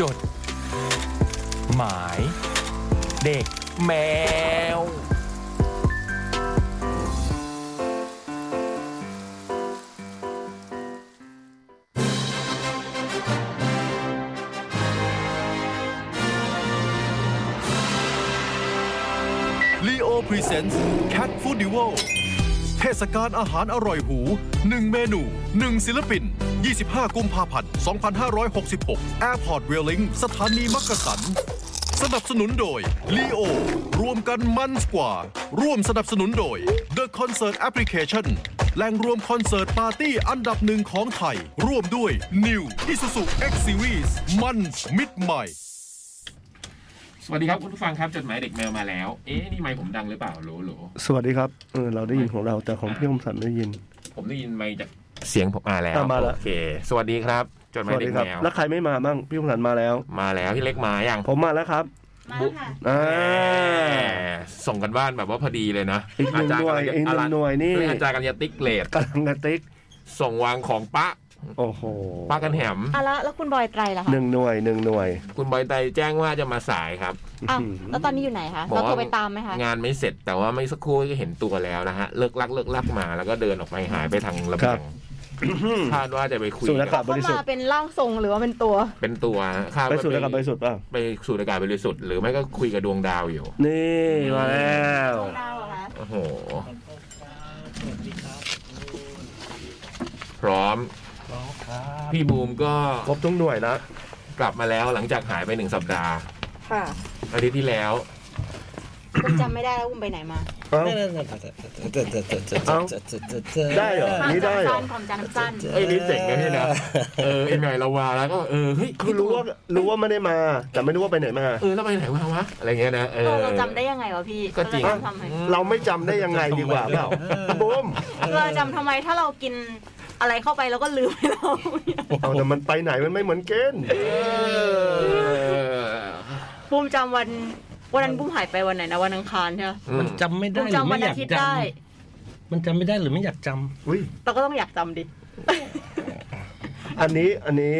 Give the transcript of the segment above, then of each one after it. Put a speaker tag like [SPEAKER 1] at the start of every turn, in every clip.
[SPEAKER 1] จด หมาย เด็กแมว
[SPEAKER 2] l ีโอพรีเซนต์แคทฟูดดิวเทศกาลอาหารอร่อยหู 1 เมนู 1 ศิลปิน 25 กุมภาพันธ์ 2566 Airport r a i l i n g สถานีมักกะสัน สนับสนุนโดย l ีโอรวมกันมันกว่า ร่วมสนับสนุนโดย The Concert Application แหล่งรวมคอนเสิร์ตปาร์ตี้อันดับหนึ่งของไทย ร่วมด้วย New Isuzu X Series มันมิดใหม่
[SPEAKER 3] สวัสดีครับคุณผู้ฟังครับจดหมายเด็กแมวมาแล้ว เอ๊ะนี่ไมค์ผมดังหรือเปล่าโหลโหล
[SPEAKER 4] สวัสดีครับเออเราได้ยินของเราแต่ของพี่คมสันไม่ได้ยิน
[SPEAKER 3] ผมได้ยินไมค์จากเสียงผมมาแล้ว
[SPEAKER 4] อ่ะมาแล้ว
[SPEAKER 3] โอเค สวัสดีครับ จดห
[SPEAKER 4] ส
[SPEAKER 3] มาย
[SPEAKER 4] วัส
[SPEAKER 3] เด็
[SPEAKER 4] ดี
[SPEAKER 3] ก
[SPEAKER 4] ครับ
[SPEAKER 3] แมว
[SPEAKER 4] แล้วใครไม่มาบ้างพี่คมสันมาแล้ว
[SPEAKER 3] มาแล้วพี่เล็กมาอย่าง
[SPEAKER 4] ผมมาแล้วครับ
[SPEAKER 5] มาแล้วค่ะ
[SPEAKER 4] อ่า
[SPEAKER 3] แหมส่งกันบ้านแบบว่าพอดีเลยนะ
[SPEAKER 4] อีกหนึ่งหน่วยอีกหนึ่งหน่วยนี่
[SPEAKER 3] เรีกอาจารย์กัญญาติ๊กเลด
[SPEAKER 4] กำลังกระติก
[SPEAKER 3] ส่งวางของปะ
[SPEAKER 4] โอ้โห
[SPEAKER 3] ปะกันแหม
[SPEAKER 5] อ่ะแล้วแล้วคุณบอยไตรล่ะคะ
[SPEAKER 4] หนึ่งหน่วยหนึ่งหน่วย
[SPEAKER 3] คุณบอยไตแจ้งว่าจะมาสายครับ
[SPEAKER 5] อ้าวแล้วตอนนี้อยู่ไหนคะ
[SPEAKER 3] บอก
[SPEAKER 5] เรา
[SPEAKER 3] ว่า
[SPEAKER 5] โทรไปตามไหมคะ
[SPEAKER 3] งานไม่เสร็จแต่ว่าไม่สักครู่ก็เห็นตัวแล้วนะฮะ เลิกลักเลิกลักมาแล้วก็เดินออกไปหายไปทางระเบียงคาดว่าจะไปคุย
[SPEAKER 4] สู่อากาศบ
[SPEAKER 5] เขา
[SPEAKER 4] ริสุท
[SPEAKER 5] มา
[SPEAKER 4] ธิ์
[SPEAKER 5] เป็นร่างทรงหรือว่าเป็นตัว
[SPEAKER 3] เป็นตัวฮะคาด
[SPEAKER 4] ไป
[SPEAKER 3] ว่า
[SPEAKER 4] สู่อากาศบริสุทธิ์ป่ะ
[SPEAKER 3] ไปสู่อากาศบริสุทธิ์หรือไม่ก็คุยกับดวงดาวอยู่
[SPEAKER 4] นี่มาแล้ว
[SPEAKER 5] เราเหรอคะ
[SPEAKER 3] โอ้โห พร้อม พี่บูมก็
[SPEAKER 4] ครบทุกหน่วยแล้ว
[SPEAKER 3] กลับมาแล้วหลังจากหายไปหนึ่งสัปดาห์
[SPEAKER 5] ค่ะ
[SPEAKER 3] อาทิตย์ที่แล้ว
[SPEAKER 5] คุณจำไม่ได้แล้วคุณไปไหนมา
[SPEAKER 4] เอ้า ได้
[SPEAKER 6] ได้
[SPEAKER 4] เหรอ นี่ได้เหรอ
[SPEAKER 5] คำจำสั้น
[SPEAKER 3] เอ้ยนี่เจ๋งนะพี่นะเออไอ้หน่อยเราวาแล้วก็เออเฮ้ย
[SPEAKER 4] คือรู้ว่ารู้ว่าไม่ได้มา แต่ไม่รู้ว่าไปไหนมา
[SPEAKER 3] เออแล้วไปไหนมาวะอะไรเงี้ยนะเอ
[SPEAKER 5] ๆเอ
[SPEAKER 3] อ
[SPEAKER 5] อเราจำได้ยังไงวะพี่
[SPEAKER 3] ก็จริง
[SPEAKER 5] เราจำทำไม
[SPEAKER 4] เราไม่จำได้ยังไงดีกว่าเปล่าบูม
[SPEAKER 5] เราจำทำไมถ้าเรากินอะไรเข้าไปแล้วก็ลืมไปแล้ว
[SPEAKER 4] เอาแต่มันไปไหนมันไม่เหมือนเกณฑ์
[SPEAKER 3] เออ
[SPEAKER 5] ปุ้มจำวันวันนั้นปุ้มหายไปวันไหนนะวันอังคารใช่ไหม
[SPEAKER 3] อื
[SPEAKER 6] มั
[SPEAKER 3] ม
[SPEAKER 6] นจำไม่ได้
[SPEAKER 5] ปุ้ม
[SPEAKER 6] หรือ
[SPEAKER 5] จำวั
[SPEAKER 6] ไม่
[SPEAKER 5] นอาย
[SPEAKER 6] อาก
[SPEAKER 5] ทิตย์
[SPEAKER 6] จ
[SPEAKER 5] ได้
[SPEAKER 6] ำมันจำไม่ได้หรือไม่อยากจ
[SPEAKER 4] อุ้ย
[SPEAKER 5] เราก็ต้องอยากจำดิ
[SPEAKER 4] อันนี้อันนี้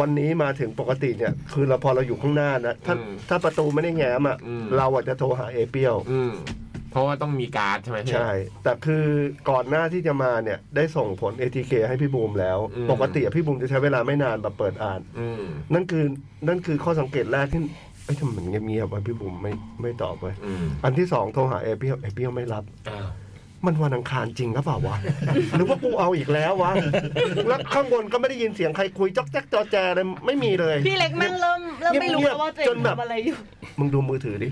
[SPEAKER 4] วันนี้มาถึงปกติเนี่ย คือเราพอเราอยู่ข้างหน้านะถ้าถ้าประตูไม่ได้แง้มอ่ะเราอาจจะโทรหาเอเปียว
[SPEAKER 3] อืมเพราะว่าต้องมีการ์ดใช่ไหมพี่
[SPEAKER 4] ใช่ แต่คือก่อนหน้าที่จะมาเนี่ย ได้ส่งผล ATK ให้พี่บูมแล้ว
[SPEAKER 3] อืม
[SPEAKER 4] ปกติอะพี่บูมจะใช้เวลาไม่นานแบบเปิดอ่าน
[SPEAKER 3] อืม
[SPEAKER 4] นั่นคือนั่นคือข้อสังเกตแรกที่ไอ้ยทำไมมันเงียบๆวะพี่บูมไม่ไม่ตอบเว้ย
[SPEAKER 3] อืม
[SPEAKER 4] อันที่สองโทรหาเอเปียวเอเปียวไม่รับ
[SPEAKER 3] อ้าว
[SPEAKER 4] มันวันอังคารจริงหรือเปล่าวะ หรือว่ากูเอาอีกแล้ววะแล้วข้างบนก็ไม่ได้ยินเสียงใครคุยจอกแจ๊กจอแจเลยไม่มีเลย
[SPEAKER 5] พี่เล็กแม่งเริ่มเริ่มไม่รู้แล้วว่าตัวเอ
[SPEAKER 4] จ
[SPEAKER 5] ง
[SPEAKER 4] นแบบ
[SPEAKER 5] ทำอะไรอยู่
[SPEAKER 4] มึงดูมือถือดิ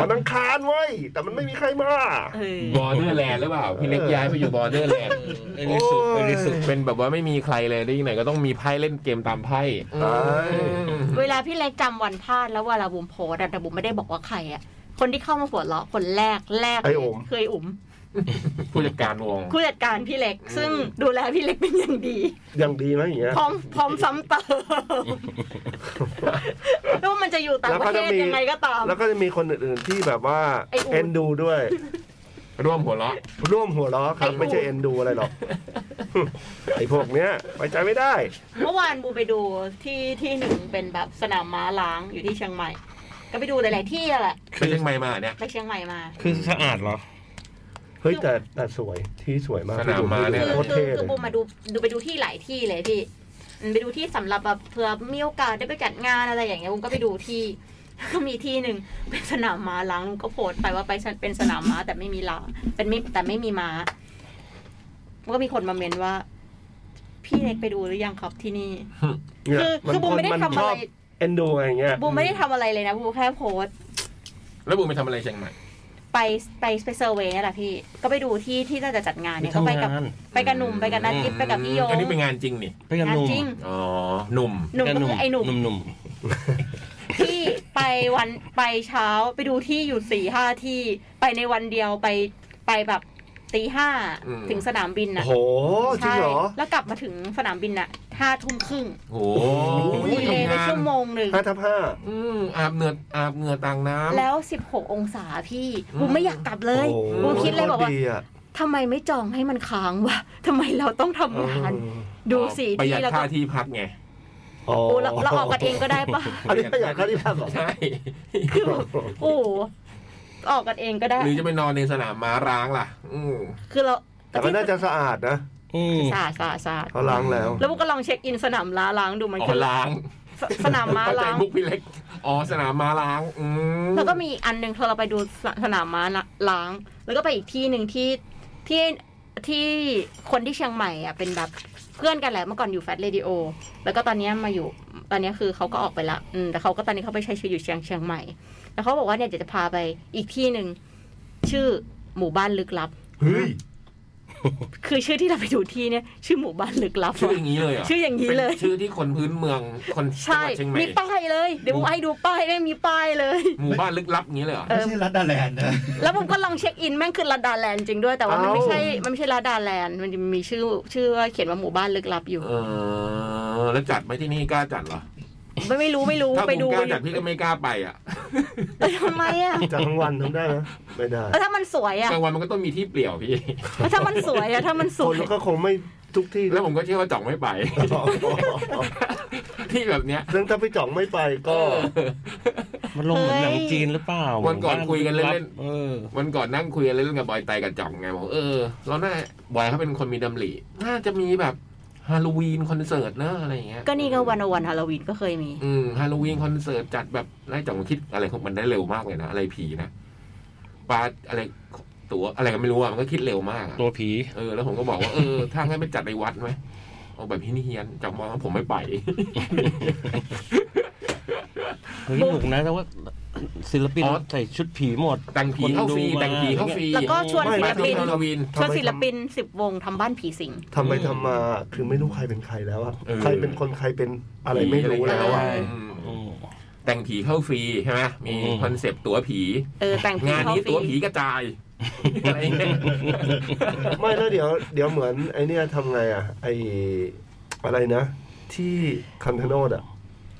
[SPEAKER 4] วันอังคารเว้ย แต่มันไม่มีใครมา
[SPEAKER 5] เอ อบ
[SPEAKER 3] อร์เดอร์แลนด์หรือเปล่าพี่เล็กย้ายไปอยู่บอร์เดอร์แล นด์
[SPEAKER 6] ำ
[SPEAKER 4] เอริสุเอริสุ
[SPEAKER 3] เป็นแบบว่าไม่มีใครเลยได้ยังไงก็ต้องมีไพ่เล่นเกมตามไพ่
[SPEAKER 4] เอ้ย
[SPEAKER 3] อืม
[SPEAKER 5] เวลาพี่เล็กจำวันพลาดแล้วเวลาบุมโพสต์อะแต่บุมไม่ได้บอกว่าใครอะคนที่เข้ามาหัวเราะคนแรกแรก
[SPEAKER 4] ไอ้อุ๋ม
[SPEAKER 5] เคยอุ๋ม
[SPEAKER 3] ผู้จัดการวง
[SPEAKER 5] ผู้จัดการพี่เล็ก ซึ่งดูแลพี่เล็กเป็นอย่าง ดี
[SPEAKER 4] อย่างดีไหมอย่างเงี้ย
[SPEAKER 5] พร้อมพร้อมซ้ำเติม แล้วมันจะอยู่ต่าง
[SPEAKER 4] แล้ว
[SPEAKER 5] ป
[SPEAKER 4] ก็
[SPEAKER 5] ระ
[SPEAKER 4] จะ
[SPEAKER 5] เทศ
[SPEAKER 4] มี
[SPEAKER 5] ยังไงก็ตาม
[SPEAKER 4] แล้วก็จะมีคนอื่นๆที่แบบว่า
[SPEAKER 5] ไอ้อู๋
[SPEAKER 4] เอ็นดูด้วย
[SPEAKER 3] ร่วมหัวเราะ
[SPEAKER 4] ร่วมหัวล้อครับ
[SPEAKER 5] ไอ้อู๋
[SPEAKER 4] ไม่ใช่เอ็นดูอะไรหรอก ไอ้พวกเนี้ยไว้ใจไม่ได้
[SPEAKER 5] เมื่อวานบูไปดูที่ที่หนึ่งเป็นแบบสนามม้าล้างอยู่ที่เชียงใหม่ ก็ไปดูหลาย ๆ ที่อะแหละ
[SPEAKER 3] ไปเชียงใหม่มาเนี่ย
[SPEAKER 5] ไปเชียงใหม่มา
[SPEAKER 6] คือสะอาดเหรอ
[SPEAKER 4] เฮ้ยแต่แต่สวยที่สวยมาก
[SPEAKER 3] สนามม้าเนี่ย
[SPEAKER 5] คือ
[SPEAKER 4] โคตร
[SPEAKER 5] คือ
[SPEAKER 4] เท่เล
[SPEAKER 5] คือยบูมมาดูดูไปดูที่หลายที่เลยพี่อืมไปดูที่สำหรับแบบเผื่อมีโอกาสได้ไปจัดงานอะไรอย่างเงี้ยบูมก็ไปดูที่ ก็มีที่หนึ่งเป็นสนามม้าล้างบูมก็โพสต์ไปว่าไปเป็นสนามม้าแต่ไม่มีล้างเป็นไม่แต่ไม่มีม้ามันก็มีคนมาเมนว่า พี่เล็กไปดูหรือยังครับที่นี่
[SPEAKER 4] เนี่ย
[SPEAKER 5] คือคือบูมไม่ได้
[SPEAKER 4] น
[SPEAKER 5] ทำ
[SPEAKER 4] ช
[SPEAKER 5] อะไร
[SPEAKER 4] บเอ็นดูอะไรอย่างเงี้ย
[SPEAKER 5] บูมไม่ได้ทำอะไรเลยนะบูมแค่โพสต์
[SPEAKER 3] แล้วบูมไปทำอะไรเชียงใหม่
[SPEAKER 5] ไปไปไปเซอร์เวย์นี่แหละพี่ ก็ไปดูที่ที่น่าจะจัดงานเนี่ย
[SPEAKER 6] ไป
[SPEAKER 5] ก็
[SPEAKER 6] ทำ
[SPEAKER 5] ไป
[SPEAKER 6] งาน
[SPEAKER 5] กับไปกับหนุ่มไปกับนัดยิปไปกับพี่โยง
[SPEAKER 3] อันนี้เป็นงานจริงนี่
[SPEAKER 6] ไปกับห
[SPEAKER 5] งาน
[SPEAKER 6] นุ่ม
[SPEAKER 5] จริง
[SPEAKER 3] อ๋อหนุ่ม
[SPEAKER 5] หนุ่มก็คือไอ้หนุ่ม
[SPEAKER 6] หนุ่ม
[SPEAKER 5] ที่ไปวันไปเช้าไปดูที่อยู่สี่ห้าที่ไปในวันเดียวไปไปแบบตีห้า
[SPEAKER 3] อืม
[SPEAKER 5] ถึงสนามบิน
[SPEAKER 4] โอ้
[SPEAKER 5] น่ะ
[SPEAKER 4] โหจริงเหรอ
[SPEAKER 5] แล้วกลับมาถึงสนามบินน่ะห้าทุ่มครึ่ง
[SPEAKER 3] โอ้โห
[SPEAKER 5] ดีเลยไป
[SPEAKER 3] ทำงาน
[SPEAKER 5] ชั่วโมงหนึ่ง
[SPEAKER 4] ห้าทับห้า
[SPEAKER 3] อืมอาบเหงื่ออาบเหงื่อต่างน้ำ
[SPEAKER 5] แล้วสิบหกองศาพี่
[SPEAKER 3] อืม
[SPEAKER 5] กูไม่อยากกลับเลย
[SPEAKER 4] โอ้โห
[SPEAKER 5] กูคิดเลยบอกว่า
[SPEAKER 4] โตรดีอะ
[SPEAKER 5] ทำไมไม่จองให้ มันค้างวะทำไมเราต้องทำงาน
[SPEAKER 4] เออ
[SPEAKER 5] ดูสิ
[SPEAKER 3] ประห
[SPEAKER 5] ที่
[SPEAKER 3] ยัด
[SPEAKER 5] แล้ว
[SPEAKER 3] ค่า
[SPEAKER 5] ก็
[SPEAKER 3] ที่พักไง
[SPEAKER 4] อ๋อ
[SPEAKER 5] โอ้เราเราออกกันเองก็ได้ปะ
[SPEAKER 4] อันนี้ก็อย่างครั้งที่แล้วเหรอ
[SPEAKER 3] ใช่
[SPEAKER 5] คือแบบโอ้โหออกกันเองก็ได้
[SPEAKER 3] หรือจะไปนอนในสนามม้าร้างล่ะ อืม
[SPEAKER 5] คือเรา
[SPEAKER 4] แต่ก็น่าจะสะอาดนะ
[SPEAKER 6] อืม
[SPEAKER 5] สะอาดสะอาดสะอาด
[SPEAKER 4] เขาล้างแล้ว
[SPEAKER 5] แล้วบุกก็ลองเช็คอินสนามล้าล้างดูมัน
[SPEAKER 3] อ๋
[SPEAKER 5] ก็
[SPEAKER 3] อล้าง
[SPEAKER 5] สสนามม้า
[SPEAKER 3] เข้าใจ
[SPEAKER 5] ล้าง
[SPEAKER 3] มุกพี่เล็ก อ๋อสนามม้าล้าง อืม
[SPEAKER 5] แล้วก็มีอีกอันหนึ่งพอเราไปดูสสนามม้าละล้าง แล้วก็ไปอีกที่หนึ่งที่ที่ที่คนที่เชียงใหม่อ่ะเป็นแบบเพื่อนกันแหละเมื่อก่อนอยู่แฟ t เรดิโอแล้วก็ตอนเนี้ยมาอยู่ตอนเนี้ยคือเขาก็ออกไปละอืมแต่เขาก็ตอนนี้เขาไปใช้ชีวิตอยู่เชียงเชียงใหม่ แล้วเขาบอกว่าเนี่ยเดี๋ยวจะพาไปอีกที่หนึ่งชื่อหมู่บ้านลึกลับ
[SPEAKER 4] เฮ้ย
[SPEAKER 5] คือชื่อที่เราไปดูที่เนี่ยชื่อหมู่บ้านลึกลับ
[SPEAKER 3] ชื่ออย่างนี้เลยเหรอ่ะ
[SPEAKER 5] ชื่ออย่างนี้เลย
[SPEAKER 3] ชื่อที่คนพื้นเมืองคนจัง
[SPEAKER 5] ใช่
[SPEAKER 3] หวัดเชียงใหม่
[SPEAKER 5] มีป้ายเลย เดี๋ยวผมให้ดูป้ายแม่งมีป้ายเลย
[SPEAKER 3] หมู่บ้านลึกลับอย่างนี้เลยเหรอ
[SPEAKER 5] เอ
[SPEAKER 7] ไม่
[SPEAKER 5] อ
[SPEAKER 7] ใช่รัดดาแลนด์นะ
[SPEAKER 5] แล้วผมก็ลองเช็คอินแม่งคือลาดาแลนด์จริงด้วย แต่ว่ามัน
[SPEAKER 4] เอ้า
[SPEAKER 5] ไม่ใช่มันไม่ใช่ลาดาแลนด์มันจะมีชื่อชื่อว่าเขียนว่าหมู่บ้านลึกลับอยู่
[SPEAKER 3] เออ แล้วจัดไหมที่นี่กล้าจัดเหรอ
[SPEAKER 5] ไม่ไม่รู้ไม่รู้
[SPEAKER 3] ถ้า
[SPEAKER 5] ไป
[SPEAKER 3] ผม
[SPEAKER 5] ดู
[SPEAKER 3] กล้าจัดพี่ก็ไม่กล้าไปอ่ะ
[SPEAKER 5] เออทำไมอ่ะ
[SPEAKER 4] จะทั้งวันทำได้ไหมไม่ได้
[SPEAKER 5] แล้วถ้ามันสวยอ่ะ
[SPEAKER 3] กลางวันมันก็ต้องมีที่เปลี่ยวพี่
[SPEAKER 5] แล้วถ้ามันสวยอ่ะถ้ามันส
[SPEAKER 4] ค
[SPEAKER 5] วน ย
[SPEAKER 4] ก็คงไม่ทุกที่
[SPEAKER 3] แล้วผมก็เชื่อว่าจ่องไม่ไป ที่แบบเนี้ย
[SPEAKER 4] เรื่องถ้าพี่จ่องไม่ไปก็
[SPEAKER 6] มันลงเหมือนหนังจีนหรือเปล่า
[SPEAKER 3] วันก่อนคุยกันเล่น
[SPEAKER 6] เออ
[SPEAKER 3] ๆวันก่อนนั่งคุยกันเล่นๆกับบอยไตกับจ่องไงบอกเออเราน่าบอยเขาเป็นคนมีดำริน่าจะมีแบบฮาโลวีนคอนเสิร์ตเนอะอะไรอย่างเงี้ย
[SPEAKER 5] ก็นี่ก็วันวันฮาโลวีนก็เคยมี
[SPEAKER 3] อืมฮาโลวีนคอนเสิร์ตจัดแบบไล่จ่องคิดอะไรของมันได้เร็วมากเลยนะอะไรผีนะปลาอะไรตัวอะไรก็ไม่รู้อะมันก็คิดเร็วมากอะ
[SPEAKER 6] ตัวผี
[SPEAKER 3] เออแล้วผมก็บอกว่าเออถ้างั้นไปจัดในวัดไหมเอาแบบพี่นี่เฮียนจับมองว่าผมไม่ไป
[SPEAKER 6] เฮ้ยหนุกนะแต่ว่าศิลปิน
[SPEAKER 3] อ๋อ
[SPEAKER 6] ใส่ชุดผีหมด
[SPEAKER 3] แต่งผีเข้าฟรี
[SPEAKER 6] คนดูมา
[SPEAKER 3] แต่งผีเข้าฟรี
[SPEAKER 5] แล้วก็ชวน
[SPEAKER 4] ไม่
[SPEAKER 5] ศิ
[SPEAKER 3] มา
[SPEAKER 5] ลปิน
[SPEAKER 3] ฮาโลวีน
[SPEAKER 5] ชวนศิลปินสิบวงทำบ้านผีสิง
[SPEAKER 4] ทำไปทำมาคือไม่รู้ใครเป็นใครแล้วอะ
[SPEAKER 3] เออ
[SPEAKER 4] ใครเป็นคนใครเป็นอะไรไม่รู้แล้วอะ
[SPEAKER 5] ใช่
[SPEAKER 3] อืม
[SPEAKER 6] อืม
[SPEAKER 3] แต่งผีเข้าฟรีใช่ไหมมี
[SPEAKER 6] อืม
[SPEAKER 3] คอนเซปต์ตั๋วผี
[SPEAKER 5] เออแต่งผี
[SPEAKER 3] งาน
[SPEAKER 5] เข้า
[SPEAKER 3] นี้
[SPEAKER 5] ฟ
[SPEAKER 3] ตั๋ว
[SPEAKER 5] รี
[SPEAKER 3] ผีกระจายอะไรเงี้ย
[SPEAKER 4] ไม่แล้วเดี๋ยวเดี๋ยวเหมือนไอเนี่ยทำไงอ่ะ ไออะไรนะ ที่คันธโนดอ่ะ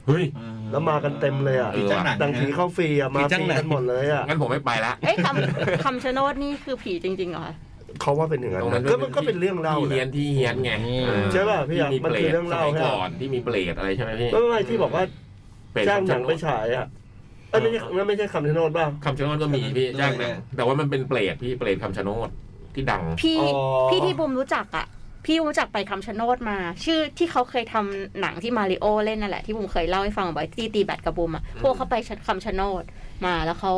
[SPEAKER 3] เฮ้ย
[SPEAKER 4] แล้วมากันเต็มเลยอ่ะ
[SPEAKER 3] เออว่ะ
[SPEAKER 4] ดังผีเข้าฟรีอ่ะ มาฟ
[SPEAKER 6] ผีจัง
[SPEAKER 4] รี
[SPEAKER 6] ไหน
[SPEAKER 4] กันหมดเลยอ่ะ
[SPEAKER 3] งั้นผมไม่ไปละ
[SPEAKER 5] เอ้ยคำคำชะโนดนี่คือผีจริงๆเหรอคะ
[SPEAKER 4] เขาว่าเป็นอย่างนั้น
[SPEAKER 3] ตรงนั้
[SPEAKER 4] นะ
[SPEAKER 3] น
[SPEAKER 4] ก็มันก็เป็นเรื่องเล่า
[SPEAKER 3] ที่
[SPEAKER 4] แห
[SPEAKER 3] เฮีย
[SPEAKER 4] ละ
[SPEAKER 3] นที่เฮียนไงเออ
[SPEAKER 4] ใช่ป่ะพี่อ่ะ
[SPEAKER 3] ที่
[SPEAKER 4] มันคือเรื่องเล่า
[SPEAKER 3] สมัย
[SPEAKER 4] ใช่ปะ
[SPEAKER 3] ก่อนที่มีเปรตอะไรใช่ไหมพี่
[SPEAKER 4] ไม่ไม่ที่บอกว่า
[SPEAKER 3] เปรต
[SPEAKER 4] จ้างหนั
[SPEAKER 3] คำชะโด
[SPEAKER 4] งไปฉายอ่ะเอันนี้นั่นไม่ใช่คำธโนดบ้าง
[SPEAKER 3] คำชะโนดก็มีพี่จ้างหนังแต่ว่ามันเป็นเปรตพี่เปรตคำชะโนดที่ดัง
[SPEAKER 5] พี่พี่ที่บุมรู้จักอ่ะ พี่รู้จักไปคำชะโนดมา ชื่อที่เขาเคยทำหนังที่มาริโอเล่นนั่นแหละที่บุมเคยเล่าให้ฟังบ่อยที่ตีแบตกับบุมอ่ะพวกเขาไปคำชะโนดมาแล้วเขา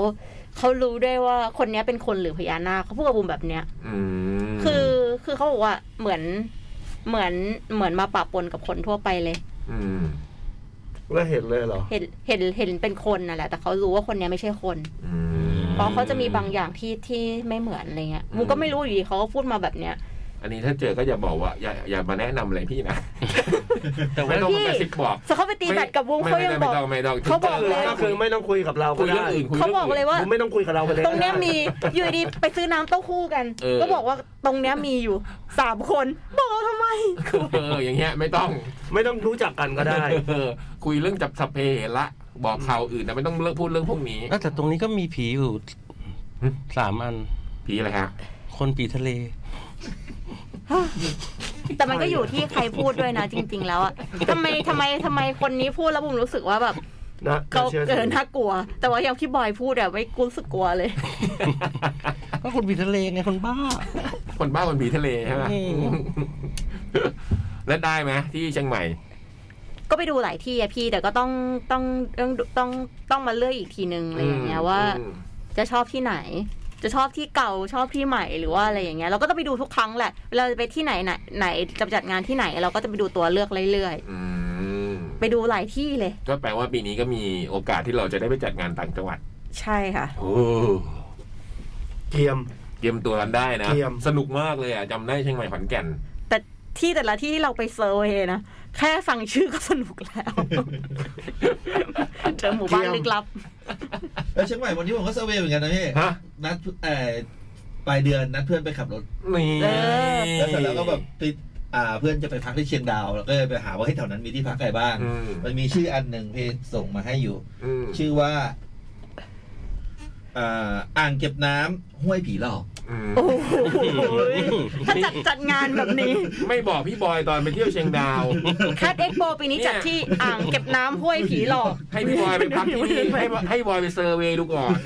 [SPEAKER 5] เขารู้ด้วยว่าคนเนี้ยเป็นคนหรือพญานาคเขาพูดกับบุมแบบเนี้ย
[SPEAKER 3] อืม
[SPEAKER 5] คือคือเขาบอกว่าเหมือนเหมือนเหมือนมาปะปนกับคนทั่วไปเลย
[SPEAKER 3] ม
[SPEAKER 4] แล้วเห็นเลยเหรอ
[SPEAKER 5] เห็นเห็นเห็นเป็นคนน่ะแหละ แต่เขารู้ว่าคนเนี้ยไม่ใช่คน
[SPEAKER 3] อืม
[SPEAKER 5] เพราะเขาจะมีบางอย่างที่ที่ไม่เหมือนอะไรเงี้ย
[SPEAKER 3] อืม
[SPEAKER 5] บุมก็ไม่รู้อยู่ดีเขาก็พูดมาแบบเนี้ย
[SPEAKER 3] อันนี้ถ้าเจอก็อย่าบอกว่าอย่าอย่ามาแนะนำอะไรพี่นะ
[SPEAKER 6] แต่
[SPEAKER 3] ไม่
[SPEAKER 6] ว่า
[SPEAKER 3] ต้อง
[SPEAKER 5] พี่
[SPEAKER 3] มากระซิบบอก
[SPEAKER 5] แต่เขาไปตีแบตกับบุม
[SPEAKER 3] ไม่
[SPEAKER 5] เขา
[SPEAKER 3] ไม่
[SPEAKER 5] ยัง
[SPEAKER 3] ไม่
[SPEAKER 5] บอ
[SPEAKER 3] ต้
[SPEAKER 5] ก
[SPEAKER 3] องไม่ต้อง
[SPEAKER 5] เขาบอกเลย
[SPEAKER 4] ก็คือไม่ต้องคุยกับเรา
[SPEAKER 3] คุ
[SPEAKER 4] ก็
[SPEAKER 3] ยเรื่อ
[SPEAKER 4] ได้
[SPEAKER 3] งอื่นคุย
[SPEAKER 5] เขา
[SPEAKER 3] เรื่
[SPEAKER 5] บอกเลยว่า
[SPEAKER 4] ผมไม่ต้องคุยกับเราก็ได้
[SPEAKER 5] ตรงเนี้ยมีอยู่ดีไปซื้อน้ำเต้าหู้กัน ก็บอกว่าตรงเนี้ยมีอยู่สามคน บอกว่าทำไม
[SPEAKER 3] เอออย่างเงี้ยไม่ต้อง
[SPEAKER 4] ไม่ต้องรู้จักกันก็ได้
[SPEAKER 3] เออคุยเรื่องจับสัพเพเหระบอกข่าวอื่นแต่ไม่ต้องเลิกพูดเรื่องพวกนี้
[SPEAKER 6] เอ้าแต่ตรงนี้ก็มีผีอยู่สามอัน
[SPEAKER 3] พี่อะไรฮะ
[SPEAKER 6] คนผีทะเล
[SPEAKER 5] แต่มันก็อยู่ที่ใครพูดด้วยนะ จริง ๆ แล้วอะทำไมทำไมทำไมคนนี้พูดแล้วบุมรู้สึกว่าแบบ
[SPEAKER 4] นะ
[SPEAKER 5] เขา
[SPEAKER 4] ชื่อ
[SPEAKER 5] เอ
[SPEAKER 4] ถื
[SPEAKER 5] อน่ากลัว แต่ว่าอย่างที่บอยพูดอะไม่กูรู้สึกกลัวเลย
[SPEAKER 6] ก็คนผีทะเลไงคนบ้า
[SPEAKER 3] คนบ้าคนผีทะเลใช่ไหม
[SPEAKER 6] อืม
[SPEAKER 3] แล้วได้ไหมที่เชียงใหม่
[SPEAKER 5] ก็ไปดูหลายที่อะพี่ แต่ก็ต้องต้องต้องต้องต้องมาเลือกอีกทีนึงอะไรอย่างเงี้ยว่า จะชอบที่ไหน จะชอบที่เก่าชอบที่ใหม่หรือว่าอะไรอย่างเงี้ยเราก็ต้องไปดูทุกครั้งแหละเวลาจะไปที่ไหนไหนไหนจะจัดงานที่ไหน เราก็จะไปดูตัวเลือกเรื่อย
[SPEAKER 3] อืม
[SPEAKER 5] ๆไปดูหลายที่เลย
[SPEAKER 3] ก็แปลว่าปีนี้ก็มีโอกาสที่เราจะได้ไปจัดงานต่างจังหวัด
[SPEAKER 5] ใช่ค่ะ
[SPEAKER 3] โอ้
[SPEAKER 4] เกียม
[SPEAKER 3] เตรียมตัวกันได้นะ
[SPEAKER 4] เตรียม
[SPEAKER 3] สนุกมากเลยอ่ะจำได้เชียงใหม่ขอนแก่น
[SPEAKER 5] แต่ที่แต่ละที่ที่เราไปเซอร์เวย์นะ แค่ฟังชื่อก็สนุกแล้ว เจอหมู่บ้านลึกลับ
[SPEAKER 7] แล้วเชียงใหม่วันนี้ผมก็เซอร์เวย์เหมือนกันนะพี่
[SPEAKER 3] ฮะ
[SPEAKER 7] นัดเอ่อปลายเดือนนัดเพื่อนไปขับรถ
[SPEAKER 3] นี่
[SPEAKER 5] เอ
[SPEAKER 7] แล้วเสร็จแล้วก็แบบไปอ่าเพื่อนจะไปพักที่เชียงดาว แล้วก็ไปหาว่าให้ยแถวนั้นมีที่พักอะไรบ้าง
[SPEAKER 3] อืม
[SPEAKER 7] มันมีชื่ออันหนึ่งพี่ส่งมาให้อยู่
[SPEAKER 3] อืม
[SPEAKER 7] ชื่อว่า อ่าอ่างเก็บน้ำห้วยผีหลอก
[SPEAKER 3] อืม
[SPEAKER 5] โอ้โหถ้าจัดจัดงานแบบนี้
[SPEAKER 3] ไม่บอกพี่บอยตอนไปเที่ยวเชียงดาว
[SPEAKER 5] แคดเอ็กโปปีนี้จัดที่อ่างเก็บน้ำห้วยผีหลอก
[SPEAKER 3] ให้พี่บอยไปพักที่นี่ให้ให้บอยไปเซอร์เวย์ดูก่อน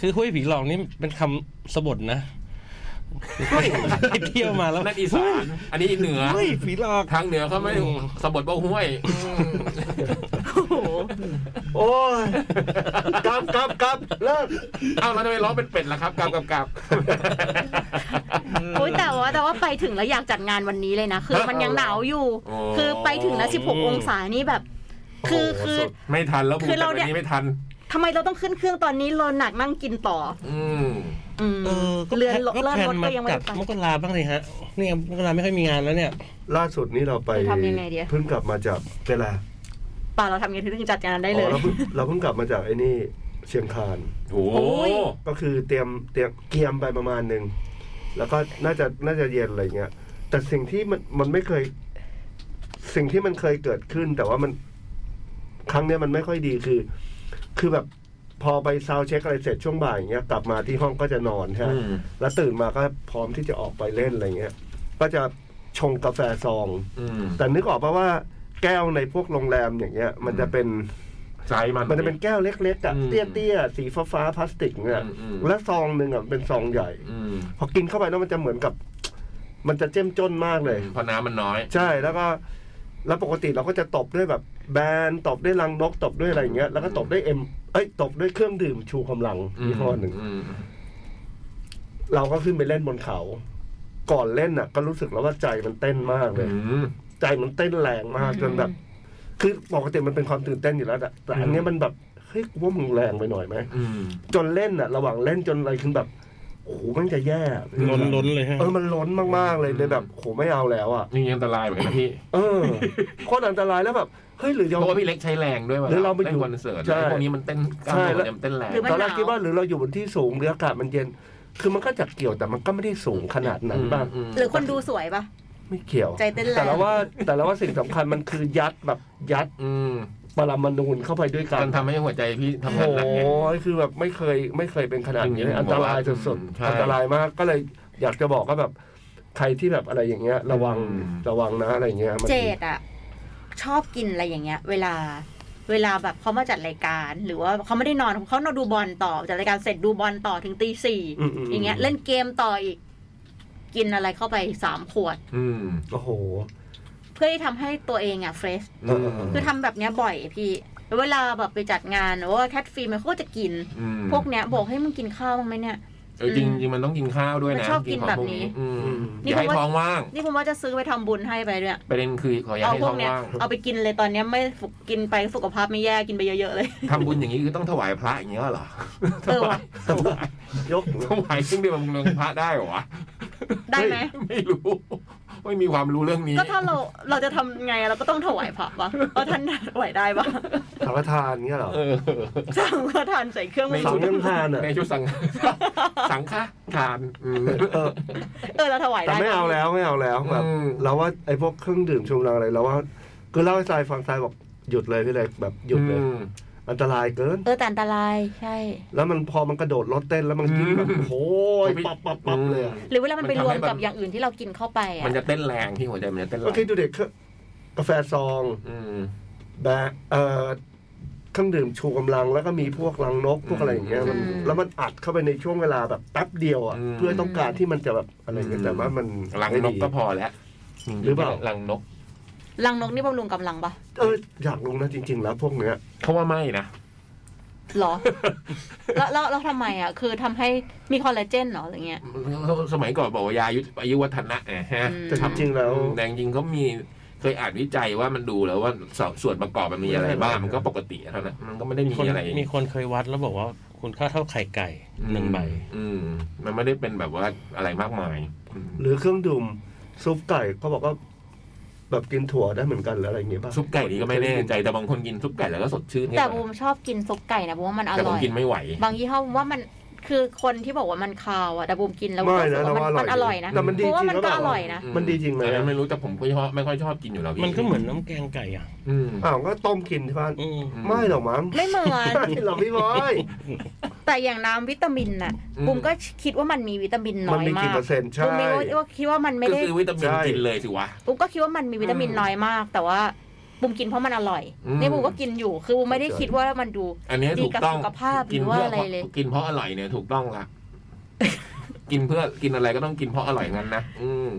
[SPEAKER 6] คือห้วยผีหลอกนี่เป็นคำสะบดนะไปเที่ยวมาแล้ว
[SPEAKER 3] นั่นอีสาน อันนี้เหนือ
[SPEAKER 6] ห้วยผีหลอก
[SPEAKER 3] ทางเหนือเขาไม่ได้สะบดบ่าห้วย
[SPEAKER 5] โอ้โห
[SPEAKER 4] โอ้ยกลับกลับกลับเลิก
[SPEAKER 3] เอ้าแล้วทำไมร้องเป็นเป็ดล่ะครับกลับกลับ กลับ
[SPEAKER 5] โอ้ยแต่ว่าแต่ว่าไปถึงแล้วอยากจัดงานวันนี้เลยนะ คือมันยังหนาวอยู่
[SPEAKER 3] โอ้
[SPEAKER 5] คือไปถึงแล้ว 16 องศานี่แบบ คือ
[SPEAKER 4] โอ้โห
[SPEAKER 5] คือ
[SPEAKER 4] สุด
[SPEAKER 3] ไม่ทันแล้ว
[SPEAKER 5] คือเราเนี่ย
[SPEAKER 3] นี้ไม่ทัน
[SPEAKER 5] ทำไมเราต้องขึ้นเครื่องตอนนี้เราหนักนั่งกินต่อ
[SPEAKER 3] อืม
[SPEAKER 5] อืม
[SPEAKER 6] เออก็
[SPEAKER 5] เรือนรถ
[SPEAKER 6] ก็
[SPEAKER 5] เลื่อน
[SPEAKER 6] แพล
[SPEAKER 5] รถ
[SPEAKER 6] น
[SPEAKER 5] ก็
[SPEAKER 6] มา
[SPEAKER 5] ยังไม่
[SPEAKER 6] จั
[SPEAKER 5] ได้
[SPEAKER 6] ด
[SPEAKER 5] ไป
[SPEAKER 6] มกราบ้างเลยฮะเนี่ยมกราไม่ค่อยมีงานแล้วเนี่ย
[SPEAKER 4] ล่าสุดนี้เราไป
[SPEAKER 5] ทำยังไงดีอะ
[SPEAKER 4] เพิ่งกลับมาจากเวลา
[SPEAKER 5] ป่าเราทำยังไงถึงจัดงานได้เล
[SPEAKER 4] อ๋อย เราเพิ่งเราเพิ่งกลับมาจากไอ้นี่เชียงคาน
[SPEAKER 3] โอ้โห
[SPEAKER 5] โอ้ย
[SPEAKER 4] ก็คือเตรียมเตรียมเกียมไปประมาณหนึ่งแล้วก็น่าจะน่าจะเย็นอะไรเงี้ย แต่สิ่งที่มันมันไม่เคย สิ่งที่มันเคยเกิดขึ้น แต่ว่ามันครั้งเนี้ยมันไม่ค่อยดีคือ คือแบบพอไปซาวด์เช็คอะไรเสร็จช่วงบ่ายอย่างเงี้ยกลับมาที่ห้องก็จะนอนใช่ไหม
[SPEAKER 3] อืม
[SPEAKER 4] แล้วตื่นมาก็พร้อมที่จะออกไปเล่นอะไรเงี้ย ก็จะชงกาแฟซอง
[SPEAKER 3] อืม
[SPEAKER 4] แต่นึกออกปะว่าแก้วในพวกโรงแรมอย่างเงี้ย มันจะเป็น
[SPEAKER 3] ใจมัน
[SPEAKER 4] มันจะเป็นแก้วเล็กๆอะ
[SPEAKER 3] อืม
[SPEAKER 4] เตี้ยๆสีฟ้าๆพลาสติกเนี่ย
[SPEAKER 3] อืมอืม
[SPEAKER 4] และซองหนึ่งอะเป็นซองใหญ่
[SPEAKER 3] อืม
[SPEAKER 4] พอกินเข้าไปแล้วมันจะเหมือนกับ มันจะเจ้มจนมากเลย
[SPEAKER 3] เพราะน้ำมันน้อย
[SPEAKER 4] ใช่แล้วก็ แล้วปกติเราก็จะตบด้วยแบบ แบรนด์ตบด้วยลังนกตบด้วยอะไรเงี้ยแล้วก็ตบด้วยเอ็มเอ้ยตบด้วยเครื่องดื่มชูกำลังยี่ห้อหนึ่ง
[SPEAKER 3] ม
[SPEAKER 4] เราก็ขึ้นไปเล่นบนเขา ก่อนเล่นน่ะ ก็รู้สึกแล้วว่าใจมันเต้นมากเล
[SPEAKER 3] อื
[SPEAKER 4] ย
[SPEAKER 3] ม
[SPEAKER 4] ใจมันเต้นแรงมากจนแบบ คือปกติมันเป็นความตื่นเต้นอยู่แล้วอะแต่อันเนี้ยมันแบบเฮ้ยกูว่ามึงแรงไปหน่อยไหม
[SPEAKER 3] อืม
[SPEAKER 4] จนเล่นน่ะ ระหว่างเล่นจนอะไรคือแบบโอ้โหมันจะแย่
[SPEAKER 6] ล้นล้นเลยฮะ
[SPEAKER 4] เออมันล้นมากๆเลยเลยแบบโหไม่เอาแล้วอ่ะ
[SPEAKER 3] นี่ยังอันตรายเหมือนกันนะพี่
[SPEAKER 4] เออโคตรอันตรายแล้วแบบเฮ้ยหรือ
[SPEAKER 3] เพ
[SPEAKER 4] ยัง
[SPEAKER 3] ราะว่าพี่เล็กใช้แรงด้วยว่ะ
[SPEAKER 4] หรือเราไปอยู่
[SPEAKER 3] ล่นคอนเสิร์ต
[SPEAKER 4] ใช่
[SPEAKER 3] ไอ้พวกนี้มันเต้นกล้าม
[SPEAKER 4] ใช่
[SPEAKER 3] เนื้
[SPEAKER 4] แล้
[SPEAKER 3] อ
[SPEAKER 4] ว
[SPEAKER 3] เนี่ยมันเต้นแรง
[SPEAKER 5] หรือมั
[SPEAKER 4] ตอนแรก
[SPEAKER 5] หนาว
[SPEAKER 4] คิดว่าหรือเราอยู่บนที่สูงหรืออากาศมันเย็น คือมันก็จะเกี่ยวแต่มันก็ไม่ได้สูงขนาดนั้นบ้าง
[SPEAKER 5] หรือคนดูสวยปะ
[SPEAKER 4] ไม่เกี่ยว
[SPEAKER 5] ใจเต้นแรง
[SPEAKER 4] แต่ละว่าแต่ละว่าสิ่งสำคัญมันคือยัดแบบยัด
[SPEAKER 3] อืม
[SPEAKER 4] ปรมาณูเข้าไปด้วยกัน
[SPEAKER 3] มันทำให้หัวใจพี่ทำ
[SPEAKER 4] โอ้
[SPEAKER 3] งาน
[SPEAKER 4] โห
[SPEAKER 3] หนักไง
[SPEAKER 4] คือแบบไม่เคยไม่เคยเป็นขนาดนี้เลย
[SPEAKER 3] อืม
[SPEAKER 4] อันตรายสุด
[SPEAKER 3] อืมใช่
[SPEAKER 4] ๆอันตรายมากก็เลยอยากจะบอกว่าแบบ ใครที่แบบอะไรอย่างเงี้ย ระวัง
[SPEAKER 3] อืม
[SPEAKER 4] ระวังนะอะไรอย่างเงี้ยมัน
[SPEAKER 5] เจดอะชอบกินอะไรอย่างเงี้ย เวลา เวลาแบบเขามาจัดรายการ หรือว่าเขาไม่ได้นอนเขานอนดูบอลต่อจัดรายการเสร็จดูบอลต่อถึงตีสี่
[SPEAKER 4] มม
[SPEAKER 5] อย่างเงี้ย เล่นเกมต่ออีก กินอะไรเข้าไปสามขวด
[SPEAKER 3] อืม
[SPEAKER 4] โอ้โห
[SPEAKER 5] เพื่อที่ทำให้ตัวเองอะเฟรช
[SPEAKER 3] อืม
[SPEAKER 5] คือทำแบบเนี้ยบ่อยพี่แล้วเวลาแบบไปจัดงานหรือว่าแคทฟิล์มเขาก็จะกิน
[SPEAKER 3] อืม
[SPEAKER 5] พวกเนี้ยบอกให้มึงกินข้าวบ้างไหมเนี่ย
[SPEAKER 3] เออจริงจริงมันต้องกินข้าวด้วย
[SPEAKER 5] มั
[SPEAKER 3] นะ
[SPEAKER 5] นชอบกิน
[SPEAKER 3] ของพว
[SPEAKER 5] แบบนี้
[SPEAKER 3] อืม
[SPEAKER 5] นี่
[SPEAKER 3] อย่าให้
[SPEAKER 5] เพราะว่า
[SPEAKER 3] ท้องว่าง
[SPEAKER 5] นี่ผมว่าจะซื้อไปทำบุญให้ไปด้วย
[SPEAKER 3] ประเด็นคือขออย่า
[SPEAKER 5] เอา
[SPEAKER 3] ให้
[SPEAKER 5] พว
[SPEAKER 3] ท้
[SPEAKER 5] ก
[SPEAKER 3] อง
[SPEAKER 5] เนี้ย
[SPEAKER 3] ว่าง
[SPEAKER 5] เอาไปกินเลยตอนเนี้ยไม่ฝึกกินไปสุขภาพไม่แย่กินไปเยอะๆเลย
[SPEAKER 3] ทำบุญอย่างนี้คือต้องถวายพระอย่างเงี้ยเหรอ
[SPEAKER 5] เออว่ะ
[SPEAKER 3] ถวาย
[SPEAKER 4] ยก
[SPEAKER 3] ถวายซึ่งเดียวกับมึงลงพระได้เหรอวะ
[SPEAKER 5] ได้ไหม
[SPEAKER 3] ไม่รู้ ไม่มีความรู้เรื่องนี้
[SPEAKER 5] ก็ถ้าเราเราจะทำไงเราก็ต้องถวายพระปะเพราะท่านถวายได้ ปะ
[SPEAKER 4] สังฆทานเงี้ยเหรอ
[SPEAKER 3] เออ
[SPEAKER 5] สร้างก็ทานใส่เครื่อง
[SPEAKER 3] ไม่
[SPEAKER 4] สัง
[SPEAKER 5] มือ
[SPEAKER 4] ฆทานอ่ะ
[SPEAKER 3] ในชุดสังฆ สังฆทานอืม
[SPEAKER 4] เออ
[SPEAKER 5] เออเราถวาย
[SPEAKER 4] แต่
[SPEAKER 5] ได้
[SPEAKER 4] ไม่เอาแล้วไม่เอาแล้วแบบ
[SPEAKER 3] อืม
[SPEAKER 4] เราว่าไอ้พวกเครื่องดื่มชูกำลังอะไรเราว่าคือเล่าให้ทรายฟังทรายบอกหยุดเลยพี่เลยแบบหยุดเลย
[SPEAKER 3] อืม
[SPEAKER 4] อันตรายเกิน
[SPEAKER 5] เออแต่อันตรายใช่
[SPEAKER 4] แล้วมันพอมันกระโดดรถเต้นแล้วมันยิ่งแบบ
[SPEAKER 3] อืม
[SPEAKER 4] โอ้ยปับปับปับเลยอะ
[SPEAKER 5] หรือเวลามันไปรวมกับ
[SPEAKER 3] นทำให้
[SPEAKER 5] อย่างอื่นที่เรากินเข้าไปอ่ะ
[SPEAKER 3] มันจะเต้นแรงที่หัวใจมันจะเต้นแร
[SPEAKER 4] ก็
[SPEAKER 3] ง
[SPEAKER 4] คิดดูเด็กกาแฟซอง
[SPEAKER 3] อืม
[SPEAKER 4] แบะเอ่อเครื่องดื่มชูกำลังแล้วก็มีพวกลังนกพวกอะไรอย่างเงี้ยมัน
[SPEAKER 3] อืม
[SPEAKER 4] แล้วมันอัดเข้าไปในช่วงเวลาแบบแป๊บเดียวอ่ะ
[SPEAKER 3] อืม
[SPEAKER 4] เพื่อต้องการที่มันจะแบบอะไรเงี้ยแต่ว่ามัน
[SPEAKER 3] หลังน
[SPEAKER 4] ไม่
[SPEAKER 3] ก
[SPEAKER 4] ดี
[SPEAKER 3] ก็พอแล้ว
[SPEAKER 4] หรือเปล่า
[SPEAKER 3] หลังนก
[SPEAKER 5] รังนกนี่บำรุงกำลังปะ
[SPEAKER 4] เอออยากลงนะจริง ๆ แล้วพวกเนี้ย
[SPEAKER 3] เขาว่าไม่นะ
[SPEAKER 5] หร อ แล้วแล้วแล้วทำไมอ่ะ คือทำให้มีคอลลาเจนเหรอหรือไง
[SPEAKER 3] สมัยก่อนบอกว่ายายุอายุวัฒนะไงฮะ
[SPEAKER 5] อืม
[SPEAKER 4] แต่จริงๆแล้ว
[SPEAKER 3] แต่จริงๆเขามีเคยอ่านวิจัยว่ามันดูแล้วว่าสอบส่วนประกอบมันมีอะไรบ้าง มันก็ปกติเท่านั้นมันก็ไม่ได้มี
[SPEAKER 6] คน
[SPEAKER 3] อะไร
[SPEAKER 6] มีคนเคยวัดแล้วบอกว่าคุณค่าเท่าไข่ไก่หนึ่งใบ
[SPEAKER 3] อืม มันไม่ได้เป็นแบบว่าอะไรมากมายอืม
[SPEAKER 4] หรือเครื่องดื่มซุปไก่เขาบอกว่าแบบกินถั่วได้เหมือนกันหรืออะไรอย่างเงี้ยป่ะ
[SPEAKER 3] ซุปไก่นี่ก็ไม่แน่ใจแต่บางคนกินซุปไก่แล้วก็สดชื่นขึ้น
[SPEAKER 5] แต่
[SPEAKER 3] มา
[SPEAKER 5] บูมชอบกินซุปไก่นะบูมว่ามันอ
[SPEAKER 3] แต่ผ
[SPEAKER 5] ร่
[SPEAKER 3] ม
[SPEAKER 5] อย
[SPEAKER 3] กินไม่ไหว
[SPEAKER 5] บางยี่ห้อบูมว่ามันคือคนที่บอกว่ามันคาวอ่ะแต่บูมกินแล้วบูม
[SPEAKER 4] ไม่
[SPEAKER 5] รู้สึ
[SPEAKER 4] นะ
[SPEAKER 5] ก
[SPEAKER 4] เราว่า
[SPEAKER 5] ว่ามันอร่อยนะ
[SPEAKER 4] แต่มันดี
[SPEAKER 5] เพราะ
[SPEAKER 4] จ
[SPEAKER 5] ว่า
[SPEAKER 4] ริง
[SPEAKER 5] มัน
[SPEAKER 4] ห
[SPEAKER 5] ก็
[SPEAKER 4] เปล่า
[SPEAKER 5] อร่อยนะ
[SPEAKER 4] มันดีจริงไหม
[SPEAKER 3] อันนั้น
[SPEAKER 4] อะ
[SPEAKER 3] ไม่รู้แต่ผมไม่ชอบไม่ค่อยชอบกินอยู่แล้วพี่
[SPEAKER 6] มันก็เหมือนน้ำแกงไก่อ่ะ
[SPEAKER 3] อืม
[SPEAKER 4] อ้าวก็ต้มกินใช่ป่ะ
[SPEAKER 6] อืม
[SPEAKER 4] ไม่หรอกมั้ง
[SPEAKER 5] ไม่เหมือน
[SPEAKER 4] ไม่หรอกพี่บอย
[SPEAKER 5] แต่อย่างน้ำวิตามินน่ะ
[SPEAKER 3] อืม
[SPEAKER 5] บุ้มก็คิดว่ามันมีวิตามินน้
[SPEAKER 4] มัน
[SPEAKER 5] อย
[SPEAKER 4] มี
[SPEAKER 5] มา
[SPEAKER 4] กี่
[SPEAKER 5] ก
[SPEAKER 4] เปอร์เซ็นต์
[SPEAKER 5] บุ้
[SPEAKER 4] ใช่
[SPEAKER 5] มไม่รู้ว่าคิดว่ามันไม่
[SPEAKER 3] ก็
[SPEAKER 5] ได้
[SPEAKER 3] คือวิตามิน
[SPEAKER 4] ใช่
[SPEAKER 3] กินเลยสิวะ
[SPEAKER 5] บุ้มก็คิดว่ามันมีวิตามิน
[SPEAKER 3] อืม
[SPEAKER 5] น้อยมาก แต่ว่าบุ้มกินเพราะมันอร่อย
[SPEAKER 3] อืม
[SPEAKER 5] เนี่ยบุ้มก็กินอยู่ คือบุ้มไม่ได้คิดว่ามันดู
[SPEAKER 3] อันเนี้ย
[SPEAKER 5] ดี
[SPEAKER 3] ถูก
[SPEAKER 5] กับ
[SPEAKER 3] ต้อง
[SPEAKER 5] สุขภาพ
[SPEAKER 3] กิ
[SPEAKER 5] หรือว่าอะไรเลย
[SPEAKER 3] กินเพราะอร่อยเนี่ยถูกต้อง ละ กินเพื่อกินอะไรก็ต้องกินเพราะอร่อยงั้นนะอืม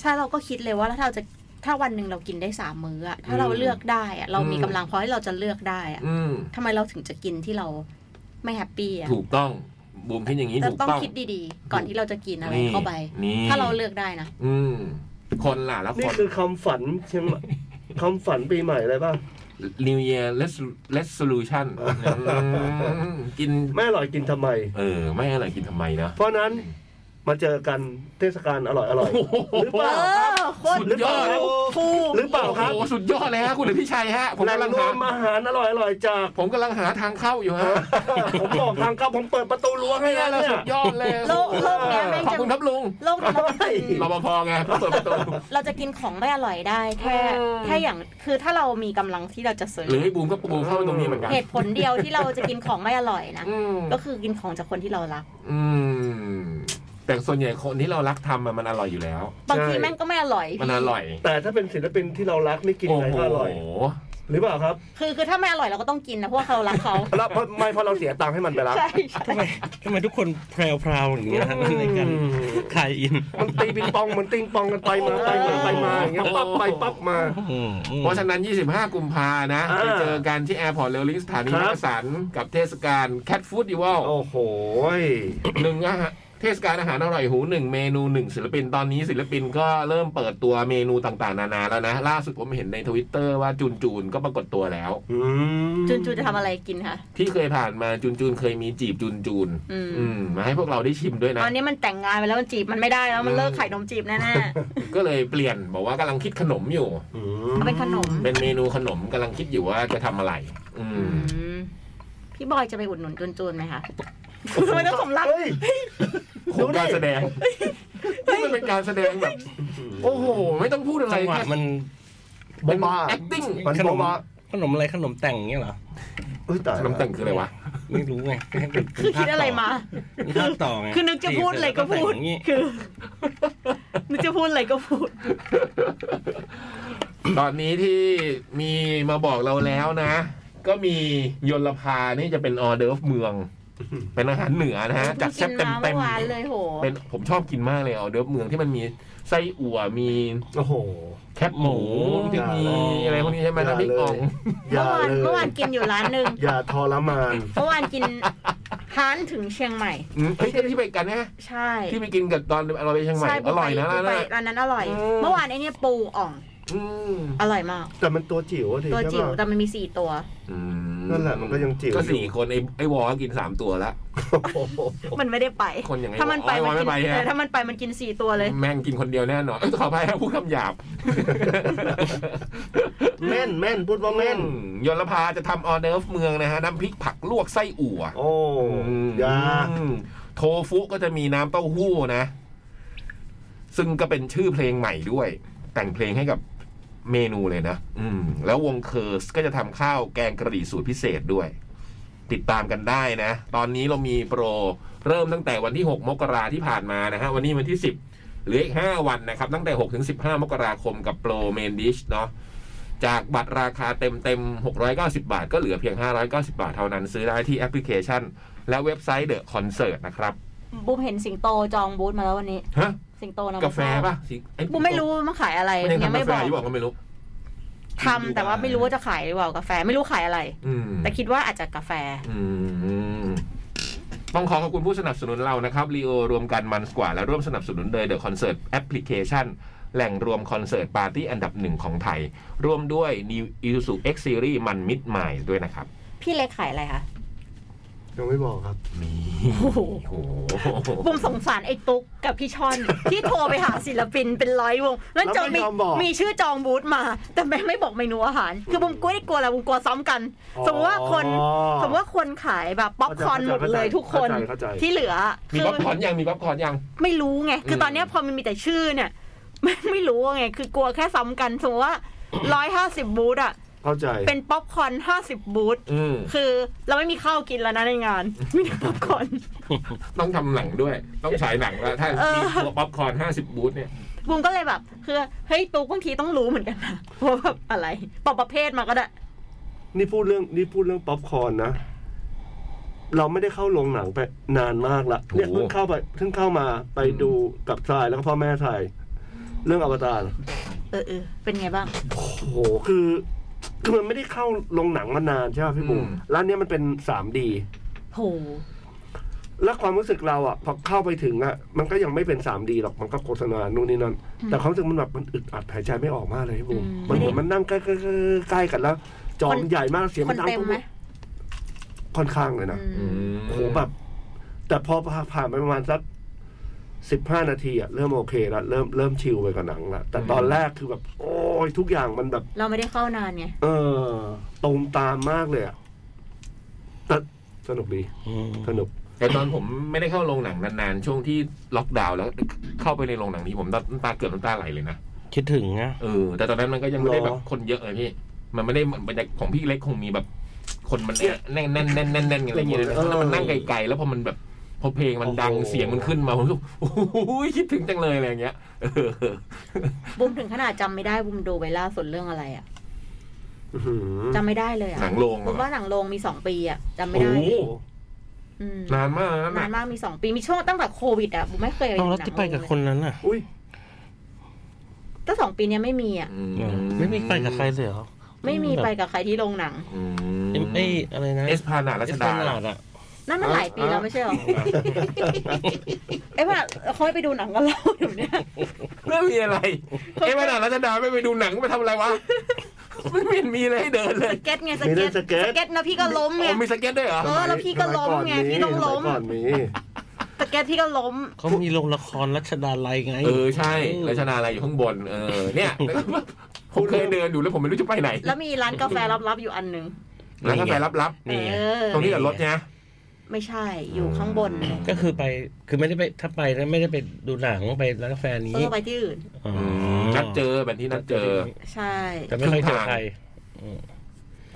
[SPEAKER 5] ใช่เราก็คิดเลยว่าแล้วถ้าเราจะถ้าวันหนึ่งเรากินได้สามมื้ออะถ้าเรา
[SPEAKER 3] อืม
[SPEAKER 5] เลือกได้อะเรามี
[SPEAKER 3] อืม
[SPEAKER 5] กำลังพอที่เราจะเลือกได้อะ
[SPEAKER 3] อืม
[SPEAKER 5] ทำไมเราถึงจะกินที่เราไม่แฮปปี้อะ
[SPEAKER 3] ถูกต้องบูมคิดอย่างนี้
[SPEAKER 5] เรา
[SPEAKER 3] ถูก
[SPEAKER 5] ต้อง
[SPEAKER 3] ต้อง
[SPEAKER 5] คิดดีๆ ก่อนที่เราจะกินอะไรเข้าไป
[SPEAKER 3] นี่
[SPEAKER 5] ถ้าเราเลือกได้นะ
[SPEAKER 3] อืม คนล่ะแล้ว
[SPEAKER 4] นี่
[SPEAKER 3] คน
[SPEAKER 4] คือคำฝันเชียงใหม่คำฝันปีใหม่อะไรป่ะ
[SPEAKER 3] New Year Resolu- Resolution อืมกิน
[SPEAKER 4] ไม่อร่อยกินทำไม
[SPEAKER 3] เออ ไม่อร่อยกินทำไมนะ
[SPEAKER 4] เพราะนั้นมาเจอกันเทศกาลอร่อยอร่อย
[SPEAKER 3] โอ้โห
[SPEAKER 4] หรือเปล่าครับ
[SPEAKER 5] เออโคตร
[SPEAKER 3] สุดยอด
[SPEAKER 5] ถูก
[SPEAKER 4] หรือเปล่าครับ
[SPEAKER 3] โอ้โหสุดยอดเลยฮะคุณพี่ชัยฮะ ผม
[SPEAKER 4] แหล่ง
[SPEAKER 3] กำลัง
[SPEAKER 4] รว
[SPEAKER 3] หาม
[SPEAKER 4] อาหารอร่อยอร่อยจาก
[SPEAKER 3] ผมกำลังหาทางเข้าอยู่ฮะ
[SPEAKER 4] ผมบอกทางครับผมเปิดประตูรั้วให้
[SPEAKER 3] เนี่ย
[SPEAKER 4] แล้ว
[SPEAKER 3] เรา
[SPEAKER 4] เนี่
[SPEAKER 3] สุ
[SPEAKER 4] ย
[SPEAKER 3] ดยอดเลย
[SPEAKER 5] โลกโลกเนี้ยแม่ง
[SPEAKER 3] ขอบ
[SPEAKER 5] จะ
[SPEAKER 3] คุณครับลุง
[SPEAKER 5] โลกเนี้ยเราจะกิน
[SPEAKER 3] รปภไง เปิดประตู
[SPEAKER 5] เราจะกินของไม่อร่อยได้แค่
[SPEAKER 3] อืม
[SPEAKER 5] แค่อย่างคือถ้าเรามีกำลังที่เราจะซื้อ
[SPEAKER 3] หรือไอ้บูมก็ปูเข้าตรงนี้เหมือนกัน
[SPEAKER 5] เหตุผลเดียวที่เราจะกินของไม่อร่อยนะ
[SPEAKER 3] อืม
[SPEAKER 5] ก็คือกินของจากคนที่เรารัก
[SPEAKER 3] อืม แต่ส่วนใหญ่คนที่เรารักทำอะมันอร่อยอยู่แล้ว
[SPEAKER 5] บางที
[SPEAKER 4] ใช่
[SPEAKER 5] แม่งก็ไม่อร่อย
[SPEAKER 3] มันอร่อย
[SPEAKER 4] แต่ถ้าเป็นศิลปินที่เรารักนี่กินอะไรก็อร่อย
[SPEAKER 3] โโห
[SPEAKER 4] หรือเปล่าครับ
[SPEAKER 5] คือคือถ้าไม่อร่อยเราก็ต้องกินนะเพราะว่าเรารักเขา
[SPEAKER 4] แล้วเพราะไม่เพราะเราเสียตังค์ให้มันไปแล้ว
[SPEAKER 5] ใช่ใช่
[SPEAKER 6] ทำไมทำไมทุกคนแพรวๆอย่างเงี้ยฮะในการขายอิน
[SPEAKER 4] มันตีปิงปองมันติงปองกันไปมาไปมาไปมาอย่างเงี้ยปั๊บไปปั๊บมา
[SPEAKER 6] อืมอืม
[SPEAKER 3] เพราะฉะนั้น 25 กุมภานะ
[SPEAKER 4] อ่า
[SPEAKER 3] ไปเจอกันที่แอร์พอร์ตเรลลิงสถานี
[SPEAKER 4] ครับ
[SPEAKER 3] นักสันกับเทศกาลแคทฟู้ดดิวอล
[SPEAKER 4] โอ้โหย
[SPEAKER 3] หนึ่งอาหารเทศกาลอาหารอร่อยหูหนึ่งเมนูหนึ่งศิลปินตอนนี้ศิลปินก็เริ่มเปิดตัวเมนูต่างๆ นานาแล้วนะ ล่าสุดผมเห็นในทวิตเตอร์ว่าจูนจูนก็ปรากฏตัวแล้ว
[SPEAKER 4] อืม
[SPEAKER 5] จูนจูนจะทำอะไรกินคะ
[SPEAKER 3] ที่เคยผ่านมาจูนจูนเคยมีจีบจูนจูน
[SPEAKER 5] อืม
[SPEAKER 3] อืมมาให้พวกเราได้ชิมด้วยนะ
[SPEAKER 5] ตอนนี้มันแต่งงานไปแล้วมันจีบมันไม่ได้แล้วมันเลิกขายนมจีบแน่
[SPEAKER 3] ก็เลยเปลี่ยนบอกว่ากำลังคิดขนมอยู่
[SPEAKER 4] อื
[SPEAKER 5] ๆ
[SPEAKER 4] ม
[SPEAKER 5] เอาเป็นขนม
[SPEAKER 3] เป็นเมนูขนมกำลังคิดอยู่ว่าจะทำอะไร อื
[SPEAKER 5] อื
[SPEAKER 3] ม
[SPEAKER 5] มพี่บอยจะไปอุดหนุนจูนจูนไหมคะทำไมต้องสำลัก
[SPEAKER 4] เฮ้ย
[SPEAKER 3] โครงการแสดงนี่มันเป็นการแสดงแบบ โอ้โห ไม่ต้องพูดอะไร
[SPEAKER 6] จังหวะ
[SPEAKER 3] แค่
[SPEAKER 6] มัน
[SPEAKER 3] เป็น
[SPEAKER 4] บ้า
[SPEAKER 3] acting
[SPEAKER 4] มัน
[SPEAKER 6] ขน
[SPEAKER 4] บอก
[SPEAKER 6] ม
[SPEAKER 4] ว่า
[SPEAKER 6] ขนมอะไรขนมแต่งอย่างเงี้ยเหรอ
[SPEAKER 4] เอ้ยตาย
[SPEAKER 3] น้ำแต่งคืออะไรวะ
[SPEAKER 6] ไม่รู้ไงไม่ให้เป็น
[SPEAKER 5] คือคิดอะไรมา
[SPEAKER 6] เป็นภาคต่อไง
[SPEAKER 5] คือนึกจะพูดอะไรก็พูด
[SPEAKER 6] แต่งอย่างงี้
[SPEAKER 5] คือ นึกจะพูดอะไร ก็พูด
[SPEAKER 3] ตอนนี้ที่มีมาบอกเราแล้วนะ ก็มียลพานี่จะเป็นออเดอร์ฟเมือง เป็นอาหารเหนือนะฮะจัดแซ่บเต็ม
[SPEAKER 5] พิ่งกิน
[SPEAKER 3] เต็ม
[SPEAKER 5] มาเมื่อวานเลยโห
[SPEAKER 3] เป็นผมชอบกินมากเลยออเดอร์ฟเมืองที่มันมีไส้อั่วมี
[SPEAKER 4] โอ้โห
[SPEAKER 3] แคบหมูที่มีอะไรพวกนี้ใช่ไหมน้ำพริกอ่อง
[SPEAKER 4] อ
[SPEAKER 5] เมื่
[SPEAKER 4] ย่า
[SPEAKER 5] อวาน
[SPEAKER 4] เลย
[SPEAKER 5] เมื่อวานกินอยู่ร้าน หนึ่ง
[SPEAKER 4] อย่าทรมาน
[SPEAKER 5] เมื่อวานกินฮานถึงเชียงใหม่
[SPEAKER 3] อืมเฮ้ยที่ไปกันนะ
[SPEAKER 5] ใช่
[SPEAKER 3] ที่ไปกินกับตอนเราไปเชียงใหม่
[SPEAKER 5] ใช่
[SPEAKER 3] อร่อยนะ
[SPEAKER 5] ปู
[SPEAKER 3] ร้าน
[SPEAKER 5] ไป
[SPEAKER 3] นะ
[SPEAKER 5] ร้านนั้นอร่อย
[SPEAKER 3] อืม
[SPEAKER 5] เมื่อวานไอเนี่ยปูอ่อง
[SPEAKER 3] อืม
[SPEAKER 5] อร่อยมาก
[SPEAKER 4] แต่มันตัวจิ๋วอะดิ
[SPEAKER 5] ตัว
[SPEAKER 4] ใช่
[SPEAKER 5] จิ๋ว
[SPEAKER 4] ปะ
[SPEAKER 5] แต่มันมีสี่ตัว
[SPEAKER 3] อื
[SPEAKER 4] นั่นแหละมันก็ยังจิ๋ว
[SPEAKER 3] ก็สี่
[SPEAKER 4] อยู่
[SPEAKER 3] คนไอ้ไอ้วอก็กินสามตัวละ
[SPEAKER 5] มันไม่ได้ไป
[SPEAKER 3] คนอย่างไอ้
[SPEAKER 5] ถ้ามันไป
[SPEAKER 3] วอ
[SPEAKER 5] มัน
[SPEAKER 3] ไม่
[SPEAKER 5] กิน
[SPEAKER 3] ไปฮะ
[SPEAKER 5] เออถ้ามันไปมันกินสี่ตัวเลย
[SPEAKER 3] แม่งกินคนเดียวแน่นอนเอ้ยขออภัยครับผู้คำหยาบ
[SPEAKER 4] แม่นแม่นพูดว่าแม่น
[SPEAKER 3] อืมยลภาจะทำออเดิร์ฟเมืองนะฮะ น้ำพริกผักลวกไส้อั่ว
[SPEAKER 4] โอ้
[SPEAKER 3] ม
[SPEAKER 4] อยา
[SPEAKER 3] โทฟุก็จะมีน้ำเต้าหู้นะ ซึ่งก็เป็นชื่อเพลงใหม่ด้วย แต่งเพลงให้กับเมนูเลยนะ อืม แล้ววงเคิร์สก็จะทำข้าวแกงกะหรี่สูตรพิเศษด้วย ติดตามกันได้นะ ตอนนี้เรามีโปรเริ่มตั้งแต่วันที่ 6 มกราที่ผ่านมานะฮะ วันนี้วันที่ 10เหลืออีก 5 วันนะครับ ตั้งแต่ 6 ถึง 15 มกราคมกับโปรเมนดิชเนาะจากบัตรราคาเต็มเต็มๆ690 บาท ก็เหลือเพียง 590 บาทเท่านั้นซื้อได้ที่แอปพลิเคชัน และเว็บไซต์เดอะคอนเสิร์ตนะครับ
[SPEAKER 5] บูมเห็นสิงโตจองบูธมาแล้ววันนี้
[SPEAKER 3] ฮะ
[SPEAKER 5] สิงโตนะ
[SPEAKER 3] กาแฟป่ะสิอ้
[SPEAKER 5] บูมไม่รู้ว่ามันขายอะไร
[SPEAKER 3] มันยัง
[SPEAKER 5] ยัง
[SPEAKER 3] ทำ
[SPEAKER 5] ไม่
[SPEAKER 3] กาแฟ
[SPEAKER 5] บอก
[SPEAKER 3] อยู่บอกก็ไม่รู้
[SPEAKER 5] ทำแต่ว่าไม่รู้ว่าจะขายหรือเปล่ากาแฟไม่รู้ขายอะไร
[SPEAKER 3] อืม
[SPEAKER 5] แต่คิดว่าอาจจะกาแฟ
[SPEAKER 3] อืมต้องขอขอบคุณผู้สนับสนุนเรานะครับรีโอรวมกันมันกว่า และร่วมสนับสนุนโดย The Concert Application แหล่งรวมคอนเสิร์ตปาร์ตี้อันดับหนึ่งของไทย ร่วมด้วย New Isuzu X Series มันมิดใหม่ด้วยนะครับ
[SPEAKER 5] พี่เล็กขายอะไรคะ
[SPEAKER 4] ยังไม่บอกครับ
[SPEAKER 5] โอ้โห
[SPEAKER 3] โอ้โห
[SPEAKER 5] บุมสงสารไอ้ตุ๊กกับพี่ชอน ที่โทรไปหาศิลปินเป็นร้อยวง แล้ว
[SPEAKER 4] แล้ว
[SPEAKER 5] เจอ
[SPEAKER 4] ไม่
[SPEAKER 5] มี
[SPEAKER 4] ยอมบอก
[SPEAKER 5] มีชื่อจองบูธมา แต่แม่งไม่บอกเมนูอาหาร คือบุมกลัวได้กลัวแล้วบุมกลัวซ้อมกัน
[SPEAKER 4] อ๋อ
[SPEAKER 5] สมมติว่าคนสมมติว่าคนขายแบบป๊อปคอร์นหมดเลยทุกคน
[SPEAKER 4] เข้าใจเข้าใจ
[SPEAKER 5] ที่เหลือ
[SPEAKER 3] มี
[SPEAKER 5] คือ
[SPEAKER 3] ป๊อปคอร์นยังมีป๊อปคอร์นยัง
[SPEAKER 5] ไม่รู้ไง คืออ
[SPEAKER 3] ม
[SPEAKER 5] ตอนเนี้ยพอ มันมีแต่ชื่อเนี่ย ไม่ไม่รู้ไง คือกลัวแค่ซ้ำกัน สมมติว่าร้อยห้าสิบบูธอะ
[SPEAKER 4] เข้าใจ
[SPEAKER 5] เป็นป๊อปคอร์นห้าสิบบูธ
[SPEAKER 3] อืม
[SPEAKER 5] คือเราไม่มีข้าวกินแล้วนะในงาน มีแต่ป๊อปคอร์น
[SPEAKER 3] ต้องทำหนังด้วย ต้องฉายหนังแล้วถ้า
[SPEAKER 5] เออ
[SPEAKER 3] มีตัวป๊อปคอร์นห้าสิบบูธเนี่ย
[SPEAKER 5] บุ้งก็เลยแบบคือเฮ้ยตูบางทีต้องรู้เหมือนกันนะ ว่าแบบอะไรปอบประเภทมาก็ได้
[SPEAKER 4] นี่พูดเรื่องนี่พูดเรื่องป๊อปคอร์นนะ เราไม่ได้เข้าโรงหนังไปนานมากละ
[SPEAKER 3] โอ้โห
[SPEAKER 4] เนี่ยเพิ่งเข้าไปเพิ่งเข้ามาไปดูกับทรายแล้วก็พ่อแม่ทรายเรื่องอวตาร
[SPEAKER 5] เออเออเป็นไงบ้าง
[SPEAKER 4] โอ้โหคือ คือมันไม่ได้เข้าโรงหนังมานานใช่ป่ะพี่บุ๋ม
[SPEAKER 3] อืม
[SPEAKER 4] ร้านเนี้ยมันเป็นสามดี
[SPEAKER 5] โห
[SPEAKER 4] แล้วความรู้สึกเราอ่ะพอเข้าไปถึงอ่ะมันก็ยังไม่เป็นสามดีหรอกมันก็โฆษณานู่นนี่นั่น
[SPEAKER 5] อืม
[SPEAKER 4] แต่ความรู้สึกมันแบบมันอึดอัดหายใจไม่ออกมากเลยพี่บุ๋ม
[SPEAKER 5] อืม
[SPEAKER 4] มันเหมือนมันนั่งใกล้ๆๆๆใกล้กันแล้วจอ
[SPEAKER 5] ค
[SPEAKER 4] ม
[SPEAKER 5] น
[SPEAKER 4] ใหญ่มากเสียง
[SPEAKER 5] ค
[SPEAKER 4] มัน
[SPEAKER 5] น
[SPEAKER 4] ดัง
[SPEAKER 5] เต็มไหม
[SPEAKER 4] ค่อนข้างเลยนะ
[SPEAKER 5] อืม
[SPEAKER 4] โอ้โหแบบ แต่พอผ่านไปประมาณสักสิบห้านาทีอะเริ่มโอเคละเริ่มเริ่มชิลไปกับหนังละแต่ตอนแรกคือแบบ โอ้ยทุกอย่างมันแบบ
[SPEAKER 5] เราไม่ได้เข้านานไง
[SPEAKER 4] เออตูมตามมากเลยอะแต่สนุกดี
[SPEAKER 6] อืม
[SPEAKER 4] สนุก
[SPEAKER 3] แต่ตอนผมไม่ได้เข้าโรงหนังนานๆ ช่วงที่ล็อกดาวน์แล้วเข้าไปในโรงหนังนี้ผมน้ำตาเกือบน้ำตาไหลเลยนะ
[SPEAKER 6] คิดถึงนะ
[SPEAKER 3] เออ แต่ตอนนั้นมันก็ยังไม่ได้แบบ
[SPEAKER 4] หรอ
[SPEAKER 3] คนเยอะเลยพี่ มันไม่ได้เหมือนบรรยากาศของพี่เล็กคงมีแบบ คนมันแน่นแน่นแน่นแน่นแน่นกันอะไรอย่างเงี้ยเลยนะแล้วมันนั่งไกลๆ แล้วพอมันแบบ พอเพลงมันดัง
[SPEAKER 4] โอ้โห
[SPEAKER 3] เสียงมันขึ้นมาผมรู้สึกโอ้โหคิดถึงจังเลยอะไรอย่างเงี้ยเออ
[SPEAKER 5] บุมถึงขนาดจำไม่ได้บุมดูไปล่าสุดเรื่องอะไรอ่ะ
[SPEAKER 4] อื้อหือ
[SPEAKER 5] จำไม่ได้เลยอ่ะ
[SPEAKER 3] หนังโรงเหร
[SPEAKER 5] บุ
[SPEAKER 3] อ
[SPEAKER 5] มว่าหนังโรงมีสองปีอ่ะจำไม่
[SPEAKER 3] โอ้
[SPEAKER 5] ได้
[SPEAKER 3] โห
[SPEAKER 5] เลยอืม
[SPEAKER 3] นานมากนะ
[SPEAKER 5] นา
[SPEAKER 3] นะ
[SPEAKER 5] นมากมีสองปีมีช่วงตั้งแต่โควิดอ่ะบุมไม่เคยไป
[SPEAKER 6] เอา
[SPEAKER 5] ดูห
[SPEAKER 6] แล้ว
[SPEAKER 5] นัง
[SPEAKER 6] ที่ไปกับคนนั้นน่ะ
[SPEAKER 4] อุ้ย
[SPEAKER 5] ตั้งสองปีเนี้ยไม่มีอ่ะ
[SPEAKER 3] อื
[SPEAKER 6] เออไม่มีไปกับใครเลยเหรอ
[SPEAKER 5] ไม่มีไปกับใครที่โรงหนัง
[SPEAKER 3] อื
[SPEAKER 6] เอ็ม
[SPEAKER 3] ม
[SPEAKER 6] เอยอะไรนะ
[SPEAKER 3] เอสพลานาดรัชดา
[SPEAKER 6] เอสพลนดอะ
[SPEAKER 5] นั่นมันหลายปีแล้วไม่ใช่เหรอ เอ้ยว่าเขาให้ไปดูหนังกันแล้วเดี๋ยวเนี้ย
[SPEAKER 3] ไม่มีอะไร เอ๊ะไม่น่ารัชดาไม่ไปดูหนังไปทำอะไรวะ ไม่เห็นมีอะไรให้เดินเล
[SPEAKER 5] ส
[SPEAKER 3] ย
[SPEAKER 5] เก็ตไงสเก็ตสเก็ตนะพี่ก็ล้มไง
[SPEAKER 3] อ๋อมีสเก็ตด้วยเหรอ
[SPEAKER 5] เออแล้วพี่ก็ล้มไง
[SPEAKER 4] สยก่น
[SPEAKER 5] พี่ต้องล้ม
[SPEAKER 4] สยก่อนมี
[SPEAKER 5] สเก็ตพี่ก็ล้ม
[SPEAKER 6] เขามีโรงละครรัชดาลัยไง
[SPEAKER 3] เออ ใช่รัชนาอะไรอยู่ข้างบน เออ เนี่ย ผมเคยเดินอยู่แล้วผมไม่รู้จะไปไหน
[SPEAKER 5] แล้วมีร้านกาแฟลับๆอยู่อันหนึ่ง
[SPEAKER 3] แล้วก็ไปรับ
[SPEAKER 6] นี่ไง
[SPEAKER 5] เออ
[SPEAKER 3] ๆ ตรงนี้กับรถเนี่ย
[SPEAKER 5] ไม่ใช่อยู่ข้างบนเลย
[SPEAKER 6] ก็คือไปคือไม่ได้ไปถ้าไปแล้วไม่ได้ไปดูหนังไปร้านกาแฟนี้
[SPEAKER 5] เออไปที่อื่น
[SPEAKER 6] อ๋อ
[SPEAKER 3] นัดเจอแบบที่นัดเจอ
[SPEAKER 5] ใช่
[SPEAKER 6] แต่ไม่เคยเจอใคร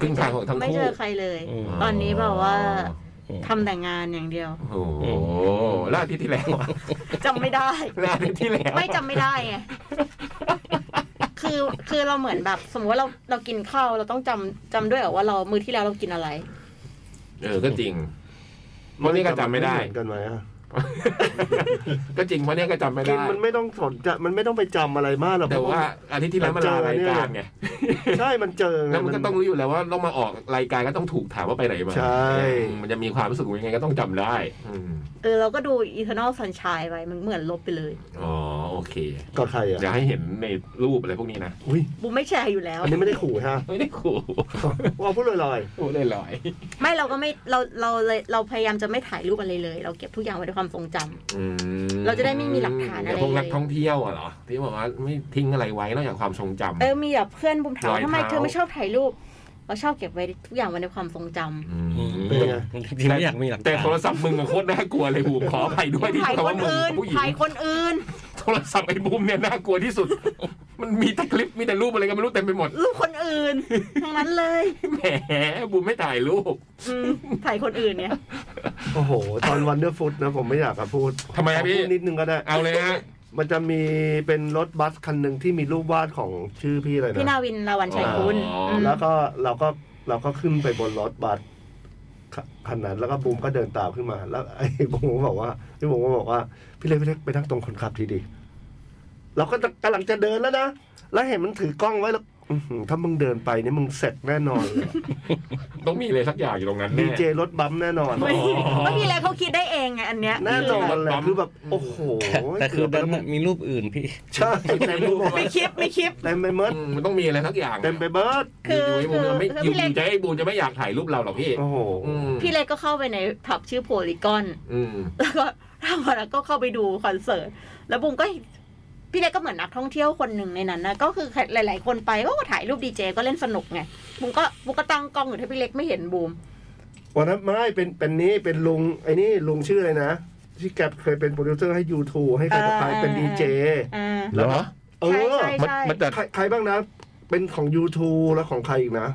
[SPEAKER 3] ครึ่งทางของทั้ง
[SPEAKER 5] ไม่
[SPEAKER 3] คู่
[SPEAKER 5] เจอใครเลย
[SPEAKER 6] อืม
[SPEAKER 5] ตอนนี้แบบว่า ทำแต่งานอย่างเดียว
[SPEAKER 3] โอ้โหแล้วอาทิตย์ที่แล้ว อะ
[SPEAKER 5] จำไม่ได้
[SPEAKER 3] แล้วอาทิตย์ที่แล้ว
[SPEAKER 5] ไม่จำไม่ได้ไง คือคือเราเหมือนแบบ สมมติว่าเราเรากินข้าวเราต้องจำจำด้วยเหรอว่าเรามื้อที่แล้วเรากินอะไร
[SPEAKER 3] เออ ก็จริง เพราะนี่ก็จำไม่ได้
[SPEAKER 4] เหอนกันไหมอะ
[SPEAKER 3] ก็จริงเพราะเนี่ยก็จำไม่
[SPEAKER 4] กิน
[SPEAKER 3] ได้
[SPEAKER 4] มันไม่ต้องสนใจมันไม่ต้องไปจำอะไรมากหรอก
[SPEAKER 3] แต่ว่าอาทิตย์ที่แล้วมาลารายการไง
[SPEAKER 4] ใช่มันเจอไง
[SPEAKER 3] แล้วมันก็ต้องรู้อยู่แล้วว่าต้องมาออกรายการก็ต้องถูกถามว่าไปไหนมา
[SPEAKER 4] ใช่
[SPEAKER 3] มันจะมีความรู้สึกยังไงก็ต้องจำได้อืม
[SPEAKER 5] เออเราก็ดู Eternal Sunshine ไปมันเหมือนลบไปเลย
[SPEAKER 3] อ๋อโอเค
[SPEAKER 4] ก็ใครอ่ะ
[SPEAKER 3] อย่าให้เห็นในรูปอะไรพวกนี้นะ
[SPEAKER 4] อุ้ย
[SPEAKER 5] บูมไม่แชร์อยู่แล้ว
[SPEAKER 4] อันนี้ไม่ได้ขู่ฮะ
[SPEAKER 3] ไม่ได้ขู่
[SPEAKER 4] ว่าพูดลอย
[SPEAKER 3] โอ้ได้ลอย
[SPEAKER 5] ไม่เราก็ไม่เราเราเลยเราพยายามจะไม่ถ่ายรูปอะไรเลย เราเก็บทุกอย่างไว้ในความทรงจำ เราจะได้ไม่มีหลักฐานอะไรเลย
[SPEAKER 3] พวกนักท่องเที่ยวอะเหรอ ที่บอกว่าไม่ทิ้งอะไรไว้นอกจากความทรงจำ
[SPEAKER 5] เออมีแบบเพื่อนบุมถาม
[SPEAKER 3] รอย
[SPEAKER 5] ว่าทำไม
[SPEAKER 3] เท้า
[SPEAKER 5] เธอไม่ชอบถ่ายรูปเราชอบเก็บไว้ทุกอย่างไว้ในความทรงจำ
[SPEAKER 4] ๆเป็นไง
[SPEAKER 6] จริงๆไม่อยากมีหลัก
[SPEAKER 3] แต่
[SPEAKER 6] ฐาน
[SPEAKER 3] โทรศัพท์มึงอะโคตรน่ากลัวเลยบูมขออภัยด้วยที่
[SPEAKER 5] ถ่าย
[SPEAKER 3] คำ
[SPEAKER 5] ค
[SPEAKER 3] ว่านมึง
[SPEAKER 5] อื่น
[SPEAKER 3] ผู้หญิง
[SPEAKER 5] ถ่ายคนอื่น
[SPEAKER 3] โทรศัพท์ไอ้บูมเนี่ยน่ากลัวที่สุด มันมีแต่คลิปมีแต่รูปอะไรก็ไม่รู้เต็มไปหมด
[SPEAKER 5] รูปคนอื่น ทั้งนั้นเลย
[SPEAKER 3] แหมบูมไม่ถ่ายรูป
[SPEAKER 5] อืมถ่ายคนอื่น เนี่ย
[SPEAKER 4] โอ้โห ตอนวันเดอร์ฟุตนะ ผมไม่อยากจะพูด
[SPEAKER 3] ทำไมอะพี่
[SPEAKER 4] พูดนิดนึงก็ได้
[SPEAKER 3] เอาเลยฮะ
[SPEAKER 4] มันจะมีเป็นรถบัสคันหนึ่งที่มีรูปวาดของชื่อพี่อะไร
[SPEAKER 5] พี่นา
[SPEAKER 4] นะ
[SPEAKER 5] วินลาวันชัยคุณ
[SPEAKER 3] อ๋ออื
[SPEAKER 5] ม
[SPEAKER 4] แล้วก็เราก็เราก็ขึ้นไปบนรถบัสคันนั้นแล้วก็บูมก็เดินตามขึ้นมา แล้ว ไอ้บูมก็บอกว่าพี่บูมก็บอกว่าพี่เล็กพี่เล็กไปนั่งตรงคนขับทีดีเราก็กำลังจะเดินแล้วนะแล้วเห็นมันถือกล้องไว้แล้วอื้อหือถ้ามึงเดินไปเนี่ยมึงเสร็จแน่นอน เลย
[SPEAKER 3] ต้องมีอะไรสักอย่างอยู่ตรงนั้น
[SPEAKER 4] ดี
[SPEAKER 3] แน่
[SPEAKER 4] เจรถบัมป์แน่นอน
[SPEAKER 5] ไม่ไม่มีอะไรเขาคิดได้เองไงอันเนี้ย
[SPEAKER 4] แน่นอนเลยคือแบบโอ้โห
[SPEAKER 6] แต่แต่คือดันน่ะมีรูปอื่นพี่
[SPEAKER 4] ใช่เต็มไปหมด
[SPEAKER 5] ไม่คลิปไม่คลิป
[SPEAKER 4] เต็มไปหมด
[SPEAKER 3] อืมมันต้องมีอะไรสักอย่าง
[SPEAKER 4] เต็มไปเบิร์ด
[SPEAKER 5] คือ
[SPEAKER 3] อยู่ๆไอ้บูมจะไม่อ
[SPEAKER 5] คือพี่
[SPEAKER 3] ยู่
[SPEAKER 5] เล็ก
[SPEAKER 3] ๆจะไอ้บูมจะไม่อยากถ่ายรูปเราหรอกพี่
[SPEAKER 4] โอ้โห
[SPEAKER 3] อืม
[SPEAKER 5] พี่เล็กก็เข้าไปในผับชื่อโพลีกอน
[SPEAKER 3] อืม
[SPEAKER 5] แล้วก็ทางวันนั้นก็เข้าไปดูคอนเสิร์ต แล้วบุมก็เห็นพี่เล็กก็เหมือนนักท่องเที่ยวคนหนึ่งในนั้นนะ ก็คือหลาย ๆ คนไปก็ถ่ายรูปดีเจก็เล่นสนุกไงบุมก็บุมก็ตั้งกล้องอยู่ที่พี่เล็กไม่เห็นบูม
[SPEAKER 4] วันนั้นไม่เป็นเป็นนี้เป็นลุงไอ้นี่ลุงชื่ออะไรนะ ที่แกเคยเป็นโปรดิวเซอร์ให้ YouTube ให้ใครต่อใคร
[SPEAKER 5] เออ
[SPEAKER 4] เป็นดีเจ
[SPEAKER 5] อ่า
[SPEAKER 3] เหรอ
[SPEAKER 4] เอ
[SPEAKER 5] ใ
[SPEAKER 4] อ
[SPEAKER 5] ช่ใช่ใช่
[SPEAKER 3] มันจัด
[SPEAKER 4] ใครใครบ้างนะ เป็นของ YouTube แล้วของใครอีกนะ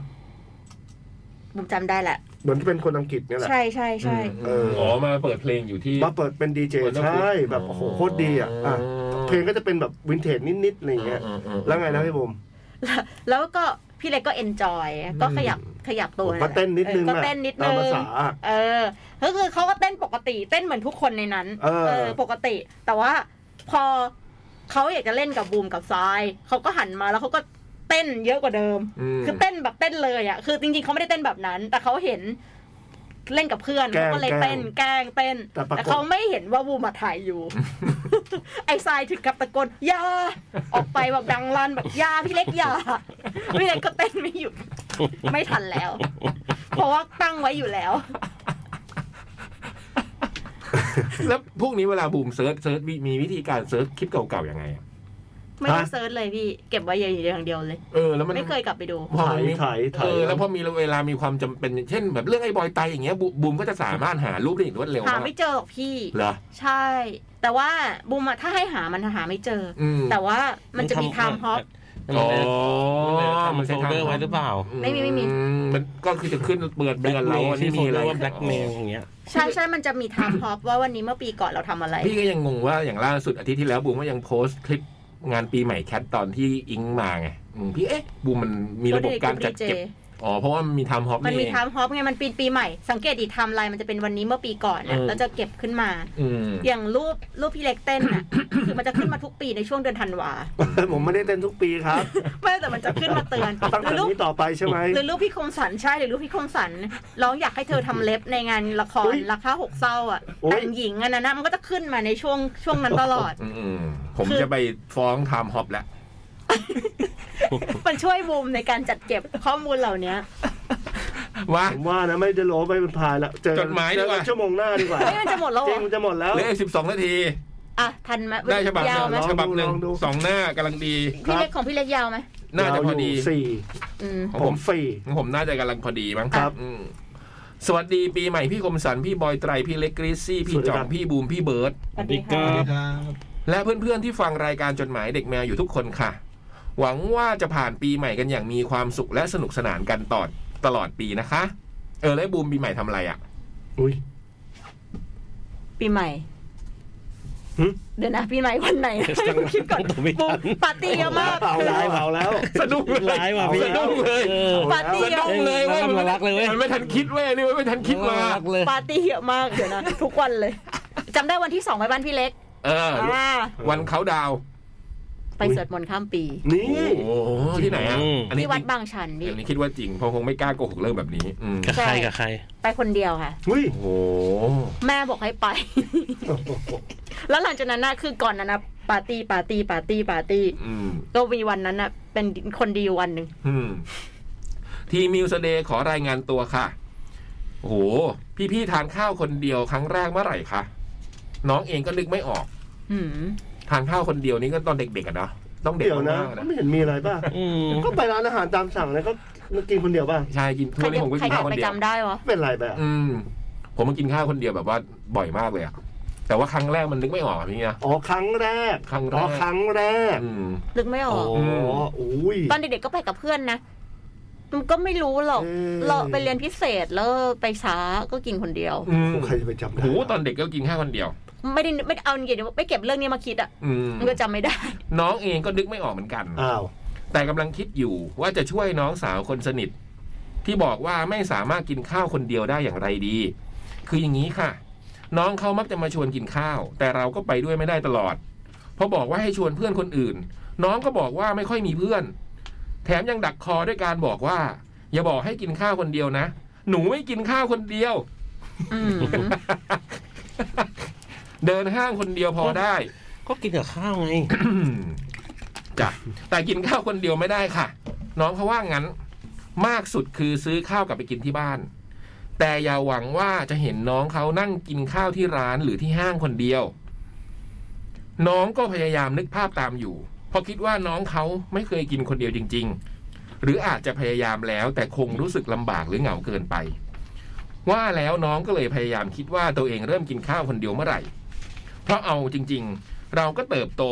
[SPEAKER 5] บุมจำได้แหละ
[SPEAKER 4] เหมือนจะเป็นคนอังกฤษเนี่ยแหละ
[SPEAKER 5] ใช่ใช่ใช่
[SPEAKER 4] เออ
[SPEAKER 3] อ๋อมาเปิดเพลงอยู่ที่
[SPEAKER 4] มาเปิดเป็นดีเจ
[SPEAKER 3] คนอังกฤษ
[SPEAKER 4] ใช่แบบโอ้โหโคตรดีอ่ะอ่ะ
[SPEAKER 3] อ๋อ
[SPEAKER 4] เพลงก็จะเป็นแบบวินเทจนิดๆอะไรอย่างเงี้ย แล้วไงนะพี่บุ๋ม
[SPEAKER 5] แล้วก็พี่เล็กก็เอนจอย ก็ขยับขยับตัว
[SPEAKER 4] ก็เต้นนิดนึง
[SPEAKER 5] เออก็
[SPEAKER 4] น่ะ
[SPEAKER 5] เต้นนิด
[SPEAKER 4] ตาม
[SPEAKER 5] นึง
[SPEAKER 4] ภาษาอะ
[SPEAKER 5] เออก็คือเขาก็เต้นปกติเต้นเหมือนทุกคนในนั้น
[SPEAKER 4] เออ
[SPEAKER 5] ปกติ แต่ว่าพอเขาอยากจะเล่นกับบูมกับทรายเขาก็หันมาแล้วเขาก็เต้นเยอะกว่าเดิม คือเต้นแบบเต้นเลยอ่ะคือจริงๆเขาไม่ได้เต้นแบบนั้น แต่เขาเห็นเล่นกับเพื่อน
[SPEAKER 4] แกล้ง
[SPEAKER 5] เขาก็เลยเต้นแกล้งเต้น
[SPEAKER 4] แต่ปรากฏ
[SPEAKER 5] แต่เขาไม่เห็นว่าบูมมาถ่ายอยู่ ไอ้ทรายถึงกับตะโกนอยาออกไปแบบดังลันแบบอยาพี่เล็กอยา พี่เล็กก็เต้นไม่หยุดไม่ทันแล้ว เพราะว่าตั้งไว้อยู่แล้ว
[SPEAKER 3] แล้วพวกนี้เวลาบูมเซิร์ชเซิร์ชมีมีวิธีการเซิร์ชคลิปเก่าๆยังไงอะ
[SPEAKER 5] ไม่ได้เซิร์ชเลยพี่ เก็บไว้อย่างเดียวเลย
[SPEAKER 3] เออแล้วมัน
[SPEAKER 5] ไม่เคยกลับไปดู
[SPEAKER 3] พอมันมี
[SPEAKER 4] ถ่ายถ่ายถ่าย
[SPEAKER 3] เออแล้วพอมีเวลามีความจำเป็นอย่างเช่น แบบเรื่องไอ้บอยไตอย่างเงี้ยบูบูมก็จะสามารถหารูปได้อย่างรวดเร็
[SPEAKER 5] หาม
[SPEAKER 3] วาก
[SPEAKER 5] ไม่เจอหรอกพี่
[SPEAKER 3] เหรอ
[SPEAKER 5] ใช่ แต่ว่าบูมอะถ้าให้หามันหาไม่เจอ
[SPEAKER 3] อืม
[SPEAKER 5] แต่ว่ามันจะมีไทม์ฮอป
[SPEAKER 6] มันจะ
[SPEAKER 3] มั
[SPEAKER 6] มัน
[SPEAKER 3] น
[SPEAKER 6] จะ
[SPEAKER 3] จะ
[SPEAKER 6] ทำโฟล
[SPEAKER 3] ทำ
[SPEAKER 6] เดอร์ไว้หรือเปล่า
[SPEAKER 5] ไม่มีไม่มี
[SPEAKER 3] อืมันก็คือจะขึ้นเปิดเดือนเราอันนี้มีอะไร
[SPEAKER 6] แบล็กเมลอย่างเงี้ย
[SPEAKER 5] ใช่ใช่มันจะมีไทม์ฮอปว่าวันนี้เมื่อปีก่อนเราทำอะไร
[SPEAKER 3] พี่ก็ยังงงว่าอย่างล่าสุดอาทิตย์ที่แล้วบูมก็ยังโพสต์คลิปงานปีใหม่แคทตอนที่อิงมาไงอืมพี่เอ๊ะบูมมันมีระบบการจัดเก็บ อ๋อ เพราะว่ามันมีไทม์ฮอป
[SPEAKER 5] มัน
[SPEAKER 3] นี่
[SPEAKER 5] มี
[SPEAKER 3] เอง
[SPEAKER 5] ไทม์ฮอปไง มันปีปีใหม่ สังเกตดิไทม์ไลน์มันจะเป็นวันนี้เมื่อปีก่อนนะ
[SPEAKER 3] อืม
[SPEAKER 5] แล้วจะเก็บขึ้นมา
[SPEAKER 3] อืม
[SPEAKER 5] อย่างรูปรูปพี่เล็กเต้นอ่ะ คือมันจะขึ้นมาทุกปีในช่วงเดือนธันวา
[SPEAKER 4] ผมไม่ได้เต้นทุกปีครับ
[SPEAKER 5] ไม่แต่มันจะขึ้นมาเตือน
[SPEAKER 4] ตั้ง
[SPEAKER 5] หรื
[SPEAKER 4] แต่
[SPEAKER 5] อรูป
[SPEAKER 4] นี้ต่อไปใช่ไหม
[SPEAKER 5] หรือรูปพี่คมสันใช่หรือรูปพี่คมสันร้องอยากให้เธอทำเล็บในงานละค
[SPEAKER 4] อุ๊
[SPEAKER 5] ร
[SPEAKER 4] ย
[SPEAKER 5] ราคาหกเศร้าอ่ะ
[SPEAKER 4] อุ๊ย
[SPEAKER 5] แต่งหญิงอันนั้นนะมันก็จะขึ้นมาในช่วงช่วงนั้นตลอด
[SPEAKER 3] อืมอืมผมจะไปฟ้องไทม์ฮอปแล้ว
[SPEAKER 5] มันช่วยบูมในการจัดเก็บข้อมูลเหล่านี้
[SPEAKER 3] ว่า
[SPEAKER 4] ผมว่านะไม่ได้โลไม่เป็นพายละเจอ
[SPEAKER 3] จดหมายดี
[SPEAKER 4] เจอก
[SPEAKER 3] ว่า
[SPEAKER 4] นชั่วโมงหน้าดีกว่า
[SPEAKER 5] เฮ้ยมันจะหมดแล้ว
[SPEAKER 4] จ
[SPEAKER 5] เหร
[SPEAKER 4] ริง
[SPEAKER 5] อ
[SPEAKER 4] มันจะหมดแล้ว
[SPEAKER 3] เหลือสิบสองนาที
[SPEAKER 5] อ่ะทันไหม
[SPEAKER 3] ได้ฉบับห
[SPEAKER 5] ยา
[SPEAKER 3] นึ่
[SPEAKER 5] ว
[SPEAKER 3] ง
[SPEAKER 5] ไหม
[SPEAKER 4] ลองดู
[SPEAKER 3] ฉบับหนึ่ง
[SPEAKER 4] ลองดู
[SPEAKER 3] สองหน้ากำลังดี
[SPEAKER 5] พี่เล็กของพี่เล็กยาวไหม
[SPEAKER 3] น่าจะพอดี
[SPEAKER 4] เรายู่สี่
[SPEAKER 5] อืม
[SPEAKER 3] ของ
[SPEAKER 4] ผ
[SPEAKER 3] ผม ม
[SPEAKER 4] สี่
[SPEAKER 3] ผมน่าจะกำลังพอดีมั้ง
[SPEAKER 4] ครับ
[SPEAKER 3] อืมสวัสดีปีใหม่พี่คมสัน พี่บอยไตร พี่เล็กกริซซี่ พี่
[SPEAKER 4] สวัสดี
[SPEAKER 3] จ่อ
[SPEAKER 4] ครั
[SPEAKER 3] ง
[SPEAKER 4] บ
[SPEAKER 3] พี่บูม พี่เบิร์ต
[SPEAKER 6] สวัสดีครั
[SPEAKER 7] ครับ
[SPEAKER 3] และเพื่อนๆที่ฟังรายการจดหมายเด็กแมวอยู่ทุกคนค่ะ หวังว่าจะผ่านปีใหม่กันอย่างมีความสุขและสนุกสนานกันต่อตลอดปีนะคะ เออแล้วบูมปีใหม่ทำอะไรอ่ะ
[SPEAKER 4] อุ้ย
[SPEAKER 5] ปีใหม่
[SPEAKER 4] หึ
[SPEAKER 5] เดี๋ยวนะปีใหม่วัน ไหนนะให้ผมคิดก่อน
[SPEAKER 6] ต้องไม่ทั
[SPEAKER 5] ปุ๊
[SPEAKER 6] น
[SPEAKER 5] บปาร์ตี้เยอะมาก
[SPEAKER 4] เอาแล้วเอาแล้ว
[SPEAKER 3] สนุกเลย
[SPEAKER 6] ร้ายว่ะพี่
[SPEAKER 3] สะดุ้งเลย
[SPEAKER 6] ออ
[SPEAKER 5] ปาร์ตี้เยอะ
[SPEAKER 3] สะดุ้งเลยเว้ย
[SPEAKER 6] เออมันรักเลยเว้ย
[SPEAKER 3] มันไม่ทันคิดเว้ยนี่มันไม่ทันคิดมา
[SPEAKER 6] รักเลย
[SPEAKER 5] ปาร์ตี้เยอะมากเดี๋ยวนะทุกวันเลยจำได้วันที่สองไปบ้านพี่เล็ก
[SPEAKER 3] เออ
[SPEAKER 5] อ่า
[SPEAKER 3] วันเขาดาวน์
[SPEAKER 5] ไปสวดมนต์ข้ามปี
[SPEAKER 4] นี่
[SPEAKER 3] โอ้โหที่ไหนอ่ะอันนี้
[SPEAKER 5] ที่วัดบางชันพี่
[SPEAKER 3] อันนี้คิดว่าจริงเพราะคงไม่กล้าโกหกเรื่องแบบนี้ อืม
[SPEAKER 6] กับใครกับใคร
[SPEAKER 5] ไปคนเดียวค่ะ
[SPEAKER 4] อุ้ย
[SPEAKER 3] โอ้โห
[SPEAKER 5] แม่บอกให้ไป แล้วหลังจากนั้นนะคือก่อนนั้นนะปาร์ตี้ปาร์ตี้ปาร์ตี้ปาร์ตี้
[SPEAKER 3] อืม
[SPEAKER 5] ก็มีวันนั้นนะเป็นคนดีวันหนึ่ง
[SPEAKER 3] อืมทีมิวสเดย์ขอรายงานตัวค่ะ โอ้โห พี่ๆทานข้าวคนเดียวครั้งแรกเมื่อไหร่คะ น้องเองก็นึกไม่ออก
[SPEAKER 5] หืม
[SPEAKER 3] ทานข้าวคนเดียวนี่ก็ตอนเด็กๆอะเนาะต้องเด็ก
[SPEAKER 4] เดี๋ยวนะ
[SPEAKER 3] มากๆนะ
[SPEAKER 4] ไม่เห็นมีอะไรป่ะ
[SPEAKER 6] อืม
[SPEAKER 4] ก็ไปร้านอาหารตามสั่งแล้วก็กินคนเดียวป่ะ
[SPEAKER 3] ใช่กินทุ
[SPEAKER 5] ใคร
[SPEAKER 3] กวันนี้ผม
[SPEAKER 5] จะ
[SPEAKER 3] ก็
[SPEAKER 5] ใคร
[SPEAKER 3] กิน
[SPEAKER 5] จะ
[SPEAKER 3] ข้าวคน
[SPEAKER 5] ไป
[SPEAKER 3] เดียว
[SPEAKER 5] จำได้วะ
[SPEAKER 4] ไม่เป็นไรไปอ่ะ
[SPEAKER 3] อืม ผมมากินข้าวคนเดียวแบบว่าบ่อยมากเลยอะแต่ว่าครั้งแรกมันนึกไม่ออกอะพี่เนะ
[SPEAKER 4] อ๋อครั้งแรก
[SPEAKER 3] ครั้งแรก
[SPEAKER 4] อ๋อครั้งแรก
[SPEAKER 3] อืม
[SPEAKER 5] นึกไม่ออก
[SPEAKER 6] โอ้
[SPEAKER 4] อ๋ออุ้ย
[SPEAKER 5] ตอนเด็กๆก็ไปกับเพื่อนนะ มันก็ไม่รู้หรอก
[SPEAKER 4] เออ
[SPEAKER 5] เราไปเรียนพิเศษแล้วไปช้าก็กินคนเดียว
[SPEAKER 3] อืม
[SPEAKER 4] ใครจะไปจำได้
[SPEAKER 3] โอ้โหตอนเด็กก็กินข้าวคนเดียว
[SPEAKER 5] ไม่ได้ไม่เอาเดี๋ยวไม่เก็บเรื่องนี้มาคิดอ่ะ
[SPEAKER 3] อืม
[SPEAKER 5] มันก็จำไม่ได้
[SPEAKER 3] น้องเองก็นึกไม่ออกเหมือนกัน
[SPEAKER 4] อ้าว
[SPEAKER 3] แต่กำลังคิดอยู่ว่าจะช่วยน้องสาวคนสนิท ที่บอกว่าไม่สามารถกินข้าวคนเดียวได้อย่างไรดี คืออย่างนี้ค่ะ น้องเขามักจะมาชวนกินข้าว แต่เราก็ไปด้วยไม่ได้ตลอดพอบอกว่าให้ชวนเพื่อนคนอื่น น้องก็บอกว่าไม่ค่อยมีเพื่อน แถมยังดักคอด้วยการบอกว่า อย่าบอกให้กินข้าวคนเดียวนะ หนูไม่กินข้าวคนเดียว
[SPEAKER 5] อืม
[SPEAKER 3] เดินห้างคนเดียวพอได้
[SPEAKER 6] ก็กินกับข้าวไง
[SPEAKER 3] อืมจ้ะแต่กินข้าวคนเดียวไม่ได้ค่ะ น้องเขาว่างั้น มากสุดคือซื้อข้าวกลับไปกินที่บ้าน แต่อย่าหวังว่าจะเห็นน้องเขานั่งกินข้าวที่ร้านหรือที่ห้างคนเดียว น้องก็พยายามนึกภาพตามอยู่เพราะคิดว่าน้องเขาไม่เคยกินคนเดียวจริง ๆ หรืออาจจะพยายามแล้วแต่คงรู้สึกลำบากหรือเหงาเกินไป ว่าแล้วน้องก็เลยพยายามคิดว่าตัวเองเริ่มกินข้าวคนเดียวเมื่อไหร่ เพราะเอาจริง ๆ เราก็เติบโต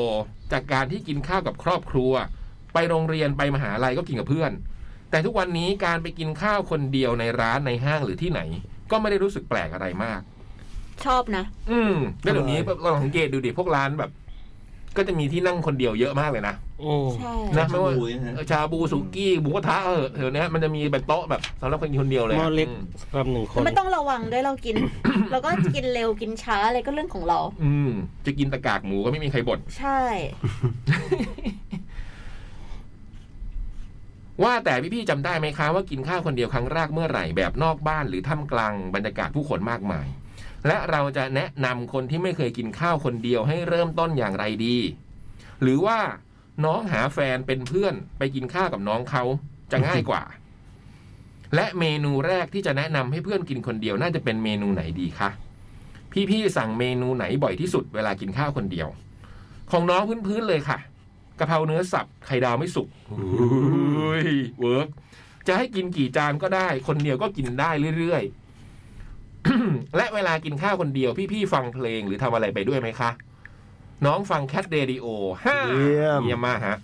[SPEAKER 3] จากการที่กินข้าวกับครอบครัว ไปโรงเรียนไปมหาลัยก็กินกับเพื่อน แต่ทุกวันนี้การไปกินข้าวคนเดียวในร้านในห้างหรือที่ไหน ก็ไม่ได้รู้สึกแปลกอะไรมาก
[SPEAKER 5] ชอบนะ
[SPEAKER 3] อืมแล้วเดี๋ยวนี้เราสังเกตดูดิพวกร้านแบบ ก็จะมีที่นั่งคนเดียวเยอะมากเลยนะ
[SPEAKER 6] โอ้
[SPEAKER 5] ใช่
[SPEAKER 3] นะไม่ว่า
[SPEAKER 7] ชาบูอย่างนั้น
[SPEAKER 3] เออชาบูสุกี้หมูกระทะเออเดี๋ยวนี้มันจะมีเป็นโต๊ะแบบสำหรับคนกินคนเดียวเลย
[SPEAKER 6] หม้อ
[SPEAKER 3] อะ
[SPEAKER 6] เล็ก
[SPEAKER 3] อืม
[SPEAKER 6] สำหรับหนึ่งคน
[SPEAKER 5] ไม่ต้องระวังด้วยเรากิน เราก็กินเร็วกินช้าอะไรก็เรื่องของเรา
[SPEAKER 3] อืม จะกินตะกากหมูก็ไม่มีใครบ่น
[SPEAKER 5] ใช่
[SPEAKER 3] ว่าแต่พี่ๆจำได้ไหมคะว่ากินข้าวคนเดียวครั้งแรกเมื่อไหร่แบบนอกบ้านหรือท่ามกลางบรรยากาศผู้คนมากมาย และเราจะแนะนำคนที่ไม่เคยกินข้าวคนเดียวให้เริ่มต้นอย่างไรดี หรือว่าน้องหาแฟนเป็นเพื่อนไปกินข้าวกับน้องเขาจะง่ายกว่า และเมนูแรกที่จะแนะนำให้เพื่อนกินคนเดียวน่าจะเป็นเมนูไหนดีคะพี่ๆสั่งเมนูไหนบ่อยที่สุดเวลากินข้าวคนเดียว ของน้องพื้นๆเลยค่ะ กะเพราเนื้อสับไข่ดาวไม่สุกอุ้ยเวิร์กจะให้กินกี่จานก็ได้ คนเดียวก็กินได้เรื่อยๆ และเวลากินข้าวคนเดียว พี่ๆฟังเพลงหรือทำอะไรไปด้วยไหมคะ น้องฟังแคทเดดิโอฮ่า
[SPEAKER 4] เยี่ยม
[SPEAKER 3] เยี่ยมมากฮะ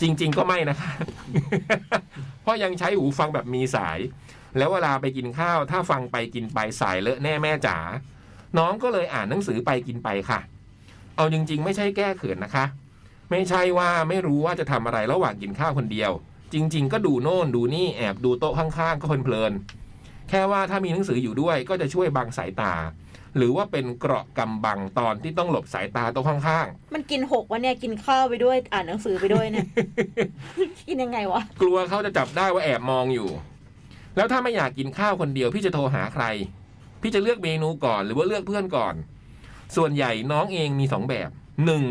[SPEAKER 3] จริง ๆ ก็ไม่นะคะ เพราะยังใช้หูฟังแบบมีสาย แล้วเวลาไปกินข้าว ถ้าฟังไปกินไปสายเลอะแน่แม่จ๋าน้องก็เลยอ่านหนังสือไปกินไปค่ะ เอาจริง ๆ ไม่ใช่แก้เขินนะคะ ไม่ใช่ว่าไม่รู้ว่าจะทำอะไรระหว่างกินข้าวคนเดียว จริง ๆ ก็ดูโน่นดูนี่แอบดูโต๊ะข้างๆ ก็เพลินๆแค่ว่าถ้ามีหนังสืออยู่ด้วยก็จะช่วยบังสายตา หรือว่าเป็นเกราะกำบังตอนที่ต้องหลบสายตาโต๊ะข้าง
[SPEAKER 5] มันกินหกวันเนี่ยกินข้าวไปด้วยอ่านหนังสือไปด้วยเนี่ย กินยังไงวะ
[SPEAKER 3] ๆ กลัวเขาจะจับได้ว่าแอบมองอยู่ แล้วถ้าไม่อยากกินข้าวคนเดียวพี่จะโทรหาใคร พี่จะเลือกเมนูก่อนหรือว่าเลือกเพื่อนก่อน ส่วนใหญ่น้องเองมีสองแบบหนึ่ง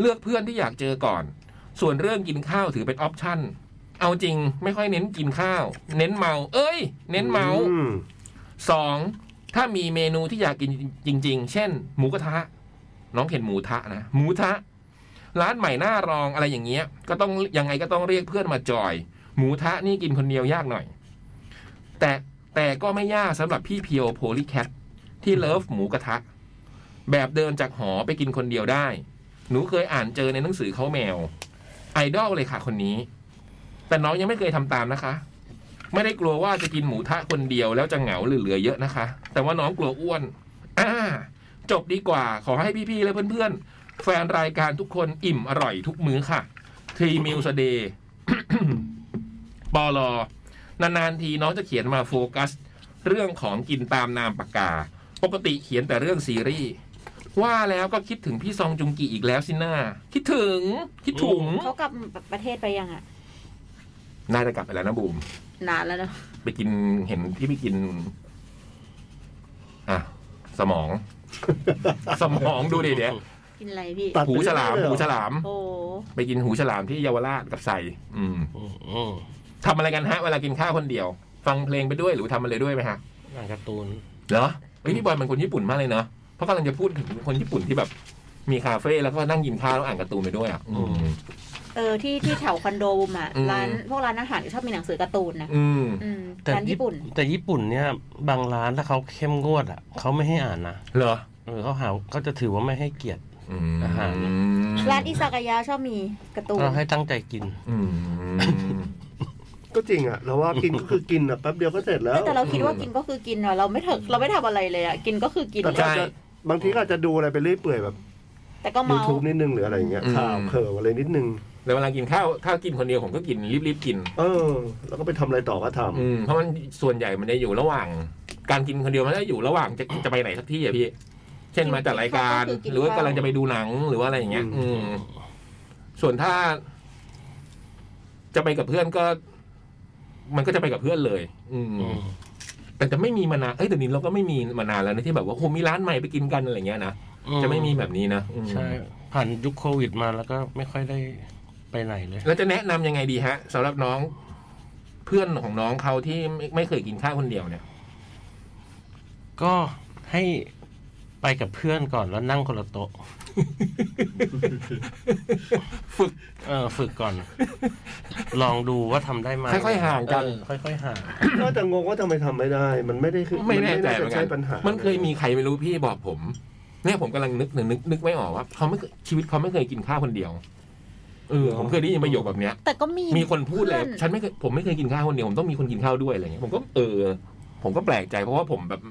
[SPEAKER 3] เลือกเพื่อนที่อยากเจอก่อน ส่วนเรื่องกินข้าวถือเป็นออปชั่น เอาจริงไม่ค่อยเน้นกินข้าว เน้นเมา เอ้ย เน้นเมา
[SPEAKER 4] อืม
[SPEAKER 3] สองถ้ามีเมนูที่อยากกินจริง ๆ เช่น หมูกระทะ น้องเห็นหมูทะนะหมูทะ ร้านใหม่หน้ารองอะไรอย่างเงี้ย ก็ต้องยังไงก็ต้องเรียกเพื่อนมาจอย หมูทะนี่กินคนเดียวยากหน่อย แต่แต่ก็ไม่ยากสำหรับพี่เพียวโพลีแคทที่เลิฟหมูกระทะ แบบเดินจากหอไปกินคนเดียวได้ หนูเคยอ่านเจอในหนังสือเขาแมว ไอดอลเลยค่ะคนนี้ แต่น้องยังไม่เคยทำตามนะคะ ไม่ได้กลัวว่าจะกินหมูทะคนเดียวแล้วจะเหงาหรือเหลือเยอะนะคะ แต่ว่าน้องกลัวอ้วนอ่าจบดีกว่าขอให้พี่ๆและเพื่อนๆ แฟนรายการทุกคนอิ่มอร่อยทุกมื้อค่ะทีมิลสเดย์ ปอลอนานๆทีน้องจะเขียนมาโฟกัส เรื่องของกินตามนามปากกา ปกติเขียนแต่เรื่องซีรีส์ว่าแล้วก็คิดถึงพี่ซองจุงกีอีกแล้วสินะคิดถึง คิดถึง
[SPEAKER 5] เขากลับประเทศไปยังอ่ะ
[SPEAKER 3] น่าจะกลับไปแล้วนะบูม
[SPEAKER 5] นานแล้วเนอะ
[SPEAKER 3] ไปกินเห็นที่ไปกิน อ่ะ สมอง สมองดูดิเดี๋ยว
[SPEAKER 5] กินอะไรพี่
[SPEAKER 4] ตัด
[SPEAKER 3] หูฉลาม
[SPEAKER 4] ไปเรื่อยๆเหรอ
[SPEAKER 3] หูฉลาม
[SPEAKER 5] โอ้
[SPEAKER 3] ไปกินหูฉลามที่เยาวราชกับใส่อืม
[SPEAKER 6] อืมอืม
[SPEAKER 3] ทำอะไรกันฮะเวลากินข้าวคนเดียว ฟังเพลงไปด้วยหรือทำอะไรด้วยไหมฮะ
[SPEAKER 6] อ่านการ์ตูน
[SPEAKER 3] เหรอเฮ้ยพี่บอยมันคนญี่ปุ่นมากเลยเนาะเพราะกำลังจะพูดถึงคนญี่ปุ่นที่แบบ มีคาเฟ่แล้วก็นั่งกินข้าวแล้วอ่านการ์ตูนไปด้วยอ่ะอืม
[SPEAKER 5] เออที่ที่แถวคอนโดบุมอ่ะ
[SPEAKER 3] อืม
[SPEAKER 5] ร้านพวกร้านอาหารชอบมีหนังสือการ์ตูนนะ
[SPEAKER 3] อืม
[SPEAKER 5] อืม
[SPEAKER 6] แต่
[SPEAKER 5] ร้านญี่ปุ่น
[SPEAKER 6] แต่ญี่ปุ่นเนี่ย บางร้านถ้าเขาเข้มงวดอ่ะเขาไม่ให้อ่านนะ
[SPEAKER 3] เหรอ
[SPEAKER 6] เออเขาหาเขาจะถือว่าไม่ให้เกียรติ
[SPEAKER 3] อืม
[SPEAKER 6] อาหาร
[SPEAKER 5] ร้านอิซากายะชอบมีการ์ตูน
[SPEAKER 6] เราให้ตั้งใจกิน
[SPEAKER 3] อืม
[SPEAKER 4] ก็จริงอ่ะเราว่า กินก็คือกินอ่ะแป๊บเดียวก็เสร็จแล้ว
[SPEAKER 5] แต่เราคิดว่ากินก็คือกินอะเราไม่ถึกเราไม่ทำอะไรเลยอะกินก็คือกิน
[SPEAKER 4] แต่
[SPEAKER 5] เล
[SPEAKER 4] ก็
[SPEAKER 5] ย
[SPEAKER 4] อาจจะบางทีก็อาจจะดูอะไรไปเรื่อยเปื่อยแบบ
[SPEAKER 5] แต่ก็
[SPEAKER 4] ยู
[SPEAKER 5] เมา
[SPEAKER 4] ทูบนิดนึงหรืออะไรอย่างเงี้ย
[SPEAKER 3] อืม
[SPEAKER 4] ข่าวเขิมอะไรนิดนึง
[SPEAKER 3] แล้วเวลากินข้าวถ้ากินคนเดียวผมก็กินรีบๆกิน
[SPEAKER 4] เออ แล้วก็ไปทำอะไรต่อก็ทำ
[SPEAKER 3] อืมเพราะมันส่วนใหญ่มันจะอยู่ระหว่าง การกินคนเดียวมันจะอยู่ระหว่างจะจะไปไหนสักที่อะพี่ เช่นมาจัดรายการ หรือว่ากำลังจะไปดูหนังหรือว่าอะไรอย่างเงี้ย อืม ส่วนถ้า จะไปกับเพื่อนก็ มันก็จะไปกับเพื่อนเลย อืม แต่จะไม่มีมานานเอ้ยเดี๋ยวนี้เราก็ไม่มีมานานแล้วนะที่แบบว่าโอ้โหมีร้านใหม่ไปกินกันอะไรเงี้ยนะ
[SPEAKER 6] อื
[SPEAKER 3] จะไม่มีแบบนี้นะอืม
[SPEAKER 6] ใช่ ผ่านยุคโควิดมาแล้วก็ไม่ค่อยได้ไปไหนเลย
[SPEAKER 3] แล้วจะแนะนำยังไงดีฮะสำหรับน้อง เพื่อนของน้องเขาที่ไม่ไม่เคยกินข้าวคนเดียวเนี่ย
[SPEAKER 6] ก็ให้ไปกับเพื่อนก่อนแล้วนั่งคนละโต๊ะ
[SPEAKER 3] ฝึก
[SPEAKER 6] เออฝึกก่อน ลองดูว่าทำได้ไหม
[SPEAKER 3] ค่อยๆห่างกัน
[SPEAKER 6] เออค่อยๆห่าง
[SPEAKER 4] ก็จะงงว่าทำไมทำไม่ได้ มันไม่ได้คือ
[SPEAKER 3] ไม่แน่ใจ
[SPEAKER 4] า
[SPEAKER 3] เหมือนกั
[SPEAKER 4] ใช่
[SPEAKER 3] น
[SPEAKER 4] ปัญหา
[SPEAKER 3] มั
[SPEAKER 4] มัน
[SPEAKER 3] เคยมีใครไม่รู้พี่บอกผม เนี่ยผมกำลังนึกนึกนึกนึกไม่ออกว่าเขาไม่เคยชีวิตเขาไม่เคยกินข้าวคนเดียว เออผมเคยได้ยินประโยคแบบเนี้ย
[SPEAKER 5] แต่ก็มี
[SPEAKER 3] มีคนพูดเลย
[SPEAKER 5] เพื่อน
[SPEAKER 3] ฉันไม่เคยผมไม่เคยกินข้าวคนเดียวผมต้องมีคนกินข้าวด้วยอะไรเงี้ยผมก็เออ ผมก็แปลกใจเพราะว่าผมแบบ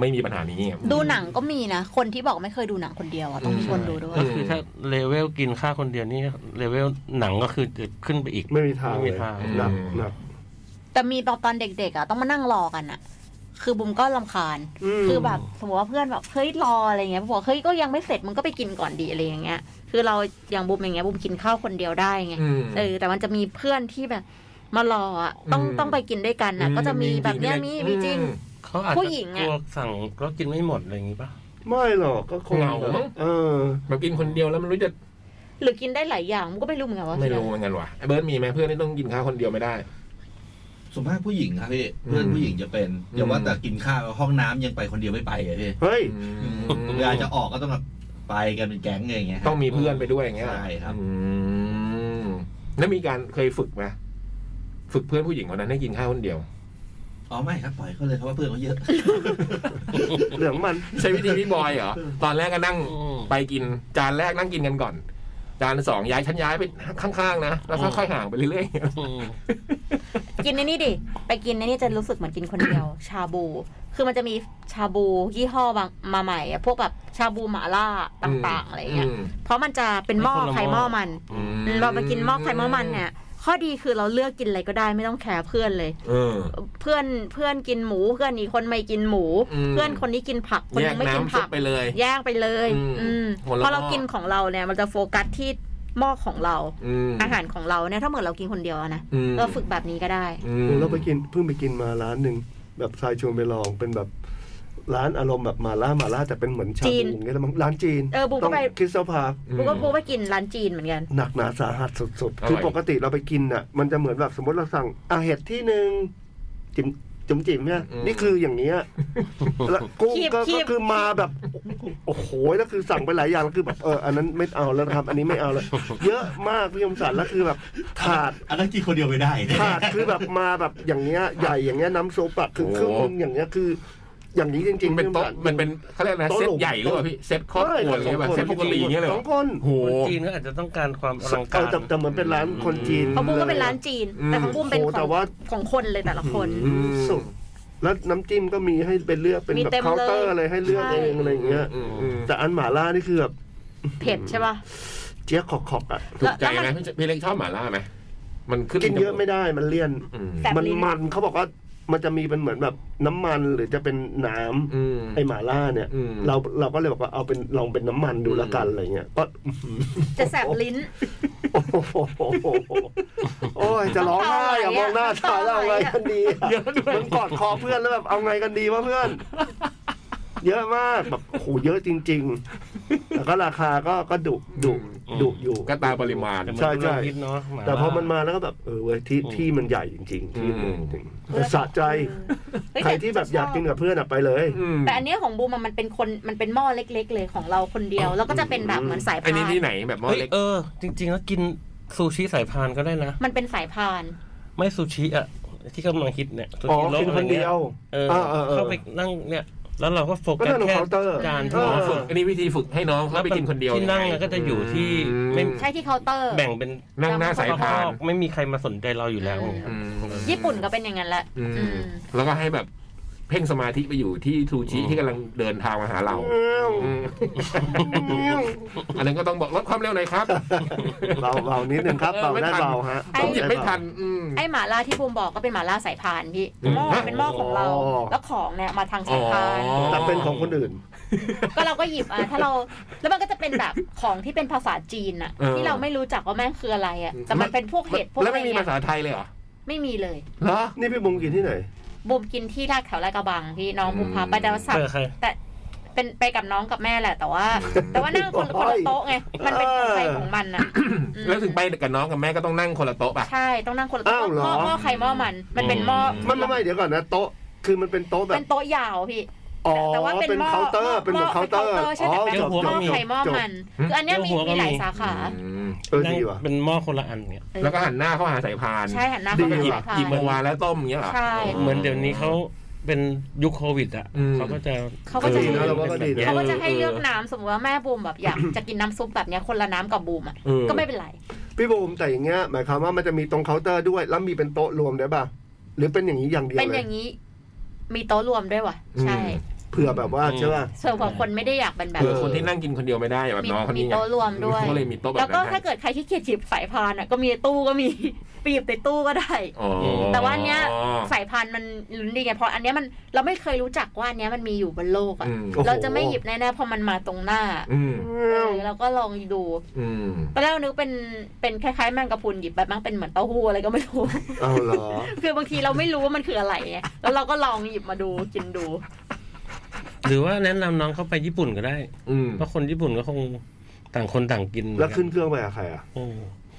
[SPEAKER 3] ไม่มีปัญหานี้ไง
[SPEAKER 5] ดูหนังก็มีนะ คนที่บอกไม่เคยดูหนังคนเดียวอะต้องมีคนดูด้วย
[SPEAKER 6] ก็คือถ้าเลเวลกินข้าวคนเดียวนี่เลเวลหนังก็คือจะขึ้นไปอีก
[SPEAKER 4] ไม่มีทาง
[SPEAKER 6] ไม่มี
[SPEAKER 4] เลย
[SPEAKER 6] ทาง
[SPEAKER 4] หนัก
[SPEAKER 3] อืม
[SPEAKER 4] หนัก
[SPEAKER 5] แต่มีตอนตอนเด็กๆอ่ะต้องมานั่งรอกันอ่ะ คือบุมก็ลำคาญ
[SPEAKER 4] อืม
[SPEAKER 5] คือแบบสมมติว่าเพื่อนแบบเฮ้ยรออะไรเงี้ยบอกเฮ้ยก็ยังไม่เสร็จมึงก็ไปกินก่อนดีอะไรอย่างเงี้ย คือเราอย่างบุมอย่างเงี้ยบุมกินข้าวคนเดียวได้ไง
[SPEAKER 3] อืม
[SPEAKER 5] เออแต่มันจะมีเพื่อนที่แบบ มารออ่ะต้อง
[SPEAKER 3] อืม
[SPEAKER 5] ต้องไปกินด้วยกันอ่ะ
[SPEAKER 3] อืม
[SPEAKER 5] ก็จะมี
[SPEAKER 3] มี
[SPEAKER 5] แบบเนี้ย
[SPEAKER 3] มี
[SPEAKER 5] มี
[SPEAKER 3] มี
[SPEAKER 5] มีจริง
[SPEAKER 3] อืม
[SPEAKER 6] เขาอาจ
[SPEAKER 5] ผู้
[SPEAKER 6] จะ
[SPEAKER 5] หญิง
[SPEAKER 6] ก
[SPEAKER 5] อะ
[SPEAKER 6] ลัวสั่งแล้วกินไม่หมดอะไรอย่างงี้ป่ะ
[SPEAKER 4] ไม่หรอกก็คง
[SPEAKER 3] เหงามั้ง
[SPEAKER 4] เออ
[SPEAKER 3] แบบกินคนเดียวแล้วมันรู้จะ
[SPEAKER 5] หรือกินได้หลายอย่างมันก็ไม่รู้เหมือนกันว่า
[SPEAKER 3] ไม่รู้เหมือนกันว่ะไอ้เบิร์ดมีไหมเพื่อนที่ต้องกินข้าวคนเดียวไม่ได้
[SPEAKER 7] ส่วนมากผู้หญิงครับพี่เพื่อน
[SPEAKER 3] อืม
[SPEAKER 7] ผู้หญิงจะเป็น
[SPEAKER 3] อืม
[SPEAKER 7] อย่าว่าแต่กินข้าวห้องน้ำยังไปคนเดียวไม่ไปเลยพี่
[SPEAKER 4] เฮ้ย
[SPEAKER 7] เวลาจะออกก็ต้องแบบไปกันเป็นแก๊งเลยอย่างเงี้ย
[SPEAKER 3] ต้องมีเพื่อนไปด้วยอย่างเงี้ย
[SPEAKER 7] ใช่ครับ
[SPEAKER 3] อืมแล้วมีการเคยฝึกไหมฝึกเพื่อนผู้หญิงคนนั้นให้กินข้าวคนเดียว
[SPEAKER 7] อ๋อไม่ครับปล่อยเขาเลยครับว่าเพื่อนเขาเยอะ
[SPEAKER 4] เหลืองมัน
[SPEAKER 3] ใช้วิธีพี่บอยเหรอ ตอนแรกก็นั่ง
[SPEAKER 6] อืม
[SPEAKER 3] ไปกิน จานแรกนั่งกินกันก่อน จานสองย้ายชั้นย้ายไปข้างๆนะ แล้วค่อยๆห่างไปเรื่อย
[SPEAKER 5] กินในนี่ดิไปกินในนี่จะรู้สึกเหมือนกินคนเดียว ชาบู คือมันจะมีชาบูยี่ห้อบางมาใหม่อะพวกแบบชาบูหมาล่า
[SPEAKER 3] ๆ
[SPEAKER 5] ต่างๆอะไรเงี้ย
[SPEAKER 3] ม
[SPEAKER 5] เพราะมันจะเป็นหม้อ
[SPEAKER 6] เป็นคนละ
[SPEAKER 5] ไข่
[SPEAKER 6] ห
[SPEAKER 5] ห
[SPEAKER 6] ม้
[SPEAKER 5] ม้
[SPEAKER 6] อ
[SPEAKER 5] อมัน
[SPEAKER 3] อืม
[SPEAKER 5] เราไปกินหม้อไข่หม้อมันเนี่ย ข้อดีคือเราเลือกกินอะไรก็ได้ไม่ต้องแคร์เพื่อนเลย
[SPEAKER 3] เออ
[SPEAKER 5] เพื่อนเพื่อนกินหมูเพื่อนอีกคนไม่กินหมู
[SPEAKER 3] อืม
[SPEAKER 5] เพื่อนคนนี้กินผักคน
[SPEAKER 3] แย
[SPEAKER 5] นึ
[SPEAKER 3] ก
[SPEAKER 5] งไม่กิน
[SPEAKER 3] น้ำซุ
[SPEAKER 5] ผั
[SPEAKER 3] ป
[SPEAKER 5] ก
[SPEAKER 3] ไปเลย
[SPEAKER 5] แยกไปเลย
[SPEAKER 3] อืม
[SPEAKER 5] อืม
[SPEAKER 3] หัวละ
[SPEAKER 5] พอเรา
[SPEAKER 3] หม้อ
[SPEAKER 5] กินของเราเนี่ย มันจะโฟกัสที่หม้อของเรา
[SPEAKER 3] อืม
[SPEAKER 5] อาหารของเราเนี่ยถ้าเหมือนเรากินคนเดียวอะนะ
[SPEAKER 3] อืม
[SPEAKER 5] เราฝึกแบบนี้ก็ได้
[SPEAKER 3] อืม
[SPEAKER 4] เราไปกินเพิ่งไปกินมาร้านหนึ่งแบบทรายชวนไปลองเป็นแบบร้านอารมณ์แบบมาล่ามาล่าแต่เป็นเหมือนชา
[SPEAKER 5] จี
[SPEAKER 4] บู
[SPEAKER 5] น
[SPEAKER 4] อย่างเงี้ยแล้วมั้งร้านจีน
[SPEAKER 5] เออบุก
[SPEAKER 4] ต้อง
[SPEAKER 5] ไป
[SPEAKER 4] คริสตัลพาร์ค
[SPEAKER 3] อืม
[SPEAKER 5] บูก็บูไปกินร้านจีนเหมือนกัน
[SPEAKER 4] หนักหนาสาหัสสุด
[SPEAKER 3] อร่อย
[SPEAKER 4] ๆ คือปกติเราไปกินอ่ะ มันจะเหมือนแบบสมมติเราสั่งอาเห็ดที่หนึ่งจิ๋มจุ๋มจิ๋มเนี่ยนี่คืออย่างเนี้ย แล้วกุ้งก็
[SPEAKER 5] คีบคี
[SPEAKER 4] ก็
[SPEAKER 5] บ
[SPEAKER 4] คือมาแบบ โอ้โหแล้วคือสั่งไปหลายอย่างแล้วคือแบบเอออันนั้นไม่เอาแล้วนะครับ อันนี้ไม่เอาแล้วเยอะมากพี่ยมสันแล้วคือแบบขาด
[SPEAKER 7] อันนั้นกินคนเดียวไม่ได้
[SPEAKER 4] ถาดคือแบบมาแบบอย่างเงี้ยใหญ่อย่างเงี้ยน้ำซุปอะคือ
[SPEAKER 3] โอ้
[SPEAKER 4] เค
[SPEAKER 3] โห
[SPEAKER 4] รื่องนึงอย่างเงี้ยคือ อย่างนี้จริงๆ
[SPEAKER 3] เป็นโต๊ะ
[SPEAKER 4] พี่สงสาร
[SPEAKER 3] มันเป็นเขาเรียกอะไรนะ
[SPEAKER 4] โต๊ะ
[SPEAKER 3] เซต
[SPEAKER 4] ลุม
[SPEAKER 3] ใหญ่หรือเปล่าพี่เซตครอบครัวหรือเปล่า
[SPEAKER 4] ใช่
[SPEAKER 3] เซตปกติอย่างเงี้ยเลยเห
[SPEAKER 4] ส
[SPEAKER 3] ร
[SPEAKER 4] อ
[SPEAKER 3] อง
[SPEAKER 4] คน
[SPEAKER 3] โห
[SPEAKER 6] คนจีนก็อาจจะต้องการความอลั
[SPEAKER 4] เอก
[SPEAKER 6] งา
[SPEAKER 4] อ
[SPEAKER 6] ร
[SPEAKER 4] แต่แต่เหมือนเป็นร้านคนจีน
[SPEAKER 5] เพราะบูก็เป็นร้านจีน
[SPEAKER 3] อืม
[SPEAKER 5] แต่ของบูมเป็นข
[SPEAKER 4] โอ้แต่
[SPEAKER 5] อง
[SPEAKER 4] ว่า
[SPEAKER 5] ของคนเลยแต่ละคน
[SPEAKER 4] อืมสุด แล้วน้ำจิ้มก็มีให้เป็นเลือกเป็น
[SPEAKER 5] มี
[SPEAKER 4] แบบ
[SPEAKER 5] เต็ม
[SPEAKER 4] เคาน์เตอร์
[SPEAKER 5] เลย
[SPEAKER 4] อะไรให้เลือก
[SPEAKER 5] ใช่
[SPEAKER 4] เองอะไรอย่างเงี้ย
[SPEAKER 3] อืมอืม
[SPEAKER 4] แต่อันหมาล่านี่คือแบบ
[SPEAKER 5] เผ็ดใช่ป่ะ
[SPEAKER 4] เจี๊ยบขอกๆอะ
[SPEAKER 3] ถูกใจ
[SPEAKER 5] แล้ว
[SPEAKER 3] ไหม
[SPEAKER 5] มัน
[SPEAKER 3] พี่เล็กชอบหม่าล่าไหมมันขึ้น
[SPEAKER 4] กินเยอะไม่ได้มันเลี่ยน
[SPEAKER 3] อืม
[SPEAKER 5] แสบ
[SPEAKER 4] มัน
[SPEAKER 5] ลิ้น
[SPEAKER 4] มันเขาบอกว่ามันจะมีเป็นเหมือนแบบน้ำมันหรือจะเป็นน้ำ
[SPEAKER 3] อืม
[SPEAKER 4] ไอหมาล่าเนี่ย
[SPEAKER 3] อืม
[SPEAKER 4] เราเราก็เลยบอกว่าเอาเป็นลองเป็นน้ำมันดูละกัน
[SPEAKER 3] อืม
[SPEAKER 4] อะไรเงี้ยก็
[SPEAKER 5] จะแสบลิ้น
[SPEAKER 4] โอ้โหโอ้ยจะร้องไห้อะมองหน้าชายแล้วเอาไงกันดีอะมันกอดคอเพื่อนแล้วแบบเอาไงกันดีวะเพื่อน เยอะมากแบบโอ้โหเยอะจริงๆแต่ก็ราคาก็ก็ดุดุ
[SPEAKER 6] อืม
[SPEAKER 4] ดุอยู่
[SPEAKER 3] ก็ตามปริมาณ
[SPEAKER 6] แต่มัน
[SPEAKER 4] ใช่ใช่
[SPEAKER 6] เรื่องฮิตเนาะหล่
[SPEAKER 4] แต่พอมันมาแล้วก็แบบเออเว้ยที่ที่มันใหญ่จริง ๆ ที่
[SPEAKER 3] อืม
[SPEAKER 4] จริงๆแต่สะใจ
[SPEAKER 5] เฮ้ย
[SPEAKER 4] ใครที่แบบอยากกินกับเพื่อนอะไปเลย
[SPEAKER 3] อืม
[SPEAKER 5] แต่อันเนี้ยของบูมอะมันเป็นคนมันเป็นหม้อเล็ก ๆ เลยของเราคนเดียว แล้วก็จะเป็นแบบเหมือนสาย
[SPEAKER 3] อัน
[SPEAKER 5] พา
[SPEAKER 3] นี้
[SPEAKER 5] น
[SPEAKER 3] ที่ไหนแบบหม้อ
[SPEAKER 6] เฮ้ย
[SPEAKER 3] เล็ก
[SPEAKER 6] เออ จริง ๆ แล้วกินซูชิสายพานก็ได้นะ
[SPEAKER 5] มันเป็นสายพาน
[SPEAKER 6] ไม่ซูชิอ่ะ ที่กำลังฮิตเนี่ยซู
[SPEAKER 4] อ๋อ
[SPEAKER 6] ชิโร่
[SPEAKER 4] กิน
[SPEAKER 6] อะไร
[SPEAKER 4] คน
[SPEAKER 6] เงี้
[SPEAKER 4] เดี
[SPEAKER 6] ย
[SPEAKER 4] ยว
[SPEAKER 6] เออ
[SPEAKER 4] เออเออเออ
[SPEAKER 6] เข้าไปนั่งเนี่ย แล้วเราก็โฟ
[SPEAKER 4] ก็
[SPEAKER 6] กัส
[SPEAKER 4] เรื่องของ
[SPEAKER 6] แค่
[SPEAKER 4] เคาน์เตอร์
[SPEAKER 6] จาน
[SPEAKER 4] เอ
[SPEAKER 6] ที่
[SPEAKER 4] อ
[SPEAKER 6] เรา
[SPEAKER 3] ฝึ
[SPEAKER 6] ฝึ
[SPEAKER 3] ก
[SPEAKER 6] ก
[SPEAKER 3] อันนี้วิธีฝึกให้น้องเขาไปกินคนเดียว
[SPEAKER 6] ที่นั่ง
[SPEAKER 3] ไ
[SPEAKER 6] ก็จะอยู่ที่ไม่
[SPEAKER 5] ใช่ที่เคาน์เตอร์
[SPEAKER 6] แบ่งเป็น
[SPEAKER 3] นั่งหน้าสายพาน
[SPEAKER 6] รอบๆไม่มีใครมาสนใจเราอยู่แล้วเนี่ย
[SPEAKER 3] อืม
[SPEAKER 5] ญี่ปุ่นก็เป็นอย่างนั้นแหละ
[SPEAKER 3] อืม
[SPEAKER 5] อืม
[SPEAKER 3] แล้วก็ให้แบบเพ่งสมาธิไปอยู่ที่ซูชิ
[SPEAKER 6] อืม
[SPEAKER 3] ที่กำลังเดินทางมาหาเราอืมอันนั้นก็ต้องบอกลดความเร็วหน่อยครับ
[SPEAKER 4] เบาเบานิดนึงครับ
[SPEAKER 3] เออ
[SPEAKER 4] เบาได้
[SPEAKER 3] ไม่ทัน
[SPEAKER 4] เบาฮะ
[SPEAKER 5] ไอ้
[SPEAKER 3] ผมหยิบไม่ทัน อืม
[SPEAKER 5] ไอหมาล่าที่บูมบอกก็เป็นหมาล่าสายพานพี่
[SPEAKER 3] อืม
[SPEAKER 5] หม้อเป็นหม้อของเรา แล้วของเนี่ยมาทางสายพาน
[SPEAKER 3] อ๋อ
[SPEAKER 4] แต่เป็นของคนอื่น
[SPEAKER 5] ก็เราก็หยิบอ่ะถ้าเราแล้วมันก็จะเป็นแบบของที่เป็นภาษาจีนอ่ะ
[SPEAKER 3] เออ
[SPEAKER 5] ที่เราไม่รู้จักว่าแม่งคืออะไรอ่ะแต่มันเป็นพวกเห็ดพวก
[SPEAKER 3] แล้ว
[SPEAKER 5] อะไร
[SPEAKER 3] ไม่มี
[SPEAKER 5] เงี้
[SPEAKER 3] ภาย ษาไทยเลยเหรอ
[SPEAKER 5] ไม่มีเลย
[SPEAKER 3] เหรอ
[SPEAKER 4] นี่พี่บุงกินที่ไหน
[SPEAKER 5] บูมกินที่ลาดแถวลาดกระบังพี่น้องบูมพาไปดาวสับ
[SPEAKER 6] เออใคร
[SPEAKER 5] แต่เป็นไปกับน้องกับแม่แหละ แต่ว่า แต่ว่านั่งคนคนละโต๊ะไงมันเป็นของใครของมันอ่ะอืม
[SPEAKER 3] แล้วถึงไปกับน้องกับแม่ก็ต้องนั่งคนละโต๊ะป่ะ
[SPEAKER 5] ใช่ต้องนั่งคนละ
[SPEAKER 4] อ้าวเหรอ
[SPEAKER 5] หม้อหม้อใครหม้อมัน มันเป็นหม้อ
[SPEAKER 4] ไม่ไม่ไม่เดี๋ยวก่อนนะโต๊ะคือมันเป็นโต๊ะแบบ
[SPEAKER 5] เป็นโต๊ะยาวพี่
[SPEAKER 4] อ๋อ
[SPEAKER 5] แต่ว่าเป็น
[SPEAKER 4] เป็น
[SPEAKER 5] หม้อ
[SPEAKER 4] เคาน์เตอร์
[SPEAKER 5] หม้อ
[SPEAKER 4] เป็นเหมือนเคาน์เตอร์
[SPEAKER 5] หม้อ
[SPEAKER 4] อ๋อ
[SPEAKER 6] เป็น
[SPEAKER 4] จ
[SPEAKER 6] เคาน์
[SPEAKER 4] บ
[SPEAKER 5] ห
[SPEAKER 4] จ
[SPEAKER 6] เตร์
[SPEAKER 4] บ
[SPEAKER 5] ม้อใครหม้อมัน
[SPEAKER 3] จบ
[SPEAKER 5] คืออันเนี้ยมี
[SPEAKER 6] เดี๋ยวหัวก็
[SPEAKER 5] มีหลาย
[SPEAKER 6] มี
[SPEAKER 5] สาขา
[SPEAKER 3] อืม
[SPEAKER 4] เออดีว่ะ
[SPEAKER 6] เป็นหม้อคนละอันเนี่ย
[SPEAKER 5] เออ
[SPEAKER 3] แล้วก็หันหน้าเข้าหาสายพาน
[SPEAKER 5] ใช่หันหน้า
[SPEAKER 4] ดี
[SPEAKER 5] เข้าไป
[SPEAKER 3] หยิบ
[SPEAKER 5] สายพา
[SPEAKER 3] หยิบ
[SPEAKER 5] น
[SPEAKER 3] มาวางแล้วต้มอย่างเงี้ยเหรอ
[SPEAKER 5] ใช่
[SPEAKER 6] เหมือนเดี๋ยวนี้เขา เป็นยุคโควิดอ่ะ
[SPEAKER 3] อืม
[SPEAKER 6] เขาก็จะ
[SPEAKER 5] เขาก็จะ
[SPEAKER 6] อ
[SPEAKER 5] ให้
[SPEAKER 6] อ
[SPEAKER 4] เราว่าก็ดีนะ
[SPEAKER 5] เขาก็จะให้เลือกน้ำสมมติว่าแม่บูมแบบอยากจะกินน้ำซุปแบบเนี้ยคนละน้ำกับบูมอ่ะ
[SPEAKER 3] อืม
[SPEAKER 5] ก็ไม่เป็นไร
[SPEAKER 4] พี่บูมแต่อย่างเงี้ยหมายความว่ามันจะมีตรงเคาน์เตอร์ด้วย แล้วมีเป็นโต๊ะรวมได้วยป่ะ หรือเป็นอย่างนี้อย่างเดียว
[SPEAKER 5] เป็น
[SPEAKER 4] เล
[SPEAKER 5] อยย่างนี้ มีโต๊ะรวมด้วยว่ะใช่
[SPEAKER 3] อืม
[SPEAKER 4] เผื่อแบบว่าใช่ป่ะ
[SPEAKER 5] ส่วนของคนไม่ได้อยากเป็นแบบ
[SPEAKER 3] คือคนที่นั่งกินคนเดียวไม่ได้แบบ
[SPEAKER 5] มี
[SPEAKER 3] น้องคน
[SPEAKER 5] มี
[SPEAKER 3] นี้ไง
[SPEAKER 5] โต๊ะรวมด้วย
[SPEAKER 3] ก็เลยมีโต๊ะแบบ
[SPEAKER 5] แล้วก็
[SPEAKER 3] นั้น
[SPEAKER 5] ถ้า
[SPEAKER 3] ให้
[SPEAKER 5] เกิดใครที่เกียจหยิบสายพานอ่ะก็มีตู้ก็มี ไปหยิบในตู้ก็ได้
[SPEAKER 3] อ๋อ
[SPEAKER 5] แต่ว่าอันเนี้ยสายพานมันลุ้นดีไงเพราะอันเนี้ยมันเราไม่เคยรู้จักว่าอันเนี้ยมันมีอยู่บนโลกอ่ะ
[SPEAKER 3] อืม
[SPEAKER 4] โอ้โห
[SPEAKER 5] เราจะไม่หยิบแน่ๆเพราะมันมาตรงหน้า
[SPEAKER 3] อืม
[SPEAKER 5] เออเราก็ลองดู
[SPEAKER 3] อืม
[SPEAKER 5] ตอนแรกนึกเป็นเป็นคล้ายๆแมงกะพรุนหยิบแบบมั้งเป็นเหมือนเต้าหู้อะไรก็ไม่รู้
[SPEAKER 4] เอาเหรอ
[SPEAKER 5] คือบางทีเราไม่รู้ว่ามันคืออะไรไงแล้วเราก็ลองหยิบมาดูกินดู
[SPEAKER 6] หรือว่าแนะนำน้องเขาไปญี่ปุ่นก็ได้
[SPEAKER 3] อืม
[SPEAKER 6] เพราะคนญี่ปุ่นก็คงต่างคนต่างกิน
[SPEAKER 4] แล้วขึ้นเครื่องไปกับใครอ่ะ
[SPEAKER 6] อืม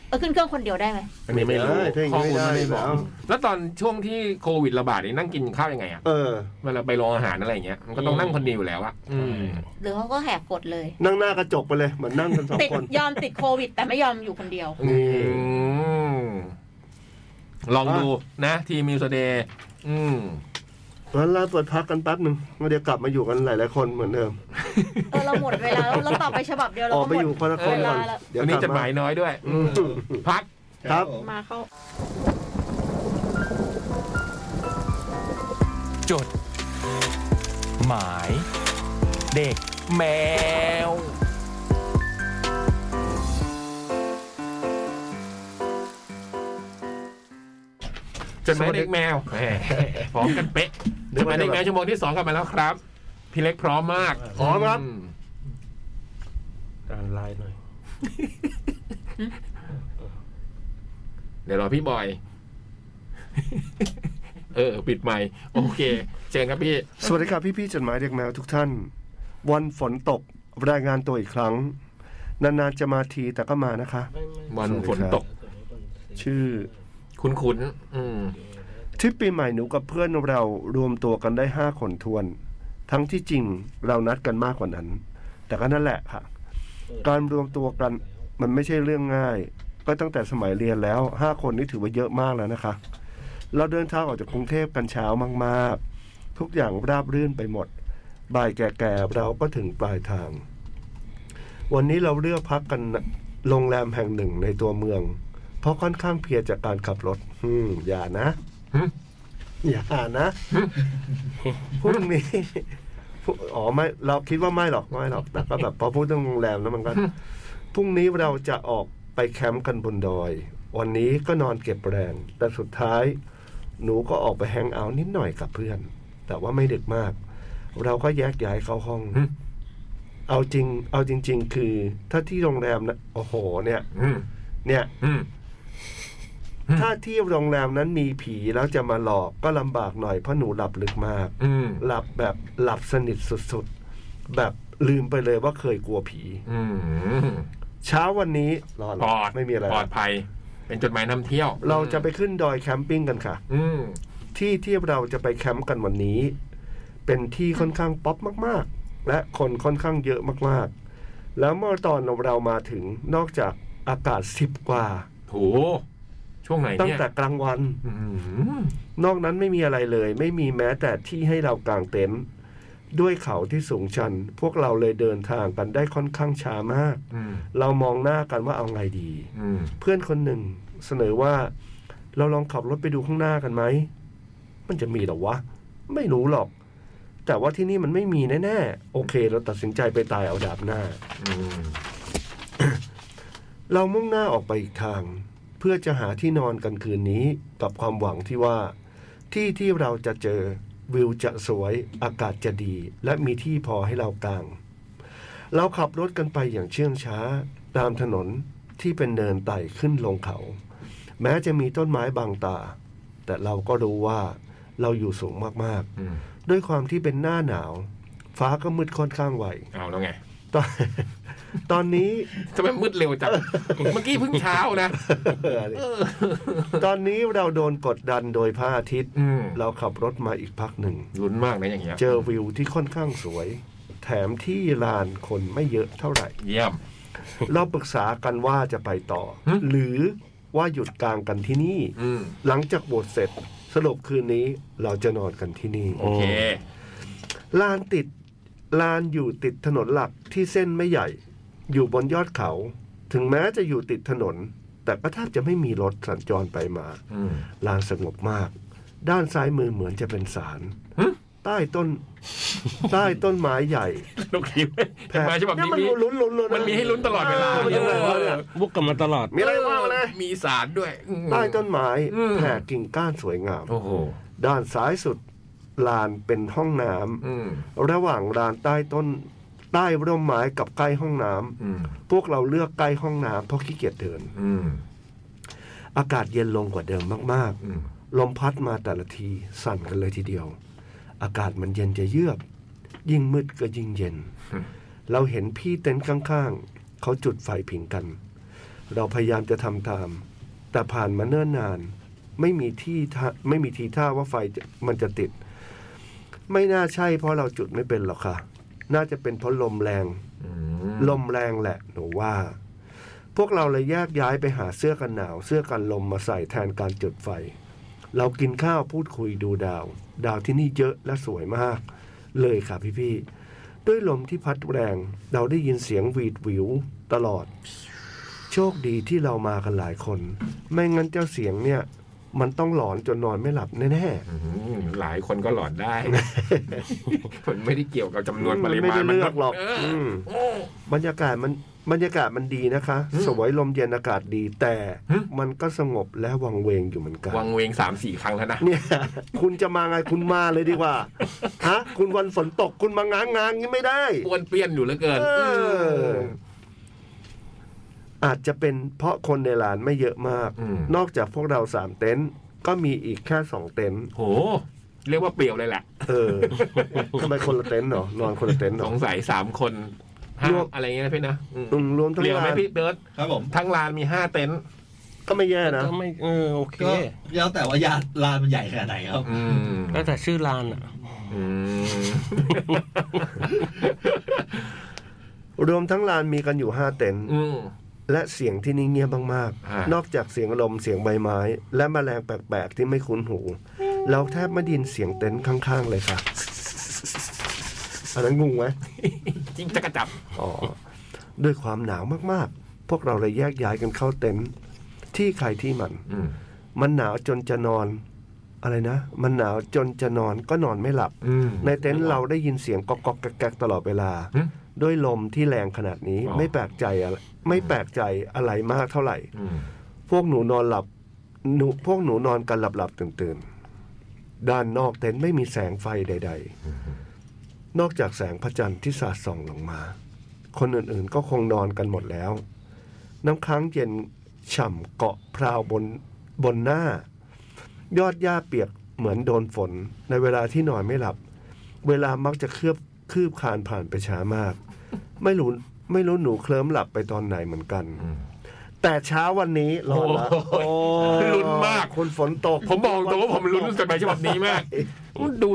[SPEAKER 5] เออขึ้นเครื่องคนเดียวได้ไหม
[SPEAKER 3] อันนี้ไม่รู้
[SPEAKER 4] ไม่ได้ถ้าอย่างนี้
[SPEAKER 3] ข้อมูลไม่
[SPEAKER 4] ไม่ได้
[SPEAKER 3] บอก
[SPEAKER 4] แล้ว
[SPEAKER 3] แล้วตอนช่วงที่โควิดระบาดนี่นั่งกินข้าวยังไงอะ
[SPEAKER 4] เออ
[SPEAKER 3] เวลาไปโรงอาหารอะไรอย่างเงี้ยมันก็ต้องนั่งคนเดียวอยู่แล้วอะอืม
[SPEAKER 5] หรือเขาก็แหกกฎเลย
[SPEAKER 4] นั่งหน้ากระจกไปเลยเหมือนนั่งกันสอง
[SPEAKER 5] ติด
[SPEAKER 4] คน
[SPEAKER 5] ยอมติดโควิด แต่ไม่ยอมอยู่คนเดียว
[SPEAKER 4] นี่
[SPEAKER 3] ลองดูนะ ทีมิวสเดย์อืม
[SPEAKER 4] แล้วเราตรวจพักกันแป๊บหนึ่งแล้วเดี๋ยวกลับมาอยู่กันหลายๆคนเหมือนเดิม
[SPEAKER 5] เออเราหมดเวลาแล้วเราต่อไปฉบับเดียวเรา
[SPEAKER 4] ออก
[SPEAKER 5] ก็ห
[SPEAKER 4] ไป
[SPEAKER 5] ม
[SPEAKER 4] อยู่
[SPEAKER 5] ด
[SPEAKER 4] คนละคนก่อน
[SPEAKER 5] เออลาละ
[SPEAKER 4] เดี๋ยว
[SPEAKER 3] วัน
[SPEAKER 4] ก
[SPEAKER 3] นี้
[SPEAKER 4] ลับ
[SPEAKER 3] จดห
[SPEAKER 4] มา
[SPEAKER 3] มายน้อยด้วย
[SPEAKER 4] อืม
[SPEAKER 3] พัก
[SPEAKER 4] ครับ
[SPEAKER 7] ผม
[SPEAKER 5] มาเข้า
[SPEAKER 1] จด หมาย เด็กแมว
[SPEAKER 3] จดหมายเด็กแมวแหมพร้อมกันเป๊ะจดหมายเด็กแมวชั่วโมงที่สองกลับมาแล้วครับ พี่เล็กพร้อมมาก
[SPEAKER 4] พร้อมครับ
[SPEAKER 3] ม
[SPEAKER 6] การไลน์หน่อย
[SPEAKER 3] เดี๋ยวรอพี่บอย เออ ปิดไมค์โอเค เจนครับพี่
[SPEAKER 4] สวัสดีครับพี่ๆจดหมายเด็กแมวทุกท่าน วันฝนตกรายงานตัวอีกครั้ง นานๆจะมาทีแต่ก็มานะคะ
[SPEAKER 3] วันฝนตก
[SPEAKER 4] ชื่อ
[SPEAKER 3] คุ้นๆอืม
[SPEAKER 4] ทริปปีใหม่หนูกับเพื่อนเรารวมตัวกันได้ห้าคนทวน ทั้งที่จริงเรานัดกันมากกว่านั้น แต่ก็นั่นแหละค่ะ การรวมตัวกันมันไม่ใช่เรื่องง่าย ก็ตั้งแต่สมัยเรียนแล้วห้าคนนี่ถือว่าเยอะมากแล้วนะคะ เราเดินทางออกจากกรุงเทพกันเช้ามากๆ ทุกอย่างราบรื่นไปหมด บ่ายแก่ๆเราก็ถึงปลายทาง วันนี้เราเลือกพักกันโรงแรมแห่งหนึ่งในตัวเมือง เพราะค่อนข้างเพลียจากการขับรถ อืม อย่านะ
[SPEAKER 3] หึ
[SPEAKER 4] อย่านะพรุ่งนี้อ๋อไม่เราคิดว่าไม่หรอกไม่หรอกแต่ก็แบบพอพูดเรื่องโรงแรมแล้วมันก็พรุ่งนี้เราจะออกไปแคมป์กันบนดอย วันนี้ก็นอนเก็บแรงแต่สุดท้าย หนูก็ออกไปแฮงเอาท์นิดหน่อยกับเพื่อน แต่ว่าไม่ดึกมาก เราก็แยกย้ายเข้าห้อง
[SPEAKER 3] อืม
[SPEAKER 4] เอาจริง เอาจริง ๆ คือถ้าที่โรงแรมนะโอ้โห เนี่ย
[SPEAKER 3] อืม
[SPEAKER 4] เนี่ย
[SPEAKER 3] อืม อืม
[SPEAKER 4] ถ้าที่โรงแรมนั้นมีผีแล้วจะมาหลอกก็ลำบากหน่อยเพราะหนูหลับลึกมาก
[SPEAKER 3] อืม
[SPEAKER 4] หลับแบบหลับสนิทสุดๆ แบบลืมไปเลยว่าเคยกลัวผี
[SPEAKER 3] อืม
[SPEAKER 4] เช้าวันนี้รอด
[SPEAKER 3] ปลอด
[SPEAKER 4] ไม่มีอะไร
[SPEAKER 3] ปลอดภัย เป็นจดหมายนำเที่ยว
[SPEAKER 4] เราจะไปขึ้นดอยแคมปิ้งกันค่ะ
[SPEAKER 3] อืม
[SPEAKER 4] ที่ที่เราจะไปแคมป์กันวันนี้ เป็นที่ค่อนข้างป๊อปมากๆ และคนค่อนข้างเยอะมากๆ แล้วเมื่อตอนเรามาถึงนอกจากอากาศสิบกว่า
[SPEAKER 3] โถช่วงไหน
[SPEAKER 4] ตั้ง
[SPEAKER 3] เนี่ย
[SPEAKER 4] แต่กลางวัน
[SPEAKER 3] อืม
[SPEAKER 4] นอกนั้นไม่มีอะไรเลย ไม่มีแม้แต่ที่ให้เรากางเต็นท์ด้วยเขาที่สูงชัน พวกเราเลยเดินทางกันได้ค่อนข้างช้ามาก
[SPEAKER 3] อืม
[SPEAKER 4] เรามองหน้ากันว่าเอาไงดี
[SPEAKER 3] อืม
[SPEAKER 4] เพื่อนคนหนึ่งเสนอว่า เราลองขับรถไปดูข้างหน้ากันไหม มันจะมีเหรอวะ ไม่รู้หรอก แต่ว่าที่นี่มันไม่มีแน่ๆ โอเค เราตัดสินใจไปตายเอาดาบหน้า
[SPEAKER 3] อืม
[SPEAKER 4] เรามุ่งหน้าออกไปอีกทาง เพื่อจะหาที่นอนกันคืนนี้กับความหวังที่ว่า ที่ที่เราจะเจอวิวจะสวย อากาศจะดี และมีที่พอให้เรากาง เราขับรถกันไปอย่างเชื่องช้า ตามถนนที่เป็นเนินไต่ขึ้นลงเขา แม้จะมีต้นไม้บางตา แต่เราก็รู้ว่าเราอยู่สูงมาก
[SPEAKER 3] อืม
[SPEAKER 4] ๆ ด้วยความที่เป็นหน้าหนาว ฟ้าก็มืดค่อนข้างไว
[SPEAKER 3] เอาแล้วไง
[SPEAKER 4] ตอน ตอนนี้
[SPEAKER 3] ทำไมมืดเร็วจัง เมื่อกี้เพิ่งเช้านะ
[SPEAKER 4] ตอนนี้เราโดนกดดันโดยพระอาทิตย์
[SPEAKER 3] อืม
[SPEAKER 4] เราขับรถมาอีกพักหนึ่ง
[SPEAKER 3] ลุ้นมากนะอย่างเงี้ย
[SPEAKER 4] เจอวิวที่ค่อนข้างสวย แถมที่ลานคนไม่เยอะเท่าไหร่
[SPEAKER 3] เยี่ยม
[SPEAKER 4] เราปรึกษากันว่าจะไปต่อ
[SPEAKER 3] หึ
[SPEAKER 4] หรือว่าหยุดกลางกันที่นี่
[SPEAKER 3] อืม
[SPEAKER 4] หลังจากโบสถ์เสร็จ สรุปคืนนี้เราจะนอนกันที่นี่
[SPEAKER 3] โอเค
[SPEAKER 4] ลานติดลานอยู่ติดถนนหลักที่เส้นไม่ใหญ่ อยู่บนยอดเขา ถึงแม้จะอยู่ติดถนน แต่ก็แทบจะไม่มีรถสัญจรไปมา
[SPEAKER 3] อืม
[SPEAKER 4] ลานสงบมาก ด้านซ้ายมือเหมือนจะเป็นศาล
[SPEAKER 3] หึ
[SPEAKER 4] ใต้ต้น ใต้ต้นไม้ใหญ่
[SPEAKER 3] ลูกคิวทำไมฉบับ
[SPEAKER 4] เนี่ย
[SPEAKER 3] นี้
[SPEAKER 4] มัน
[SPEAKER 3] มี
[SPEAKER 4] ลุ้นลุ้นลุ้น
[SPEAKER 3] มันมีให้ลุ้นตลอดเวลา
[SPEAKER 4] เออมันยังไงวะเนี่ย
[SPEAKER 6] บุกกันมาตลอด
[SPEAKER 4] มีอะไรว่างมาเลย
[SPEAKER 3] มีสารด้วยอืม
[SPEAKER 4] ใต้ต้นไม้
[SPEAKER 3] อืม
[SPEAKER 4] แผ่กิ่งก้านสวยงาม
[SPEAKER 3] โอ้โห
[SPEAKER 4] ด้านซ้ายสุด ลานเป็นห้องน้ำ
[SPEAKER 3] อืม
[SPEAKER 4] ระหว่างลานใต้ต้น ใต้ร่มไม้กับใกล้ห้องน้ำ
[SPEAKER 3] อืม
[SPEAKER 4] พวกเราเลือกใกล้ห้องน้ำเพราะขี้เกียจเดิน
[SPEAKER 3] อืม
[SPEAKER 4] อากาศเย็นลงกว่าเดิมมาก
[SPEAKER 3] อืม
[SPEAKER 4] ๆ ลมพัดมาแต่ละทีสั่นกันเลยทีเดียว อากาศมันเย็นจะเยือก ยิ่งมืดก็ยิ่งเย็น เราเห็นพี่เต็นท์ข้างๆ เขาจุดไฟผิงกัน เราพยายามจะทำตาม แต่ผ่านมาเนิ่นนาน ไม่มีที่ท่าไม่มีทีท่าว่าไฟจะมันจะติด ไม่น่าใช่เพราะเราจุดไม่เป็นหรอกค่ะ น่าจะเป็นเพราะลมแรง
[SPEAKER 3] อื
[SPEAKER 4] ลมแรงแหละหนูว่า พวกเราเลยแยกย้ายไปหาเสื้อกันหนาว เสื้อกันลมมาใส่แทนการจุดไฟ เรากินข้าวพูดคุยดูดาว ดาวที่นี่เยอะและสวยมาก เลยค่ะพี่พี่ๆด้วยลมที่พัดแรง เราได้ยินเสียงหวีดหวิวตลอด โชคดีที่เรามากันหลายคน ไม่งั้นเจ้าเสียงเนี่ย มันต้องหลอนจนนอนไม่หลับแน่
[SPEAKER 3] อืมหลายคนก็หลอนได้ มันไม่ได้เกี่ยวกับจำ
[SPEAKER 4] ๆ
[SPEAKER 3] นวนปริ
[SPEAKER 4] ไม่
[SPEAKER 3] มาณ
[SPEAKER 4] ได้
[SPEAKER 3] มัน
[SPEAKER 4] เลือกหรอก
[SPEAKER 3] เอออ
[SPEAKER 4] ม
[SPEAKER 3] โอ้
[SPEAKER 4] บรรยากาศมันบรรยากาศมันดีนะคะ สวยลมเย็นอากาศดีแต่
[SPEAKER 3] หึ
[SPEAKER 4] มันก็สงบและวังเวงอยู่เหมือนกัน
[SPEAKER 3] วังเวงสามสี่ครั้งแล้วนะ
[SPEAKER 4] เนี่ย คุณจะมาไงคุณมาเลยดีกว่า ฮะ คุณวันฝนตกคุณมางางงางงี้ไม่ได้
[SPEAKER 3] อ้วนเปี้ยนอยู่เหลือเกิน
[SPEAKER 4] เออ อาจจะเป็นเพราะคนในร้านไม่เยอะมาก
[SPEAKER 3] ม
[SPEAKER 4] นอกจากพวกเราสามเต็นท์ก็มีอีกแค่สองเต็นท์
[SPEAKER 3] โห เรียกว่าเปรียวเลยแหละ
[SPEAKER 4] เออทำไมคนละเต็นท์เหรอนอนคนละเต็นท์เหร
[SPEAKER 3] ส
[SPEAKER 4] อ
[SPEAKER 3] งสัยสามคนห้าร
[SPEAKER 4] วม
[SPEAKER 3] อะไรเงี้ยนะพี่นะอืม
[SPEAKER 4] อืมรวมทั้ง
[SPEAKER 3] เรียวไหม
[SPEAKER 4] ร้าน
[SPEAKER 3] พี่เติร์ด
[SPEAKER 7] ครับผม
[SPEAKER 3] ทั้งลานมีห้าเต็นท์
[SPEAKER 4] ก็ไม่แย่นะ
[SPEAKER 6] ก็ไม่เออโอเค
[SPEAKER 7] ก็แล้วแต่ว่ายาลานมันใหญ่ขนาดไหนครับ
[SPEAKER 3] อืม
[SPEAKER 6] แล้วแต่ชื่อร้านอ่ะ
[SPEAKER 3] อืม
[SPEAKER 4] รวมทั้งร้านมีกันอยู่ห้าเต็นท์
[SPEAKER 3] อืม
[SPEAKER 4] และเสียงที่นี่เงียบมาก
[SPEAKER 3] ฮะ
[SPEAKER 4] ๆ นอกจากเสียงลมเสียงใบไม้ และแมลงแปลกๆ ที่ไม่คุ้นหู เราแทบไม่ได้ยินเสียงเต็นท์ข้างๆเลยค่ะ อันนั้นงงไหม
[SPEAKER 3] จริงจะกระจับ
[SPEAKER 4] อ๋อ ด้วยความหนาวมากๆ พวกเราเลยแยกย้ายกันเข้าเต็นท์ที่ใครที่มัน
[SPEAKER 3] อืม
[SPEAKER 4] มันหนาวจนจะนอน อะไรนะ มันหนาวจนจะนอนก็นอนไม่หลับ
[SPEAKER 3] อืม
[SPEAKER 4] ในเต็นท์เราได้ยินเสียงกอกกอกแกกๆตลอดเวลา
[SPEAKER 3] หึ
[SPEAKER 4] ด้วยลมที่แรงขนาดนี้
[SPEAKER 3] อ๋อ
[SPEAKER 4] ไม่แปลกใจอะไรไม่แปลกใจอะไรมากเท่าไหร่
[SPEAKER 3] อืม
[SPEAKER 4] พวกหนูนอนหลับหนูพวกหนูนอนกันหลับหลับตื่นตื่นๆ ด้านนอกเต็นท์ไม่มีแสงไฟใด ๆ นอกจากแสงพระจันทร์ที่สาดส่องลงมา คนอื่นๆก็คงนอนกันหมดแล้ว น้ำค้างเย็นฉ่ำเกาะพราวบนบนหน้า ยอดหญ้าเปียกเหมือนโดนฝน ในเวลาที่นอนไม่หลับ เวลามักจะเคลือบคืบคลานผ่านไปช้ามาก ไม่รู้ไม่รู้หนูเคลิ้มหลับไปตอนไหนเหมือนกัน
[SPEAKER 3] อืม
[SPEAKER 4] แต่เช้าวันนี้ร้อนละ
[SPEAKER 3] โอ้โห
[SPEAKER 4] โอ้
[SPEAKER 3] ลุ้นมาก
[SPEAKER 4] คุณฝนตก
[SPEAKER 3] ผมบอกตรงว่าผมลุ้นสมัยฉบับนี้มากมันดู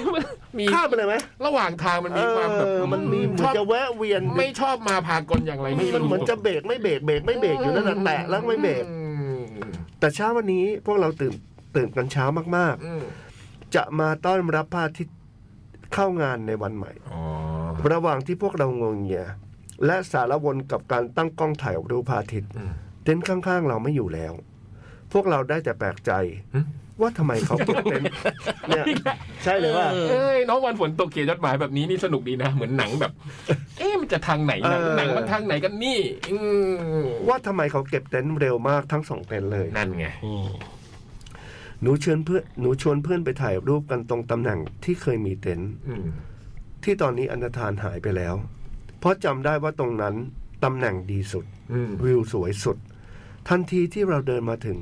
[SPEAKER 3] มี
[SPEAKER 4] ข้ามไปเลยไหม
[SPEAKER 3] ระหว่างทางมันมีความแบบ
[SPEAKER 4] เออมันมีเหมื
[SPEAKER 3] ช
[SPEAKER 4] อน
[SPEAKER 3] อบ
[SPEAKER 4] จะแวะเวียน
[SPEAKER 3] ไม่ชอบมาพากลอย่างไรไม่รู้
[SPEAKER 4] มันเหมือนจะเบรกไม่เบรกเบรกไม่เบรกอยู่นั่นแหละแตะแล้วไม่เบรก
[SPEAKER 3] อืม
[SPEAKER 4] แต่เช้าวันนี้พวกเราตื่นตื่นกันเช้ามาก
[SPEAKER 3] อืม
[SPEAKER 4] ๆ จะมาต้อนรับพระอาทิตย์เข้างานในวันใหม่
[SPEAKER 3] อ๋อ
[SPEAKER 4] ระหว่างที่พวกเรางวงเงียและสารวนกับการตั้งกล้องถ่ายรูปพระอาทิตย์
[SPEAKER 3] อืม
[SPEAKER 4] เต็นท์ข้างๆ เราไม่อยู่แล้ว พวกเราได้แต่แปลกใจ
[SPEAKER 3] หึ
[SPEAKER 4] ว่าทำไมเขาเปิดเต็นท์เนี่ยใช่เลยว่า
[SPEAKER 3] เอ้ยน้องวันฝนตกเขียนจดหมายแบบนี้นี่สนุกดีนะ เหมือนหนังแบบ เอ๊ะมันจะทางไหนหนัง
[SPEAKER 4] เออ
[SPEAKER 3] หนังมันทางไหนกันนี่ อืม
[SPEAKER 4] ว่าทำไมเขาเก็บเต็นท์เร็วมากทั้งสองเต็นท์เลย
[SPEAKER 3] นั่นไง
[SPEAKER 4] หนูเชิญเพื่อนหนูชวนเพื่อนไปถ่ายรูปกันตรงตำแหน่งที่เคยมีเต็นท์
[SPEAKER 3] อืม
[SPEAKER 4] ที่ตอนนี้อันธพาลหายไปแล้ว เพราะจำได้ว่าตรงนั้นตำแหน่งดีสุด
[SPEAKER 3] อืม
[SPEAKER 4] วิวสวยสุด ทันทีที่เราเดินมาถึง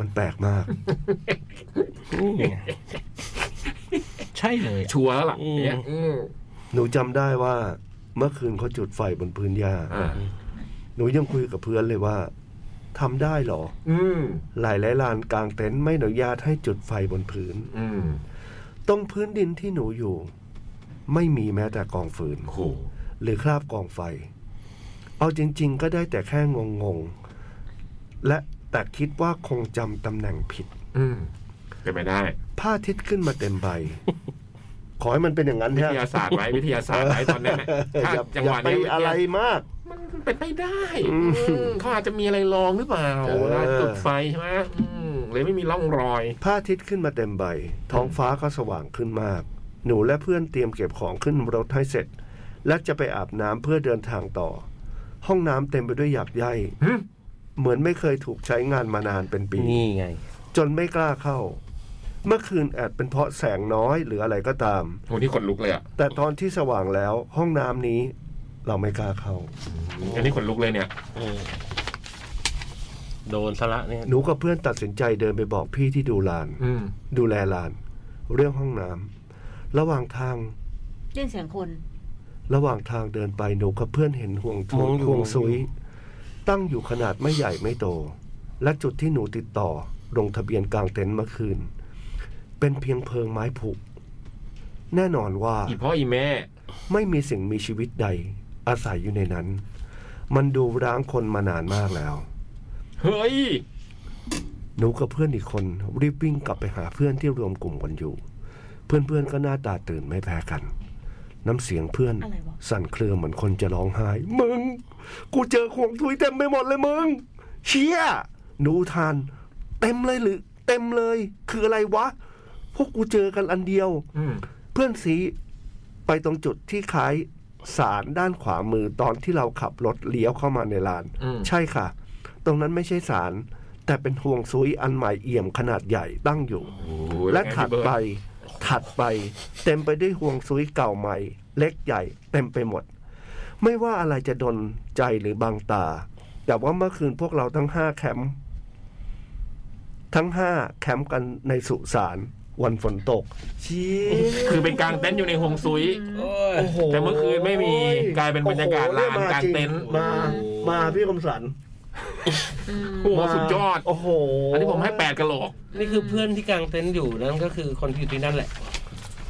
[SPEAKER 4] มันแปลกมาก
[SPEAKER 6] นี่ไงใช่เลย
[SPEAKER 3] ชัวร์แล้วล่ะ
[SPEAKER 6] อืม
[SPEAKER 3] เนี่ยอืม
[SPEAKER 4] หนูจำได้ว่า เมื่อคืนเขาจุดไฟบนพื้นหญ้า
[SPEAKER 3] อ่า
[SPEAKER 4] หนูยังคุยกับเพื่อนเลยว่าทำได้เหรอ
[SPEAKER 3] อืม
[SPEAKER 4] หลายหลายๆลานกลางเต็นท์ไม่อนุญาตให้จุดไฟบนพื้น
[SPEAKER 3] อืม
[SPEAKER 4] ตรงพื้นดินที่หนูอยู่ ไม่มีแม้แต่กองฟืน
[SPEAKER 3] โอ้โห
[SPEAKER 4] หรือคราบกองไฟ เอาจริง ๆ ก็ได้แต่แค่งง ๆ และแต่คิดว่าคงจำตำแหน่งผิด
[SPEAKER 3] อืม เป็นไปได้
[SPEAKER 4] ผ้าทิศขึ้นมาเต็มใบ ขอให้มันเป็นอย่างนั้น
[SPEAKER 3] วิ
[SPEAKER 4] แท้
[SPEAKER 3] ทยาศาสตร์ไว้วิทยาศาสตร์ไว้ตอนนั้นน่ะถ้า
[SPEAKER 4] อย่า
[SPEAKER 3] จัง
[SPEAKER 4] อย่าว
[SPEAKER 3] หะ
[SPEAKER 4] ไป
[SPEAKER 3] เนี้ย
[SPEAKER 4] อะไรมาก
[SPEAKER 3] มันเป็นไปได้
[SPEAKER 4] อืม
[SPEAKER 3] อืมเขาอาจจะมีอะไรลองหรือเปล่า
[SPEAKER 4] เออ
[SPEAKER 3] เวลาจุดไฟใช่ไหมอืมเลยไม่มีร่องรอย
[SPEAKER 4] ผ้าทิศขึ้นมาเต็มใบ ท้องฟ้าก็สว่างขึ้นมาก หนูและเพื่อนเตรียมเก็บของขึ้นรถให้เสร็จ และจะไปอาบน้ำเพื่อเดินทางต่อ ห้องน้ำเต็มไปด้วยหยาบใย
[SPEAKER 3] หึ
[SPEAKER 4] เหมือนไม่เคยถูกใช้งานมานานเป็นปี
[SPEAKER 6] นี่ไง
[SPEAKER 4] จนไม่กล้าเข้า เมื่อคืนอาจเป็นเพราะแสงน้อยหรืออะไรก็ตาม
[SPEAKER 3] โหนี่ขนลุกเลยอ่ะ
[SPEAKER 4] แต่ตอนที่สว่างแล้วห้องน้ำนี้ เราไม่กล้าเข้า
[SPEAKER 3] อันนี้ขนลุกเลยเนี่ย
[SPEAKER 6] เออโดนสละเนี่ย
[SPEAKER 4] หนูกับเพื่อนตัดสินใจเดินไปบอกพี่ที่ดูลาน
[SPEAKER 3] อืม
[SPEAKER 4] ดูแลลาน เรื่องห้องน้ำระหว่างทาง
[SPEAKER 5] เล่นเสียงคน
[SPEAKER 4] ระหว่างทางเดินไปหนูกับเพื่อนเห็นห่วงทวง
[SPEAKER 6] มองอยู่
[SPEAKER 4] ห่วงซุย ตั้งอยู่ขนาดไม่ใหญ่ไม่โต และจุดที่หนูติดต่อลงทะเบียนกลางเต็นท์เมื่อคืน เป็นเพียงเพลิงไม้ผุ แน่นอนว่า
[SPEAKER 3] อีพ่ออีแม่
[SPEAKER 4] ไม่มีสิ่งมีชีวิตใด อาศัยอยู่ในนั้น มันดูร้างคนมานานมากแล้ว
[SPEAKER 3] เฮ้ย
[SPEAKER 4] หนูกับเพื่อนอีกคนรีบวิ่งกลับไปหาเพื่อนที่รวมกลุ่มกันอยู่ เพื่อนๆก็หน้าตาตื่นไม่แพ้กัน น้ำเสียงเพื่อน
[SPEAKER 5] อะไรวะ
[SPEAKER 4] สั่นเครือเหมือนคนจะร้องไห้ มึง กูเจอขวงทุยเต็มไปหมดเลยมึง เชี่ยหนูทาน เต็มเลยหรือ เต็มเลย คืออะไรวะ พวกกูเจอกันอันเดียว
[SPEAKER 3] อืม
[SPEAKER 4] เพื่อนสีไปตรงจุดที่คล้ายสารด้านขวามือตอนที่เราขับรถเลี้ยวเข้ามาในลาน
[SPEAKER 3] อืม
[SPEAKER 4] ใช่ค่ะ ตรงนั้นไม่ใช่สาร แต่เป็นห่วงซุยอันใหม่เอี่ยมขนาดใหญ่ตั้งอยู่
[SPEAKER 3] โอ้โห
[SPEAKER 4] และ
[SPEAKER 3] วไง
[SPEAKER 4] ถัด
[SPEAKER 3] พี่เบิร์
[SPEAKER 4] ไป ถัดไป เต็มไปด้วยห่วงซุยเก่าใหม่ เล็กใหญ่ เต็มไปหมด ไม่ว่าอะไรจะดนใจหรือบังตา แต่ว่าเมื่อคืนพวกเราทั้งห้าแคมป์ทั้งห้าแคมป์กันในสุสานวันฝนตก ชี้
[SPEAKER 3] คือเป็นกลางเต็นท์อยู่ในฮวงซุย
[SPEAKER 4] โอ้โห
[SPEAKER 3] แต่เมื่อคืนไม่มีกลายเป็นบรรยากาศลาน
[SPEAKER 4] โอ้โหม
[SPEAKER 3] กลาง
[SPEAKER 4] จริ
[SPEAKER 3] เต็นท์
[SPEAKER 4] มา มาพี่คมสัน
[SPEAKER 5] อืม
[SPEAKER 3] โอ้โห
[SPEAKER 4] มา
[SPEAKER 3] สุดยอด
[SPEAKER 4] โอ้โห
[SPEAKER 3] อันนี้ผมให้แปดกะโหลก
[SPEAKER 6] นี่คือเพื่อนที่กางเต็นท์อยู่นั่นก็คือคนที่อยู่ที่นั่นแหละ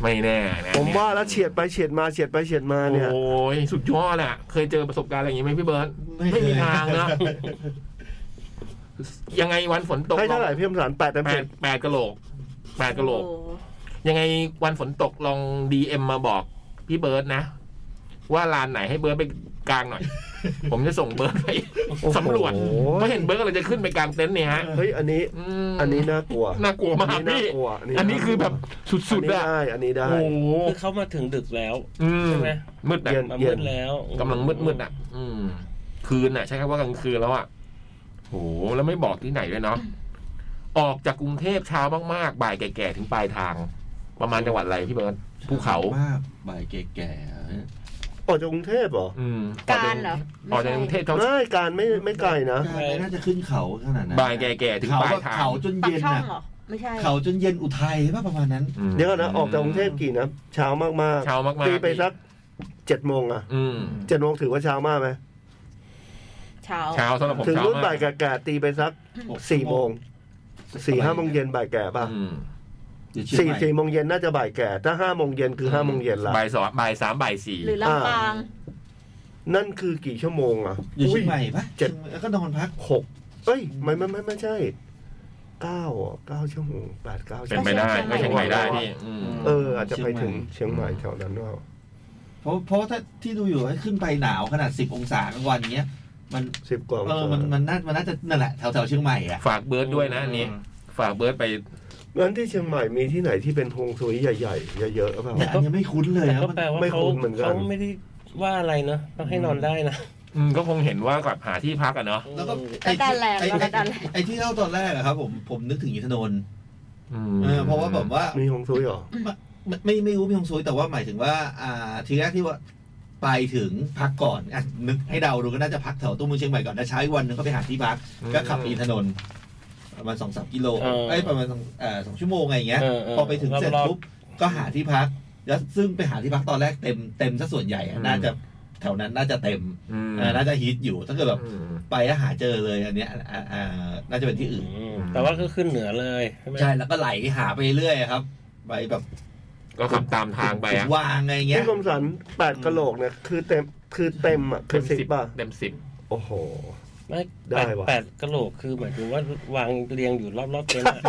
[SPEAKER 3] ไม่แน่นะ
[SPEAKER 4] ผมว่าแล้วเฉียดไปเฉียดมาเฉียดไปเฉียดมาเนี่ย
[SPEAKER 3] โอ้ยสุดยอดแหละเคยเจอประสบการณ์อะไรอย่างงี้ไหมพี่เบิร์ต
[SPEAKER 7] ไม่
[SPEAKER 3] ไม่
[SPEAKER 7] เคย
[SPEAKER 3] มีทางนะยังไงวันฝนตก
[SPEAKER 4] ให้เท่าไหร่พี่คมสันแปดเต็ม
[SPEAKER 3] แป
[SPEAKER 4] สิ
[SPEAKER 3] ด
[SPEAKER 4] บ
[SPEAKER 3] แปดกะโหลกแปดกะโหลก
[SPEAKER 5] อ้ห
[SPEAKER 3] ยังไงวันฝนตกลองดีเอ็มมาบอกพี่เบิร์ตนะ ว่าลานไหนให้เบิร์ตไปกลางหน่อย ผมจะส่งเบิร์ตไปสำรวจ
[SPEAKER 4] โอ้โห
[SPEAKER 3] เพราะเห็นเบิร์ตเราจะขึ้นไปกลางเต็นท์เนี่ยฮะ
[SPEAKER 4] เฮ้ยอันนี้
[SPEAKER 3] อืม
[SPEAKER 4] อันนี้น่ากลัว
[SPEAKER 3] น่ากลัวมาก
[SPEAKER 4] อันนี้
[SPEAKER 3] พี่
[SPEAKER 4] น่ากลัวอันนี้
[SPEAKER 3] อันนี้คือแบ
[SPEAKER 4] น่า
[SPEAKER 3] บ
[SPEAKER 4] กลั
[SPEAKER 3] สุดๆอะ
[SPEAKER 4] อันนี้ได้ อันนี้ได้
[SPEAKER 3] โอ้โห
[SPEAKER 6] คือเขามาถึงดึกแล้ว
[SPEAKER 3] อืม
[SPEAKER 6] ใช่ไหม
[SPEAKER 3] มืดอะ
[SPEAKER 4] เย็น
[SPEAKER 6] มามืดแล้ว
[SPEAKER 3] กำลังมืดๆอะอืม คืนอะใช้คำว่ากลางคืนแล้วอะโอ้โหแล้วไม่บอกที่ไหนด้วยเนาะออกจากกรุงเทพเช้ามากๆบ่ายแก่ๆถึงปลายทาง ประมาณจังหวัดอะไรพี่เบิร์ตภูเขา
[SPEAKER 7] มากบ่ายแก่ๆ
[SPEAKER 4] ออกจากกรุงเทพเหรอ
[SPEAKER 3] อืม
[SPEAKER 5] การเหรอ
[SPEAKER 3] ออกจากกรุงเทพเขา
[SPEAKER 4] ไม่การไม่ไม่ไกลนะ
[SPEAKER 7] ไม่น่าจะขึ้นเขาขนาดนั้น
[SPEAKER 3] บ่ายแก่ๆถึง
[SPEAKER 7] เขา
[SPEAKER 3] ปลาย
[SPEAKER 7] แบบ
[SPEAKER 3] ทาง
[SPEAKER 7] เขาจน
[SPEAKER 5] ปัก
[SPEAKER 7] เย็น
[SPEAKER 5] ช่อง
[SPEAKER 7] อ่ะ
[SPEAKER 5] เหรอ ไม่ใช่
[SPEAKER 7] เขาจนเย็นอุทัยป่ะประมาณนั้น
[SPEAKER 3] อืม
[SPEAKER 4] เดี๋ยวก่อนนะ ออกจากกรุงเทพกี่นะเช้ามาก
[SPEAKER 3] เช้ามาก
[SPEAKER 4] ๆ
[SPEAKER 3] ๆ
[SPEAKER 4] ตีไปสักเจ็ดโมงอะ
[SPEAKER 3] อืม
[SPEAKER 4] เจ็ดโมงถือว่าเช้ามากไหม
[SPEAKER 5] เช้า
[SPEAKER 3] เช้าสำหรับผม
[SPEAKER 4] ถึง
[SPEAKER 3] เช้า
[SPEAKER 4] รุ่น
[SPEAKER 3] มา
[SPEAKER 4] บ่าย
[SPEAKER 3] ก
[SPEAKER 4] แก่ๆตีไปสักสี่โมงสี่ห้าโมงเย็นบ่ายแก่ป่ะ
[SPEAKER 3] อืม
[SPEAKER 7] เดี๋ยวเชียง
[SPEAKER 4] สี่
[SPEAKER 7] ใหม่
[SPEAKER 4] สี่โมงเย็นน่าจะบ่ายแก่ถ้าห้าโมงเย็นคือห้าโมงเย็นละ
[SPEAKER 3] บ่ายสองบ่ายสามบ่ายสี่
[SPEAKER 5] หรือลำปาง
[SPEAKER 4] นั่นคือกี่ชั่วโมงอะ
[SPEAKER 7] เดี๋ยว
[SPEAKER 4] อุ้
[SPEAKER 7] เชี
[SPEAKER 4] ย
[SPEAKER 7] ยงใหม่ปะ
[SPEAKER 4] เจ็ด
[SPEAKER 7] แล้วก็นอนพัก
[SPEAKER 4] หกเอ้ยไม่ไม่ไม่ไม่ใช่เก้าเหรอเก้าชั่วโมงแปดเก้า
[SPEAKER 3] เป็
[SPEAKER 4] ชั่
[SPEAKER 3] น
[SPEAKER 4] วโม
[SPEAKER 3] ไป
[SPEAKER 4] ง
[SPEAKER 3] ได้
[SPEAKER 5] ไป
[SPEAKER 3] ก็
[SPEAKER 5] เชี
[SPEAKER 3] เชีย
[SPEAKER 5] ย
[SPEAKER 3] ง
[SPEAKER 5] ง
[SPEAKER 3] ให
[SPEAKER 5] ใหม่
[SPEAKER 3] ม่ได้พี่อืม
[SPEAKER 4] เออ อาจจะไปถึงเชียงใหม่แถวนั้นว่า
[SPEAKER 7] เพราะเพราะถ้าที่ดูอยู่ให้ขึ้นไปหนาวขนาดสิบองศากลางวันเงี้ย มัน
[SPEAKER 4] สิบกว่าอง
[SPEAKER 7] เออ
[SPEAKER 4] ศา
[SPEAKER 7] มันมันน่ามันน่าจะนั่นแหละแถวแถวๆเชียงใหม่อ่ะ
[SPEAKER 3] ฝากเบิร์ดด้วยนะอันนี้ ฝากเบิร์ดไป
[SPEAKER 4] งั้นที่เชียงใหม่มีที่ไหนที่เป็นฮวงซุยใหญ่ๆเยอะๆเปล่า
[SPEAKER 7] แต่อันนี้ไม่คุ้นเลย
[SPEAKER 6] แต่
[SPEAKER 7] นะ
[SPEAKER 6] ก็
[SPEAKER 7] มัน
[SPEAKER 6] แปลว่า
[SPEAKER 4] ไม่
[SPEAKER 6] เขา
[SPEAKER 4] คุ้นเหมือนกัน
[SPEAKER 6] เขาไม่ได้ว่าอะไรเนอะต้องให้นอนได้นะ
[SPEAKER 3] อืมก็คงเห็นว่ากับหาที่พักอะเนาะ
[SPEAKER 7] แล้วก็
[SPEAKER 5] แล้วด้านแรง
[SPEAKER 7] ไอ้
[SPEAKER 5] แล้วด้านแรง
[SPEAKER 7] ไอ้ที่เล่าตอนแรกอะครับ ผมผมนึกถึงอินทนนท์
[SPEAKER 3] อืม
[SPEAKER 7] เออเพราะว่าแบบว่า
[SPEAKER 4] มีฮวงซุยเหรอ
[SPEAKER 7] ไม่ไม่ไม่รู้มีฮงซุยแต่ว่าหมายถึงว่า อ่าทีแรกที่ว่าไปถึงพักก่อนอ่ะนึกให้เดาดูก็น่าจะพักแถวตัวเมืองเชียงใหม่ก่อนนะเช้าอีกวันหนึงก็ไปหาที่พัก ก็ขับไปอินทนนท์ประมาณสองสามกิโลไอ้ยประมาณสองเอ่อสองชั่วโมงอะไรอย่างเงี้ย
[SPEAKER 6] เเ
[SPEAKER 7] พอไปถึงเสร็จปุ๊บก็หาที่พัก แล้วซึ่งไปหาที่พักตอนแรกเต็มเต็มซะส่วนใหญ่อะน่าจะแถวนั้นน่าจะเต็ม
[SPEAKER 3] อืม
[SPEAKER 7] เออน่าจะฮิตอยู่ถ้าเกิดแบบ
[SPEAKER 3] อืม
[SPEAKER 7] ไปแล้วหาเจอเลยอันเนี้ยอ่าอ่าน่าจะเป็นที่อื่น
[SPEAKER 6] อืมแต่ว่าก็ขึ้นเหนือเลยใช่ไหม
[SPEAKER 7] ใช่แล้วก็ไหลหาไปเรื่อยอะครับ ไปแบบ
[SPEAKER 3] ก็ขับตามทางไป
[SPEAKER 7] ขุ
[SPEAKER 3] อะ
[SPEAKER 7] ดวางอะไรเงี้
[SPEAKER 4] พี่
[SPEAKER 7] ย
[SPEAKER 4] คมสันแปดกะโหลกเนี่ยคือเต็มคือเต็มอ่ะคือสิบป่ะ
[SPEAKER 3] เต็มสิบ
[SPEAKER 4] โอ้โห
[SPEAKER 6] ไม่
[SPEAKER 4] ได้
[SPEAKER 6] แปด
[SPEAKER 4] ว่ะ
[SPEAKER 6] แปดกะโหลกคือหมายถึงว่าวางเรียงอยู่รอบๆเต็นท์อะ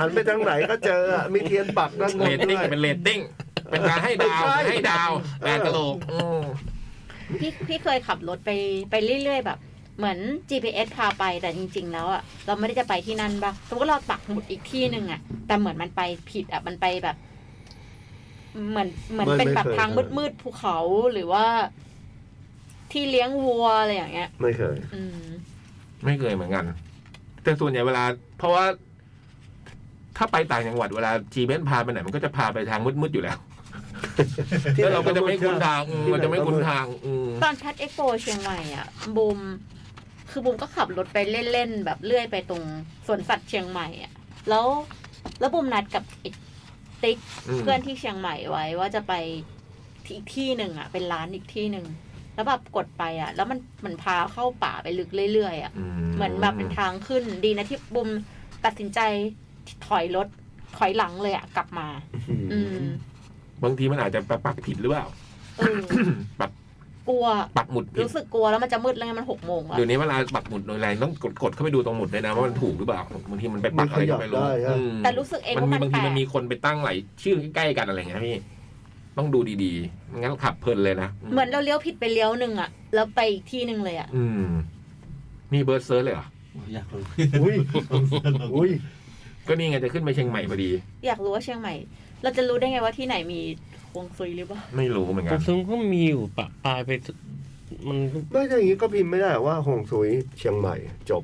[SPEAKER 4] หันไปทางไหนก็เจออะมีเทียนปักด้านบ
[SPEAKER 3] เร
[SPEAKER 4] น
[SPEAKER 3] ต
[SPEAKER 4] ด้
[SPEAKER 3] ติ้ง
[SPEAKER 4] วย
[SPEAKER 3] เป็นเรตติ้งเป็นการให้ดาว
[SPEAKER 4] ไม่ใช่
[SPEAKER 3] ให้ดาวแปดกะโหลกอืม
[SPEAKER 5] พี่พี่เคยขับรถไปไปเรื่อยๆแบบ เหมือน GPS พาไปแต่จริง ๆ แล้วอะเราไม่ได้จะไปที่นั่นปะสมมติเราปักหมุดอีกที่หนึ่งอะแต่เหมือนมันไปผิดอะมันไปแบบ เหมือนเหมือน
[SPEAKER 4] ไม่
[SPEAKER 5] เป็นแบบ
[SPEAKER 4] ไม่เคย
[SPEAKER 5] ทาง
[SPEAKER 4] เคย
[SPEAKER 5] มืดๆภูเขาหรือว่า ที่เลี้ยงวัวอะไรอย่างเงี้ย
[SPEAKER 4] ไม่เคย
[SPEAKER 5] อืม
[SPEAKER 3] ไม่เคยเหมือนกัน แต่ส่วนใหญ่เวลา เพราะว่า ถ้าไปต่างจังหวัดเวลาจีเบนพาไปไหนมันก็จะพาไปทางมืดๆอยู่แล้วแล้วเราก็จะไม่คุ้นทางอืมเราจะไม่คุ้นทาง อืม
[SPEAKER 5] ตอนแพทเอ็กโปเชียงใหม่อ่ะบุมคือบุมก็ขับรถไปเล่นๆแบบเลื่อยไปตรงสวนสัตว์เชียงใหม่อ่ะแล้วแล้วบุมนัดกับไอ้ติ๊ก
[SPEAKER 3] อืม
[SPEAKER 5] เพื่อนที่เชียงใหม่ไว้ว่าจะไปที่อีกที่หนึ่งอ่ะ เป็นร้านอีกที่หนึ่งแล้วแบบกดไปอ่ะ แล้วมันมันพาเข้าป่าไปลึกเรื่อยๆอ่ะ เหมือนแบบเป็นทางขึ้นดีนะที่บุมตัดสินใจถอยรถถอยหลังเลยอ่ะกลับมา อืม
[SPEAKER 3] บางทีมันอาจจะปักผิดหรือเปล่า
[SPEAKER 5] เออ
[SPEAKER 3] ปัก
[SPEAKER 5] กลัว
[SPEAKER 3] ปักหมุดผิด
[SPEAKER 5] รู้สึกกลัวแล้วมันจะมืดแล้วไงมันหกโมงแล้ว
[SPEAKER 3] เดี๋ยวนี้เวลาปักหมุดโดยไรต้องกดกดเข้าไปดูตรงหมุดด้วยนะว่ามันถูกหรือเปล่าบางทีมันไปปักอะไรก็ไม่รู้
[SPEAKER 4] มันขยับได้ฮะ
[SPEAKER 3] อืม
[SPEAKER 5] แต่รู้สึกเอง
[SPEAKER 3] มัน
[SPEAKER 5] ว่า
[SPEAKER 3] มี
[SPEAKER 5] มัน
[SPEAKER 3] บาง
[SPEAKER 5] แป
[SPEAKER 3] ที
[SPEAKER 5] ลก
[SPEAKER 3] มันมีคนไปตั้งหลายชื่อใกล้ๆกันอะไรอย่างเงี้ยพี่ต้องดูดีๆไม่งั้นขับเพลินเลยนะ
[SPEAKER 5] เหมือนเราเลี้ยวผิดไปเลี้ยวหนึ่งอะแล้วไปอีกที่หนึ่งเลยอะ
[SPEAKER 3] อืมนี่เบิร์ดเซิร์ชเลยเหรอ
[SPEAKER 6] โอ้ยอยากรู้
[SPEAKER 4] อุ้ยอุ้ย
[SPEAKER 3] ก็นี่ไงจะขึ้นไปเชียงใหม่พอดี
[SPEAKER 5] อยากรู้ว่าเชียงใหม่ เราจะรู้ได้ไงว่าที่ไหนมีฮวงซุยหรือเปล่า
[SPEAKER 3] ไม่รู้เหมือนกั
[SPEAKER 6] แต่
[SPEAKER 3] น
[SPEAKER 6] ซึงก็มีอยู่ปะปลายไปทุกมันก็
[SPEAKER 4] ไม่ใช่อย่างนี้ก็พิมพ์ไม่ได้ว่าหงสุยเชียงใหม่จบ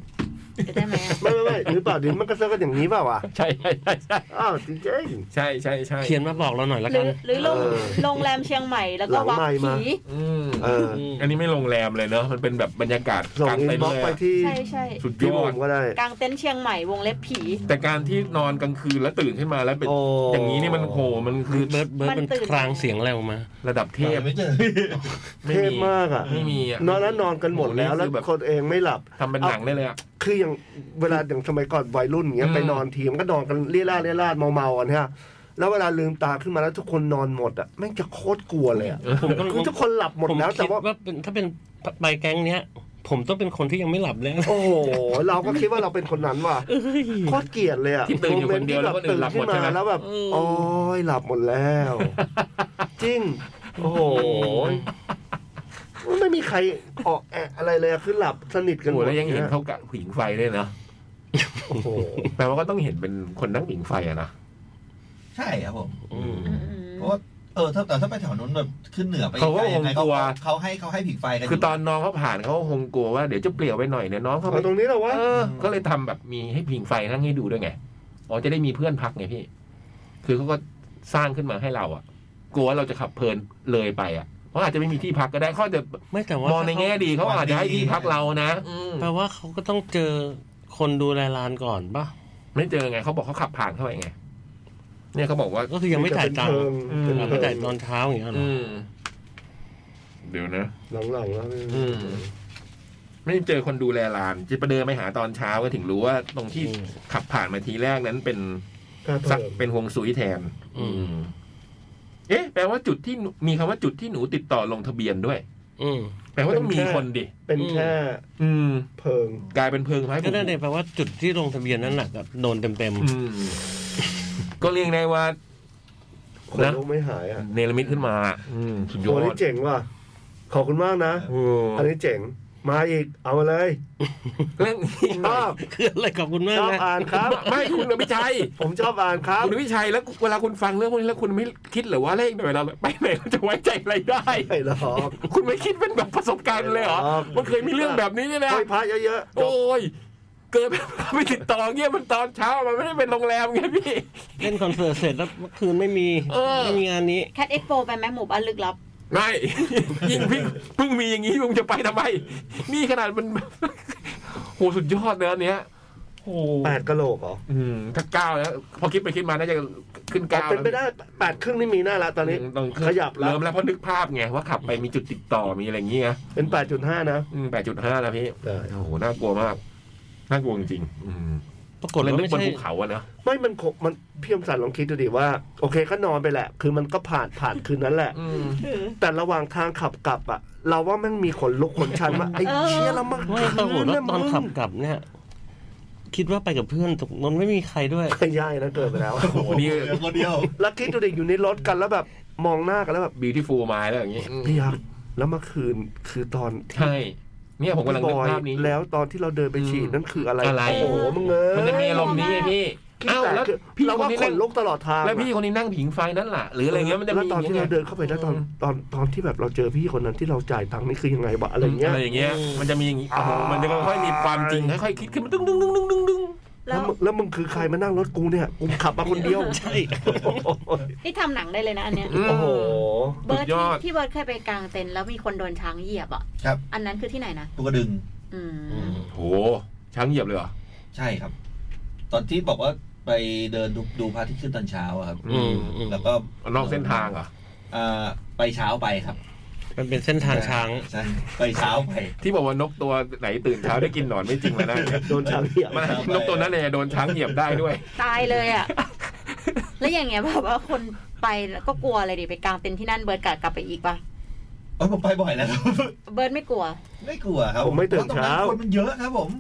[SPEAKER 5] จะได้ไหมอะ
[SPEAKER 4] ไม่ไม่ไม่หรือเปล่าดินมันก็เซิร์ชกันอย่างนี้เปล่าวะ
[SPEAKER 3] ใช่ใช่ใช่ใช่
[SPEAKER 4] อ้าวจริงจริง
[SPEAKER 3] ใช่ใช่ใช่
[SPEAKER 6] เขียนมาบอกเราหน่อยละ
[SPEAKER 5] หรื
[SPEAKER 6] กั
[SPEAKER 5] อน หรือโรง
[SPEAKER 4] เออ
[SPEAKER 5] โรงแรมเชียงใหม่แล้วก็
[SPEAKER 4] หลั
[SPEAKER 5] วัด
[SPEAKER 4] งไมค์มา
[SPEAKER 5] ผี
[SPEAKER 3] อืม
[SPEAKER 4] ๆเออ
[SPEAKER 6] ม
[SPEAKER 3] อันนี้ไม่โรงแรมเลยเนอะมันเป็นแบบบรรยากาศ
[SPEAKER 4] ส่ง
[SPEAKER 3] กลาง
[SPEAKER 4] อิน
[SPEAKER 3] เต็นท์
[SPEAKER 4] บ็อก
[SPEAKER 3] เล
[SPEAKER 4] ซ์
[SPEAKER 3] ย
[SPEAKER 4] ไป
[SPEAKER 3] อะ
[SPEAKER 4] ที่
[SPEAKER 5] ใช่ใช่
[SPEAKER 3] สุดย
[SPEAKER 4] พี่
[SPEAKER 3] อ
[SPEAKER 4] บุ๋
[SPEAKER 3] ด
[SPEAKER 4] มก็ได้
[SPEAKER 5] กลางเต็นท์เชียงใหม่วงเล็บผี
[SPEAKER 3] แต่การที่นอนกลางคืนแล้วตื่นขึ้นมาแล้วเป็น
[SPEAKER 4] โ
[SPEAKER 3] อย่างนี้นี่มันโหมันคือ
[SPEAKER 6] เบิร์ดเบิร์ด
[SPEAKER 5] มั
[SPEAKER 6] มันน
[SPEAKER 5] ตื่น
[SPEAKER 6] คลางเสียงอะไรออกมา
[SPEAKER 3] ระดับเท
[SPEAKER 7] เท
[SPEAKER 3] พ
[SPEAKER 7] พไม่เจอ
[SPEAKER 4] เทพมากอ่ะ
[SPEAKER 3] ไม่มีอะ
[SPEAKER 4] นอนแล้วนอนกันหมดแล้ว แล้ว
[SPEAKER 3] โอ้โหนี่คือแบบ
[SPEAKER 4] คนเองไม่หลับ
[SPEAKER 3] ทำเป็นหนังได้เลยอ่ะ
[SPEAKER 4] คืออย่างเวลาอย่างสมัยก่อนวัยรุ่นอย่างเงี้
[SPEAKER 3] อื
[SPEAKER 4] ย
[SPEAKER 3] ม
[SPEAKER 4] ไปนอนทีมนก็นอนกันเลี่ยราดเลี่ยราดเมาๆกันฮะแล้วเวลาลืมตาขึ้นมาแล้วทุกคนนอนหมดอ่ะแม่งจะโคตรกลัวเลยอะ
[SPEAKER 6] ผมก็
[SPEAKER 4] คือทุกคนหลับหมด
[SPEAKER 6] ผม
[SPEAKER 4] แล้ว
[SPEAKER 6] คิ
[SPEAKER 4] แต่
[SPEAKER 6] ด
[SPEAKER 4] ว่า
[SPEAKER 6] ว่าเป็นถ้าเป็นใบแก๊งเนี้ย ผมต้องเป็นคนที่ยังไม่หลับแล้ว
[SPEAKER 4] โอ้โหเราก็คิดว่าเราเป็นคนนั้นว่ะโคตรเกลียดเลยอ่ะ
[SPEAKER 3] ที่ตื่นอยู่คนเดียวแล้ว
[SPEAKER 4] โม
[SPEAKER 3] คน
[SPEAKER 4] เม
[SPEAKER 3] อื่น
[SPEAKER 4] นต์
[SPEAKER 3] หลับ
[SPEAKER 4] ที่แบบ
[SPEAKER 3] หมด
[SPEAKER 4] ตื่นขึ้น
[SPEAKER 3] ใช่ไหม
[SPEAKER 4] มาแล้วแบบ
[SPEAKER 6] เออ
[SPEAKER 4] โอ้ยหลับหมดแล้ว จริง โอ้โหไม่มีใครออกแอะอะไรเลยอะคือหลับสนิทกันห
[SPEAKER 3] โห
[SPEAKER 4] มด
[SPEAKER 3] แล้วยังเห็นเขากะผิงไฟด้วยนะ
[SPEAKER 4] โอ้โห
[SPEAKER 3] แปลว่าก็ต้องเห็นเป็นคนนั่งผิงไฟอะนะ
[SPEAKER 7] ใช่ครับผม
[SPEAKER 3] อืม
[SPEAKER 5] อืมอืม
[SPEAKER 7] เพราะว่าเออถ้าแต่ถ้าไปแถวนู้นแบบขึ้นเหนือไป
[SPEAKER 3] เขาก็ค
[SPEAKER 7] ไล
[SPEAKER 3] ง
[SPEAKER 7] ยังไง
[SPEAKER 3] กลัว
[SPEAKER 7] เขาให้เขาให้ผิงไฟกัน
[SPEAKER 3] คือตอนน้องเขาผ่านเขาคงกลัวว่าเดี๋ยวจะเปลี่ยวไปหน่อยเนี่ยน้องเขา
[SPEAKER 4] เอาตรงนี้เหรอวะ
[SPEAKER 3] เออ ก็เลยทำแบบมีให้ผิงไฟนั่งให้ดูด้วยไงอ๋อจะได้มีเพื่อนพักไงพี่ คือเขาก็สร้างขึ้นมาให้เราอ่ะ กลัวว่าเราจะขับเพลินเลยไปอ่ะเพราะอาจจะไม่มีที่พักก็ได้เขาอาจจะ
[SPEAKER 6] ไม่แต่ว่าม
[SPEAKER 3] องในแง่ดีเขาอาจจะให้ที่พักเรานะอืม
[SPEAKER 6] แปลว่าเขาก็ต้องเจอคนดูแลลานก่อนป่ะ
[SPEAKER 3] ไม่เจอไงเขาบอกเขาขับผ่านเข้าไปไง เนี่ยเขาบอกว่า
[SPEAKER 6] ก็คือยังไม่จ่ายตังค์
[SPEAKER 4] เป็น
[SPEAKER 6] ยัง
[SPEAKER 4] เทิ
[SPEAKER 6] ไม่
[SPEAKER 4] ง
[SPEAKER 6] จ่ายตอนเช้าอย่างเงี้ยเหรอ
[SPEAKER 3] อืม เดี๋ยวนะ
[SPEAKER 4] หลังๆแล้วเนี่ย
[SPEAKER 3] อืม ไม่ได้เจอคนดูแลร้าน จะไปเดินไปหาตอนเช้าก็ถึงรู้ว่าตรงที่ขับผ่านมาทีแรกนั้นเป็นสักเป็นฮวงซุยแทน อืม เอ๊ะ แปลว่าจุดที่หนูมีคำว่าจุดที่หนูติดต่อลงทะเบียนด้วย
[SPEAKER 6] อืม
[SPEAKER 3] แปลว่าต้องมีคนดิ
[SPEAKER 4] เป็นแค่
[SPEAKER 3] อืม
[SPEAKER 4] เพิง
[SPEAKER 3] กลายเป็นเพลิงไม้
[SPEAKER 6] ก็
[SPEAKER 3] บุก
[SPEAKER 6] นั่นเองแปลว่าจุดที่ลงทะเบียนนั้นหนักโดนเต็ม
[SPEAKER 3] อืม ก็เรียกได้ว่า
[SPEAKER 4] คน
[SPEAKER 3] นะ
[SPEAKER 4] ลุกไม่หายอ่ะ
[SPEAKER 3] เนรมิตขึ้นมา อืมสุดยอ
[SPEAKER 4] โอ้
[SPEAKER 3] ด
[SPEAKER 4] นี่เจ๋งว่ะ ขอบคุณมากนะ
[SPEAKER 3] โอ้
[SPEAKER 4] อันนี้เจ๋ง มาอีก เอามาเลย
[SPEAKER 3] เรื่องนี้
[SPEAKER 4] ชอบ
[SPEAKER 6] ๆคืออะไรขอบคุณมาก
[SPEAKER 4] ชอบ
[SPEAKER 6] นะ
[SPEAKER 4] อ่านครับ
[SPEAKER 3] ไม่คุณอภิชัย
[SPEAKER 4] ผมชอบอ่านครับ
[SPEAKER 3] คุณวิชัยแล้วเวลาคุณฟังเรื่องพวกนี้แล้วคุณไม่คิดเหรือว่าเลขเวลาไปไหนเราจะไว้ใจอะไรได้
[SPEAKER 4] ไม่หรอก
[SPEAKER 3] คุณไม่คิดเป็นแบบประสบการณ์เลยเหรอมันเคยมีเรื่องแบบนี้เนี่ยนะ
[SPEAKER 4] ห้อยพระเยอะๆจ
[SPEAKER 3] โอ้
[SPEAKER 4] บ
[SPEAKER 3] ยเกิดไปติดต่อเงี้ยมันตอนเช้ามันไม่ได้เป็นโรงแรมไงพี่
[SPEAKER 6] เล่นคอนเสิร์ตเสร็จแล้วเมื่อคืนไม่มี
[SPEAKER 3] เออ
[SPEAKER 6] ไม่มีงานนี้
[SPEAKER 5] แคดเอ็กโปไปแมหมู่บ้านลึกลับ
[SPEAKER 3] ไม่ยิ่ง พี่เพิ่งมีอย่างนี้มึงจะไปทำไม นี่ขนาดมัน โหสุดยอดเลยอันเนี้ยโอ้
[SPEAKER 4] แปดกะโหลกเหรอ
[SPEAKER 3] อืมถ้าเก้าแล้วพอคิดไปคิดมาน่าจะขึ้นเก้า
[SPEAKER 4] เป็
[SPEAKER 3] แล้
[SPEAKER 4] น
[SPEAKER 3] ว
[SPEAKER 4] ไปได้แปดครึ่งนี่มีหน้าละตอนนี้
[SPEAKER 3] ต้อง
[SPEAKER 4] ขยับแล้ว
[SPEAKER 3] เริ่มแล้วเพราะนึกภาพไงว่าขับไปมีจุดติดต่อมีอะไรอย่างเงี้ย
[SPEAKER 4] เป็นแปดจุดห้านะ
[SPEAKER 3] แปดจุดห้านะพี่
[SPEAKER 4] ได้
[SPEAKER 3] โอ้โหน่ากลัวมากน่ากลัวจริงๆอืม
[SPEAKER 6] ปรากฏ
[SPEAKER 3] มัน
[SPEAKER 6] ว่า
[SPEAKER 3] นึก
[SPEAKER 6] ไม่
[SPEAKER 3] บน
[SPEAKER 6] ใช่
[SPEAKER 3] ภูเขาอะเนอะ
[SPEAKER 4] ไม่มันคงมันพี่อมสันลองคิดดูดิว่า โอเคก็นอนไปแหละ คือมันก็ผ่านผ่านคืนนั้นแหละ แต่ระหว่างทางขับกลับอะเราว่าแมันมีขนลุกขนชันว่าไอ้
[SPEAKER 5] เออ
[SPEAKER 4] เชี่ยแล้วมัน
[SPEAKER 6] ไม่ปรากฏว่าตอนขับกลับเนี่ย คิดว่าไปกับเพื่อนตกมันไม่มีใครด้วย
[SPEAKER 4] ไม่ย่ายนะเกิดไปแล้ว
[SPEAKER 3] โอ้โหนี่
[SPEAKER 7] เดี๋ยวคนเดียว
[SPEAKER 4] แล้วคิดดูดิอยู่ในรถกันแล้วแบบมองหน้ากันแล้วแบบ
[SPEAKER 3] beautiful mind แล้วอย่างงี้อืม
[SPEAKER 4] พี่ยักษ์แล้วเมื่อคืนคือตอน
[SPEAKER 3] ใช่เนี่ยผมกำลัง
[SPEAKER 4] บ
[SPEAKER 3] นึก
[SPEAKER 4] อย
[SPEAKER 3] ภาพนี้
[SPEAKER 4] แล้วตอนที่เราเดินไปฉีด
[SPEAKER 3] อืม
[SPEAKER 4] นั่นคืออะไร
[SPEAKER 3] อะไร
[SPEAKER 4] โอ้โหมึงเอ้ย
[SPEAKER 3] มันจะมีอารมณ์นี้ไงพี่
[SPEAKER 4] คิด
[SPEAKER 3] อ้าว
[SPEAKER 4] แต่
[SPEAKER 3] แล้ว
[SPEAKER 4] คือ
[SPEAKER 3] พี่
[SPEAKER 4] เรา
[SPEAKER 3] ค
[SPEAKER 4] ว่าน
[SPEAKER 3] นี้
[SPEAKER 4] ข
[SPEAKER 3] นั่
[SPEAKER 4] น
[SPEAKER 3] ง
[SPEAKER 4] ลุกตลอดทาง
[SPEAKER 3] แล้วพี่
[SPEAKER 4] อะ
[SPEAKER 3] คนนี้นั่งผิงไฟนั่นล่ะ หรืออะไรเงี้ยมันจะ
[SPEAKER 4] แล้ว
[SPEAKER 3] มี
[SPEAKER 4] ตอนที่เราเดินเข้าไปแล้วตอนตอนตอนที่แบบเราเจอพี่คนนั้นที่เราจ่ายตังค์นี่คือยังไงวะอะไรเงี้ย
[SPEAKER 3] อะไรอย่างเงี้ย มันจะมีอย่างงี้
[SPEAKER 4] อ่ามั
[SPEAKER 3] มันจะค่อยๆมีความจริงค่อยๆคิดขึ้นมาดึงดึงดึงดึงดึงดึง
[SPEAKER 5] แล้
[SPEAKER 4] แล้ว วมึงแล้วมึงคือใครมานั่งรถกูเนี่ยกูขับมาคนเดียว
[SPEAKER 6] ใช่
[SPEAKER 4] โอ้โห
[SPEAKER 5] นี่ทำหนังได้เลยนะอันเนี้ย
[SPEAKER 3] อืม
[SPEAKER 4] โอ้โห
[SPEAKER 5] เบิร์ด
[SPEAKER 3] สุดย
[SPEAKER 5] ที่
[SPEAKER 3] อด
[SPEAKER 5] ที่เบิร์ดเคยไปกลางเต็นท์แล้วมีคนโดนช้างเหยียบอ่ะ
[SPEAKER 7] ครับ
[SPEAKER 5] อันนั้นคือที่ไหนนะ
[SPEAKER 7] ภูกระดึง
[SPEAKER 5] อืม
[SPEAKER 3] โหช้างเหยียบเลยเหรอ
[SPEAKER 7] ใช่ครับ ตอนที่บอกว่าไปเดินดูดูพระอาทิตย์ขึ้นตอนเช้าอะครับ
[SPEAKER 3] อื
[SPEAKER 6] อืมอืม
[SPEAKER 7] แล้วก็
[SPEAKER 3] นอกเส้นทางเหรอ
[SPEAKER 7] เอ่อไปเช้าไปครับ
[SPEAKER 6] มันเป็นเส้นทางช้าง
[SPEAKER 7] ใช่ไปเช้าไป
[SPEAKER 3] ที่บอกว่านกตัวไหนตื่นเช้าได้กินหนอนไม่จริงแล้วนะเนี่ย
[SPEAKER 4] โดนช้างเหยียบ
[SPEAKER 3] มันนกตัวนั้นเนี่ยโดนช้างเหยียบได้ด้วย
[SPEAKER 5] ตายเลยอ่ะ แล้วอย่างเงี้ยแบบว่าคนไปแล้วก็กลัวอะไรดิไปกลางเต็นท์ที่นั่นเบิร์ดกะกลับไปอีกปะ
[SPEAKER 7] โอ้ยผมไปบ่อยแล้วครับ
[SPEAKER 5] เบิร์ดไม่กลัว
[SPEAKER 7] ไม่กลัวครับ
[SPEAKER 4] ผมไม่ตื่น
[SPEAKER 7] พระรง
[SPEAKER 4] เช้า
[SPEAKER 7] คนมันเยอะครับผม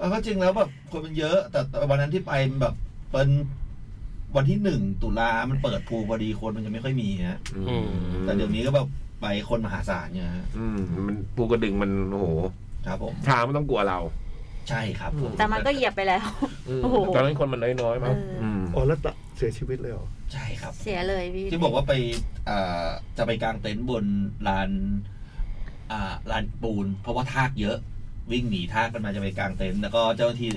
[SPEAKER 7] แล้วก็จริงแล้วแบบคนมันเยอะ แต่แต่วันนั้นที่ไปมันแบบเป็นวันที่หนึ่งตุลามันเปิดภูพอดีคนมันยังไม่ค่อยมีฮะ
[SPEAKER 6] อืม
[SPEAKER 7] แต่เดี๋ยวนี้ก็แบบไปคนมหาศาลเนี่ยฮะ
[SPEAKER 3] อืมมันภูกระดึงมันโอ้โห
[SPEAKER 7] ครับผม
[SPEAKER 3] ช้างมันต้องกลัวเรา
[SPEAKER 7] ใช่ครับผ
[SPEAKER 5] แต่มันก็เหยียบไปแล้ว โอ้โห
[SPEAKER 3] ตอนนั้นคนมันน้อยๆมั้ง
[SPEAKER 5] เอออื
[SPEAKER 3] ม
[SPEAKER 4] อ๋อแล้วตะเสียชีวิตเลยเหรอ
[SPEAKER 7] ใช่ครับ
[SPEAKER 5] เสียเลยพี่
[SPEAKER 7] ที่บอกว่าไปอ่าจะไปกางเต็นท์บนลานอ่าลานปูน เพราะว่าทากเยอะ วิ่งหนีทากกันมาจะไปกางเต็นท์แล้วก็เจ้าหน้าที่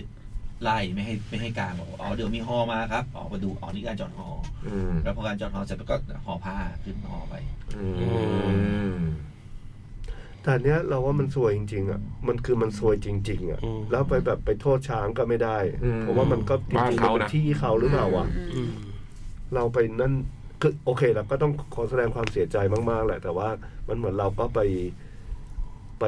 [SPEAKER 7] ไล่ไม่ให้ไม่ให้กางบอกว่าอ๋อเดี๋ยวมีฮอมาครับออกมาดูอ๋อนี่การจอดฮอ
[SPEAKER 3] อืม
[SPEAKER 7] แล้วพอการจอดฮอเสร็จก็หอผ้าขึ้นหอไป
[SPEAKER 3] อืม
[SPEAKER 4] แต่เนี้ยเราว่ามันซวยจริงๆอ่ะ มันคือมันซวยจริง ๆ อ่ะ
[SPEAKER 6] อืม
[SPEAKER 4] แล้วไปแบบไปโทษช้างก็ไม่ได้ เพราะว่ามันก็จ
[SPEAKER 3] บ้าน
[SPEAKER 4] ริงๆ
[SPEAKER 3] เขา
[SPEAKER 4] มันเป็
[SPEAKER 3] นะ
[SPEAKER 4] นที่เขาหรือเปล่าวะ
[SPEAKER 5] อืม
[SPEAKER 6] อืม
[SPEAKER 4] เราไปนั่นคือโอเคเราก็ต้องขอแสดงความเสียใจมากๆแหละ แต่ว่ามันเหมือนเราก็ไปไป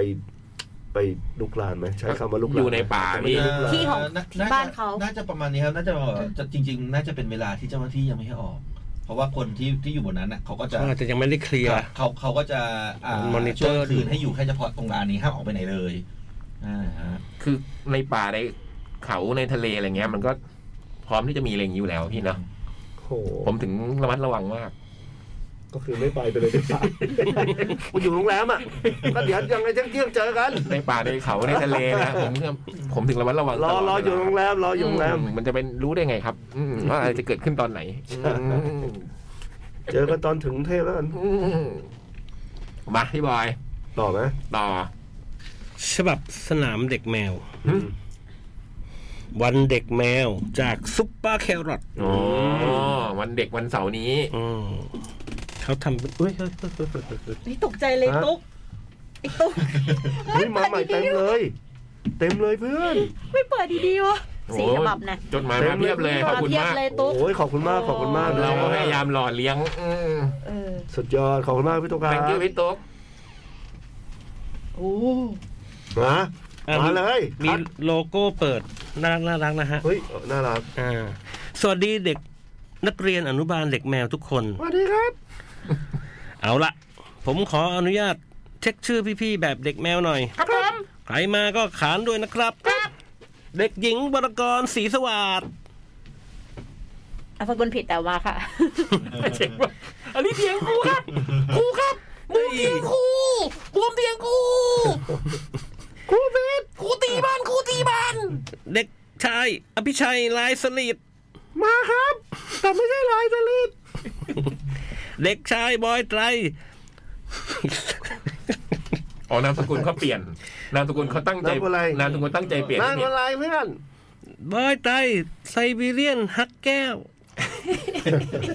[SPEAKER 4] ไปลุกลานไหมใช้คำว่าลุกลาน
[SPEAKER 3] อยู่ในป่านี่
[SPEAKER 7] เอ่อ
[SPEAKER 5] ที่ของ
[SPEAKER 7] น่า
[SPEAKER 5] ที่บ้านเขา
[SPEAKER 7] น่าจะประมาณนี้ครับ น่าจะประมาณจะจริง ๆ น่าจะเป็นเวลาที่เจ้าหน้าที่ยังไม่ให้ออก เพราะว่าคนที่ที่อยู่บนนั้นน่ะเขาก็จะ
[SPEAKER 6] เขาอาจจะยังไม่ได้เคลียร์
[SPEAKER 7] เขาเขาเขาก็จะอ่า
[SPEAKER 6] Monitor
[SPEAKER 7] ช่วยคืนให้อยู่แค่เฉพาะตรงลานนี้ห้ามออกไปไหนเลยอ่าฮะ
[SPEAKER 3] คือในป่าในเขาในทะเลอะไรเงี้ย มันก็พร้อมที่จะมีอะไรอย่างนี้อยู่แล้วพี่เนาะ
[SPEAKER 4] โอ้โห
[SPEAKER 3] ผมถึงระมัดระวังมาก
[SPEAKER 4] ก็คือไม่ไปไปเลยดีกว่ากูอยู่โรงแรมอ่ะก็เดี๋ยวยังไงเที่ยงๆเจอกัน
[SPEAKER 3] ในป่าในเขาในทะเลนะผมถึงผมถึงระมัดระวัง
[SPEAKER 4] รอ
[SPEAKER 3] ตลด
[SPEAKER 4] รออยู่โรงแรมรออยู่โรงแรม
[SPEAKER 3] มันจะเป็นรู้ได้ไงครับ อืมว่าอะไรจะเกิดขึ้นตอนไหนอืม
[SPEAKER 4] เจอกันตอนถึงเทพแล้วกัน
[SPEAKER 3] อืมมาพี่บอย
[SPEAKER 4] ต่อไหม
[SPEAKER 3] ต่อ
[SPEAKER 6] ฉบับสนามเด็กแมว วันเด็กแมวจากซุปเปอร์แครอท
[SPEAKER 3] อ๋อ วันเด็กวันเสาร์นี้
[SPEAKER 6] อืมเขาทำเป็นอุ้ยเฮ้ยเฮ้ยเฮ้ยเฮ้ยเฮ้ย
[SPEAKER 5] นี่ตกใจเลยตุ๊กไอ้ตุ๊ก
[SPEAKER 4] เฮ้ยมาใหม่เต็มเลย เต็มเลยเพื่อน
[SPEAKER 5] ไม่เปิดดีๆวะ
[SPEAKER 3] โอ้
[SPEAKER 5] สี่ฉบับนะ
[SPEAKER 3] จดหมายมาเพียบเลยขอบคุณ
[SPEAKER 5] เพียบ
[SPEAKER 3] มาก
[SPEAKER 5] เลยตุ๊ก
[SPEAKER 4] โอ้ยขอบคุณมากขอบคุณมาก
[SPEAKER 3] เราก็พยายามหล่อเลี้ยงอืม
[SPEAKER 5] เออ
[SPEAKER 4] สุดยอดขอบคุณมากพี่ตุ๊กตา
[SPEAKER 3] thank you พี่ตุ๊ก
[SPEAKER 5] โอ้
[SPEAKER 4] มา
[SPEAKER 6] อ่ะ
[SPEAKER 4] มาเลย
[SPEAKER 6] มี
[SPEAKER 4] ครับ
[SPEAKER 6] โลโก้เปิดน่ารักน่ารักนะฮะ
[SPEAKER 4] เฮ้ยน่ารัก
[SPEAKER 6] อ่าสวัสดีเด็กนักเรียนอนุบาลเด็กแมวทุกคน
[SPEAKER 4] สวัสดีครับ
[SPEAKER 6] เอาละผมขออนุญาตเช็คชื่อพี่ๆแบบเด็กแมวหน่อย
[SPEAKER 5] ครับผม
[SPEAKER 6] ใครมาก็ขานด้วยนะครับ เด็กหญิงวรกรศรีสวัสด
[SPEAKER 5] เอาฟังคนผิดแต่ว่าค่ะ
[SPEAKER 3] เจ๋งว่ะอันนี้เถียงครู ครับครูครับบูมเถียงครูบูมเถียงครูครูเบสครูตีบ้านครูตีบ้าน
[SPEAKER 6] เด็กชายอภิชัยลายสลิด
[SPEAKER 4] มาครับ แต่ไม่ใช่ลายสลิด
[SPEAKER 6] เด็กชายบอยไตร
[SPEAKER 3] อ๋อนามสกุลเขาเปลี่ยนนามสกุลเขาตั้งใจ
[SPEAKER 4] นามสกุลอะไร
[SPEAKER 3] นามสกุลตั้งใจเปลี่ยน
[SPEAKER 4] นางอะไรเพื่อน
[SPEAKER 6] บอยไตรไซบีเรียนฮักแก้ว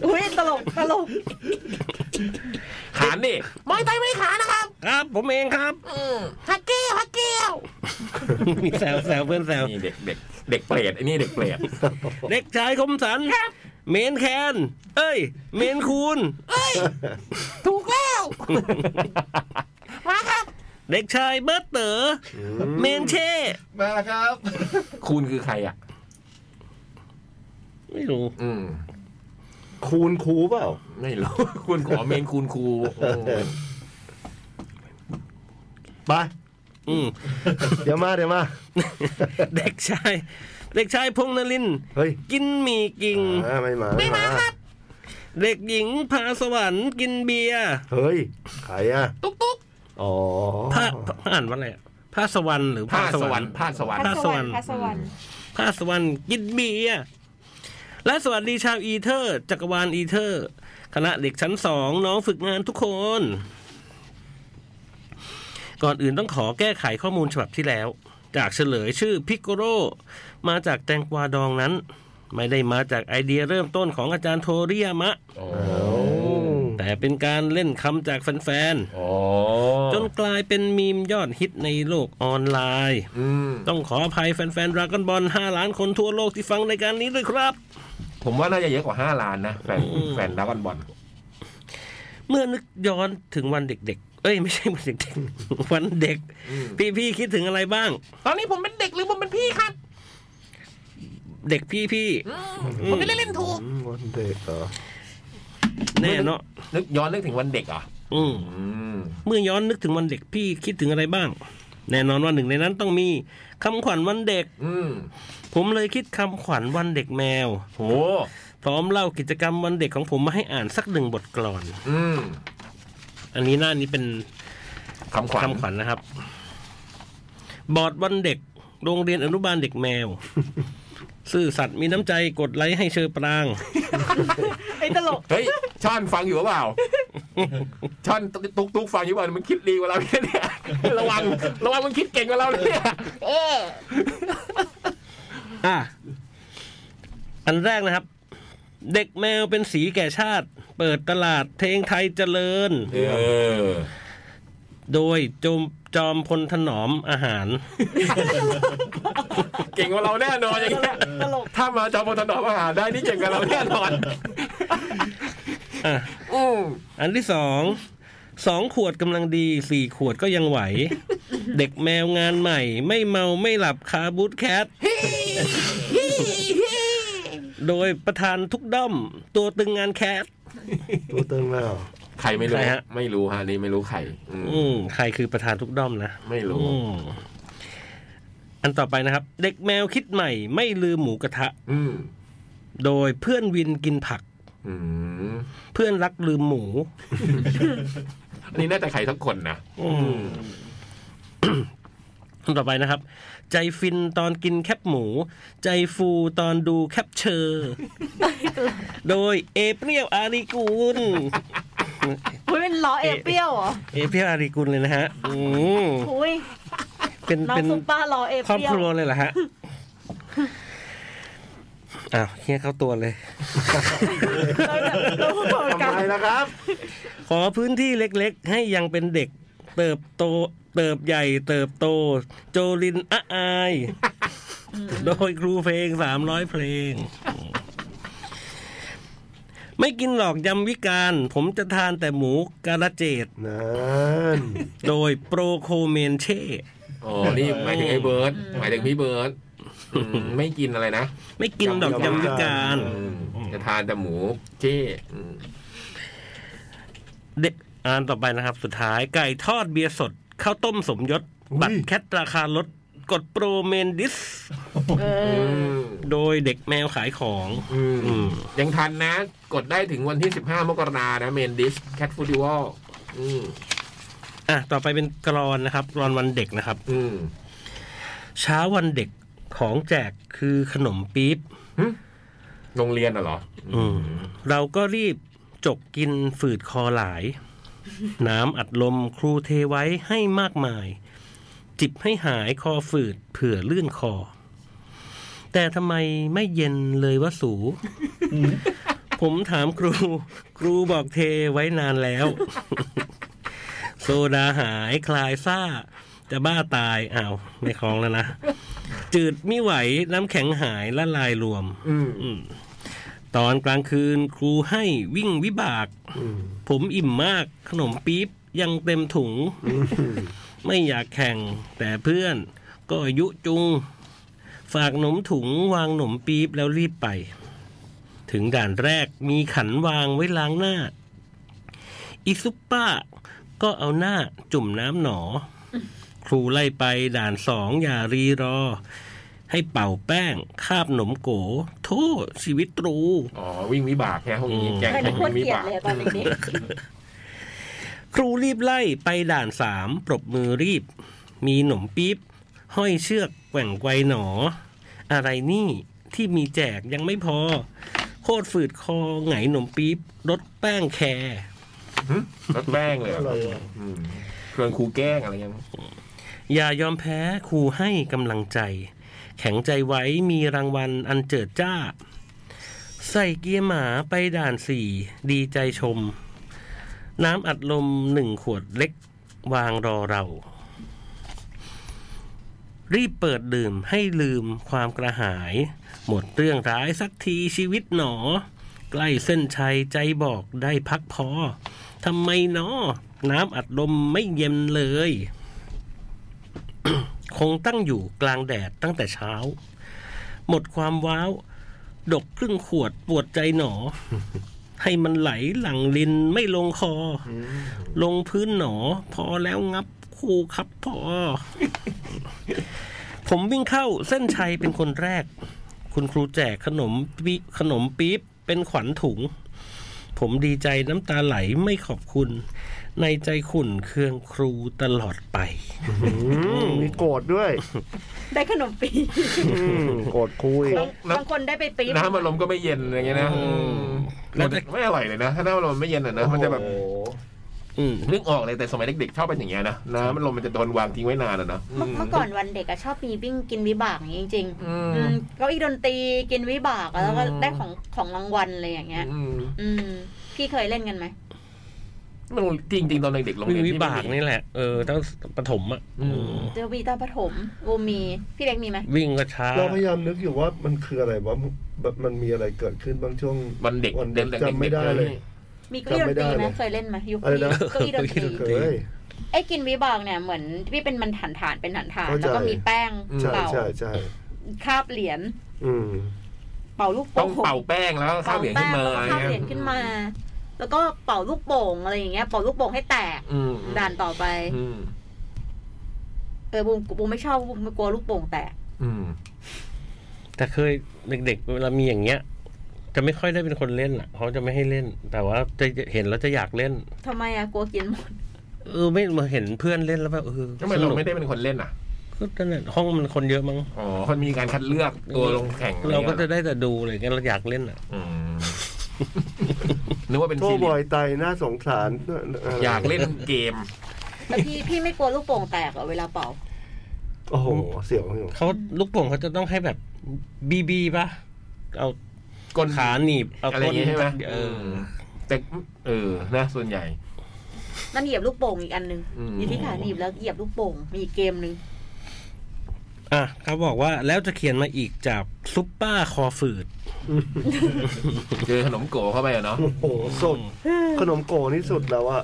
[SPEAKER 5] อุ้ยตลกตลก
[SPEAKER 3] ขานดิไม่ไตไม่ขานนะครับ
[SPEAKER 6] ครับผมเองครับ
[SPEAKER 3] ฮักเกี้ยวฮักเกี้ยว
[SPEAKER 6] มีแซวแซวเพื่อนแซว
[SPEAKER 3] นี่เด็กเด็กเด็กเปรตไอ้นี่เด็กเปรต
[SPEAKER 6] เด็กชายคมสันเมนแคน เอ้ย เมนคูณ
[SPEAKER 3] ถูกแล้ว มาครับ
[SPEAKER 6] เด็กชายเบิร์ตเต๋ออเมนเช่
[SPEAKER 7] มาครับ
[SPEAKER 3] คูณคือใครอ่ะ
[SPEAKER 6] ไม่รู้
[SPEAKER 3] อืม
[SPEAKER 4] คูณคูเปล่า
[SPEAKER 3] ไม่รู้ คุณขอเมนคุณครูโอ้ย
[SPEAKER 4] ไป
[SPEAKER 6] อื ม
[SPEAKER 4] เดี๋ยวมาเดี๋ยว มา
[SPEAKER 6] เด็กชาย เด็กชายพงษ์นลินทร์
[SPEAKER 4] เฮ้ย
[SPEAKER 6] กินหมี่กิ่ง
[SPEAKER 4] อ่าไม่มาไม่มา
[SPEAKER 6] เด็กหญิงพาสวรรค์กินเบียร์
[SPEAKER 4] เฮ้ยใครอ่ะตุ๊กตุ๊กอ๋อ
[SPEAKER 6] พาอ่านว่าอะไรอะพาสวรรค์หรือ
[SPEAKER 3] พาดสวรรค์พาดสวรรค์
[SPEAKER 6] พาสวรรค์
[SPEAKER 5] พัสวรรค์
[SPEAKER 6] พาสวรรค์กินเบียร์และสวัสดีชาวอีเทอร์ จักรวาลอีเทอร์ คณะเด็กชั้นสองน้องฝึกงานทุกคน ก่อนอื่นต้องขอแก้ไขข้อมูลฉบับที่แล้ว จากเฉลยชื่อพิกโกโรมาจากแตงกวาดองนั้น ไม่ได้มาจากไอเดียเริ่มต้นของอาจารย์โทริยามะ
[SPEAKER 3] โอ้
[SPEAKER 6] แต่เป็นการเล่นคำจากแฟนๆ
[SPEAKER 3] โอ้
[SPEAKER 6] จนกลายเป็นมีมยอดฮิตในโลกออนไลน์
[SPEAKER 3] อืม
[SPEAKER 6] ต้องขออภัยแฟนๆ r ากอนบอล5ล้านคนทั่วโลกที่ฟังรายการนี้ด้วยครับ
[SPEAKER 3] ผมว่าน่าจะเยอะกว่าห้าล้านนะ แฟนแฟนดากอนบอล
[SPEAKER 6] เมื่อนึกย้อนถึงวันเด็กๆ เอ้ย ไม่ใช่วันเด็กๆ วันเด็ก พี่ๆ คิดถึงอะไรบ้าง
[SPEAKER 3] ตอนนี้ผมเป็นเด็กหรือผมเป็นพี่ครับ
[SPEAKER 6] เด็กพี่
[SPEAKER 3] ผมไม่ได้เล่นถูก
[SPEAKER 4] อืมวันเด็กเหรอ
[SPEAKER 6] ๆ แน่เนาะ
[SPEAKER 3] นึกย้อนนึกถึงวันเด็กเหรอ่ะ
[SPEAKER 6] อืม เมื่อย้อนนึกถึงวันเด็กพี่คิดถึงอะไรบ้าง แน่นอนว่าหนึ่งในนั้นต้องมีคำขวัญวันเด็ก
[SPEAKER 3] อืม
[SPEAKER 6] ผมเลยคิดคำขวัญวันเด็กแมว
[SPEAKER 3] โห
[SPEAKER 6] พร้อมเล่ากิจกรรมวันเด็กของผมมาให้อ่านสักหนึ่งบทกลอน
[SPEAKER 3] อืม
[SPEAKER 6] อันนี้หน้านี้เป็น
[SPEAKER 3] คำขวัญ
[SPEAKER 6] คำขวัญนะครับ บอร์ดวันเด็ก โรงเรียนอนุบาลเด็กแมว ซื่อสัตย์มีน้ำใจกดไลค์ให้เชอปราง
[SPEAKER 5] ไอ้ยตลก
[SPEAKER 3] เฮ้ยช่อนฟังอยู่หรือเปล่าช่อนตุ๊กตุ๊กตุ๊กฟังอยู่หรือเปล่ามันคิดดีกว่าเราเนี่ยระวังระวังมันคิดเก่งกว่าเราเนี่ยเออ
[SPEAKER 6] อ่ะ อันแรกนะครับ เด็กแมวเป็นสีแก่ชาติ เปิดตลาดเพลงไทยเจริญ
[SPEAKER 3] เออ
[SPEAKER 6] โดยจมจอมพลถนอมอาหาร
[SPEAKER 3] เก่งกว่าเราแน่นอนอย่างเงี้ย
[SPEAKER 5] ตลก
[SPEAKER 3] ถ้ามาจอมพลถนอมอาหารได้นี่เก่งกว่าเราแน่นอน
[SPEAKER 6] อ่ะ
[SPEAKER 3] อืม
[SPEAKER 6] อันที่สอง สองขวดกำลังดี สี่ขวดก็ยังไหว เด็กแมวงานใหม่ ไม่เมาไม่หลับคาบูทแคท โดยประธานทุกด้อม ตัวตึงงานแคท
[SPEAKER 4] ตัวเติมแล้ว
[SPEAKER 3] ใครไม่รู้
[SPEAKER 6] ใครฮะ
[SPEAKER 3] ไม่รู้ฮะนี่ไม่รู้ใครอืม
[SPEAKER 6] อืมใครคือประธานทุกด้อมนะ
[SPEAKER 3] ไม่
[SPEAKER 6] อื
[SPEAKER 3] รู้
[SPEAKER 6] มอันต่อไปนะครับ เด็กแมวคิดใหม่ ไม่ลืมหมูกระทะ
[SPEAKER 3] อืม
[SPEAKER 6] โดยเพื่อนวินกินผัก
[SPEAKER 3] อืม
[SPEAKER 6] เพื่อนรักลืมหมู
[SPEAKER 3] อันนี้น่าจะใครทักคนนะ
[SPEAKER 6] อืม อันต่อไปนะครับ ใจฟินตอนกินแคบหมู ใจฟูตอนดูแคปเชอร์ โดยเอเปรียวอารีกุ ล
[SPEAKER 5] เฮ้ยเป็นล้อเอเปรี้ยวเหรอ
[SPEAKER 6] เอเปรียวอารีกุลเลยนะฮะอืม
[SPEAKER 5] อุ้ย
[SPEAKER 6] เป็น
[SPEAKER 5] น้อง
[SPEAKER 6] เป็น
[SPEAKER 5] ซุปเปอร์ล้อเอ
[SPEAKER 6] ครอบ
[SPEAKER 5] เปรี้ย
[SPEAKER 6] คว รัวเลยเหรอ ฮะ อ้าวเฮียเข้าตัวเลย
[SPEAKER 5] เราจะเราพูด
[SPEAKER 4] ทำ
[SPEAKER 5] กัน
[SPEAKER 4] ไมล่ะครับ
[SPEAKER 6] ขอพื้นที่เล็กๆ ให้ยังเป็นเด็ก เติบโต เติบใหญ่ เติบโต โจลินอะอาย โดยครูเพลงสามร้อยเพลง ไม่กินหลอกยำวิการ ผมจะทานแต่หมูกาลเจด
[SPEAKER 4] นั่น
[SPEAKER 6] โดยโปรโคเมนเช่
[SPEAKER 3] อ๋อนี่หมายถึงไอ้เบิร์ดหมายถึงพี่เบิร์ดอืมไม่กินอะไรนะ
[SPEAKER 6] ไม่กินหลอกยำวิการ
[SPEAKER 3] อืมจะทานแต่หมูเจ้อืม
[SPEAKER 6] เด็กอ่านต่อไปนะครับ สุดท้ายไก่ทอดเบียร์สดข้าวต้มสมยศ บัตรแคทราคาลดกดโปรเมนดิส โดยเด็กแมวขายของ
[SPEAKER 3] อืม
[SPEAKER 6] อืม
[SPEAKER 3] ยังทันนะ กดได้ถึงวันที่ 15 มกรานะเมนดิสแคทฟูดิวอลอืม
[SPEAKER 6] อ่ะ ต่อไปเป็นกรอนนะครับ กรอนวันเด็กนะครับ
[SPEAKER 3] อืม
[SPEAKER 6] เช้าวันเด็กของแจกคือขนมปี๊บ
[SPEAKER 3] โรงเรียนน่ะเหรอ
[SPEAKER 6] อืม เราก็รีบจกกินฝืดคอหลาย น้ำอัดลมครูเทไว้ให้มากมาย จิบให้หายคอฝืดเผื่อลื่นคอ แต่ทำไมไม่เย็นเลยวะสู ผมถามครู ครูบอกเทไว้นานแล้ว โซดาหายคลายซ่า จะบ้าตายอ้าวไม่คล้องแล้วนะ จืดไม่ไหวน้ำแข็งหายละลายรวม
[SPEAKER 3] อืม
[SPEAKER 6] อืมตอนกลางคืนครูให้วิ่งวิบาก ผมอิ่มมากขนมปี๊บยังเต็มถุง ไม่อยากแข่ง แต่เพื่อนก็ยุจุง ฝากหนมถุงวางหนมปี๊บแล้วรีบไป ถึงด่านแรกมีขันวางไว้ล้างหน้า อิซุปป้าก็เอาหน้าจุ่มน้ำหนอ ครูไล่ไปด่านสองอย่ารีรอ ให้เป่าแป้ง คาบหนมโก โทษชีวิตตรู
[SPEAKER 3] อ๋อวิ่งวิบากแค่ห้องนี้
[SPEAKER 6] อืม
[SPEAKER 3] แกง
[SPEAKER 5] ใคร
[SPEAKER 3] แข่
[SPEAKER 5] ไม่
[SPEAKER 3] ง
[SPEAKER 5] ค
[SPEAKER 3] วิ่
[SPEAKER 5] วรง
[SPEAKER 3] วิ
[SPEAKER 5] เกลียด
[SPEAKER 3] บาก
[SPEAKER 5] เลยอะตอนเด็ก
[SPEAKER 6] ครูรีบไล่ไปด่านสามปรบมือรีบ มีหนมปี๊บห้อยเชือกแกว่งไกวหนอ อะไรนี่ที่มีแจกยังไม่พอ โคตรฝืดคอไหงหนมปี๊บรสแป้งแคร์
[SPEAKER 3] รถแป้งเลยเหรอ
[SPEAKER 4] อะไรวะ
[SPEAKER 3] อืมเครื่องครูแกล้งอะไรเงี้ยมั้ง
[SPEAKER 6] อย่ายอมแพ้ครูให้กำลังใจ แข็งใจไว้มีรางวัลอันเจิดจ้า ใส่เกียร์หมาไปด่านสี่ดีใจชม น้ำอัดลมหนึ่งขวดเล็กวางรอเรา รีบเปิดดื่มให้ลืมความกระหาย หมดเรื่องร้ายสักทีชีวิตหนอ ใกล้เส้นชัยใจบอกได้พักพอทำไมหนอ น้ำอัดลมไม่เย็นเลย คงตั้งอยู่กลางแดดตั้งแต่เช้า หมดความว้าว ดกครึ่งขวดปวดใจหนอ ให้มันไหลหลังลินไม่ลงคออลงพื้นหนอ พอแล้วงับคู่ครับพอ ผมวิ่งเข้าเส้นชัยเป็นคนแรก คุณครูแจกขนมปี๊บขนมปี๊บเป็นขวัญถุง ผมดีใจน้ำตาไหลไม่ขอบคุณ ในใจขุ่นเคืองครูตลอดไป
[SPEAKER 4] มีโกรธด้วย
[SPEAKER 5] ๆได้ขนมปี๊บ
[SPEAKER 4] อืมโกรธครูอีก
[SPEAKER 5] บางคนได้ไปปี๊บ
[SPEAKER 3] น้ำมันลมณ์ก็ไม่เย็นอะไรเงี้ยนะ
[SPEAKER 6] อืม
[SPEAKER 3] แล้วแต่ไม่อร่อยเลยนะ ถ้าน้ำมันลมณ์ไม่เย็นอ่ะนะมันจะแบบ
[SPEAKER 6] อืม
[SPEAKER 3] นึกออกเลยแต่สมัยเด็กๆชอบเป็นอย่างเงี้ยนะน้ำมันลมมันจะโดนวางทิ้งไว้นานอะเนาะ
[SPEAKER 5] เมื่อเมื่อก่อนวันเด็กอะชอบมีวิ่งกินวิบากอย่างนี้จริง
[SPEAKER 3] อื
[SPEAKER 5] ๆ
[SPEAKER 3] ม
[SPEAKER 5] อืมเก็อีดนตรีกินวิบากอะแล้วก็
[SPEAKER 3] อืม
[SPEAKER 5] ได้ของของรางวัลอะไรอย่างเงี้ย
[SPEAKER 3] อืม
[SPEAKER 5] อืม พี่เคยเล่นกันไหม
[SPEAKER 3] มันจริงๆตอนเด็กๆโรง
[SPEAKER 6] วิ่
[SPEAKER 3] เรี
[SPEAKER 6] ง
[SPEAKER 3] ยน
[SPEAKER 6] วิ
[SPEAKER 3] ที่ไม่
[SPEAKER 6] บาก
[SPEAKER 3] มี
[SPEAKER 6] นี่แหละ เออตั้งปฐมอ่ะ
[SPEAKER 3] อืม
[SPEAKER 5] เจอวีตาปฐมโอมีพี่เล็กมีไหม
[SPEAKER 6] วิ่งก็ช้า
[SPEAKER 4] เราพยายามนึกอยู่ว่ามันคืออะไรวะแบบมันมีอะไรเกิดขึ้นบางช่วง
[SPEAKER 3] วันเด็ก
[SPEAKER 4] วันเด็
[SPEAKER 3] เด็
[SPEAKER 4] ก
[SPEAKER 3] ก
[SPEAKER 4] จำไม่ได้เลย
[SPEAKER 5] มีเก็อีดนตรี
[SPEAKER 4] จำไม่ได้เลย
[SPEAKER 5] ไหมเคยเล่นไหมยุค
[SPEAKER 4] อะไร
[SPEAKER 5] นี้
[SPEAKER 4] นะ
[SPEAKER 5] เก็อีดนตรี
[SPEAKER 6] เก้าอี้ดนต
[SPEAKER 4] เค
[SPEAKER 6] รี
[SPEAKER 4] ย
[SPEAKER 5] ไอ้กินวิบากเนี่ยเหมือนพี่เป็นมันฐานฐานๆเป็นฐานฐานๆ
[SPEAKER 4] เข้าใจ
[SPEAKER 5] แล้วก็มีแป้ง
[SPEAKER 4] ใช่
[SPEAKER 5] เป่า
[SPEAKER 4] ใช่ใช่
[SPEAKER 5] คาบเหรียญ
[SPEAKER 4] อืม
[SPEAKER 5] เป่าลูก
[SPEAKER 3] ต้
[SPEAKER 5] โป่
[SPEAKER 3] องงเป่าแป้งแล้วข้าวเหรียญขึ้นมา
[SPEAKER 5] เป่แป้งแล้วก็คาบเหรียญขึ้นมา แล้วก็เป่าลูกโป่งอะไรอย่างเงี้ยเป่าลูกโป่งให้แตก
[SPEAKER 3] อืม
[SPEAKER 5] ด่านต่อไป
[SPEAKER 3] อืม
[SPEAKER 5] เออบูมบูมไม่ชอบบูมกลัวลูกโป่งแตก
[SPEAKER 3] อืม
[SPEAKER 6] แต่เคยเด็กๆเวลามีอย่างเงี้ย จะไม่ค่อยได้เป็นคนเล่นอ่ะเขาจะไม่ให้เล่น แต่ว่าจะเห็นแล้วจะอยากเล่น
[SPEAKER 5] ทำไมอะกลัวกินหมด
[SPEAKER 6] เออไม่มาเห็นเพื่อนเล่นแล้วแบบเออ
[SPEAKER 3] ทำไมเราไม่ได้เป็นคนเล่นอ่ะ
[SPEAKER 6] ก็นั่นแหละห้องมันคนเยอะมั้ง
[SPEAKER 3] อ๋อคนมีการคัดเลือกตัวลงแข่งอไงี้
[SPEAKER 6] เรา
[SPEAKER 3] ย
[SPEAKER 6] ก็จะได้แต่ดูอะไรเงี้ยเราอยากเล่นอ่ะ
[SPEAKER 3] อืม นึกว่าเป็น
[SPEAKER 4] โท
[SPEAKER 3] ซี
[SPEAKER 4] บ
[SPEAKER 3] รี
[SPEAKER 4] อย
[SPEAKER 3] ส์
[SPEAKER 4] ไตน่าสงสาร
[SPEAKER 3] อยากเล่นเกม
[SPEAKER 5] แต่พี่ พี่ไม่กลัวลูกโป่งแตกเหรอเวลาเป่า
[SPEAKER 4] โอ้โห เสียวอยู่
[SPEAKER 6] เขาลูกโป่งเขาจะต้องให้แบบบีบีป่ะเอา
[SPEAKER 3] ก้น
[SPEAKER 6] ขาหนีบเอา
[SPEAKER 3] อะไรอ
[SPEAKER 6] ก้
[SPEAKER 3] ย่าน งงี้ใช่ไหม
[SPEAKER 6] เออ
[SPEAKER 3] มแต่เออนะส่วนใหญ่
[SPEAKER 5] มันเหยียบลูกโป่งอีกอันหนึ่ง
[SPEAKER 3] อืม
[SPEAKER 5] มีที่ขาหนีบแล้วเหยียบลูกโป่ง มีอีกเกมหนึ่ง
[SPEAKER 6] อ่ะเขาบอกว่าแล้วจะเขียนมาอีกจากซุปเปอร์คอฝืด
[SPEAKER 3] เจอขนมโกเข้าไปอะเนาะ
[SPEAKER 4] โอ้โหสดขนมโกนี่สุดแล้วอะ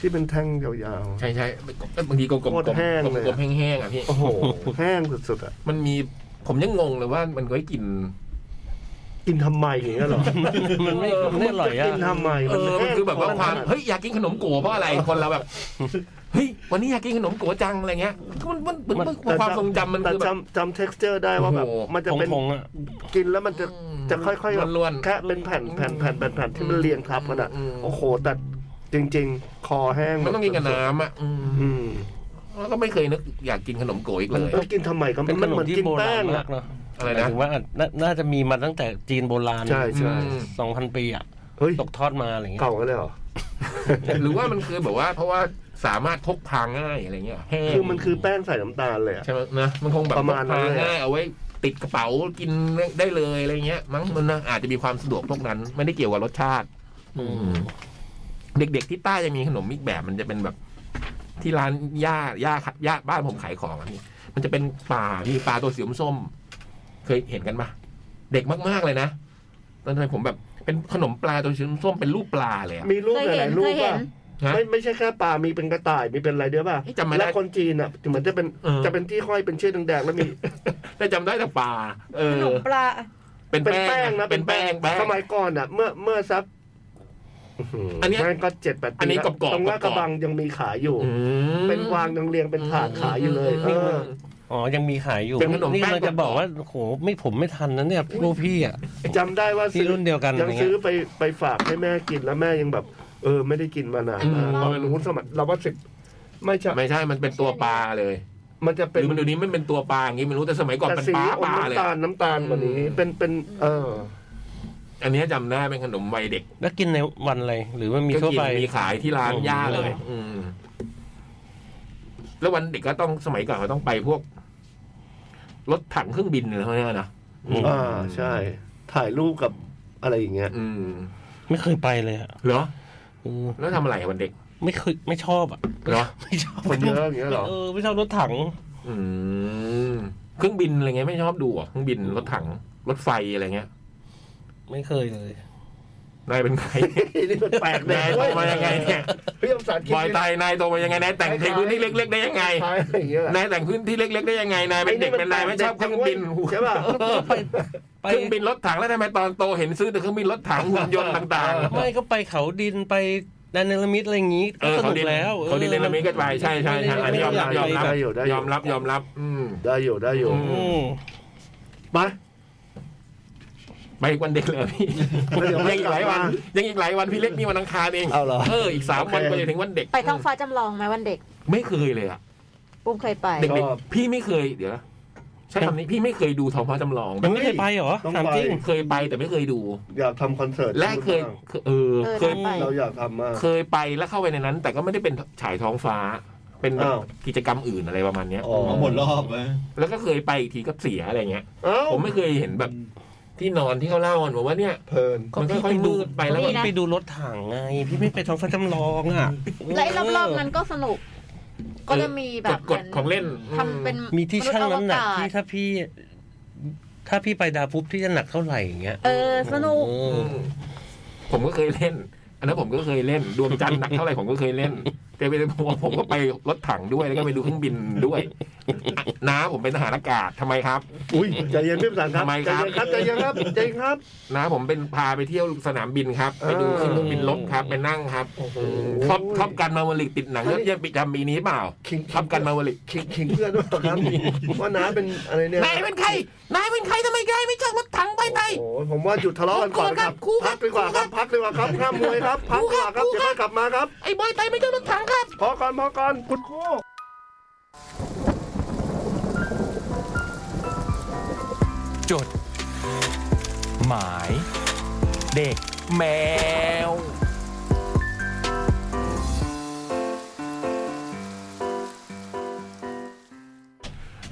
[SPEAKER 4] ที่เป็นแท่งยาว
[SPEAKER 3] ใช่ใช่ๆบางทีกลมๆกลม
[SPEAKER 4] โคตรแห้งเลยอะ
[SPEAKER 3] กลมๆแห้งๆอ่ะพี่
[SPEAKER 4] ๆ โอ้โห แห้งสุดๆอะ
[SPEAKER 3] มันมีผมยังงงเลยว่ามันไว้กิน
[SPEAKER 4] กินทำไมอย่างเงี้ยเหรอ
[SPEAKER 6] มันไม่มันไม่อร่อยอ่ะ
[SPEAKER 4] กินทำไม
[SPEAKER 3] เออมันคือแบบว่าความ
[SPEAKER 4] เฮ้ย
[SPEAKER 3] เฮ้ยอยากกินขนมโก๋เพราะอะไรคนเราแบบเฮ้ยวันนี้อยากกินขนมโก๋จังอะไรเงี้ยมันมันมันมันมันความทรงจำมัน
[SPEAKER 4] แต่
[SPEAKER 3] คือแบบ
[SPEAKER 4] จำจำ texture ได้ว่าแบบ
[SPEAKER 3] โอ้โห
[SPEAKER 4] มันจะ
[SPEAKER 6] ผง
[SPEAKER 4] เป็น
[SPEAKER 6] ผงๆอ่ะ
[SPEAKER 4] กินแล้วมันจะจะค่อยๆแบบ
[SPEAKER 3] ล้วนๆ
[SPEAKER 4] แค่เป็นแผ่นแผ่นแผ่นแผ่นแผ่นที่มันเรียงทับกันอะ
[SPEAKER 3] อืม
[SPEAKER 4] โอ้โหแต่จริง ๆ คอแห้ง
[SPEAKER 3] มันต้องกินกับน้ำอ่ะอืม
[SPEAKER 4] อืม
[SPEAKER 3] แล้วก็ไม่เคยนึกอยากกินขนมโก๋อีก
[SPEAKER 4] มั
[SPEAKER 3] เล
[SPEAKER 4] น
[SPEAKER 3] ย
[SPEAKER 4] ต้องกินทำไมก็
[SPEAKER 6] เป็นข
[SPEAKER 4] มัน
[SPEAKER 6] นม
[SPEAKER 4] เหมือน
[SPEAKER 6] ที่
[SPEAKER 4] กิน
[SPEAKER 6] โบรา
[SPEAKER 4] แป้
[SPEAKER 6] ณ
[SPEAKER 4] ง
[SPEAKER 6] มา
[SPEAKER 4] อะ
[SPEAKER 6] กเนาะ
[SPEAKER 3] อะ
[SPEAKER 6] ห
[SPEAKER 3] ไร
[SPEAKER 6] มาย
[SPEAKER 3] นะ
[SPEAKER 6] ถึงว่านาน่าจะมีมาตั้งแต่จีนโบราณ
[SPEAKER 4] ใช่ใช่
[SPEAKER 3] อืม
[SPEAKER 6] สองพันปีอ่ะ
[SPEAKER 4] เฮ้ย
[SPEAKER 6] ตกทอดมาอะไรอย่างเงี้ย
[SPEAKER 4] เก่ากันเลยเหรอ
[SPEAKER 3] หรือว่ามันคือแบบว่า เพราะว่าสามารถพกพาง่ายอะไรเงี้ยแห้ง
[SPEAKER 4] คือมันคือแป้งใส่น้ำตาลเลยอะ
[SPEAKER 3] ใช่ไหมนะมันคงแบบ
[SPEAKER 4] ประ
[SPEAKER 3] พ
[SPEAKER 4] มาณ
[SPEAKER 3] ก
[SPEAKER 4] นั้
[SPEAKER 3] พาน
[SPEAKER 4] เลยอะ
[SPEAKER 3] ง่ายเอาไว้ติดกระเป๋ากินได้เลยอะไรเงี้ย มั้งมันนะอาจจะมีความสะดวกพวกนั้น ไม่ได้เกี่ยวกับรสชาติ
[SPEAKER 6] อืม
[SPEAKER 3] เด็กๆที่ใต้จะมีขนมอีกแบบมันจะเป็นแบบ ที่ร้านย่าย่าย่าบ้านผมขายของอะพี่มันจะเป็นปลามีปลาตัวสีส้มๆเคยเห็นกันปะเด็กมากๆเลยนะตอนนั้นผมแบบเป็นขนมปลาตัวสีส้มๆเป็นรูปปลาเลยอะ
[SPEAKER 4] มีรูป
[SPEAKER 5] เคย
[SPEAKER 4] ห
[SPEAKER 5] เห็
[SPEAKER 4] ลาน ยๆรู
[SPEAKER 5] เค
[SPEAKER 4] ป
[SPEAKER 5] ยเห็
[SPEAKER 4] ป่ะ
[SPEAKER 5] น
[SPEAKER 3] ฮะ
[SPEAKER 4] ไม่ไม่ใช่แค่ปลา มีเป็นกระต่าย มีเป็นอะไรด้วยป่ะ
[SPEAKER 3] เอ๊ะจำไม่ได้
[SPEAKER 4] แล้วคนจีนอ่ะเหมือนจะเป็น
[SPEAKER 3] เออ
[SPEAKER 4] จะเป็นที่ห้อยเป็นเชือกแดงๆแล้วมี
[SPEAKER 3] แต่จำได้แต่ปลาเอ
[SPEAKER 5] ข
[SPEAKER 3] อน
[SPEAKER 5] มปลา
[SPEAKER 3] เป็น
[SPEAKER 4] เป็น
[SPEAKER 3] แป้
[SPEAKER 4] แป้
[SPEAKER 3] ง
[SPEAKER 4] งนะ
[SPEAKER 3] เป็นแป้งแป้ง
[SPEAKER 4] สมัยก่อนอ่ะ เมื่อเมื่อสักอื้อหื
[SPEAKER 3] นเนี้ย
[SPEAKER 4] แม่งก็เจ็ดแปดปี
[SPEAKER 3] อันนี้
[SPEAKER 4] แล้ว
[SPEAKER 3] กรอบๆ
[SPEAKER 4] ตรงลาด
[SPEAKER 3] กร
[SPEAKER 4] ก
[SPEAKER 3] อบๆ
[SPEAKER 4] ระบังยังมีขายอยู่
[SPEAKER 3] อืม
[SPEAKER 4] เป็นวางยังเรียงเป็นถาดขายอยู่เลยเออ
[SPEAKER 6] อ๋อ ยังมีขายอยู่
[SPEAKER 3] เป็นขนม
[SPEAKER 6] นี่
[SPEAKER 3] แป้ง
[SPEAKER 6] กำลังจะบอกว่า โห ไม่ผมไม่ทันนะเนี่ยลูกพี่อ่ะ
[SPEAKER 4] จำได้ว่าซื้อ
[SPEAKER 6] ที่รุ่นเดียวกัน
[SPEAKER 4] ยัง
[SPEAKER 6] อะไรเงี้ย
[SPEAKER 4] ซื้อไปไปฝากให้แม่กินแล้วแม่ยังแบบ เออ ไม่ได้กินมานานมาก
[SPEAKER 3] อืม
[SPEAKER 4] ตอนนู้นสมัยเราว่าสิบไม่ใช่
[SPEAKER 3] ไม่ใช่มันเป็นตัวปลาเลย
[SPEAKER 4] มันจะ
[SPEAKER 3] ห
[SPEAKER 4] เป็น
[SPEAKER 3] รือมันเดี๋ยวนี้มันเป็นตัวปลาอย่างงี้ไม่รู้แต่สมัยก่อน
[SPEAKER 4] แต่
[SPEAKER 3] เป็น
[SPEAKER 4] สี
[SPEAKER 3] ปลา
[SPEAKER 4] อม
[SPEAKER 3] ปลาเลย
[SPEAKER 4] น้ำตาลน้ำตาลกว่านี้
[SPEAKER 3] อืม
[SPEAKER 4] เป็นเป็น เออ
[SPEAKER 3] อันนี้จำได้เป็นขนมวัยเด็ก
[SPEAKER 6] แล้วกินในวันอะไร หรือมันมี
[SPEAKER 3] ก็
[SPEAKER 6] ทั่ว
[SPEAKER 3] กิ
[SPEAKER 6] ไป
[SPEAKER 3] มีขายที่ร้าน
[SPEAKER 6] อืม
[SPEAKER 3] ย่าเลย อืม แล้ววันเด็กก็ต้องสมัยก่อนก็ต้องไปพวกรถถังเครื่องบินอะไรพวกเนี้ยนะ
[SPEAKER 6] อืม
[SPEAKER 4] อ่าใช่ ถ่ายรูปกับอะไรอย่างเงี้ย
[SPEAKER 3] อืม
[SPEAKER 6] ไม่เคยไปเลยอ่ะ
[SPEAKER 3] เหรอ
[SPEAKER 6] เออ
[SPEAKER 3] แล้วทำอะไรอะวันเด็ก
[SPEAKER 6] ไม่เคยไม่ชอบอ่ะ
[SPEAKER 3] เหรอ
[SPEAKER 6] ไม่ชอบ
[SPEAKER 4] คนเยอะอย่างเงี้ยเหรอ
[SPEAKER 6] เออไม่ชอบรถถัง
[SPEAKER 3] อืมเครื่องบินอะไรเงี้ยไม่ชอบดูเหรอ่ะเครื่องบินรถถังรถไฟอะไรเงี้ย
[SPEAKER 6] ไม่เคยเลย
[SPEAKER 3] นายเป็นใคร
[SPEAKER 4] นี่มันแปลกแด
[SPEAKER 3] นาย
[SPEAKER 4] ง
[SPEAKER 3] โต
[SPEAKER 4] เว้ย
[SPEAKER 3] มายังไงเนี่ย
[SPEAKER 4] พี่อมสารคิด
[SPEAKER 3] บอยตายนายโตมายังไงนายแต่งเพลงพื้นที่เล็ก ๆ ได้ยังไง
[SPEAKER 4] คล้ายอะไรอย่างเงี้ยแหละ
[SPEAKER 3] นายแต่งพื้นที่เล็ก ๆ ได้ยังไงนายเป็นเด็กเป็นนายไม่ชอบเครื่องบิน
[SPEAKER 4] ใช่ป่ะ
[SPEAKER 6] ไปไป
[SPEAKER 3] เครื่องบินรถถังแล้วทำไมตอนโตเห็นซื้อแต่เครื่องบินรถถังหุ่นยนต์ต่างๆ
[SPEAKER 6] ไม่ก็ไปเขาดินไปดันเนลมิดอะไรอย่างงี้
[SPEAKER 3] เอ
[SPEAKER 6] ก็
[SPEAKER 3] อ
[SPEAKER 6] ส
[SPEAKER 3] เขา
[SPEAKER 6] นุก
[SPEAKER 3] ดิน
[SPEAKER 6] แล้ว
[SPEAKER 3] เขาดินในละมิก็ไปใช่ใช่ใช่อันนี้ยอมรับยอมรับ
[SPEAKER 4] ได้อยู่ได้อ
[SPEAKER 3] ย
[SPEAKER 4] ยู่
[SPEAKER 3] อมรับยอมรับ อืม
[SPEAKER 4] ได้อยู่ได้อยู่
[SPEAKER 3] อื
[SPEAKER 6] อืม
[SPEAKER 4] ไป
[SPEAKER 3] ไปอีกวันเด็กเลยพี่
[SPEAKER 4] แล้วเดี๋ยวไม่
[SPEAKER 3] ยังอีกหลายวัน
[SPEAKER 4] กลับ
[SPEAKER 3] ยังอีกหลายวันพี่เล็กนี่วันอังคารเอง
[SPEAKER 4] เอาเหรอ
[SPEAKER 3] เอออีกสามวัน
[SPEAKER 4] โอ
[SPEAKER 3] กว่า
[SPEAKER 4] เค
[SPEAKER 3] จะถึงวันเด็ก
[SPEAKER 5] ไปท้องฟ้าจำลองไหมวันเด็ก
[SPEAKER 3] ไม่เคยเลยอะ
[SPEAKER 5] ปุ้มเคยไป
[SPEAKER 3] เด็ก
[SPEAKER 4] ชอบ
[SPEAKER 3] ๆพี่ไม่เคยเดี๋ยวนะใช้คำนี้พี่ไม่เคยดูทองฟ้าจำลอง
[SPEAKER 6] ยังไม่เคยไปเหรอ
[SPEAKER 4] ต้อง
[SPEAKER 6] ถาม
[SPEAKER 4] ไป
[SPEAKER 6] จริง
[SPEAKER 3] เคยไปแต่ไม่เคยดู
[SPEAKER 4] อยากทำคอนเสิร์ต
[SPEAKER 3] และเคยเออ
[SPEAKER 5] เออ
[SPEAKER 3] เคย
[SPEAKER 5] ได้ไป
[SPEAKER 4] เราอยากทำมาก
[SPEAKER 3] เคยไปแล้วเข้าไปในนั้น แต่ก็ไม่ได้เป็นฉายท้องฟ้า เป็นแบบ
[SPEAKER 4] อ้าว
[SPEAKER 3] กิจกรรมอื่นอะไรประมาณเนี้ย
[SPEAKER 4] อ๋อ
[SPEAKER 7] เอาหมดรอบอะ
[SPEAKER 3] แล้วก็เคยไปอีกทีก็เสียอะไรเงี้ย
[SPEAKER 4] เอ้า
[SPEAKER 3] ผมไม่เคยเห็นแบบที่นอนที่เขาเล่ากันบอกว่าเนี่ย
[SPEAKER 4] เพลิน
[SPEAKER 6] ก็
[SPEAKER 3] มัน
[SPEAKER 6] พี่
[SPEAKER 3] ค่อ
[SPEAKER 6] ไป
[SPEAKER 3] ยๆ
[SPEAKER 6] ดู
[SPEAKER 3] มืดไปแล้ว
[SPEAKER 5] นี่
[SPEAKER 3] แบบ
[SPEAKER 5] นะ
[SPEAKER 6] ไปดูรถถังไง พี่ไม่ไปท้องฟ้าจำลองอ่ะ
[SPEAKER 5] และไอ้รอบๆนั้นก็สนุก ก็จะมีแบบ
[SPEAKER 3] กดๆของเล่น
[SPEAKER 5] ทำเป็น
[SPEAKER 6] มีที่ชั่งน้ำหนัก
[SPEAKER 5] มษย์อว
[SPEAKER 6] ที่ถ้า
[SPEAKER 5] าศ
[SPEAKER 6] พี่ ถ้าพี่ไปดาวปุ๊บที่จะหนักเท่าไหร่อย่างเงี้ย
[SPEAKER 5] เออ สนุก
[SPEAKER 6] เอ
[SPEAKER 3] อื
[SPEAKER 6] อ
[SPEAKER 3] มผมก็เคยเล่น อันนั้นผมก็เคยเล่นดวงจันทร์หนักเท่าไหร่ผมก็เคยเล่น แต่ไปผมว่าผมก็ไปรถถังด้วยแล้วก็ไปดูเครื่องบินด้วย อ่ะน้าผมเป็นทหารอากาศทำไมครับ
[SPEAKER 4] อุ้ยใจเย็นพี่ประสานครับ
[SPEAKER 3] ทำไม
[SPEAKER 4] ใจ
[SPEAKER 3] ครับ
[SPEAKER 4] เย็นครับใจเย็นครับใจเย็นครับ
[SPEAKER 3] น้าผมเป็นพาไปเที่ยวสนามบินครับ ไปดูเครื่องบินรบครับ ไปนั่งครับท็อปท็อปกันมาวลิกติดหนังยอดเยี่ยมปีจำปีนี้เปล่า
[SPEAKER 4] คิง
[SPEAKER 3] ท็อปกันมาวลิก
[SPEAKER 4] ขิงขิงเพื่อนด้วยครับ ว่าน้าเป็นอะไรเนี่ย
[SPEAKER 3] นายเป็นใครนายเป็นใครทำไมใครไม่ชอบรถถังไปไทย
[SPEAKER 4] โอ้โหผมว่าหยุดทะเลาะกันก่อนครับ
[SPEAKER 3] ครูครั
[SPEAKER 4] พั
[SPEAKER 3] บ
[SPEAKER 4] กดีกว่าครับ พักดีกว่าครับห้ามมวยครับ พักดีกว่าครับ
[SPEAKER 3] ครู
[SPEAKER 4] เดี๋ยว
[SPEAKER 3] ครับ
[SPEAKER 4] ค่อยกลับมาครับ
[SPEAKER 3] ไอ้บอยไทยไม่ชอบรถถังครับ
[SPEAKER 4] พอก่อนพอก่อนคุณครู
[SPEAKER 1] จด หมาย เด็กแมว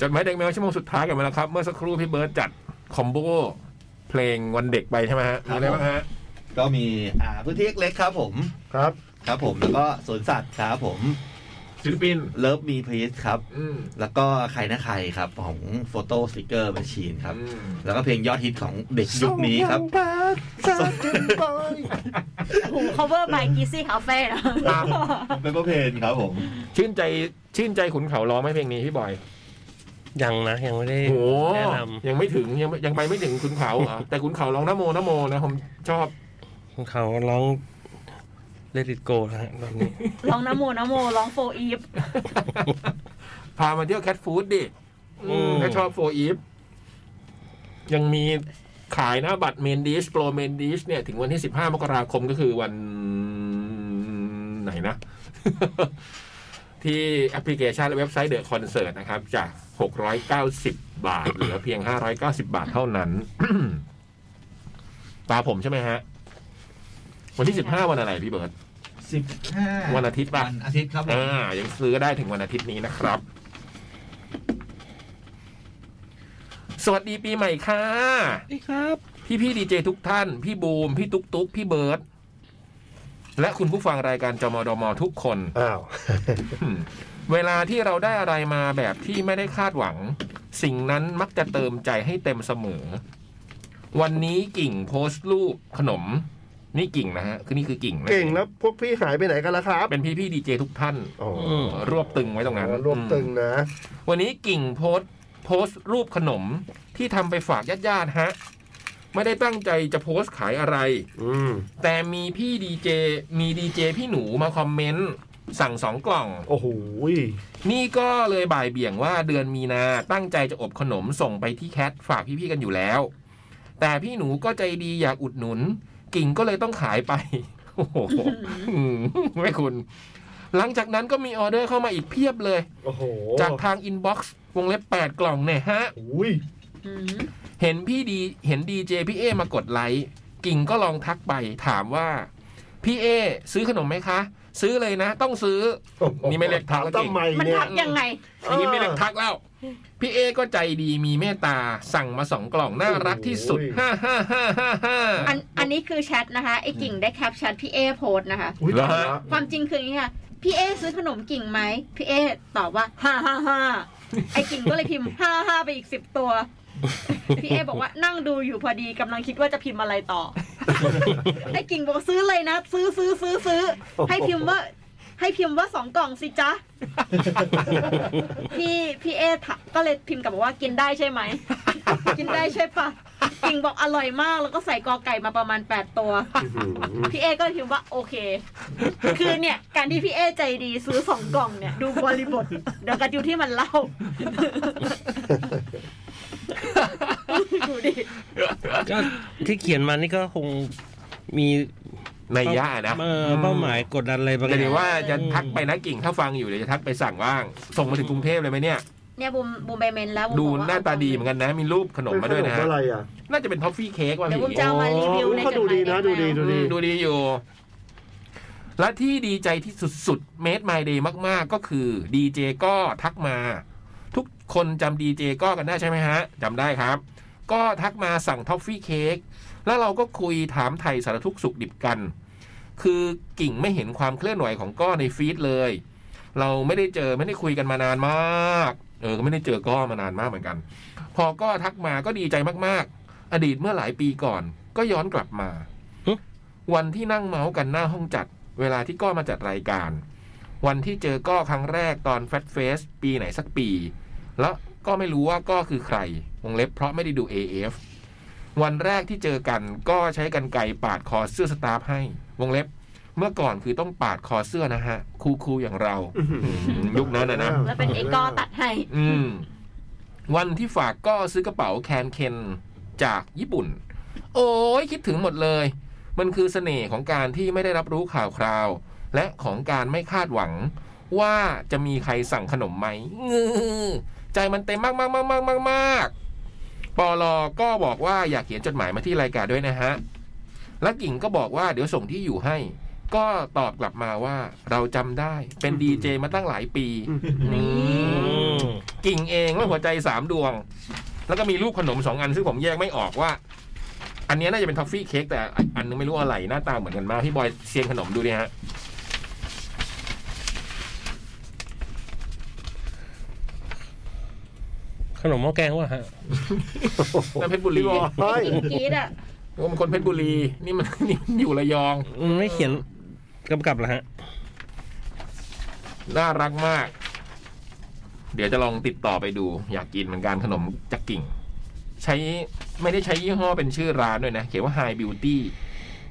[SPEAKER 3] จดหมายเด็กแมวชั่วโมงสุดท้ายกันมาแล้วครับ เมื่อสักครู่พี่เบิร์ตจัดคอมโบเพลงวันเด็กไปใช่ไหมฮะ
[SPEAKER 7] ครั
[SPEAKER 3] มีอะ
[SPEAKER 7] บ
[SPEAKER 3] ไรบ้างฮะ
[SPEAKER 7] ก็มีอ่าพื้นที่เล็กๆครับผม
[SPEAKER 4] ครับ
[SPEAKER 7] ครับผมแล้วก็สวนสัตว์ครับผม
[SPEAKER 3] ศิลปิน
[SPEAKER 7] เลิฟมีพ a สครับ
[SPEAKER 3] อืม
[SPEAKER 7] แล้วก็ใครนะใครครับของโฟโต้สติกเกอร์แมชชีนครับ
[SPEAKER 3] อืม
[SPEAKER 7] แล้วก็เพลงยอดฮิตของเด็กยุคนี้ครับ
[SPEAKER 5] หู cover by Kissy Cafe นะ
[SPEAKER 7] เป็นเพลงครับผม
[SPEAKER 3] ชื่นใจชื่นใจขุนเขาร้องไหมเพลงนี้พี่บอย
[SPEAKER 6] ยังนะ ยังไม่ได้
[SPEAKER 3] โอ้โห
[SPEAKER 6] แนะน
[SPEAKER 3] ยังไม่ถึงยังยังไปไม่ถึงขุนเขาเหรอ แต่ขุนเขาร้องนะโมนะโมนะผมชอบ
[SPEAKER 6] ำเขาร้องเลดิตโกนะฮะตอนนี้
[SPEAKER 5] ร้องนะโมนะโมร้องโฟอีฟ
[SPEAKER 3] พามาเที่ยวแคทฟู้ดดิ
[SPEAKER 6] อืม
[SPEAKER 3] ถ้าชอบโฟอีฟยังมีขายนะบัตรเมนดิชโปรเมนดิชเนี่ย ถึงวันที่ 15 มกราคมก็คือวันไหนนะ ที่แอปพลิเคชันและเว็บไซต์เดอะคอนเสิร์ตนะครับ จาก 690 บาท เหลือเพียง 590 บาทเท่านั้น ตาผมใช่ไหมฮะ วันที่ 15 วันอะไรพี่เบิร์ต
[SPEAKER 7] สิบห้า
[SPEAKER 3] วันอาทิตย์ป่ะ
[SPEAKER 7] วันอาทิตย์ครับผม
[SPEAKER 3] อ่ายังซื้อได้ถึงวันอาทิตย์นี้นะครับ สวัสดีปีใหม่ค่ะ
[SPEAKER 6] นี่ครับ
[SPEAKER 3] พี่พี่ดีเจทุกท่าน พี่บูม พี่ตุ๊กตุ๊กพี่เบิร์ดและคุณผู้ฟังรายการจมดมทุกคน
[SPEAKER 4] อ้าว
[SPEAKER 3] เวลาที่เราได้อะไรมาแบบที่ไม่ได้คาดหวัง สิ่งนั้นมักจะเติมใจให้เต็มเสมอ วันนี้กิ่งโพสต์รูปขนม นี่กิ่งนะฮะ คือนี่คือกิ่งนะ
[SPEAKER 4] เก่งแล้วพวกพี่หายไปไหนกันล่ะครับ
[SPEAKER 3] เป็นพี่พี่ดีเจทุกท่าน
[SPEAKER 4] อ๋อ
[SPEAKER 6] ม
[SPEAKER 3] รวบตึงไว้ตรงนั้น
[SPEAKER 4] รวบตึงนะ
[SPEAKER 3] วันนี้กิ่งโพสต์โพสต์รูปขนมที่ทำไปฝากญาติๆฮะ ไม่ได้ตั้งใจจะโพสต์ขายอะไร
[SPEAKER 4] อืม
[SPEAKER 3] แต่มีพี่ดีเจมีดีเจพี่หนูมาคอมเมนต์ สั่งสองกล่อง
[SPEAKER 4] โอ้โหย
[SPEAKER 3] นี่ก็เลยบ่ายเบี่ยงว่าเดือนมีนาตั้งใจจะอบขนมส่งไปที่แคทฝากพี่ๆกันอยู่แล้ว แต่พี่หนูก็ใจดีอยากอุดหนุน กิ่งก็เลยต้องขายไป โอ้โหอืมไม่คุณ หลังจากนั้นก็มีออเดอร์เข้ามาอีกเพียบเลย
[SPEAKER 4] โอ้โห
[SPEAKER 3] จากทางอินบ็อกซ์วงเล็บ 8 กล่องเนี่ยฮะ
[SPEAKER 4] อุ้ย
[SPEAKER 5] อืม
[SPEAKER 3] เห็นพี่ดีเห็นดีเจพี่เอมากดไลค์กิ่งก็ลองทักไปถามว่า พี่เอ ซื้อขนมไหมคะ ซื้อเลยนะ ต้องซื้อ นี่ไม่เรียกทัก
[SPEAKER 4] ถาม
[SPEAKER 3] แล้ว
[SPEAKER 4] ทำไม
[SPEAKER 5] มัน
[SPEAKER 4] เนี่ย
[SPEAKER 5] ทักยังไง
[SPEAKER 3] ันนี้ไม่เล็กทักแล้ว พี่เอก็ใจดีมีเมตตาสั่งมาสองกล่องน่ารักที่สุดฮ่าฮ่าฮ่าฮ่าฮ่า
[SPEAKER 5] อันอันนี้คือแชทนะคะ ไอ้กิ่งได้แคปแชทพี่เอโพสต์นะคะ
[SPEAKER 4] อุ้ย
[SPEAKER 3] เหรอฮะ
[SPEAKER 4] ตายละ
[SPEAKER 5] ความจริงคืออย่างนี้ค่ะ พี่เอซื้อขนมกิ่งไหม พี่เอตอบว่าฮ่าฮ่าฮ่าไอ้กิ่งก็เลยพิมพ์ ฮ่าฮ่าไปอีกสิบตัว พี่เอบอกว่านั่งดูอยู่พอดีกำลังคิดว่าจะพิมพ์อะไร ต่อ ไอ้กิ่งบอกซื้อเลยนะ ซื้อซื้อซื้อซื้อ ให้พิมพ์ว่า ให้พิมพ์ว่าสองกล่องสิ จ๊ะ พี่พี่เอถามก็เลยพิมพ์กลับบอกว่ากินได้ใช่ ไหม กินได้ใช่ปะกิ่งบอกอร่อยมากแล้วก็ใส่กอไก่มาประมาณแปดตัว
[SPEAKER 4] อื้อหือ
[SPEAKER 5] พี่เอก็พิมพ์ว่าโอเค คือเนี่ยการที่พี่เอใจดีซื้อสองกล่องเนี่ย ดูบริบทเดี๋ยวกันอยู่ที่มันเล่า ดูดิ
[SPEAKER 6] ก็ที่เขียนมานี่ก็คงมี
[SPEAKER 3] ในยะนะ
[SPEAKER 6] เอ่อเป้าหมายกดดันอะไรบางอ
[SPEAKER 3] แต่เดี๋
[SPEAKER 6] ย่า
[SPEAKER 3] ยว
[SPEAKER 6] ง
[SPEAKER 3] ว่าจะทักไปนะกิ่งถ้าฟังอยู่เดี๋ยวจะทักไปสั่งว่าง ส่งมาถึงกรุงเทพเลยไหมเนี่ย
[SPEAKER 5] เนี่ยบุมบุมไปเมนแล้ว
[SPEAKER 3] ดูหน้าตาดีเหมือนกันนะ มีรูปขนมมาด้วยนะ
[SPEAKER 4] เป็ข
[SPEAKER 3] ฮะ
[SPEAKER 4] อะไรอ่ะ
[SPEAKER 3] น่าจะเป็นท็อฟฟี่เค้กว่ะ
[SPEAKER 5] เดี๋ยว
[SPEAKER 3] พี่
[SPEAKER 5] บุมจะเอามารีวิวในจดหมายเด็กแมว
[SPEAKER 4] ดูดีนะดูดี
[SPEAKER 3] ดูดีอยู่ และที่ดีใจที่สุดๆ เมดไมเดย์มากๆ ก็คือดีเจก็ทักมา ทุกคนจำดีเจก็กันได้ใช่ไหมฮะจำได้ครับ ก็ทักมาสั่งท็อฟฟี่เค้กแล้วเราก็คุยถามไทยสารทุกข์สุขดิบกัน คือกิ่งไม่เห็นความเคลื่อนไหวของก้อในฟีดเลย เราไม่ได้เจอไม่ได้คุยกันมานานมาก เออก็ไม่ได้เจอก้อมานานมากเหมือนกัน พอก็ทักมาก็ดีใจมากๆ อดีตเมื่อหลายปีก่อน ก็ย้อนกลับมา วันที่นั่งเมาส์กันหน้าห้องจัด เวลาที่ก้อมาจัดรายการ วันที่เจอก้อครั้งแรกตอนแฟตเฟสปีไหนสักปี แล้วก็ไม่รู้ว่าก้อคือใครวงเล็บเพราะไม่ได้ดู AF วันแรกที่เจอกันก็ใช้กันไกรปาดคอเสื้อสตาฟให้ วงเล็บ เมื่อก่อนคือต้องปาดคอเสื้อนะฮะ คูคูๆอย่างเรายุคนั้นนะนะ
[SPEAKER 5] แล้วเป็นไอ้กอตัดให้
[SPEAKER 3] อืม วันที่ฝากก็ซื้อกระเป๋าแคนเคนจากญี่ปุ่น โอ้ยคิดถึงหมดเลย มันคือเสน่ห์ของการที่ไม่ได้รับรู้ข่าวคราว และของการไม่คาดหวัง ว่าจะมีใครสั่งขนมไหมงือใจมันเต็มมากมากมากมากมากมากปอลอก็บอกว่าอยากเขียนจดหมายมาที่รายการด้วยนะฮะ และกิ่งก็บอกว่าเดี๋ยวส่งที่อยู่ให้ ก็ตอบกลับมาว่าเราจำได้เป็นดีเจมาตั้งหลายปี
[SPEAKER 5] นี่
[SPEAKER 3] กิ่งเองแล้วหัวใจสามดวง แล้วก็มีรูปขนมสองอันซึ่งผมแยกไม่ออกว่า อันเนี้ยน่าจะเป็นทอฟฟี่เค้กแต่อันนึงไม่รู้อะไรหน้าตาเหมือนกันมากพี่บอยเซียนขนมดูดิฮะ
[SPEAKER 6] ขนมหม้อแกงว่ะฮะ
[SPEAKER 3] นั่นเพชรบุรี
[SPEAKER 4] พี่บอย
[SPEAKER 5] ไอ้กิ่งกรีดอ่ะ
[SPEAKER 3] โอ้มันคนเพชรบุรีนี่มันนี่มันอยู่ระยอง
[SPEAKER 6] ไม่เขียนกำกับเหรอฮะ
[SPEAKER 3] น่ารักมาก เดี๋ยวจะลองติดต่อไปดู อยากกินเหมือนกันขนมจากกิ่ง ใช้ไม่ได้ใช้ยี่ห้อเป็นชื่อร้านด้วยนะ เขียนว่า High Beauty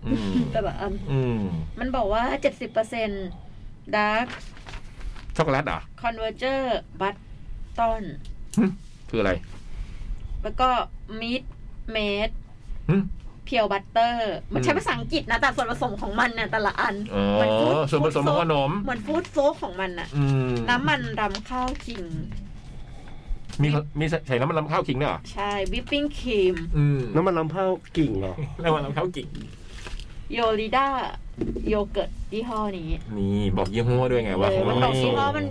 [SPEAKER 3] อืม
[SPEAKER 5] แต่แบบอัน
[SPEAKER 3] อืม
[SPEAKER 5] มันบอกว่าเจ็ดสิบเปอร์เซ็นต์ดาร์ค
[SPEAKER 3] ช็อกโกแลตเหรอ
[SPEAKER 5] คอนเวอร์เจอร์บัตตอน
[SPEAKER 3] คืออะไร
[SPEAKER 5] แล้วก็มิดเมด
[SPEAKER 3] หึ
[SPEAKER 5] เพียวบัตเตอร์ มันใช้ภาษาอังกฤษนะแต่ส่วนผสมของมันน่ะแต่ละอัน
[SPEAKER 3] อ๋อ
[SPEAKER 5] เหมืฟู้ด
[SPEAKER 3] ส่วนผสมของขนม
[SPEAKER 5] เหมือนฟู้ดโซกของมันน่ะ
[SPEAKER 3] อืม
[SPEAKER 5] น้ำมันรำข้าวขิง
[SPEAKER 3] มีมีใส่น้ำมันลำข้าวขิงด้วยเหรอ
[SPEAKER 5] ใช่วิปปิ้งครีม
[SPEAKER 3] อืม
[SPEAKER 4] น้ำมันลำเผากิ่งเหรอ
[SPEAKER 3] น้ำมันลำข้าวขิง
[SPEAKER 5] โยลิด้าโยเกิร์ตยี่ห้อนี้
[SPEAKER 3] นี่บอกยี่ห้อด้วยไงว่า
[SPEAKER 5] เอ
[SPEAKER 3] ข
[SPEAKER 5] อ
[SPEAKER 3] อง
[SPEAKER 5] มัน
[SPEAKER 3] เรา
[SPEAKER 5] บ
[SPEAKER 3] ไม่
[SPEAKER 5] อ
[SPEAKER 3] ส่
[SPEAKER 5] กยี่
[SPEAKER 3] ง
[SPEAKER 5] ห้อมัน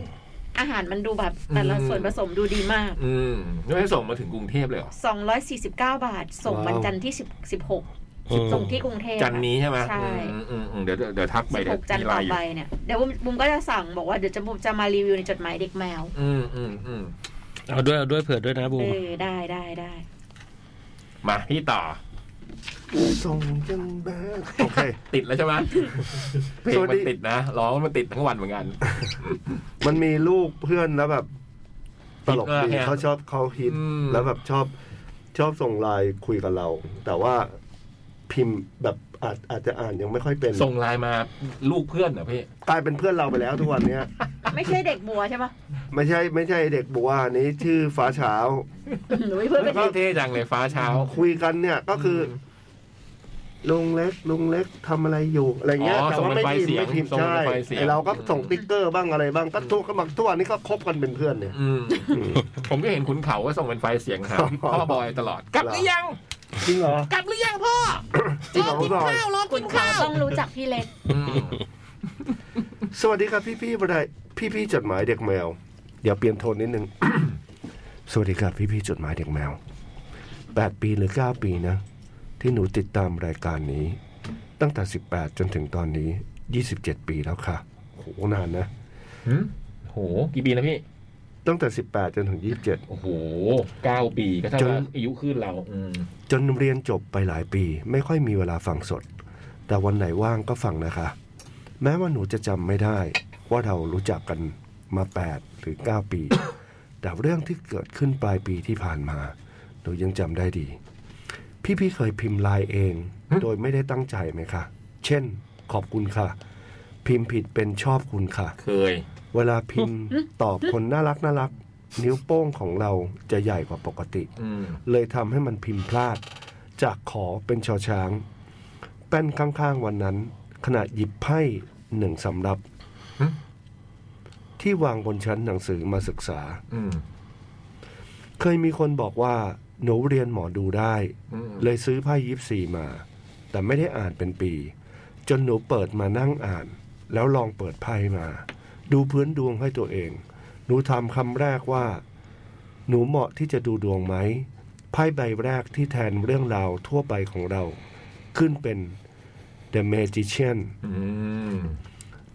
[SPEAKER 5] อาหารมันดูแบบแต่ละ
[SPEAKER 3] อืม
[SPEAKER 5] ส่วนผสมดูดีมาก
[SPEAKER 3] อืมไม่ให้ส่งมาถึงกรุงเทพเลยเหรอ
[SPEAKER 5] 249 บาท ส่ง
[SPEAKER 4] ว้าว
[SPEAKER 5] วันจันทร์ที่10 16 ส่งที่กรุงเทพ
[SPEAKER 3] จันนี้ใช่ไหม
[SPEAKER 5] ใช่
[SPEAKER 3] อืมอืมอืมเดี๋ยวเดี๋ยวเดี๋ยวทักไปเดี๋ยว
[SPEAKER 5] 16 จันท
[SPEAKER 3] มี
[SPEAKER 5] ร์
[SPEAKER 3] ไล
[SPEAKER 5] ต่อ
[SPEAKER 3] น์อยู่
[SPEAKER 5] ไปเนี่ย เดี๋ยวบุมบุมก็จะสั่งบอกว่าเดี๋ยวจะบุมจะมารีวิวในจดหมายเด็กแมว
[SPEAKER 3] อืมอืมอืม
[SPEAKER 6] เอาด้วยเอาด้วยเผื่อด้วยนะบู
[SPEAKER 5] เอ
[SPEAKER 6] ม
[SPEAKER 5] อ ได้ได้ได้
[SPEAKER 3] มาพี่ต่อ
[SPEAKER 4] ส่งจังแบกโอเค
[SPEAKER 3] ติดแล้วใช่ไหมเพลง
[SPEAKER 4] สวัส
[SPEAKER 3] มัน
[SPEAKER 4] ดี
[SPEAKER 3] ติดนะร้องมันติดทั้งวันเหมือนกัน
[SPEAKER 4] มันมีลูกเพื่อนแล้วแบบ ตลก
[SPEAKER 3] ฮิตมาก
[SPEAKER 4] ดี
[SPEAKER 3] ฮะ
[SPEAKER 4] เขาชอบเขาฮิต
[SPEAKER 3] อืม
[SPEAKER 4] แล้วแบบชอบ ชอบส่งไลน์คุยกับเรา แต่ว่าพิมพ์แบบอาจอาจจะอ่านยังไม่ค่อยเป็น
[SPEAKER 3] ส่งไลน์มาลูกเพื่อนเหรอพี่
[SPEAKER 4] กลายเป็นเพื่อนเราไปแล้วทุกวัน เนี้ย
[SPEAKER 5] ไม่ใช่เด็กบัวใช่ปะ
[SPEAKER 4] ไม่ใช่ไม่ใช่เด็กบัวอันนี้ชื่อฟ้าเช้า
[SPEAKER 5] หนูไม่เพื่อนเป็นเด็ก
[SPEAKER 3] เท่ๆจังเลยฟ้าเช้า
[SPEAKER 4] คุยกันเนี่ยก็คืออ
[SPEAKER 3] ม
[SPEAKER 4] ลุงเล็กลุงเล็กทำอะไรอยู่อะไรเงี้ย
[SPEAKER 3] อ๋อ
[SPEAKER 4] แต่ว่าไม่พิม
[SPEAKER 3] ส่ง
[SPEAKER 4] พ์
[SPEAKER 3] เป็
[SPEAKER 4] ไม่
[SPEAKER 3] น
[SPEAKER 4] พิมพ์
[SPEAKER 3] ไฟล์เสียงส่งเป็นไฟล์เสีย
[SPEAKER 4] ใช่
[SPEAKER 3] ง
[SPEAKER 4] ไอ้เราก็ส่งติ๊กเกอร์บ้างอะไรบ้างก็ทุกก็บางทุกวันนี้ก็คบกันเป็นเพื่อนเนี่ย
[SPEAKER 3] อืม ผมก็เห็นคุณเขาก็ส่งเป็นไฟล์เสียงหาพ่อบอยตลอด กลับหรือยัง
[SPEAKER 4] จริงเหรอก
[SPEAKER 3] ลับหรือยังพ่อ
[SPEAKER 4] จริงเหรอคุณบอย
[SPEAKER 5] คุณเขาต้องรู้จักพี่เล็ก
[SPEAKER 3] อืม
[SPEAKER 4] สวัสดีครับพี่พี่ๆบไดพี่พี่ๆจดหมายเด็กแมว เดี๋ยวเปลี่ยนโทนนิดนึง สวัสดีครับพี่พี่ๆจดหมายเด็กแมวแปดปีหรือเก้าปีนะ ที่หนูติดตามรายการนี้ ตั้งแต่สิบแปดจนถึงตอนนี้ยี่สิบเจ็ดปีแล้วค่ะโหนานนะ
[SPEAKER 3] หืมโห กี่ปีนะพี่
[SPEAKER 4] ตั้งแต่ 18 จนถึง
[SPEAKER 3] โอ้โหเก้าปีก็เท่า
[SPEAKER 4] จ
[SPEAKER 3] กับ
[SPEAKER 4] น
[SPEAKER 3] อายุขึ้นเรา อืม
[SPEAKER 4] 27 จนเรียนจบไปหลายปี ไม่ค่อยมีเวลาฟังสด แต่วันไหนว่างก็ฟังนะคะ แม้ว่าหนูจะจำไม่ได้ว่าเรารู้จักกันมา 8 หรือ 9 ปี แต่เรื่องที่เกิดขึ้นปลายปีที่ผ่านมา หนูยังจำได้ดี พี่ๆเคยพิมพ์ไลายเอง โดยไม่ได้ตั้งใจไหมคะ เช่น ขอบคุณค่ะ พิมพ์ผิดเป็นชอบคุณค่ะ
[SPEAKER 3] เคย
[SPEAKER 4] เวลาพิมพ์ตอบคนน่ารักน่ารัก นิ้วโป้งของเราจะใหญ่กว่าปกติ
[SPEAKER 3] อืม
[SPEAKER 4] เลยทำให้มันพิมพ์พลาด จากขอเป็นชอช้าง แป้นข้างๆวันนั้น ขณะหยิบไพ่หนึ่งสำรับ
[SPEAKER 3] ฮะ
[SPEAKER 4] ที่วางบนชั้นหนังสือมาศึกษา
[SPEAKER 3] อืม
[SPEAKER 4] เคยมีคนบอกว่า หนูเรียนหมอดูได้
[SPEAKER 3] อืม
[SPEAKER 4] เลยซื้อไพ่ยิปซีมา แต่ไม่ได้อ่านเป็นปี จนหนูเปิดมานั่งอ่าน แล้วลองเปิดไพ่มา ดูพื้นดวงให้ตัวเอง หนูถามคำแรกว่า หนูเหมาะที่จะดูดวงไหมไพ่ใบแรกที่แทนเรื่องราวทั่วไปของเรา ขึ้นเป็น The Magician
[SPEAKER 3] อืม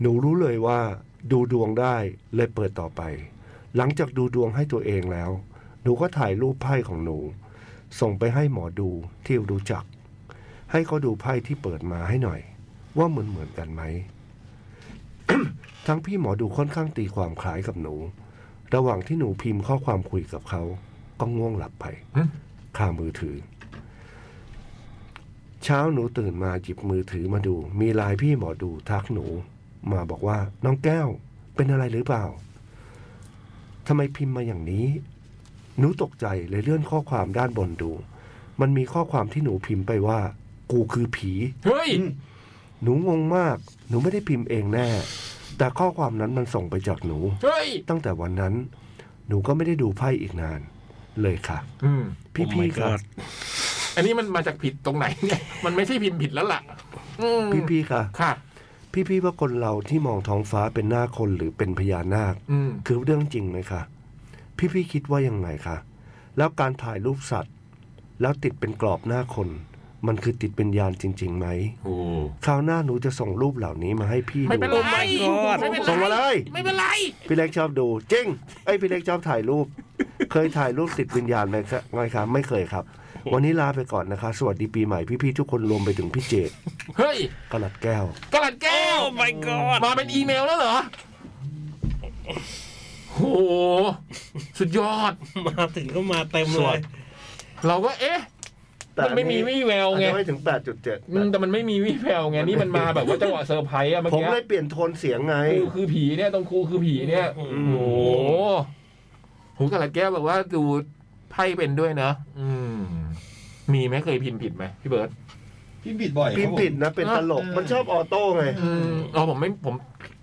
[SPEAKER 4] หนูรู้เลยว่าดูดวงได้เลยเปิดต่อไป หลังจากดูดวงให้ตัวเองแล้ว หนูก็ถ่ายรูปไพ่ของหนู ส่งไปให้หมอดูที่รู้จัก ให้เขาดูไพ่ที่เปิดมาให้หน่อย ว่าเหมือนเหมือนกันไหม ทั้งพี่หมอดูค่อนข้างตีความคล้ายกับหนู ระหว่างที่หนูพิมพ์ข้อความคุยกับเขาก็ง่วงหลับไป
[SPEAKER 3] ฮะ
[SPEAKER 4] คามือถือ เช้าหนูตื่นมาหยิบมือถือมาดู มีไลายพี่หมอดูทักหนู มาบอกว่าน้องแก้วเป็นอะไรหรือเปล่าทำไมพิมพ์มาอย่างนี้ หนูตกใจเลยเลื่อนข้อความด้านบนดู มันมีข้อความที่หนูพิมพ์ไปว่า กูคือผี
[SPEAKER 3] เฮ้ย
[SPEAKER 4] หนูงงมาก หนูไม่ได้พิมพ์เองแน่ แต่ข้อความนั้นมันส่งไปจากหนู
[SPEAKER 3] เฮ้ย
[SPEAKER 4] ตั้งแต่วันนั้น หนูก็ไม่ได้ดูไพ่อีกนาน เลยค่ะ
[SPEAKER 3] อืม
[SPEAKER 6] Oh my
[SPEAKER 4] พี่ๆค่ะ
[SPEAKER 6] God
[SPEAKER 3] อันนี้มันมาจากผิดตรงไหน เนี่ย มันไม่ใช่พิมพ์ผิดแล้วล่ะ อืม
[SPEAKER 4] พี่ๆค่ะ
[SPEAKER 3] ค่ะ
[SPEAKER 4] พี่ๆว่าคนเราที่มองท้องฟ้าเป็นหน้าคนหรือเป็นพญานาค
[SPEAKER 3] อืม
[SPEAKER 4] คือเรื่องจริงไหมคะ พี่พี่ๆคิดว่ายังไงคะ แล้วการถ่ายรูปสัตว์ แล้วติดเป็นกรอบหน้าคน มันคือติดเป็นยานจริงๆไหม
[SPEAKER 3] โอ้
[SPEAKER 4] คราวหน้าหนูจะส่งรูปเหล่านี้มาให้พี่
[SPEAKER 3] ไม่
[SPEAKER 4] ดู
[SPEAKER 3] เป็น
[SPEAKER 6] Oh
[SPEAKER 3] ไร
[SPEAKER 6] my god
[SPEAKER 3] ไม่เป็นไร
[SPEAKER 4] ส่งมาเลย
[SPEAKER 3] ไม่เป็นไร
[SPEAKER 4] พี่เล็กชอบดู จริงไอ้ยพี่เล็กชอบถ่ายรูป เคยถ่ายรูปติดวิญญาณไหมครับไม่ครับไม่เคยครับ วันนี้ลาไปก่อนนะคะ สวัสดีปีใหม่พี่ๆทุกคนรวมไปถึงพี่เจด
[SPEAKER 3] เฮ้ย
[SPEAKER 4] กลัดแก้ว
[SPEAKER 3] กระดาษแก้ว
[SPEAKER 6] Oh my god
[SPEAKER 3] มาเป็นอีเมลแล้วเหรอ โห สุดยอด
[SPEAKER 6] มาถึงก็มาเต็ม
[SPEAKER 4] ส
[SPEAKER 6] เล
[SPEAKER 4] วย
[SPEAKER 6] ย
[SPEAKER 3] เราก็เอ๊ะ
[SPEAKER 4] แต่
[SPEAKER 3] มันไม่มีวี่แวว
[SPEAKER 4] อัน
[SPEAKER 3] ไง
[SPEAKER 4] นี้ไม่ถึง 8.7
[SPEAKER 3] อืมแต่มันไม่มีวี่แววไง นี่มันมาแบบว่าจังหวะเซอร์ไพรส์อะเมื่อ
[SPEAKER 4] ผม
[SPEAKER 3] กี้
[SPEAKER 4] เลยเปลี่ยนโทนเสียงไง
[SPEAKER 3] ครูคือผีเนี่ยตรงครูคือผีเนี่ย โอ้โหโหกระดแก้วบอกว่าดูไพ่เป็นด้วยเนอะอืม มีไหมเคยพิมพ์ผิดไหมพี่เบิร์ต
[SPEAKER 7] พิมพ์ผิดบ่อยครับ
[SPEAKER 4] พิมพ์ผิดนะเป็นตลกมันชอบออโต้ไง
[SPEAKER 3] อืมอ๋อผมไม่ผม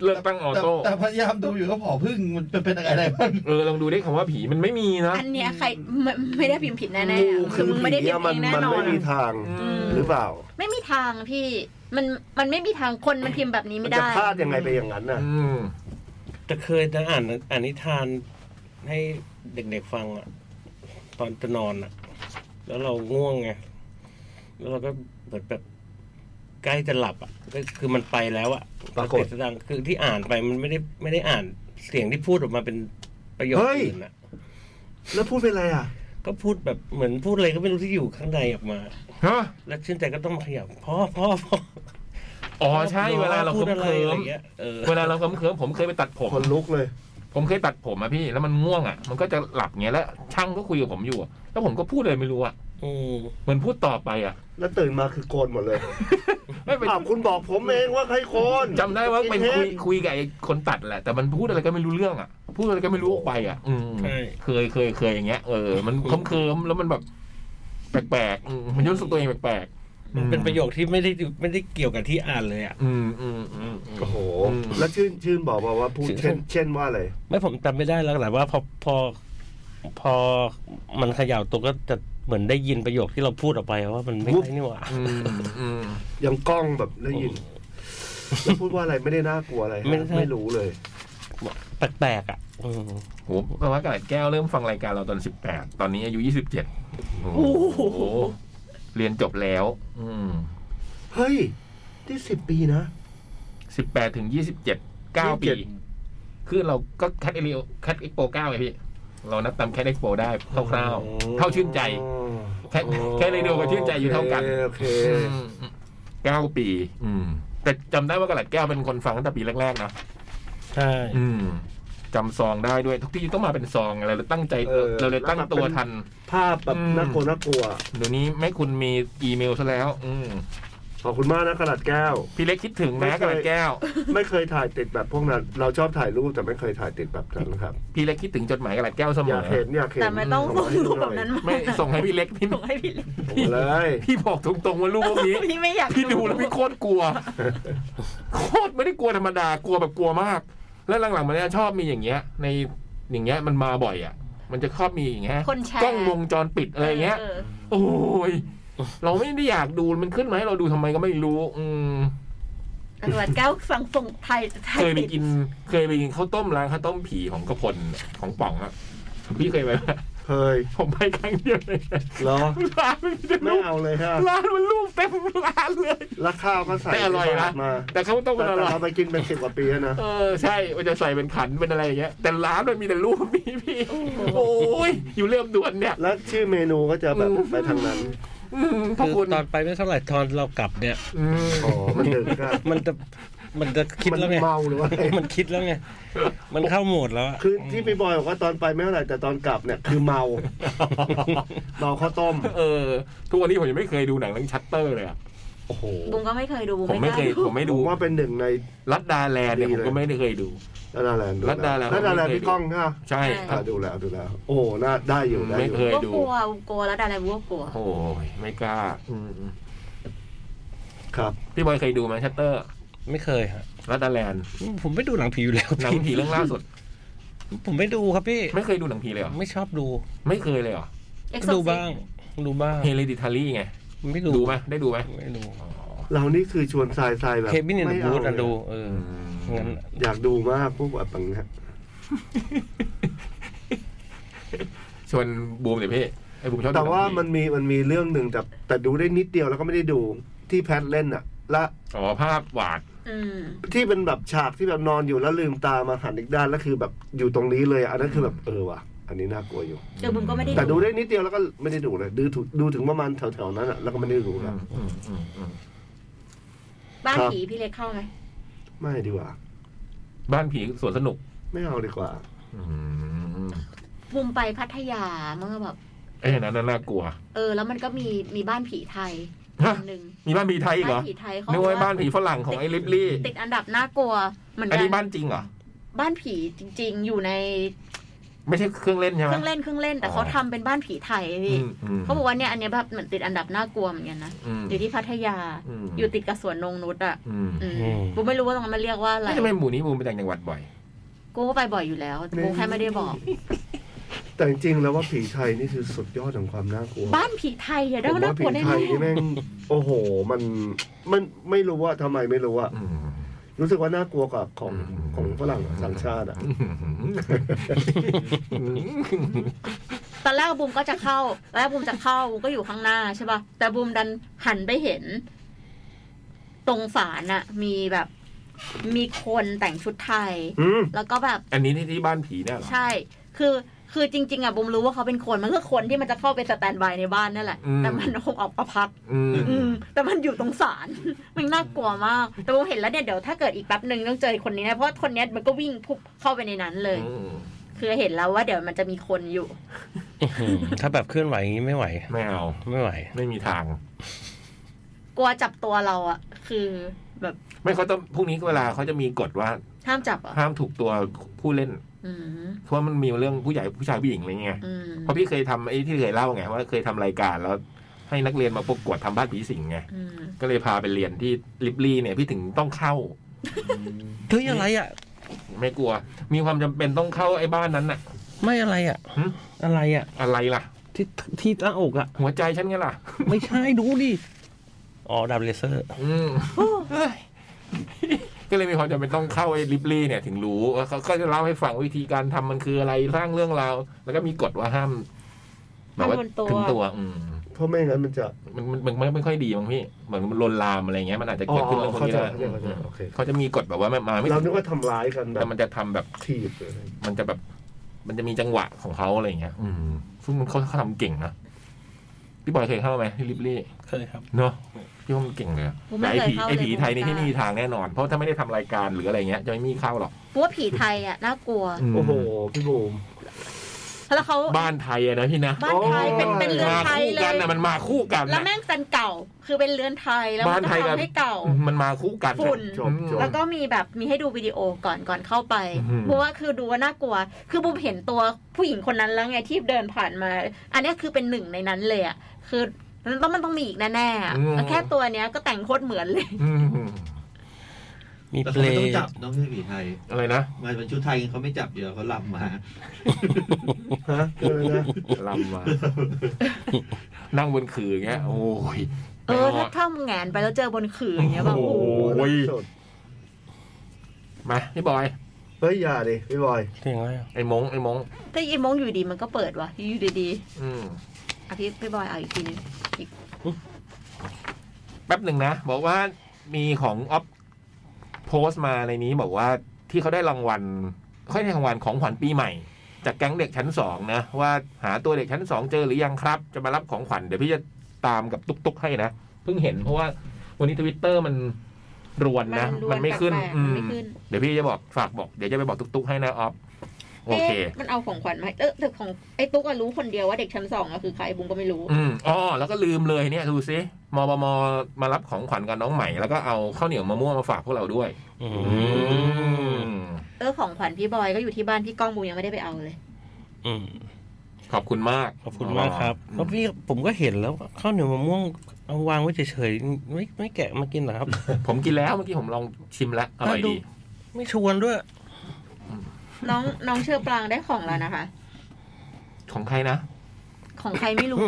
[SPEAKER 3] เลิกตั้งออโต้
[SPEAKER 7] แต่แต่พยายามดูอยู่ก็ผอพึ่งมันเป็นเป็นอะไรบ้าง
[SPEAKER 3] เออลองดูได้คำว่าผีมันไม่มีนะ
[SPEAKER 5] อันเนี้ยใครไม่ไม่ได้พิมพ์ผิดแน่ๆอะคือมึงไม่ได้พิมพ์เองแน่นอ
[SPEAKER 4] มัน นไม่มีทาง
[SPEAKER 5] อืม
[SPEAKER 4] หรือเปล่า
[SPEAKER 5] ไม่มีทางพี่ มันมันไม่มีทางคนมันพิมพ์แบบนี้
[SPEAKER 4] มัน
[SPEAKER 5] ไม่
[SPEAKER 4] จะ
[SPEAKER 5] ได้
[SPEAKER 4] พลาดยังไงไปอย่างนั้นน่ะ
[SPEAKER 3] อืม
[SPEAKER 6] จะเคยจะอ่านอ่านนิทานให้เด็กๆฟังอะตอนจะนอนอะแล้วเราง่วงไงแล้วเราก็เหมือนแบบใกล้จะหลับอะก็คือมันไปแล้วอะ
[SPEAKER 4] ปรากฏ
[SPEAKER 6] แสดงคือที่อ่านไปมันไม่ได้ไม่ได้อ่านเสียงที่พูดออกมาเป็นประโยคอื่นอะ
[SPEAKER 4] แล้วพูดเป็นอะไรอ่ะ
[SPEAKER 6] ก็พูดแบบเหมือนพูดอะไรก็ไม่รู้ที่อยู่ข้างในออกมา
[SPEAKER 3] ฮะ
[SPEAKER 6] แล้วชื่นใจก็ต้องมาขยับพ่อพ่อพ่อ
[SPEAKER 3] อ๋อใช่เวลาเรา
[SPEAKER 6] พูด
[SPEAKER 3] เคิม
[SPEAKER 6] อะไร
[SPEAKER 3] เคิ
[SPEAKER 6] อะไร
[SPEAKER 3] ม
[SPEAKER 6] เงี้ยเออ
[SPEAKER 3] เวลาเราเคิมเคิมผมเคยไปตัดผม
[SPEAKER 4] คนลุกเลย
[SPEAKER 3] ผมเคยตัดผมอะพี่ แล้วมันง่วงอะมันก็จะหลับเงี้ยแล้วช่างก็คุยกับผมอยู่อะแล้วผมก็พูดเลยไม่รู้อะ
[SPEAKER 6] อืม
[SPEAKER 3] เหมือนพูดต่อไปอ่ะ
[SPEAKER 4] แล้วตื่นมาคือโกนหมดเลย
[SPEAKER 3] ไม่เป็น
[SPEAKER 4] อ้าวคุณบอกผมเองว่าใครโกน
[SPEAKER 3] จำได้ว่าเป็นคุย
[SPEAKER 4] กิทป
[SPEAKER 3] คุยกับไอ้คนตัดแหละ แต่มันพูดอะไรก็ไม่รู้เรื่องอ่ะ พูดอะไรก็ไม่รู้ออกไปอ่ะ อืม
[SPEAKER 6] ใช่
[SPEAKER 3] เคยเคยเคยอย่างเงี้ยเออ มันเคิมเคิมๆแล้วมันแบบ แปลกๆอืมมันรู้สึกตัวเองแปลกๆอืม
[SPEAKER 6] เป็นประโยคที่ไม่ได้ไม่ได้เกี่ยวกับที่อ่านเลยอ่ะ
[SPEAKER 3] อืมอืมอืม
[SPEAKER 4] โอ้โห
[SPEAKER 3] อืม
[SPEAKER 4] แล้วชื่นชื่นบอกมาว่าพูด
[SPEAKER 6] ชื่น
[SPEAKER 4] เช่น เช่นว่าอะไร
[SPEAKER 6] ไม่ผมจำไม่ได้แล้วแหละว่าพอพอ พอมันเขย่าตัวก็จะเหมือนได้ยินประโยคที่เราพูดออกไปว่ามันไม่
[SPEAKER 4] วุบ
[SPEAKER 6] ใช่นี่หว่า
[SPEAKER 3] อืมอืม
[SPEAKER 4] ยังกล้องแบบได้ยิน แล้วพูดว่าอะไรไม่ได้น่ากลัวอะไรฮะ
[SPEAKER 6] ไม่ได้
[SPEAKER 4] ไม่รู้เลย
[SPEAKER 6] แปลกๆอ่ะอืม
[SPEAKER 3] โหแปลว่ากระดาษแก้วเริ่มฟังรายการเราตอนสิบแปดตอนนี้อายุยี่สิบเจ็ดโอ้โหเรียนจบแล้ว อืม
[SPEAKER 4] เฮ้ย ที่สิบปีนะ
[SPEAKER 3] สิบแปดถึงยี่สิบเจ็ดเก้าปี คือเราก็คัดเอเรียคัดเอ็กโปเก้าไงพี่ เรานับตามแคดเอ็กโปได้คร่าวๆเท่าชื่นใจ
[SPEAKER 4] อ๋อ
[SPEAKER 3] แค่แค่เรดิโอกับชื่นใจอยู่เท่ากัน
[SPEAKER 4] โอเค
[SPEAKER 3] อื
[SPEAKER 4] โอ
[SPEAKER 3] ม
[SPEAKER 4] เค
[SPEAKER 3] เก้าปี อืม แต่จำได้ว่ากระหลัดแก้วเป็นคนฟังตั้งแต่ปีแรกๆนะ
[SPEAKER 6] ใช่
[SPEAKER 3] อืมจำซองได้ด้วย ทุกที่ต้องมาเป็นซองอะไรเราตั้งใจ
[SPEAKER 4] เออ
[SPEAKER 3] เราเลยตั้งตัวทัน
[SPEAKER 4] ภาพแบบ
[SPEAKER 3] อืม
[SPEAKER 4] น่ากลัวน่ากลัว
[SPEAKER 3] เดี๋ยวนี้แม่คุณมีอีเมลซะแล้ว อืม
[SPEAKER 4] ขอบคุณมากนะกระดาษแก้ว
[SPEAKER 3] พี่เล็กคิดถึง
[SPEAKER 4] ไม่
[SPEAKER 3] นะ
[SPEAKER 4] เคย
[SPEAKER 3] กระหลัดแก้ว
[SPEAKER 4] ไม่เคยถ่ายติดแบบพวกนั้น เราชอบถ่ายรูปแต่ไม่เคยถ่ายติดแบบนั้นครับ
[SPEAKER 3] พี่เล็กคิดถึงจดหมายกระหลัดแก้วเสม
[SPEAKER 4] อยาก
[SPEAKER 3] อ
[SPEAKER 4] เห็นอยากเห็น
[SPEAKER 5] แต่ไม่ต้องส่งรูปแบบนั้นมา
[SPEAKER 3] ไม่ส่งให้พี่เล็กพี่
[SPEAKER 5] ส่งให้พี่เล็ก
[SPEAKER 4] ส่งมาเลย
[SPEAKER 3] พี่บอกตรงๆว่ารูปพวกนี้
[SPEAKER 5] พี่ไม่อยาก
[SPEAKER 3] พี่ดูแล้วพี่โคตรกลัว โคตรไม่ได้กลัวธรรมดากลัวแบบกลัวมาก แล้วหลังๆมันเนี่ยชอบมีอย่างเงี้ย ในอย่างเงี้ยมันมาบ่อยอ่ะ มันจะชอบมีอย่างเงี้ย
[SPEAKER 5] คนแชร์
[SPEAKER 3] กล้องวงจรปิดอะไรอย่างเงี้ย
[SPEAKER 5] ออ
[SPEAKER 3] โอ้ยเราไม่ได้อยากดูมันขึ้นมาให้เราดูทำไมก็ไม่รู้ อืม
[SPEAKER 5] ตำรวจแก้วฟังส่งไทยไทย
[SPEAKER 3] เคยไป
[SPEAKER 5] ติด
[SPEAKER 3] กิน เคยไปกินข้าวต้มร้านข้าวต้มผีของกระพลของป๋องอะพี่เคยไปไหม
[SPEAKER 4] เคย
[SPEAKER 3] ผมไปครั้งเดียวเลย
[SPEAKER 4] เหรอ
[SPEAKER 3] ร้านมันมีแต่
[SPEAKER 4] ไม่
[SPEAKER 3] รูป
[SPEAKER 4] เอาเลยฮะ
[SPEAKER 3] ร้านมันรูปเต็มร้านเลย
[SPEAKER 4] ราคาวก็ใส่
[SPEAKER 3] แต่อร่อยนะ
[SPEAKER 4] มา
[SPEAKER 3] แต่ข้าวต้ม
[SPEAKER 4] แต่
[SPEAKER 3] มันอ
[SPEAKER 4] แต่
[SPEAKER 3] ร่อย
[SPEAKER 4] เราไปกินเป็นสิบกว่าปีแล้วนะ
[SPEAKER 3] เออใช่มันจะใส่เป็นขันเป็นอะไรอย่างเงี้ยแต่ร้านมันมีแต่รูปพี่พี่โอ้ยอยู่เริ่มด่วนเนี่ย
[SPEAKER 4] แล้วชื่อเมนูก็จะแบบไปทางนั้น
[SPEAKER 3] อืมขอบ
[SPEAKER 6] คื
[SPEAKER 3] คุณ
[SPEAKER 6] อตอนไปไม่เท่าไหร่ตอนเรากลับเนี่ย
[SPEAKER 3] อืม
[SPEAKER 4] อ๋อ มันดึกอะ
[SPEAKER 6] มันจะมันจะคิด
[SPEAKER 4] มัน
[SPEAKER 6] แล้วไง
[SPEAKER 4] เมาหรือว่าอะไร
[SPEAKER 6] มันคิดแล้วไง มันเข้าโหมดแล้วอะ
[SPEAKER 4] คือที่พี่บอยบอกว่าตอนไปไม่เท่าไหร่แต่ตอนกลับเนี่ยคือเมา เมาข้าวต้ม
[SPEAKER 3] เออทุกวันนี้ผมยังไม่เคยดูหนังเรื่องชัตเตอร์เลยอะ
[SPEAKER 4] โอ้โห
[SPEAKER 5] บุ้งก็ไม่เคยดูบุ้
[SPEAKER 3] ผม
[SPEAKER 5] ง
[SPEAKER 3] ไม่
[SPEAKER 5] ไม่
[SPEAKER 3] เค
[SPEAKER 5] ก
[SPEAKER 3] ย
[SPEAKER 5] ล้าดู
[SPEAKER 3] ผมไม่
[SPEAKER 4] ผ
[SPEAKER 3] ดู
[SPEAKER 4] มว่าเป็นหนึ่งใน
[SPEAKER 3] รัดดาแลนด์เนี่ย
[SPEAKER 4] ดี
[SPEAKER 3] ผม
[SPEAKER 4] เลย
[SPEAKER 3] ก็ไม่ได้เคยดู
[SPEAKER 4] รัดดาแลนด์
[SPEAKER 3] รัดดาแลนด์
[SPEAKER 4] รัดดาแลนด์
[SPEAKER 3] ผมไม่เคย
[SPEAKER 4] พี่ก้องฮะ
[SPEAKER 3] ใช่ครับ
[SPEAKER 4] อ่ะดูแล้วดูแล้ว โอ้น่าได้อยู่ได้
[SPEAKER 3] ไม่
[SPEAKER 4] อยู่
[SPEAKER 3] เคย
[SPEAKER 5] ก็
[SPEAKER 3] ดู
[SPEAKER 5] กลัวกลัวแล้วอะไรบุ้งก็กลัว
[SPEAKER 3] โอ้ยไม่กล้าอืม
[SPEAKER 4] ครับ
[SPEAKER 3] พี่บอยเคยดูไหมชัตเตอร์
[SPEAKER 6] ไม่เคยฮะ
[SPEAKER 3] รัดดาแลนด์
[SPEAKER 6] ผมไม่ดูหนังผีอยู่แล้ว
[SPEAKER 3] หนังผีเรื่องล่า สุด
[SPEAKER 6] ผมไม่ดูครับพี่
[SPEAKER 3] ไม่เคยดูหนังผีเลยเหรอ
[SPEAKER 6] ไม่ชอบดู
[SPEAKER 3] ไม่เคยเลยเหรอ
[SPEAKER 5] Exorcist
[SPEAKER 6] ดูบ้าง ดูบ้าง
[SPEAKER 3] เฮเลดิทารี่ไง
[SPEAKER 6] ไม่ดู
[SPEAKER 3] ดูไหมได้ดูไหม
[SPEAKER 6] ไม่ดู
[SPEAKER 3] อ๋อ
[SPEAKER 4] เรานี่คือชวนทรายทรายแบบ
[SPEAKER 6] เคบินใน
[SPEAKER 4] ไม่
[SPEAKER 6] บู
[SPEAKER 4] เอา
[SPEAKER 6] ธอะดูเออ
[SPEAKER 3] อืม
[SPEAKER 6] งั้น
[SPEAKER 4] อยากดูมากพวกแบบปังฮะ
[SPEAKER 3] ชวนบูมเดี๋ยวพี่ไอ้บูมชอบดู
[SPEAKER 4] แต่ว่า
[SPEAKER 3] หงผี
[SPEAKER 4] มันมีมันมีเรื่องหนึ่งแต่แต่ดูได้นิดเดียวแล้วก็ไม่ได้ดูที่แพทเล่นอ่ะ และ
[SPEAKER 3] อ๋อภาพหวาด
[SPEAKER 5] อืม
[SPEAKER 4] ที่เป็นแบบฉากที่แบบนอนอยู่แล้วลืมตามาหันอีกด้านแล้วคือแบบอยู่ตรงนี้เลยอะอันนั้นคือแบบเออว่ะ อันนี้น่ากลัวอยู่
[SPEAKER 5] เจอบุ้งก็ไม่ได้
[SPEAKER 4] แต่ดูได้นิดเดียวแล้วก็ไม่ได้ดูเลยดูถึงดูถึงประมาณแถวๆนั้นอ่ะแล้วก็ไม่ได้ดู
[SPEAKER 3] อื
[SPEAKER 4] แล้ว
[SPEAKER 3] มอืมอืมอืม
[SPEAKER 5] บ้าน
[SPEAKER 4] ครับ
[SPEAKER 5] ผีพี่เล็กเข้าไหม
[SPEAKER 4] ไม่ดีกว่า
[SPEAKER 3] บ้านผีสวนสนุก
[SPEAKER 4] ไม่เอาดีกว่า
[SPEAKER 5] บุ้งไปพัทยาเมื่อแบบ
[SPEAKER 3] ไอ้อย่างนั้นน่ากลัว
[SPEAKER 5] เออ แล้วมันก็มีมีบ้านผีไทย
[SPEAKER 3] ฮะ
[SPEAKER 5] อันหนึ่ง
[SPEAKER 3] มีบ้านผีไทยอีกเหรอ
[SPEAKER 5] บ้านผีไทยเขา
[SPEAKER 3] นึกว่า
[SPEAKER 5] บอก
[SPEAKER 3] บ้านผีฝรั่งของไอ้ลิปลี่
[SPEAKER 5] ติดอันดับน่ากลัวเหมือน
[SPEAKER 3] อัน
[SPEAKER 5] กั
[SPEAKER 3] นี้บ้านจริงเหรอ
[SPEAKER 5] บ้านผีจริง ๆ อยู่ใน
[SPEAKER 3] ไม่ใช่เครื่องเล่นใช่
[SPEAKER 5] เค
[SPEAKER 3] ไหม
[SPEAKER 5] รื่องเล่นเครื่องเล่น แต่
[SPEAKER 3] อ๋อ
[SPEAKER 5] เขาทำเป็นบ้านผีไทย
[SPEAKER 3] อื
[SPEAKER 5] พี่
[SPEAKER 3] มม
[SPEAKER 5] เขาบอกว่าเนี่ยอันเนี้ยแบบเหมือนติดอันดับน่ากลัวเหมือนกันนะ
[SPEAKER 3] อืม
[SPEAKER 5] อยู่ที่พัทยา
[SPEAKER 3] อืม
[SPEAKER 5] อยู่ติดกับสวนนงนุชอ่ะ
[SPEAKER 3] อืม
[SPEAKER 5] อืมกูไม่รู้ว่าตรงนั้นมันเรียกว่าอะไร
[SPEAKER 3] ไม่ทำไมหมู่นี้บูมไปต่างจังหวัดบ่อย
[SPEAKER 5] กูก็ไปบ่อยอยู่แล้วแต่กูแค่ไม่ได้บอก
[SPEAKER 4] แต่จริงๆแล้วว่าผีไทยนี่คือสุดยอดของความน่ากลัว
[SPEAKER 5] บ้านผีไทยอย่า
[SPEAKER 4] ผ
[SPEAKER 5] ได้
[SPEAKER 4] ม
[SPEAKER 5] ว่า
[SPEAKER 4] ว่า
[SPEAKER 5] น่าก
[SPEAKER 4] ผี
[SPEAKER 5] ลัวแน่
[SPEAKER 4] ไทยนี่
[SPEAKER 5] ๆ
[SPEAKER 4] แม่งโอ้โห มันมันไม่รู้ว่าทำไมไม่รู้ว่า
[SPEAKER 3] อืม
[SPEAKER 4] รู้สึกว่าน่ากลัวกว่าของของฝรั่งต่างชาติอ่ะ
[SPEAKER 5] ตอนแรกบูมก็จะเข้าตอนแรกบูมจะเข้าบูมก็อยู่ข้างหน้าใช่ป่ะแต่บูมดันหันไปเห็น ตรงฝานอะมีแบบ มีคนแต่งชุดไทย
[SPEAKER 4] อืม
[SPEAKER 5] แล้วก็แบบ
[SPEAKER 3] อันนี้ที่ที่บ้านผีเนี่ยเหรอ
[SPEAKER 5] ใช่ คือคือจริง ๆอะบูมรู้ว่าเขาเป็นคนมันก็คนที่มันจะเข้าไปสแตนด์บายในบ้านนั่นแหละแต่มันคงออกมาพัก
[SPEAKER 3] อืม
[SPEAKER 5] อืมแต่มันอยู่ตรงศาล มันน่ากลัวมาก แต่ผมเห็นแล้วเนี่ยเดี๋ยวถ้าเกิดอีกแป๊บหนึ่งต้องเจอคนนี้นะเพราะคนเนี้ยมันก็วิ่งพุบเข้าไปในนั้นเลย
[SPEAKER 3] อืม
[SPEAKER 5] คือเห็นแล้วว่าเดี๋ยวมันจะมีคนอยู่
[SPEAKER 6] อื้อหือถ้าแบบเคลื่อนไหวอย่างนี้ไม่ไหว
[SPEAKER 3] ไม่เอา
[SPEAKER 6] ไม่ไหว
[SPEAKER 3] ไม่มีทาง
[SPEAKER 5] กลัวจับตัวเราอะคือแบบ
[SPEAKER 3] ไม่เขาต้องพรุ่งนี้เวลาเขาจะมีกฎว่า
[SPEAKER 5] ห้ามจับเหรอ่ะ
[SPEAKER 3] ห้ามถูกตัวผู้เล่น
[SPEAKER 5] อืม
[SPEAKER 3] เพราะมันมีเรื่องผู้ใหญ่ผู้ชายผู้หญิงอะไรเงี้ย
[SPEAKER 5] อืม
[SPEAKER 3] เพราะพี่เคยทำไอ้ที่เคยเล่าไงว่าเคยทำรายการแล้ว ให้นักเรียนมาประกวดทำบ้านผีสิงไง
[SPEAKER 5] อืม
[SPEAKER 3] ก็เลยพาไปเรียนที่ลิบลี่เนี่ยพี่ถึงต้องเข้า
[SPEAKER 6] เฮ้ยอะไรอ่ะ
[SPEAKER 3] ไม่กลัว มีความจำเป็นต้องเข้าไอ้บ้านนั้นน่ะ
[SPEAKER 6] ไม่อะไรอ่ะ
[SPEAKER 3] หึ
[SPEAKER 6] อะไรอ่ะ
[SPEAKER 3] อะไรล่ะ
[SPEAKER 6] ที่ที่หน้าอกอ่ะ
[SPEAKER 3] หัวใจฉันไงล่ะ
[SPEAKER 6] ไม่ใช่ดูดิ อ๋อดับเลเซอร์
[SPEAKER 3] อืม ก็เลยมีความจำเป็นต้องเข้าไอ้ลิบลี่เนี่ยถึงรู้ว่าเขาก็จะเล่าให้ฟังวิธีการทำมันคืออะไรสร้างเรื่องราวแล้วก็มีกฎว่าห้ามแบบว่าถึงตัว อืม
[SPEAKER 4] เพราะไม่งั้นมันจะ
[SPEAKER 3] มันมันมันไม่ไม่ค่อยดีมั้งพี่เหมือนมันลวนลามอะไรเงี้ยมันอาจจะเกิดขึ้นเรื่องพวกนี้
[SPEAKER 4] อ๋
[SPEAKER 3] ได้
[SPEAKER 4] อเข้าใจเข้าใจเข้าใจโอเค
[SPEAKER 3] เขาจะมีกฎแบบว่ามันมาไม่
[SPEAKER 4] เรา
[SPEAKER 3] ถึ
[SPEAKER 4] นึ
[SPEAKER 3] ง
[SPEAKER 4] กว่าทำร้ายกันแบ
[SPEAKER 3] แต่
[SPEAKER 4] บ
[SPEAKER 3] มันจะทำแบบ
[SPEAKER 4] ถีบหรืออะไร
[SPEAKER 3] มันจะแบบ มันจะมีจังหวะของเขาอะไรเงี้ย อืมซึ่งมันเขาเขาทำเก่งนะพี่บอยเคยเข้าไหมที่ลิบลี่
[SPEAKER 6] เคยครับ
[SPEAKER 3] เนาะพี่ว่ามันเก่งเลยอะ
[SPEAKER 5] ผม
[SPEAKER 3] แต่
[SPEAKER 5] ไม่
[SPEAKER 3] ไอ
[SPEAKER 5] เคย
[SPEAKER 3] ผี
[SPEAKER 5] เข้า
[SPEAKER 3] ไอ
[SPEAKER 5] เลย
[SPEAKER 3] ผีไทยนี่ที่ไม่มีทางแน่นอน เพราะถ้าไม่ได้ทำรายการหรืออะไรเงี้ยจะไม่มีเข้าหรอก
[SPEAKER 5] เพราะว่าผีไทยอะน่ากลัว
[SPEAKER 4] โอ้โหพี่บูม
[SPEAKER 5] แล้วเขา
[SPEAKER 3] บ้านไทยอะนะพี่นะ
[SPEAKER 5] บ้านไทยเป็น
[SPEAKER 4] โอ้ย
[SPEAKER 5] เป็นเรือน
[SPEAKER 3] มา
[SPEAKER 5] ไทย
[SPEAKER 3] คู่
[SPEAKER 5] เล
[SPEAKER 3] กั
[SPEAKER 5] ย
[SPEAKER 3] นนะมันมาคู่กัน
[SPEAKER 5] แล้ว
[SPEAKER 3] นะ
[SPEAKER 5] แม่งเป็นเก่า คือเป็นเรือนไทยแล้วมั
[SPEAKER 3] บ้าน
[SPEAKER 5] นก็
[SPEAKER 3] ไทยกับ
[SPEAKER 5] ทำให้เก่า
[SPEAKER 3] มันมาคู่กัน
[SPEAKER 5] ฝุ่น
[SPEAKER 4] จบจบ
[SPEAKER 5] แล้วก็มีแบบมีให้ดูวิดีโอก่อนก่อนเข้าไป
[SPEAKER 3] อืม
[SPEAKER 5] เพราะว่าคือดูว่าน่ากลัว คือบุมเห็นตัวผู้หญิงคนนั้นแล้วไงที่เดินผ่านมา อันเนี้ยคือเป็นหนึ่งในนั้นเลยอ่ะคือมันต้องมันต้องมีอีกแน่ๆอะแล้วแค่ตัวเนี้ยก็แต่งโคตรเหมือนเลย
[SPEAKER 3] อืม
[SPEAKER 6] มี
[SPEAKER 7] แต่
[SPEAKER 6] เพล
[SPEAKER 7] เขาไม่
[SPEAKER 6] ง
[SPEAKER 7] ต้องจับน้องพี่ผีไทย
[SPEAKER 3] อะไรนะ
[SPEAKER 7] มาเป็นชุดไทยเขาไม่จับเดี๋ยวเขาหลับมา
[SPEAKER 4] ฮะเกินนะ
[SPEAKER 3] ลำมา นั่งบนขื่ออย่างเงี้ย โอ้ย
[SPEAKER 5] เออถ้าถ้ามึงแหงนไปแล้วเจอบนขื่ออย่างเงี้ยแบบ
[SPEAKER 3] โอ้
[SPEAKER 5] โอ้
[SPEAKER 3] โห
[SPEAKER 5] โห
[SPEAKER 4] สด
[SPEAKER 3] มาพี่บอย
[SPEAKER 4] เฮ้ยอย่าดิพี่บอย
[SPEAKER 6] เพลงอะไรอะ
[SPEAKER 3] ไอ้มงไอ้มง
[SPEAKER 5] แต่ไอ้มงอยู่ดีมันก็เปิดว่ะอยู่ดี
[SPEAKER 3] อืม
[SPEAKER 5] ๆอ่ะพี่พี่บอยเอาอีกทีนึง
[SPEAKER 3] แป๊บหนึ่งนะ บอกว่ามีของออฟโพสต์มาในนี้บอกว่าที่เขาได้รางวัลเขาได้รางวัลของขวัญปีใหม่ จากแก๊งเด็กชั้นสองนะ ว่าหาตัวเด็กชั้นสองเจอหรือยังครับ จะมารับของขวัญเดี๋ยวพี่จะตามกับตุ๊กตุ๊กให้นะ เพิ่งเห็นเพราะว่าวันนี้ทวิตเตอร์มันรวนนะ มันไม่ขึ้น
[SPEAKER 5] แปลกๆ
[SPEAKER 3] อื
[SPEAKER 5] มัน
[SPEAKER 3] ม
[SPEAKER 5] ไม่ขึ้น
[SPEAKER 3] เดี๋ยวพี่จะบอกฝากบอกเดี๋ยวจะไปบอกตุ๊กตุ๊กให้นะออฟโอเค
[SPEAKER 5] ะมันเอาของขวัญมาให้เออแต่ของไอ้ตุ๊กอะรู้คนเดียวว่าเด็กชั้นสองอะคือใครบุมก็ไม่รู้
[SPEAKER 3] อืมอ๋อแล้วก็ลืมเลยเนี่ยดูซิมบมมารับของขวัญกับน้องใหม่ แล้วก็เอาข้าวเหนียวมะม่วงมาฝากพวกเราด้วย
[SPEAKER 6] อืม
[SPEAKER 5] เออของขวัญพี่บอยก็อยู่ที่บ้านพี่ก้องบูมยังไม่ได้ไปเอาเลย
[SPEAKER 6] อืม
[SPEAKER 3] ขอบคุณมาก
[SPEAKER 6] ขอบคุณมากครับ
[SPEAKER 3] อืม
[SPEAKER 6] แล้วพี่ผมก็เห็นแล้วข้าวเหนียวมะม่วงเอาวางไว้เฉยๆไม่ไม่แกะมากินเหรอครับ
[SPEAKER 3] ผมกินแล้วเมื่อกี้ผมลองชิมแล้วอร่อย
[SPEAKER 6] ดู
[SPEAKER 3] ดี
[SPEAKER 6] ไม่ชวนด้วย
[SPEAKER 5] น้องน้องเชอปรางได้ของแล้วนะคะ
[SPEAKER 3] ของใครนะ
[SPEAKER 5] ของใครไม่รู้
[SPEAKER 4] โอ้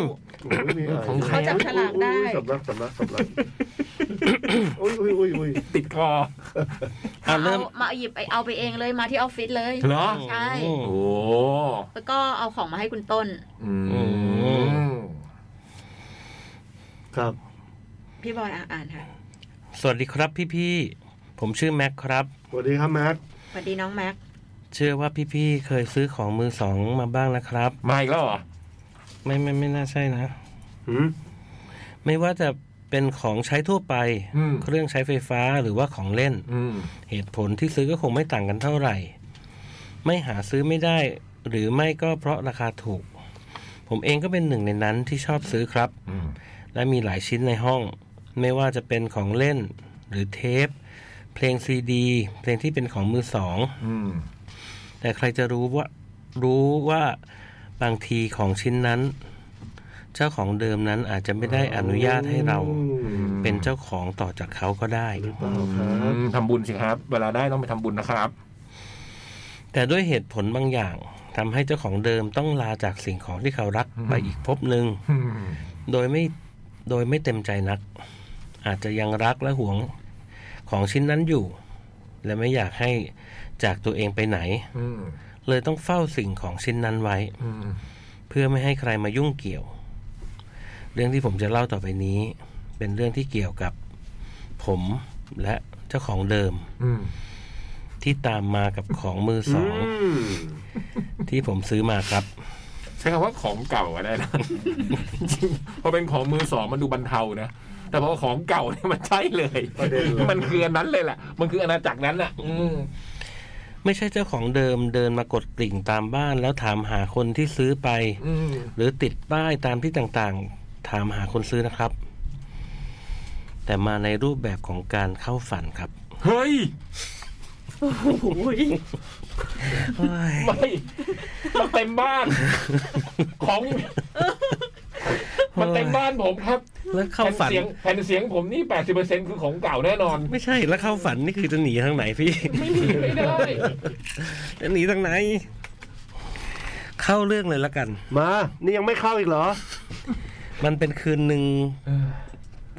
[SPEAKER 4] ยมีอะไร
[SPEAKER 3] ของใคร
[SPEAKER 5] เขาจับฉลากได้
[SPEAKER 4] อุ้ยสำลักสำลักสำลัก อุ้ยอุ้ยอุ้ยอุ้ย
[SPEAKER 3] ติดคอ
[SPEAKER 6] อ่ะเริ่ม
[SPEAKER 5] มาหยิบไปเอาไปเองเลยมาที่ออฟฟิศเลย
[SPEAKER 3] เหรอ
[SPEAKER 5] ใช่
[SPEAKER 3] โอ้โห
[SPEAKER 5] แล้วก็เอาของมาให้คุณต้น
[SPEAKER 3] อืม
[SPEAKER 6] อื
[SPEAKER 4] ครับ
[SPEAKER 5] พี่บอยอ่ะอ่านค่ะ
[SPEAKER 6] สวัสดีครับพี่ๆผมชื่อแม็กครับ
[SPEAKER 4] สวัสดีครับแมท
[SPEAKER 5] สวัสดีน้องแม็ก
[SPEAKER 6] เชื่อว่าพี่ๆเคยซื้อของมือสองมาบ้างนะครับ
[SPEAKER 3] มาอีกแล้วเหรอ
[SPEAKER 6] ไม่ไม่ไม่น่าใช่นะ
[SPEAKER 4] หืม
[SPEAKER 6] ไม่ว่าจะเป็นของใช้ทั่วไป
[SPEAKER 3] อืม
[SPEAKER 6] เครื่องใช้ไฟฟ้าหรือว่าของเล่น
[SPEAKER 3] อืม
[SPEAKER 6] เหตุผลที่ซื้อก็คงไม่ต่างกันเท่าไหร่ ไม่หาซื้อไม่ได้ หรือไม่ก็เพราะราคาถูก ผมเองก็เป็นหนึ่งในนั้นที่ชอบซื้อครับ
[SPEAKER 3] อืม
[SPEAKER 6] และมีหลายชิ้นในห้อง ไม่ว่าจะเป็นของเล่น หรือเทป เพลงซีดี เพลงที่เป็นของมือสอง
[SPEAKER 3] อืม
[SPEAKER 6] แต่ใครจะรู้ว่ารู้ว่าบางทีของชิ้นนั้น เจ้าของเดิมนั้นอาจจะไม่ได้อนุญาตให้เรา
[SPEAKER 4] อืม
[SPEAKER 6] เป็นเจ้าของต่อจากเขาก็ได้
[SPEAKER 4] หรือเปล่าครับ
[SPEAKER 3] อืมทำบุญสิครับ เวลาได้ต้องไปทำบุญนะครับ
[SPEAKER 6] แต่ด้วยเหตุผลบางอย่างทำให้เจ้าของเดิมต้องลาจากสิ่งของที่เขารัก
[SPEAKER 3] อืม
[SPEAKER 6] ไปอีกภพหนึ่ง
[SPEAKER 3] อืม
[SPEAKER 6] โดยไม่โดยไม่เต็มใจนัก อาจจะยังรักและหวงของชิ้นนั้นอยู่ และไม่อยากให้จากตัวเองไปไหน
[SPEAKER 3] อืม
[SPEAKER 6] เลยต้องเฝ้าสิ่งของชิ้นนั้นไว้
[SPEAKER 3] อืม
[SPEAKER 6] เพื่อไม่ให้ใครมายุ่งเกี่ยว เรื่องที่ผมจะเล่าต่อไปนี้ เป็นเรื่องที่เกี่ยวกับ ผมและเจ้าของเดิม
[SPEAKER 3] อืม
[SPEAKER 6] ที่ตามมากับของมือสอง
[SPEAKER 4] อืม
[SPEAKER 6] ที่ผมซื้อมาครับ
[SPEAKER 3] ใช้คำว่าของเก่าก็ได้นะ จริงๆพอเป็นของมือสองมันดูบรรเทานะ แต่พอของเก่าเนี่ยมันใช่เลย
[SPEAKER 4] ประเด็นเลย
[SPEAKER 3] มันคืออันนั้นเลยแหละ มันคืออาณาจักรนั้นอ่ะ อืม
[SPEAKER 6] ไม่ใช่เจ้าของเดิมเดินมากดกลิ่งตามบ้าน แล้วถามหาคนที่ซื้อไป
[SPEAKER 3] อืม
[SPEAKER 6] หรือติดป้ายตามที่ต่างๆ ถามหาคนซื้อนะครับ แต่มาในรูปแบบของการเข้าฝันครับ
[SPEAKER 3] เฮ้ย
[SPEAKER 6] เฮ้ย
[SPEAKER 3] ไม่มันเต็มบ้าน ของ มันเต็มบ้านผมครับ
[SPEAKER 6] แล้วเข้าฝัน
[SPEAKER 3] แผ่นเสียงแผ่นเสียงผมนี่แปดสิบเปอร์เซ็นคือของเก่าแน่นอน
[SPEAKER 6] ไม่ใช่แล้วเข้าฝันนี่คือจะหนีทางไหนพี่
[SPEAKER 3] ไม่มีไม่ได้
[SPEAKER 6] จะหนีทางไหน เข้าเรื่องเลยละกัน
[SPEAKER 4] มา นี่ยังไม่เข้าอีกเหรอ
[SPEAKER 6] มันเป็นคืนหนึ่ง
[SPEAKER 3] เออ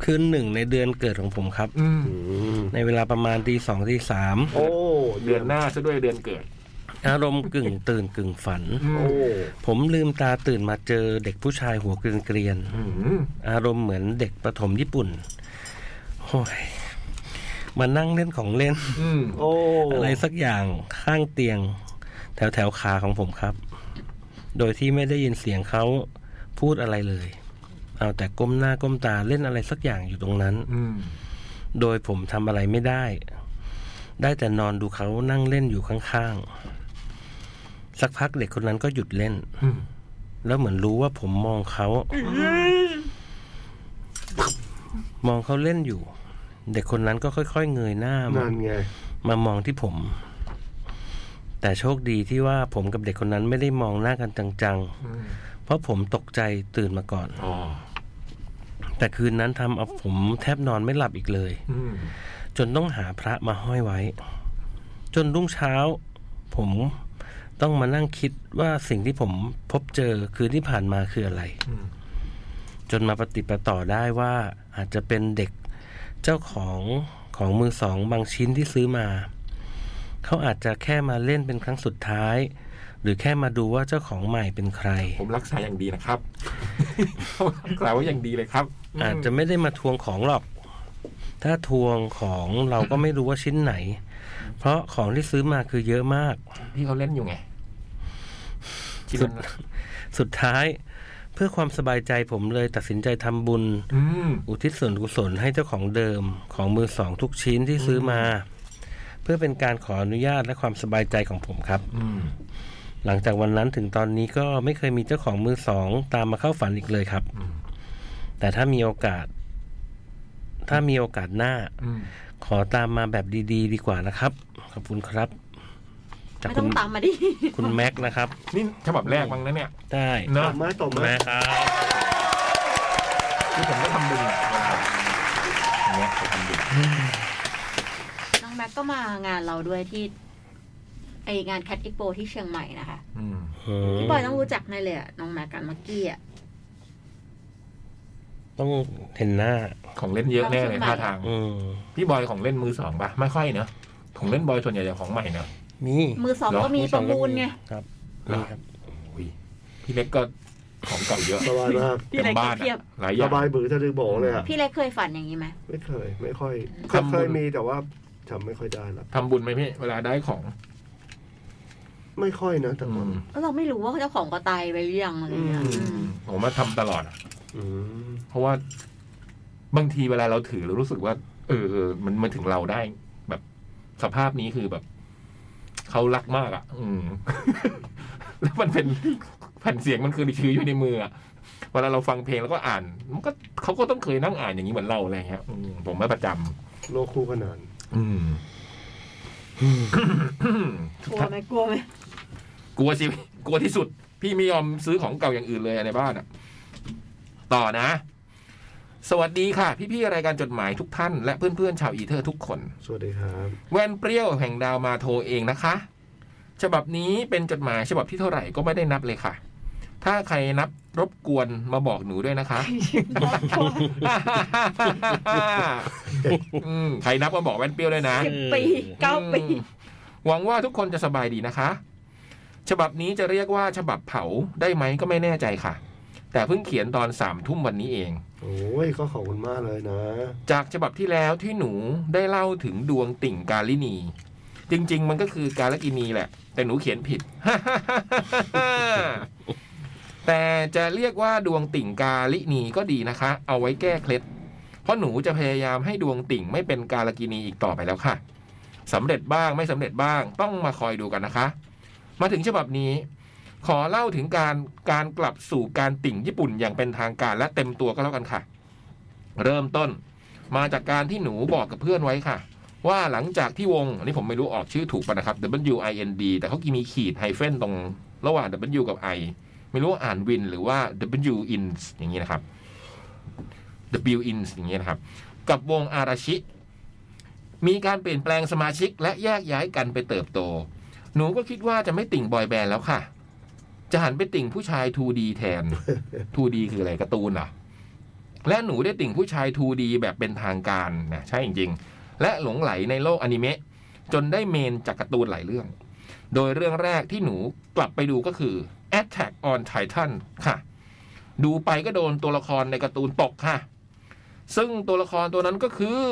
[SPEAKER 6] คืนหนึ่งในเดือนเกิดของผมครับ
[SPEAKER 3] อืม
[SPEAKER 6] ในเวลาประมาณตีสองตีสาม
[SPEAKER 4] โอ้
[SPEAKER 3] เดือนหน้าซะด้วยเดือนเกิด
[SPEAKER 6] อารมณ์กึ่งตื่นกึ่งฝัน
[SPEAKER 4] โอ้
[SPEAKER 6] ผมลืมตาตื่นมาเจอเด็กผู้ชายหัวเกรียน
[SPEAKER 3] อืม
[SPEAKER 6] ๆอารมณ์เหมือนเด็กประถมญี่ปุ่นโอ้ยมานั่งเล่นของเล่น
[SPEAKER 3] อืม
[SPEAKER 4] โอ้
[SPEAKER 6] อะไรสักอย่างข้างเตียง แถวแถวๆขาของผมครับ โดยที่ไม่ได้ยินเสียงเขาพูดอะไรเลย เอาแต่ก้มหน้าก้มตาเล่นอะไรสักอย่างอยู่ตรงนั้น
[SPEAKER 3] อืม
[SPEAKER 6] โดยผมทำอะไรไม่ได้ ได้แต่นอนดูเขานั่งเล่นอยู่ข้างๆ สักพักเด็กคนนั้นก็หยุดเล่น
[SPEAKER 3] อืม
[SPEAKER 6] แล้วเหมือนรู้ว่าผมมองเขา มองเขาเล่นอยู่ เด็กคนนั้นก็ค่อยๆ เงยหน้ามา
[SPEAKER 4] นั่นไง
[SPEAKER 6] มามองที่ผม แต่โชคดีที่ว่าผมกับเด็กคนนั้นไม่ได้มองหน้ากันจังๆ เพราะผมตกใจตื่นมาก่อน
[SPEAKER 3] อ๋อ
[SPEAKER 6] แต่คืนนั้นทำเอาผมแทบนอนไม่หลับอีกเลย
[SPEAKER 3] อืม
[SPEAKER 6] จนต้องหาพระมาห้อยไว้ จนรุ่งเช้า ผมต้องมานั่งคิดว่าสิ่งที่ผมพบเจอคืนที่ผ่านมาคืออะไร จนมาปฏิดประต่อได้ว่าอาจจะเป็นเด็กเจ้าของของมือสองบางชิ้นที่ซื้อมา เขาอาจจะแค่มาเล่นเป็นครั้งสุดท้าย หรือแค่มาดูว่าเจ้าของใหม่เป็นใคร
[SPEAKER 3] ผมรักษาอย่างดีนะครับ รักษาไว้อย่างดีเลยครับ
[SPEAKER 6] อาจจะไม่ได้มาทวงของหรอก ถ้าทวงของเราก็ไม่รู้ว่าชิ้นไหน เพราะของที่ซื้อมาคือเยอะมาก
[SPEAKER 3] ที่เขาเล่นอยู่ไงที่
[SPEAKER 6] สุ
[SPEAKER 3] มั
[SPEAKER 6] ด
[SPEAKER 3] น
[SPEAKER 6] สุดท้าย เพื่อความสบายใจผมเลยตัดสินใจทำบุญ
[SPEAKER 3] อืม
[SPEAKER 6] อุทิศส่วนกุศลให้เจ้าของเดิมของมือสองทุกชิ้นที่ซื้อมา เพื่อเป็นการขออนุญาตและความสบายใจของผมครับ
[SPEAKER 3] อืม
[SPEAKER 6] หลังจากวันนั้นถึงตอนนี้ก็ไม่เคยมีเจ้าของมือสองตามมาเข้าฝันอีกเลยครับ แต่ถ้ามีโอกาส ถ้ามีโอกาสหน้า
[SPEAKER 3] อืม
[SPEAKER 6] ขอตามมาแบบดี ๆ ดีกว่านะครับ ขอบคุณครับ จากคุ
[SPEAKER 5] ไม่ต้อ
[SPEAKER 6] ณ
[SPEAKER 5] งตามมาดิ
[SPEAKER 6] คุณแม็กนะครับ
[SPEAKER 3] นี่ฉบับแรกมั้งนะเนี่ย
[SPEAKER 6] ได้
[SPEAKER 3] เน
[SPEAKER 4] ต
[SPEAKER 3] อะ
[SPEAKER 4] บมาตบมา
[SPEAKER 6] แม็กครับ
[SPEAKER 3] คือผมก็ทำบุญอะเวลาอย่างเงี้ยไปทำบุญ
[SPEAKER 5] น้องแม็กก็มางานเราด้วยที่ ไองานแคดอีโปที่เชียงใหม่นะคะ
[SPEAKER 3] อืม
[SPEAKER 5] พี่บอยต้องรู้จักในเลยอะน้องแม็กกับมักกี้อะ
[SPEAKER 6] ต้องเห็นหน้า
[SPEAKER 3] ของเล่นเยอะแน่เลย
[SPEAKER 5] ของเล่นใหม่
[SPEAKER 3] ท่าทาง
[SPEAKER 6] อืม
[SPEAKER 3] พี่บอยของเล่นมือสองปะไม่ค่อยเนอะของเล่นบอยส่วนใหญ่จะของใหม่เนอะ
[SPEAKER 6] มี
[SPEAKER 5] มือสอง
[SPEAKER 3] เหรอ
[SPEAKER 5] ก็มีประมูลไง
[SPEAKER 6] ครับ
[SPEAKER 3] เหรอ
[SPEAKER 6] มีครับ
[SPEAKER 3] อุ๊ยพี่เล็กก็ของเก่าเยอะ
[SPEAKER 4] สบายมาก
[SPEAKER 5] พี่เล็ก
[SPEAKER 3] เต็ม
[SPEAKER 5] ก็
[SPEAKER 3] บ้าน
[SPEAKER 5] เทียบ
[SPEAKER 3] อะหลายอย่า
[SPEAKER 4] ระ
[SPEAKER 3] ง
[SPEAKER 4] บายบือทะลึงโบกเลยอ่ะ
[SPEAKER 5] พี่เล็กเคยฝันอย่างนี้ไหม
[SPEAKER 4] ไม่เคย ไม่ค่อย
[SPEAKER 3] ทำบุญ
[SPEAKER 4] เคยมีแต่ว่าจำไม่ค่อยได้ละ
[SPEAKER 3] ทำบุญไหมพี่ เวลาได้ของ
[SPEAKER 4] ไม่ค่อยนะแต่ก่อน
[SPEAKER 5] แล้วเราไม่รู้ว่าเจ้าของก็ตายไปหรือยังอะไรเงี้ย
[SPEAKER 4] อืม
[SPEAKER 5] อืม
[SPEAKER 3] ผมมาทำตลอดอะ
[SPEAKER 4] อืม
[SPEAKER 3] เพราะว่า บางทีเวลาเราถือเรารู้สึกว่า เออเออมันมันถึงเราได้ แบบสภาพนี้คือแบบเขารักมากอ่ะ อืม แล้วมันเป็นแผ่นเสียงมันคือถืออยู่ในมืออะเวลาเราฟังเพลงแล้วก็อ่าน มันก็เขาก็ต้องเคยนั่งอ่านอย่างนี้เหมือนเราอะไรเงี้ยอืมผมมาประจำ
[SPEAKER 4] โลกคู่ขนาน
[SPEAKER 3] อืม
[SPEAKER 5] กลัวไหมกลัวไหม
[SPEAKER 3] กลัวสิ กลัวที่สุด พี่ไม่ยอมซื้อของเก่าอย่างอื่นเลยในบ้านอะต่อนะ สวัสดีค่ะ พี่ๆรายการจดหมายทุกท่าน และเพื่อนๆ ชาวอีเทอร์ทุกคน
[SPEAKER 4] สวัสดีครับ
[SPEAKER 3] แวนเปรี้ยวแห่งดาวมาโทรเองนะคะ ฉบับนี้เป็นจดหมายฉบับที่เท่าไหร่ก็ไม่ได้นับเลยค่ะ ถ้าใครนับรบกวนมาบอกหนูด้วยนะคะ อืมใครนับมาบอกแวนเปรี้ยวด้วยนะ
[SPEAKER 5] สิบปีเก้าปี
[SPEAKER 3] อืมหวังว่าทุกคนจะสบายดีนะคะ ฉบับนี้จะเรียกว่าฉบับเผาได้ไหมก็ไม่แน่ใจค่ะ แต่เพิ่งเขียนตอนสามทุ่มวันนี้เอง
[SPEAKER 4] โอ้ยก็ขอบคุณมากเลยนะ
[SPEAKER 3] จากฉบับที่แล้วที่หนูได้เล่าถึงดวงติ่งกาลินี จริง ๆ มันก็คือกาลกินีแหละ แต่หนูเขียนผิด แต่จะเรียกว่าดวงติ่งกาลินีก็ดีนะคะ เอาไว้แก้เคล็ดเพราะหนูจะพยายามให้ดวงติ่งไม่เป็นกาลกินีอีกต่อไปแล้วค่ะ สำเร็จบ้างไม่สำเร็จบ้างต้องมาคอยดูกันนะคะ มาถึงฉบับนี้ ขอเล่าถึงการการกลับสู่การติ่งญี่ปุ่นอย่างเป็นทางการและเต็มตัวก็แล้วกันค่ะ เริ่มต้น มาจากการที่หนูบอกกับเพื่อนไว้ค่ะ ว่าหลังจากที่วง อันนี้ผมไม่รู้ออกชื่อถูกปะนะครับ W I N D แต่เขามีขีดไฮเฟนตรงระหว่าง W กับ I ไม่รู้ว่าอ่านวินหรือว่า W ins อย่างนี้นะครับ W ins อย่างนี้นะครับ กับวงอาราชิ มีการเปลี่ยนแปลงสมาชิกและแยกย้ายกันไปเติบโต หนูก็คิดว่าจะไม่ติ่งบอยแบนด์แล้วค่ะ จะหันไปติ่งผู้ชาย 2D แทน 2D คืออะไรการ์ตูนเหรอ และหนูได้ติ่งผู้ชาย 2D แบบเป็นทางการนะใช่จริง ๆ และหลงไหลในโลกอนิเมะจนได้เมนจากการ์ตูนหลายเรื่อง โดยเรื่องแรกที่หนูกลับไปดูก็คือ Attack on Titan ค่ะ ดูไปก็โดนตัวละครในการ์ตูนตกค่ะ ซึ่งตัวละครตัวนั้นก็คือ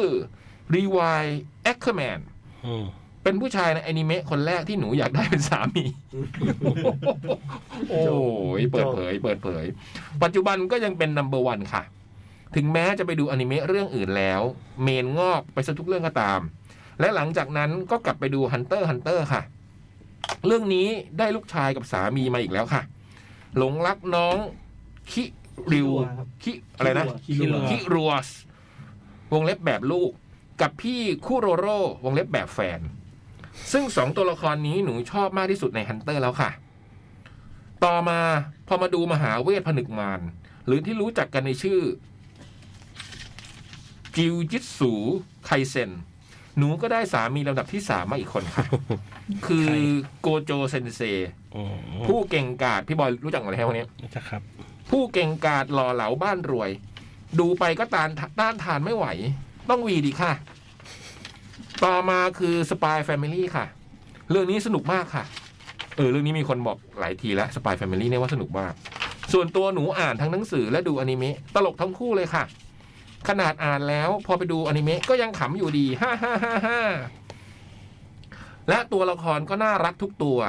[SPEAKER 3] รีวายแอคเคอร์แมน
[SPEAKER 6] อืม
[SPEAKER 3] เป็นผู้ชายในอนิเมะคนแรกที่หนูอยากได้เป็นสา มี โอ้ยเปิดเผย เปิดเผย ปัจจุบันก็ยังเป็นนัมเบอร์วันค่ะ ถึงแม้จะไปดูอนิเมะเรื่องอื่นแล้ว เมนงอกไปซะทุกเรื่องก็ตาม และหลังจากนั้นก็กลับไปดูฮันเตอร์ฮันเตอร์ค่ะ เรื่องนี้ได้ลูกชายกับสามีมาอีกแล้วค่ะ หลงรักน้อง คิริวคิอะไรนะ
[SPEAKER 7] คิรัว
[SPEAKER 3] คิรัวสวงเล็บแบบลูก กับพี่คุโรโร่วงเล็บแบบแฟน ซึ่งสองตัวละครนี้หนูชอบมากที่สุดในฮันเตอร์แล้วค่ะ ต่อมาพอมาดูมหาเวทผนึกมารหรือที่รู้จักกันในชื่อ จิวจิตสูไคเซน หนูก็ได้สามีลำดับที่สามมาอีกคนค่ะ คือโกโจเซนเซ
[SPEAKER 6] อืม
[SPEAKER 3] ผู้เก่งกาจพี่บอยรู้จักหมดแล้วคนนี้
[SPEAKER 6] นะครับ
[SPEAKER 3] ผู้เก่งกาจหล่อเหลาบ้านรวย ดูไปก็ตานต้านทานไม่ไหว ต้องวีดีค่ะ ต่อมาคือสปายแฟมิลี่ค่ะ เรื่องนี้สนุกมากค่ะ เออ เรื่องนี้มีคนบอกหลายทีแล้วสปายแฟมิลี่เนี่ยว่าสนุกมาก ส่วนตัวหนูอ่านทั้งหนังสือและดูอนิเมะตลกทั้งคู่เลยค่ะ ขนาดอ่านแล้วพอไปดูอนิเมะก็ยังขำอยู่ดี ฮ่าฮ่าฮ่าฮ่าและตัวละครก็น่ารักทุกตัว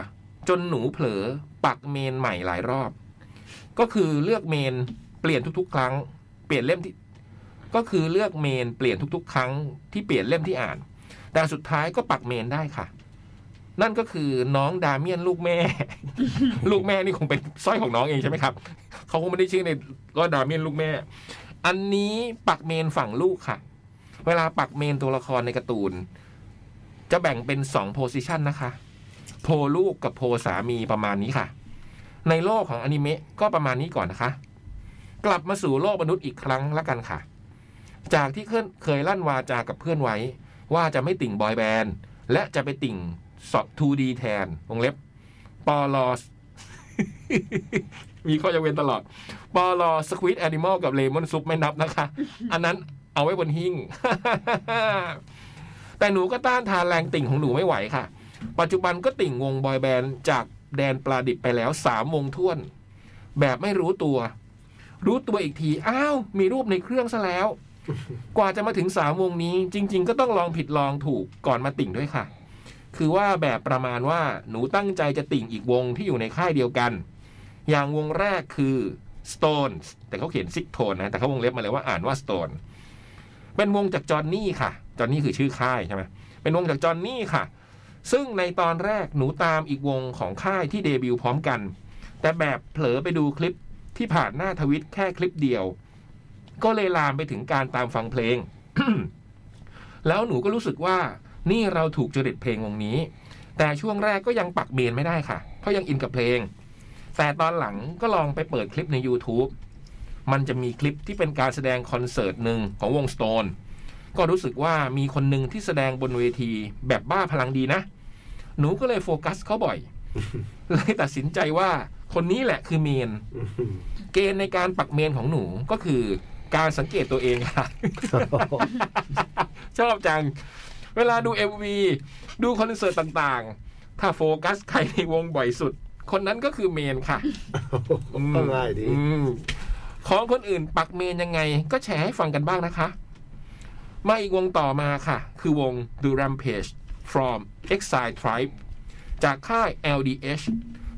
[SPEAKER 3] จนหนูเผลอปักเมนใหม่หลายรอบ ก็คือเลือกเมนเปลี่ยนทุกๆ ครั้ง เปลี่ยนเล่มที่ ก็คือเลือกเมนเปลี่ยนทุกๆ ครั้งที่เปลี่ยนเล่มที่อ่าน แต่สุดท้ายก็ปักเมนได้ค่ะ นั่นก็คือน้องดาเมียนลูกแม่ ลูกแม่นี่คงเป็นสร้อยของน้องเองใช่ไหมครับ เขาคงไม่ได้ชื่อในว่าดาเมียนลูกแม่ อันนี้ปักเมนฝั่งลูกค่ะ เวลาปักเมนตัวละครในการ์ตูน จะแบ่งเป็นสองโพสิชันนะคะ โพลูกกับโพสามีประมาณนี้ค่ะ ในโลกของอนิเมะก็ประมาณนี้ก่อนนะคะ กลับมาสู่โลกมนุษย์อีกครั้งละกันค่ะ จากที่เคยเคยลั่นวาจากับเพื่อนไว้ ว่าจะไม่ติ่งบอยแบนด์ และจะไปติ่งสอบ 2D แทนวงเล็บปอล อส มีข้อยกเว้นตลอดปอลอสควิตแอนิมอลกับเลมอนซุปไม่นับนะคะ อันนั้นเอาไว้บนหิ้ง แต่หนูก็ต้านทานแรงติ่งของหนูไม่ไหวค่ะ ปัจจุบันก็ติ่งวงบอยแบนด์จากแดนปลาดิบไปแล้วสามวงท่วน แบบไม่รู้ตัว รู้ตัวอีกที อ้าว มีรูปในเครื่องซะแล้ว กว่าจะมาถึงสามวงนี้ จริง ๆ ก็ต้องลองผิดลองถูกก่อนมาติ่งด้วยค่ะ คือว่าแบบประมาณว่าหนูตั้งใจจะติ่งอีกวงที่อยู่ในค่ายเดียวกัน อย่างวงแรกคือ Stones แต่เขาเขียนซิกโทนนะ แต่เขาวงเล็บมาเลยว่าอ่านว่า Stone เป็นวงจากจอห์นนี่ค่ะจอห์นนี่คือชื่อค่ายใช่ไหมเป็นวงจากจอห์นนี่ค่ะ ซึ่งในตอนแรกหนูตามอีกวงของค่ายที่เดบิวต์พร้อมกัน แต่แบบเผลอไปดูคลิปที่ผ่านหน้าทวิตแค่คลิปเดียว ก็เลยลามไปถึงการตามฟังเพลง แล้วหนูก็รู้สึกว่านี่เราถูกจริตเพลงวงนี้ แต่ช่วงแรกก็ยังปักเบนไม่ได้ค่ะ เพราะยังอินกับเพลง แต่ตอนหลังก็ลองไปเปิดคลิปใน YouTube มันจะมีคลิปที่เป็นการแสดงคอนเสิร์ตหนึ่งของวง Stone ก็รู้สึกว่ามีคนหนึ่งที่แสดงบนเวทีแบบบ้าพลังดีนะ หนูก็เลยโฟกัสเขาบ่อย เลยตัดสินใจว่าคนนี้แหละคือเมน เกณฑ์ในการปักเมนของหนูก็คือการสังเกตตัวเองค่ะ ชอบจัง เวลาดู MV ดูคอนเสิร์ตต่างๆ ถ้าโฟกัสใครในวงบ่อยสุด คนนั้นก็คือเมนค่ะ
[SPEAKER 4] ก็ง่ายดี
[SPEAKER 3] อืมของคนอื่นปักเมนยังไง ก็แชร์ให้ฟังกันบ้างนะคะ มาอีกวงต่อมาค่ะ คือวง The Rampage from Exile Tribe จากค่าย LDH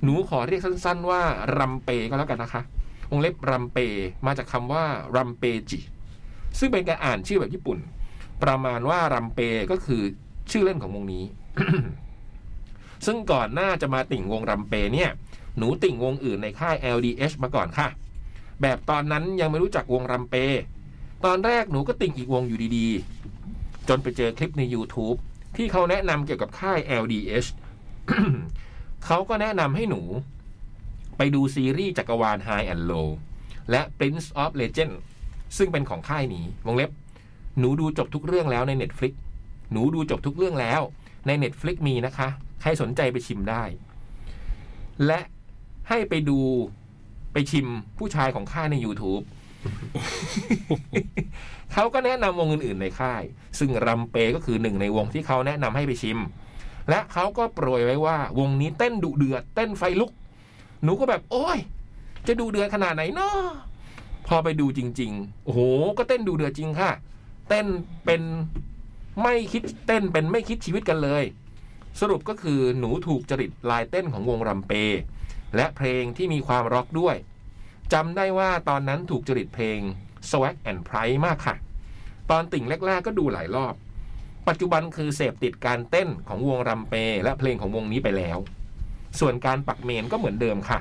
[SPEAKER 3] หนูขอเรียกสั้นๆว่ารัมเปก็แล้วกันนะคะ วงเล็บรัมเปมาจากคำว่ารัมเปจิ ซึ่งเป็นการอ่านชื่อแบบญี่ปุ่น ประมาณว่ารัมเปก็คือ ชื่อเล่นของวงนี้ ซึ่งก่อนหน้าจะมาติ่งวงรำเปเนี่ย หนูติ่งวงอื่นในค่าย LDH มาก่อนค่ะ แบบตอนนั้นยังไม่รู้จักวงรำเป ตอนแรกหนูก็ติ่งอีกวงอยู่ดีๆ จนไปเจอคลิปใน YouTube ที่เขาแนะนำเกี่ยวกับค่าย LDH เขาก็แนะนำให้หนู ไปดูซีรีส์จักรวาล High and Low และ Prince of Legend ซึ่งเป็นของค่ายนี้ วงเล็บ หนูดูจบทุกเรื่องแล้วใน Netflix หนูดูจบทุกเรื่องแล้ว ใน Netflix มีนะคะ ใครสนใจไปชิมได้ และให้ไปดูไปชิมผู้ชายของค่ายใน YouTube เขาก็แนะนำวงอื่นๆในค่าย ซึ่งรัมเปก็คือหนึ่งในวงที่เขาแนะนำให้ไปชิม และเขาก็โปรยไว้ว่าวงนี้เต้นดุเดือดเต้นไฟลุก หนูก็แบบ โอ้ย จะดูเดือดขนาดไหนเนาะพอไปดูจริง ๆ โอ้โห ก็เต้นดูเดือดจริงค่ะ เต้นเป็นไม่คิดเต้นเป็นไม่คิดชีวิตกันเลย สรุปก็คือหนูถูกจริตลายเต้นของวงรัมเป และเพลงที่มีความร็อกด้วยจำได้ว่าตอนนั้นถูกจริตเพลง Swag and Pride มากค่ะ ตอนติ่งแรกๆก็ดูหลายรอบ ปัจจุบันคือเสพติดการเต้นของวงรัมเป และเพลงของวงนี้ไปแล้ว ส่วนการปักเมนก็เหมือนเดิมค่ะ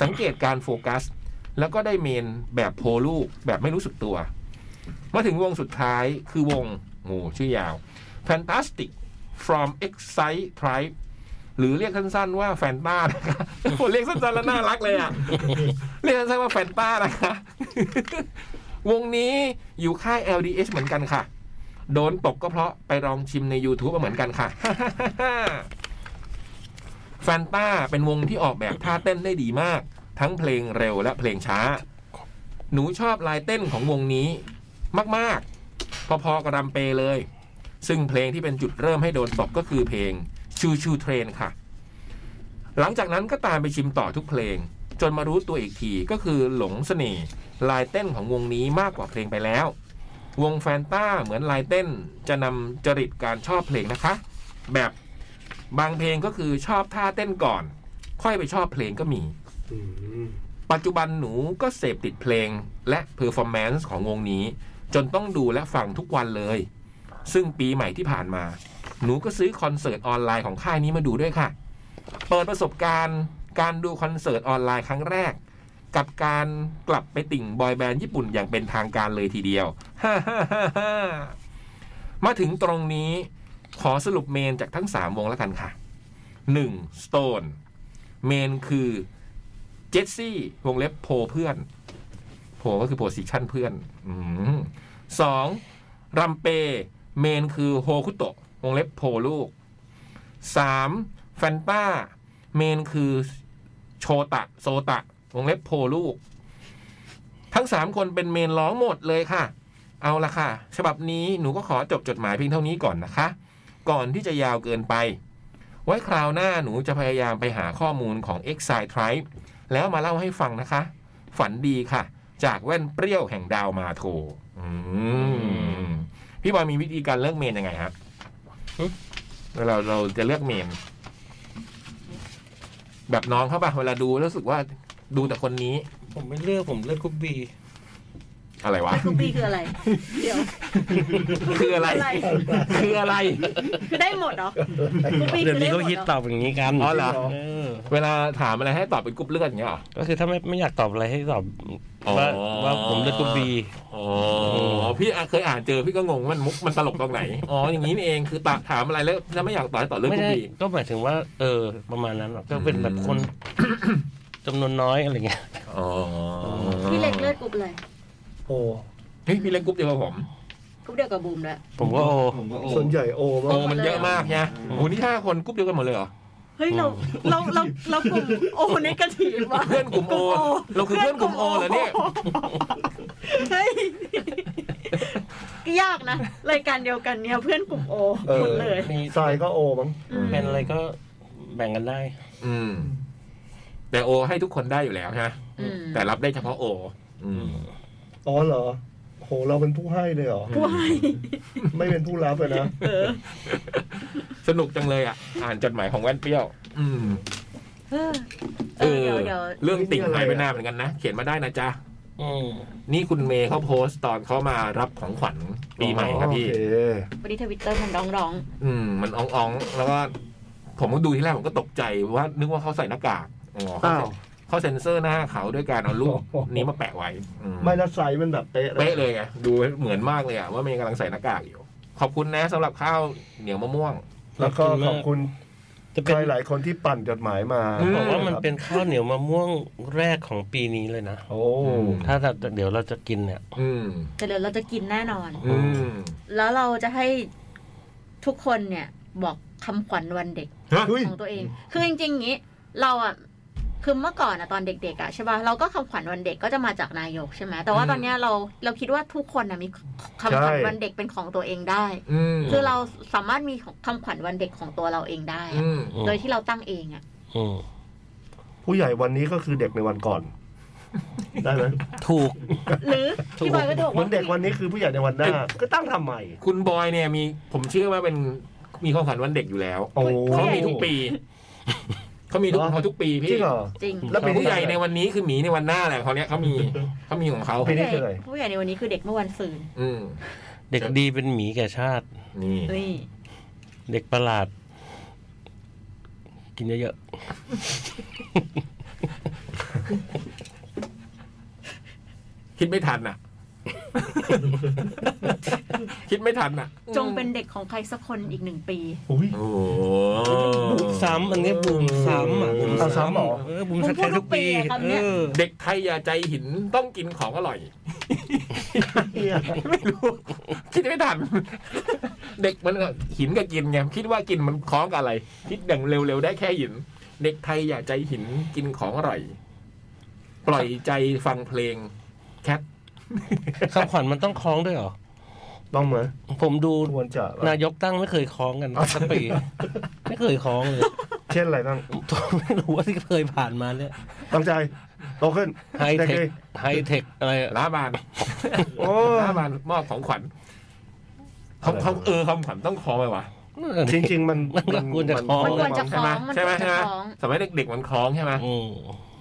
[SPEAKER 3] สังเกตการโฟกัส แล้วก็ได้เมนแบบโพลูกแบบไม่รู้สึกตัว มาถึงวงสุดท้ายคือวงโอ้ชื่อยาว Fantastic from Excite Tribe หรือเรียกสั้นๆว่าแฟนต้านะคะโอ้เรียกสั้นๆแล้วน่ารักเลยอ่ะ เรียกสั้นๆว่าแฟนต้านะคะ วงนี้อยู่ค่าย LDH เหมือนกันค่ะ โดนตกก็เพราะไปลองชิมใน YouTube มาเหมือนกันค่ะ แฟนต้าเป็นวงที่ออกแบบท่าเต้นได้ดีมาก ทั้งเพลงเร็วและเพลงช้า หนูชอบลายเต้นของวงนี้ มาก ๆ พอ ๆ กับรัมเปเลย ซึ่งเพลงที่เป็นจุดเริ่มให้โดนตกก็คือเพลงชูชูเทรนค่ะ หลังจากนั้นก็ตามไปชิมต่อทุกเพลง จนมารู้ตัวอีกทีก็คือหลงเสน่ห์ลายเต้นของวงนี้มากกว่าเพลงไปแล้ว วงแฟนต้าเหมือนลายเต้นจะนำจริตการชอบเพลงนะคะ แบบบางเพลงก็คือชอบท่าเต้นก่อน ค่อยไปชอบเพลงก็มี
[SPEAKER 4] อืม
[SPEAKER 3] ปัจจุบันหนูก็เสพติดเพลงและเพอร์ฟอร์แมนซ์ของวงนี้ จนต้องดูและฟังทุกวันเลย ซึ่งปีใหม่ที่ผ่านมา หนูก็ซื้อคอนเสิร์ตออนไลน์ของค่ายนี้มาดูด้วยค่ะ เปิดประสบการณ์การดูคอนเสิร์ตออนไลน์ครั้งแรก กับการกลับไปติ่งบอยแบนด์ญี่ปุ่นอย่างเป็นทางการเลยทีเดียว มาถึงตรงนี้ขอสรุปเมนจากทั้ง 3 วงแล้วกันค่ะ 1. Stone เมนคือ เจสซี่วงเล็บโพเพื่อน โพก็คือโพสิชันเพื่อนอมสองรัมเป เมนคือโฮคุโตะวงเล็บโพลูกสามแฟนต้า เมนคือโชตะโซตะวงเล็บโพลูก ทั้งสามคนเป็นเมนร้องหมดเลยค่ะ เอาละค่ะ ฉบับนี้หนูก็ขอจบจดหมายเพียงเท่านี้ก่อนนะคะ ก่อนที่จะยาวเกินไป ไว้คราวหน้าหนูจะพยายามไปหาข้อมูลของ Exile Tribe แล้วมาเล่าให้ฟังนะคะ ฝันดีค่ะ จากแว่นเปรี้ยวแห่งดาวมาโทอืมพี่บอยมีวิธีการเลือกเมนยังไงฮะ
[SPEAKER 6] หึ
[SPEAKER 3] เวลาเราจะเลือกเมน แบบน้องเขาปะเวลาดูรู้สึกว่าดูแต่คนนี้
[SPEAKER 6] ผมไม่เลือกผมเลือกคุกบี
[SPEAKER 3] อะไรวะ
[SPEAKER 5] คุกบี้คืออะไร เดี๋ยว
[SPEAKER 3] คืออะไร คืออะไร
[SPEAKER 5] คือได้หมดเหรอคุกบี้
[SPEAKER 6] เดี๋
[SPEAKER 5] คื
[SPEAKER 6] ยวนี้
[SPEAKER 5] อได้หม
[SPEAKER 6] เขา
[SPEAKER 5] ด
[SPEAKER 6] ฮิตต
[SPEAKER 5] เหรอ
[SPEAKER 6] อบอย่างนี้กัน
[SPEAKER 3] อ๋อเหรอ
[SPEAKER 6] เอ
[SPEAKER 3] เวลาถามอะไรให้ตอบเป็นกรุ๊ปเลือดอย่างเงี้ยเหรอ
[SPEAKER 6] ก็คือถ้าไม่ไม่อยากตอบอะไรให้ตอบ
[SPEAKER 3] อ๋อ
[SPEAKER 6] ว่าว่าผมเลือกคุกบี
[SPEAKER 3] อ๋อ พี่อ่ะเคยอ่านเจอพี่ก็งงว่ามันมุกมันตลกตรงไหน อ๋อ อย่างนี้นี่เอง คือตะถามอะไรแล้วแล้วไม่อยากตอบให้ตอบเรื่อง
[SPEAKER 6] ไม่
[SPEAKER 3] กุ
[SPEAKER 6] ได้
[SPEAKER 3] บี
[SPEAKER 6] ก็หมายถึงว่า เออ ประมาณนั้นหรอกก็เป็นแบบ
[SPEAKER 3] อืม
[SPEAKER 6] คน จำนวนน้อยอะไรเงี้ย
[SPEAKER 3] อ๋อ
[SPEAKER 5] พี่เล็กเลือดกรุ๊ปเลย
[SPEAKER 4] โอ
[SPEAKER 3] เฮ้ยพี่เล็กกรุ๊ปเดียวกับผม
[SPEAKER 5] กรุ๊ปเดียวกับบูมแล้วย
[SPEAKER 6] ผมก็โอ
[SPEAKER 7] ผมก็โอ
[SPEAKER 4] ส่วนใหญ่โอมาก
[SPEAKER 3] โอ้มันเยอะมากเนี่ยโอ้โหนี่ห้าคนกรุ๊ปเดียวกันหมดเลยเหรอ
[SPEAKER 5] เฮ้ยเราเราเราเรากลุ่มโอในกระถิ่นว่ะ
[SPEAKER 3] เพื่อนกลุ่มโอเราคือเพื่อนกลุ่มโอเหรอเนี่ย
[SPEAKER 5] เฮ้ยยากนะรายการเดียวกันเนี่ยเพื่อนกลุ่มโอ
[SPEAKER 4] เออ
[SPEAKER 5] หมดเลย
[SPEAKER 6] มี
[SPEAKER 4] ทรายก็โอมั้ง
[SPEAKER 5] อืม
[SPEAKER 6] เป็นอะไรก็แบ่งกันได้
[SPEAKER 3] อืม แต่โอให้ทุกคนได้อยู่แล้วใช่ไหม
[SPEAKER 5] อืม
[SPEAKER 3] แต่รับได้เฉพาะโอ อืม
[SPEAKER 4] อ๋อเหรอโหเราเป็นผู้ให้เลยเหรอ
[SPEAKER 5] ผู้ให้
[SPEAKER 4] ไม่เป็นผู้รับเลยนะ
[SPEAKER 5] เออ
[SPEAKER 3] สนุกจังเลยอ่ะ อ่านจดหมายของแว่นเปรี้ยว อืม
[SPEAKER 5] เออ
[SPEAKER 3] เอ
[SPEAKER 5] เดี๋
[SPEAKER 3] อ
[SPEAKER 5] ยวเดี๋ยว
[SPEAKER 3] เรื่องติ่งหายไปหน้าเหมือนกันนะ เขียนมาได้นะจ๊ะ
[SPEAKER 6] อืม
[SPEAKER 3] นี่คุณเมย์เขาโพสต์ตอนเขามารับของขวัญปีใหม่ครับพี่
[SPEAKER 4] โอเค
[SPEAKER 5] วันนี้ทวิตเตอร์มันร้องร้อง
[SPEAKER 3] อืมมันอ่องอ่องๆแล้วก็ผมก็ดูที่แรกผมก็ตกใจว่า นึกว่าเขาใส่หน้ากากอ๋อเขา
[SPEAKER 4] อ้าว
[SPEAKER 3] เซ็นเขาเซ็นเซอร์หน้าเขาด้วยการเอารูปนี้มาแปะไว้อืม
[SPEAKER 4] ไม่และไซส์มันแบบเป๊ะ
[SPEAKER 3] เป๊ะเลยไงดูเหมือนมากเลยอะว่าเมย์กำลังใส่หน้ากากอยู่ ขอบคุณนะสำหรับข้าวเหนียวมะม่วง
[SPEAKER 4] แล้วก็ขอบคุณ
[SPEAKER 6] จะเป็
[SPEAKER 4] ใคน รหลายคนที่ปั่นจดหมายมา
[SPEAKER 3] อืม
[SPEAKER 6] บอกว่ามันเป็นข้าวเหนียวมะม่วงแรกของปีนี้เลยนะ
[SPEAKER 4] โอ้
[SPEAKER 6] ถ้าเราเดี๋ยวเราจะกินเนี่ย
[SPEAKER 3] อืม
[SPEAKER 5] ๆแต่เดี๋ยวเราจะกินแน่นอน
[SPEAKER 3] อืม
[SPEAKER 5] แล้วเราจะให้ทุกคนเนี่ยบอกคำขวัญวันเด็ก ของตัวเอง คือจริงๆอย่างนี้ เราอ่ะ คือเมื่อก่อนอ่ะตอนเด็กๆอ่ะใช่ป่ะ เราก็คำขวัญวันเด็กก็จะมาจากนายกใช่ไหม แต่ว่าตอนเนี้ยเราเราคิดว่าทุกคนอ่ะมีคำขวัญ
[SPEAKER 4] ใช่
[SPEAKER 5] วันเด็กเป็นของตัวเองได้
[SPEAKER 3] อืม
[SPEAKER 5] คือเราสามารถมีของคำขวัญวันเด็กของตัวเราเองได้อะ
[SPEAKER 3] อืม
[SPEAKER 6] อืม
[SPEAKER 5] โดยที่เราตั้งเอง อ่ะ
[SPEAKER 6] อืม
[SPEAKER 4] ผู้ใหญ่วันนี้ก็คือเด็กในวันก่อน ได้ไหม
[SPEAKER 6] ถูก
[SPEAKER 5] หรือพี่บอยก็จะบอก
[SPEAKER 4] เหมือ
[SPEAKER 5] ว่าน
[SPEAKER 4] เด็กวันนี้คือผู้ใหญ่ในวันหน้า ก็ตั้งทำใหม่
[SPEAKER 3] คุณบอยเนี่ยมีผมเชื่อว่าเป็นมีของขวัญวันเด็กอยู่แล้ว
[SPEAKER 4] โอ้
[SPEAKER 3] เขามีทุกปีเขามีทุกเขาทุกปี
[SPEAKER 4] จ
[SPEAKER 3] พี่
[SPEAKER 4] ริงเหรอ
[SPEAKER 5] จริง
[SPEAKER 4] แล้วปีนี้
[SPEAKER 3] ผู้ใหญ่ในวันนี้คือหมีในวันหน้าแหละเขาวเนี้ยเขามีเขามีของเขา
[SPEAKER 4] ปี
[SPEAKER 5] ผู้
[SPEAKER 4] นี้
[SPEAKER 5] ใหญ่
[SPEAKER 4] คืออะไร
[SPEAKER 5] ผู้ใหญ่ในวันนี้คือเด็กเมื่อวันศุกร์
[SPEAKER 3] อืม
[SPEAKER 6] เด็กดีเป็นหมีแก่ชาติ
[SPEAKER 3] นี่
[SPEAKER 5] นี่
[SPEAKER 6] เด็กประหลาด กินเยอะ
[SPEAKER 3] คิดไม่ทันอ่ะ คิดไม่ทันอ่ะ
[SPEAKER 5] จงเป็นเด็กของใครสักคนอีกหนึ่งปี
[SPEAKER 4] อุ้ย
[SPEAKER 3] โอ้
[SPEAKER 6] ๆบูมซ้ำอันเนี้ยบูมซ้ำอ่ะบูม
[SPEAKER 4] เอาซ้ำเหรอ
[SPEAKER 6] เออบูมซ้ำแค่ทุกปี
[SPEAKER 5] บูมพูดทุกปีอะคำเนี้ย
[SPEAKER 6] เออ
[SPEAKER 3] เด็กไทยอย่าใจหินต้องกินของอร่อย
[SPEAKER 4] เหี้ย
[SPEAKER 3] ไม่รู้คิดไม่ทัน เด็กมันก็หินก็กินไงคิดว่ากินมันคล้องกับอะไร คิดอย่างเร็วๆได้แค่หิน เด็กไทยอย่าใจหินกินของอร่อย ปล่อยใจฟังเพลง แคท
[SPEAKER 6] คำขวัญมันต้องคล้องด้วยเหรอ
[SPEAKER 4] ต้องไหม
[SPEAKER 6] ผมดู
[SPEAKER 4] ควรจะ
[SPEAKER 6] นายกตั้งไม่เคยคล้องกันสักปี ไม่เคยคล้องเลย
[SPEAKER 4] เช่นอะไรบ้าง
[SPEAKER 6] ไม่รู้ว่าที่เคยผ่านมาเนี่ย
[SPEAKER 4] ตั้งใจโตขึ้น
[SPEAKER 6] ไฮเทค
[SPEAKER 4] ด็กดี
[SPEAKER 6] ไฮเทคอะไรอะ
[SPEAKER 3] ลาบาน
[SPEAKER 4] โอ้
[SPEAKER 3] ลาบานมอบของขวัญเขาเขาเออคำขวัญต้องคล้องไหมวะ
[SPEAKER 4] จริง ๆ มัน
[SPEAKER 6] มันก็ควรจะคล้อง
[SPEAKER 5] มันควรจะคล้องมัน
[SPEAKER 3] ใช่
[SPEAKER 5] ค
[SPEAKER 3] ไหม
[SPEAKER 5] วรจะ
[SPEAKER 3] ใช่ไหม
[SPEAKER 5] คล้อง
[SPEAKER 3] สมัยเด็กๆมันคล้องใช่ไหม
[SPEAKER 6] อืม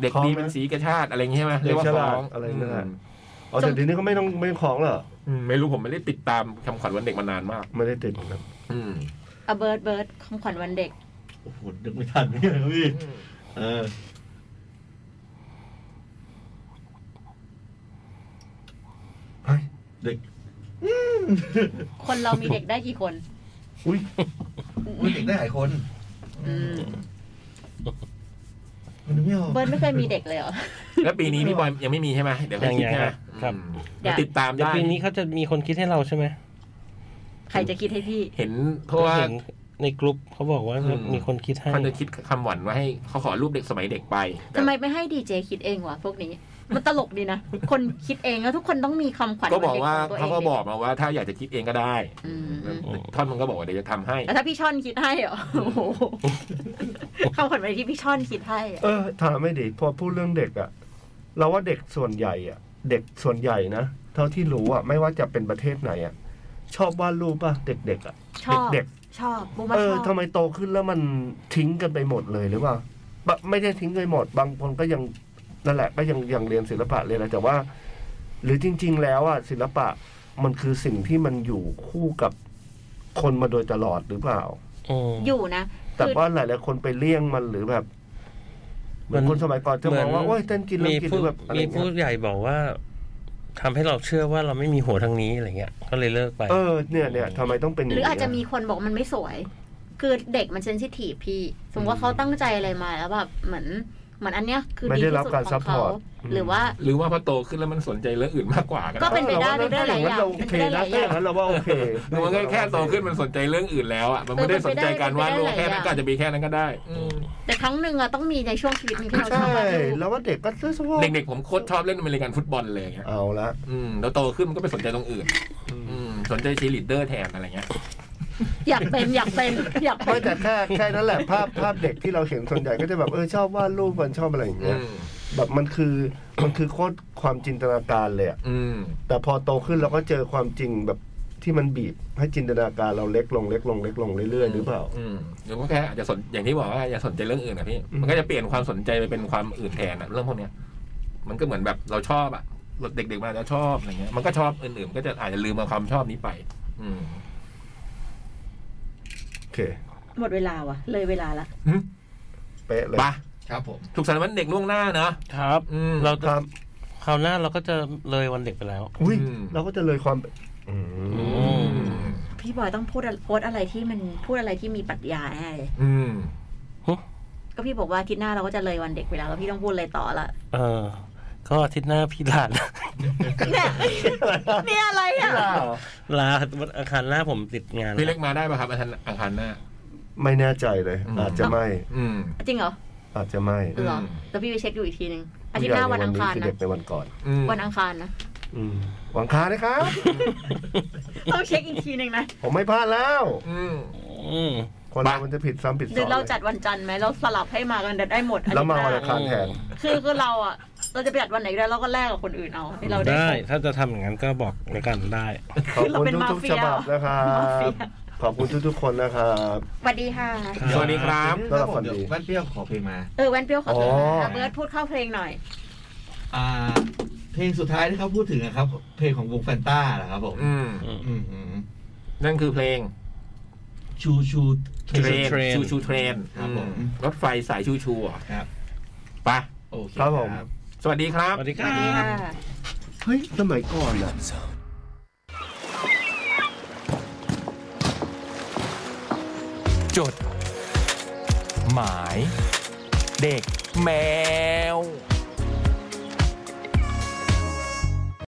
[SPEAKER 3] เด็กดีเป็นสีกระชาติอะไรอย่างเงี้ยใช่ไหม
[SPEAKER 4] เด็
[SPEAKER 3] เรีย
[SPEAKER 4] ก
[SPEAKER 3] กว่าค
[SPEAKER 4] ฉ
[SPEAKER 3] ล้
[SPEAKER 4] ลา
[SPEAKER 3] อ
[SPEAKER 4] ด
[SPEAKER 3] ง
[SPEAKER 4] อะไรนั่นแหละ
[SPEAKER 3] อืม
[SPEAKER 4] อ๋อแต่เดี๋ยวนี้ก็ไม่ต้องไม่ของแล้วเหรอ
[SPEAKER 3] อืมไม่รู้ผมไม่ได้ติดตามคำขวัญวันเด็กมานานมาก
[SPEAKER 4] ไม่ได้ติดนะครับ
[SPEAKER 3] อืม
[SPEAKER 5] อะเบิร์ดเบิร์ดคำขวัญวันเด็ก
[SPEAKER 7] โอ้โหนึกไม่ทันเลยพี่เออ
[SPEAKER 5] คนเรามีเด็กได้กี่คน
[SPEAKER 4] อุ้ย
[SPEAKER 7] ผู้หญิงได้หลายคน
[SPEAKER 5] อืม
[SPEAKER 7] มันนึกไม่ออก
[SPEAKER 5] เบิร์ดไม่เคยมีเด็กเลยเหรอ
[SPEAKER 3] แล้วปีนี้พี่บอยยังไม่มีใช่ไหมเดี๋ยวให้
[SPEAKER 6] ยัง
[SPEAKER 3] คิด
[SPEAKER 6] ไง
[SPEAKER 3] ใช่ไหม
[SPEAKER 6] ครับ
[SPEAKER 3] อืม
[SPEAKER 5] อยาก
[SPEAKER 3] ติดตาม
[SPEAKER 6] เดี๋ยว
[SPEAKER 3] ได้
[SPEAKER 6] ปีนี้เขาจะมีคนคิดให้เราใช่ไหม
[SPEAKER 5] ใครจะคิดให้พี่
[SPEAKER 3] เห็นเพราะว่า
[SPEAKER 6] ห็นในกลุ่มเขาบอกว่า
[SPEAKER 3] อืม
[SPEAKER 6] มีคนคิดให้
[SPEAKER 3] เขาจะคิดคำหวานไว่าให้เขาขอรูปเด็กสมัยเด็กไป
[SPEAKER 5] ทำไมไม่ให้ดีเจคิดเองวะพวกนี้ มันตลกดีนะ คนคิดเองแล้วทุกคนต้องมีคำขวัญ
[SPEAKER 3] ก็บอกว่า
[SPEAKER 5] ป็นด็
[SPEAKER 3] เขา
[SPEAKER 5] ขงตัว
[SPEAKER 3] ก็
[SPEAKER 5] อง
[SPEAKER 3] บอกมาว่า ถ้าอยากจะคิดเองก็ได้
[SPEAKER 5] อืมอืม
[SPEAKER 3] ท่อนมันก็บอกว่าเดี๋ยวจะทำให้
[SPEAKER 5] แล้วถ้าพี่ช่อนคิดให้เหรอโอ้โหคำขวัญวันเด็กที่พี่ช่อนคิดให้อะ
[SPEAKER 4] เออถามไม่ดีพอพูดเรื่องเด็กอะเราว่าเด็กส่วนใหญ่อะเด็กส่วนใหญ่นะเท่าที่รู้อะไม่ว่าจะเป็นประเทศไหนอะชอบวาดรูปป่ะเด็กๆอะ
[SPEAKER 5] ชอบ
[SPEAKER 4] เด็ก
[SPEAKER 5] ชอบบูมว่า
[SPEAKER 4] เอ
[SPEAKER 5] ช
[SPEAKER 4] อ
[SPEAKER 5] อบ
[SPEAKER 4] ทำไมโตขึ้นแล้วมันทิ้งกันไปหมดเลยหรือเปล่าบะไม่ได้ทิ้งไปหมด บางคนก็ยังนั่นแหละ ก็ยังยังเรียนศิลปะเรียนอะไรแต่ว่า หรือจริง ๆ แล้วอ่ะศิลปะมันคือสิ่งที่มันอยู่คู่กับคนมาโดยตลอดหรือเปล่า
[SPEAKER 6] อืม
[SPEAKER 5] อยู่นะ
[SPEAKER 4] แต่
[SPEAKER 5] คือ
[SPEAKER 4] ว่าหลายๆคนไปเลี่ยงมันหรือแบบเหมือน
[SPEAKER 6] มัน
[SPEAKER 4] คนสมัยก่อนจะมองว่าโอ้ยเต้นกินแล้ว
[SPEAKER 6] มี
[SPEAKER 4] กินห
[SPEAKER 6] ผู้
[SPEAKER 4] รือแบบอะ
[SPEAKER 6] มี
[SPEAKER 4] ไรเงี้
[SPEAKER 6] ผู้
[SPEAKER 4] ย
[SPEAKER 6] ใหญ่บอกว่าทำให้เราเชื่อว่าเราไม่มีหัวทางนี้อะไรเงี้ยก็เลยเลิกไป
[SPEAKER 4] เออเนี่ยเนี่ยทำไมต้องเป็นอย่า
[SPEAKER 5] ห
[SPEAKER 4] ง
[SPEAKER 5] รือ
[SPEAKER 4] เงี้ย
[SPEAKER 5] อาจจะมีคนบอกมันไม่สวย คือเด็กมันเซนซิทีฟพี่ สมมติว่าเขาตั้งใจอะไรมาแล้วแบบเหมือนเหมือนอันเนี้ยคือ
[SPEAKER 4] ไม่
[SPEAKER 5] ดี
[SPEAKER 4] ได้
[SPEAKER 5] ที่
[SPEAKER 4] รับ
[SPEAKER 5] สุด
[SPEAKER 4] การ
[SPEAKER 5] ข
[SPEAKER 4] ซั
[SPEAKER 5] อ
[SPEAKER 4] พพ
[SPEAKER 5] งเขา
[SPEAKER 4] อร์ต
[SPEAKER 5] หรือว่า
[SPEAKER 3] หรือว่าพอโตขึ้นแล้วมันสนใจเรื่องอื่นมากกว่ากัน
[SPEAKER 5] ก็เป็นไปได้เป็นไปได้หลายอย่าง
[SPEAKER 4] เรว่ถ้อย่างนั้นเราโอเคนะถ้าอย่างนั้นเราว่าโอเค
[SPEAKER 3] มันก็แค่โตขึ้นมันสนใจเรื่องอื่นแล้วอ่ะมันไม่ได้สนใจการวาดรูปแค่นั้นก็อาจจะมีแค่นั้นก็ได้อืม
[SPEAKER 5] แต่ครั้งหนึ่งอะต้องมีในช่วงชีวิตนี้ที่เราชอ
[SPEAKER 4] ใช่
[SPEAKER 5] บมาดู
[SPEAKER 4] แล้วว่าเด็กก็ซื้อสวอ
[SPEAKER 3] เด็กๆผมโคตรชอบเล่นอเมริกันฟุตบอลเลยครับ
[SPEAKER 4] เอาละ
[SPEAKER 3] อืมแล้วโตขึ้นมันก็ไปสนใจตรงอื่น อืมสนใจชีลีดเดอร์แทนอะไรเงี้ย
[SPEAKER 5] อยากเป็นอยากเป็นอยากเป็
[SPEAKER 4] ไม่
[SPEAKER 5] น
[SPEAKER 4] แต่แค่แค่นั้นแหละภาพภาพเด็กที่เราเห็นส่วนใหญ่ก็จะแบบเออชอบวาดรูปมันชอบอะไรอย่างเงี้
[SPEAKER 3] อื
[SPEAKER 4] ย
[SPEAKER 3] ม
[SPEAKER 4] แบบมันคือมันคือโคตรความจินตนาการเลยอะ
[SPEAKER 3] อืม
[SPEAKER 4] แต่พอโตขึ้นเราก็เจอความจริงแบบที่มันบีบให้จินตนาการเราเล็กลงเล็กลงเล็กลงเรื่อยๆหรือเปล่า
[SPEAKER 3] อืมแล้วก็แค่อาจจะสนอย่างที่บอกว่าอย่าสนใจเรื่องอื่นนะพี่
[SPEAKER 4] อืม
[SPEAKER 3] มันก็จะเปลี่ยนความสนใจไปเป็นความอื่นแทนอะเรื่องพวกเนี้ย มันก็เหมือนแบบเราชอบอะ เด็กๆมันอาจจะชอบอะไรเงี้ยมันก็ชอบอื่นๆมันก็จะอาจจะลืมเอาความชอบนี้ไป อืม
[SPEAKER 4] โอเค
[SPEAKER 5] หมดเวลาว่ะ เลยเวลาละ
[SPEAKER 4] เป๊ะเลย
[SPEAKER 3] ปะ
[SPEAKER 7] ครับผม
[SPEAKER 3] ถูกสันต์วันเด็กล่วงหน้าเนอะ
[SPEAKER 6] ครับ
[SPEAKER 3] อืม
[SPEAKER 6] เรา
[SPEAKER 4] ครับ
[SPEAKER 6] คราวหน้าเราก็จะเลยวันเด็กไปแล้ว
[SPEAKER 4] อุ้ย
[SPEAKER 3] อืม
[SPEAKER 4] เราก็จะเลยความอืม
[SPEAKER 3] อืม
[SPEAKER 5] พี่บอยต้องพูดโพสต์อะไรที่มันพูดอะไรที่มีปรัชญาแน่เลย
[SPEAKER 3] อืม
[SPEAKER 5] ก็พี่บอกว่าอาทิตย์หน้าเราก็จะเลยวันเด็กไปแล้วแล้วพี่ต้องพูดอะไรต่อละ
[SPEAKER 6] เออ ก็อาทิตย์หน้าพี่ลาลา
[SPEAKER 5] เนี่ยเนี่ยอะไรอ่ะ
[SPEAKER 6] ลาวันอังคารหน้าผมติดงาน
[SPEAKER 3] พี่เล็กมาได้ป่ะครับอาทิตย์อังคารหน้า
[SPEAKER 4] ไม่แน่ใจเลย
[SPEAKER 3] อืม
[SPEAKER 4] อาจจะไม่
[SPEAKER 3] อืม
[SPEAKER 5] จริงเหรอ
[SPEAKER 4] อาจจะไม่
[SPEAKER 5] เหรอ
[SPEAKER 3] อืม
[SPEAKER 5] แล้วพี่ไปเช็คดูอีกทีนึงอาทิตย์หน้าวันอังคาร
[SPEAKER 4] ผู้ใหญ่ใวัคือ
[SPEAKER 5] นะ
[SPEAKER 4] เด็กในวันก่อน
[SPEAKER 3] อืม
[SPEAKER 5] วันอังคารนะ
[SPEAKER 4] อืมวันอังคารนะครับ
[SPEAKER 5] ต้องเช็คอีกทีนึ งนะ
[SPEAKER 4] ผมไม่พลาดแล้ว
[SPEAKER 3] อืม
[SPEAKER 6] อืม
[SPEAKER 4] คนเรามันจะผิดซ้ำผิด
[SPEAKER 5] ห
[SPEAKER 4] ซ้
[SPEAKER 5] รือ อน เราจัดวันจันทร์ไหมเราสลับให้มากันได้หมดอา
[SPEAKER 4] แล้ว
[SPEAKER 5] ทิตย์
[SPEAKER 4] มา
[SPEAKER 5] ห
[SPEAKER 4] วันอังคา
[SPEAKER 5] น้าร
[SPEAKER 4] แทน
[SPEAKER 5] คือคือเราอ่ะเราจะไปจัดวันไหนก็ได้เราก็แลกกับคนอื่นเอาให้เราได้
[SPEAKER 6] ได้ถ้าจะทำอย่างนั้นก็บอกในกันได้
[SPEAKER 4] ขอบคุณ
[SPEAKER 5] เราเป็นมา
[SPEAKER 4] ทุกๆ
[SPEAKER 5] เฟีย
[SPEAKER 4] ฉบับนะครับ
[SPEAKER 5] มาเฟีย
[SPEAKER 4] ขอบคุณทุกๆคนนะครับ
[SPEAKER 5] สวัสดีค่ะ
[SPEAKER 3] สวัสดีครับ
[SPEAKER 7] แล้วผมเดี๋ยวบ้านเปรี้ยวขอเพลงมา
[SPEAKER 5] เออแว่นเปรี้ยวขอโทษนะอ่ะเบิร์ดพูดเข้าเพลงหน่อย
[SPEAKER 7] อ่า เพลงสุดท้ายที่เขาพูดถึงนะครับ เพลงของวงแฟนต้านะครับผม
[SPEAKER 3] อืม
[SPEAKER 7] อืมอืม
[SPEAKER 3] นั่นคือเพลง
[SPEAKER 7] ชูชูเท
[SPEAKER 3] เท
[SPEAKER 7] ร
[SPEAKER 3] ร
[SPEAKER 7] น
[SPEAKER 6] Train
[SPEAKER 3] นชูชูเทรน
[SPEAKER 7] ครับผม
[SPEAKER 3] อืมรถไฟสายชูชูเหรอ
[SPEAKER 7] ครับ
[SPEAKER 3] ไปะ
[SPEAKER 7] โอเค
[SPEAKER 4] ครับผม
[SPEAKER 3] สวัสดีครับ
[SPEAKER 6] สวัสดีครั
[SPEAKER 5] สวัสดี
[SPEAKER 6] บ
[SPEAKER 5] ค่ะ
[SPEAKER 4] เฮ้ย สมัยก่อนอะ
[SPEAKER 1] จด หมาย เด็กแมว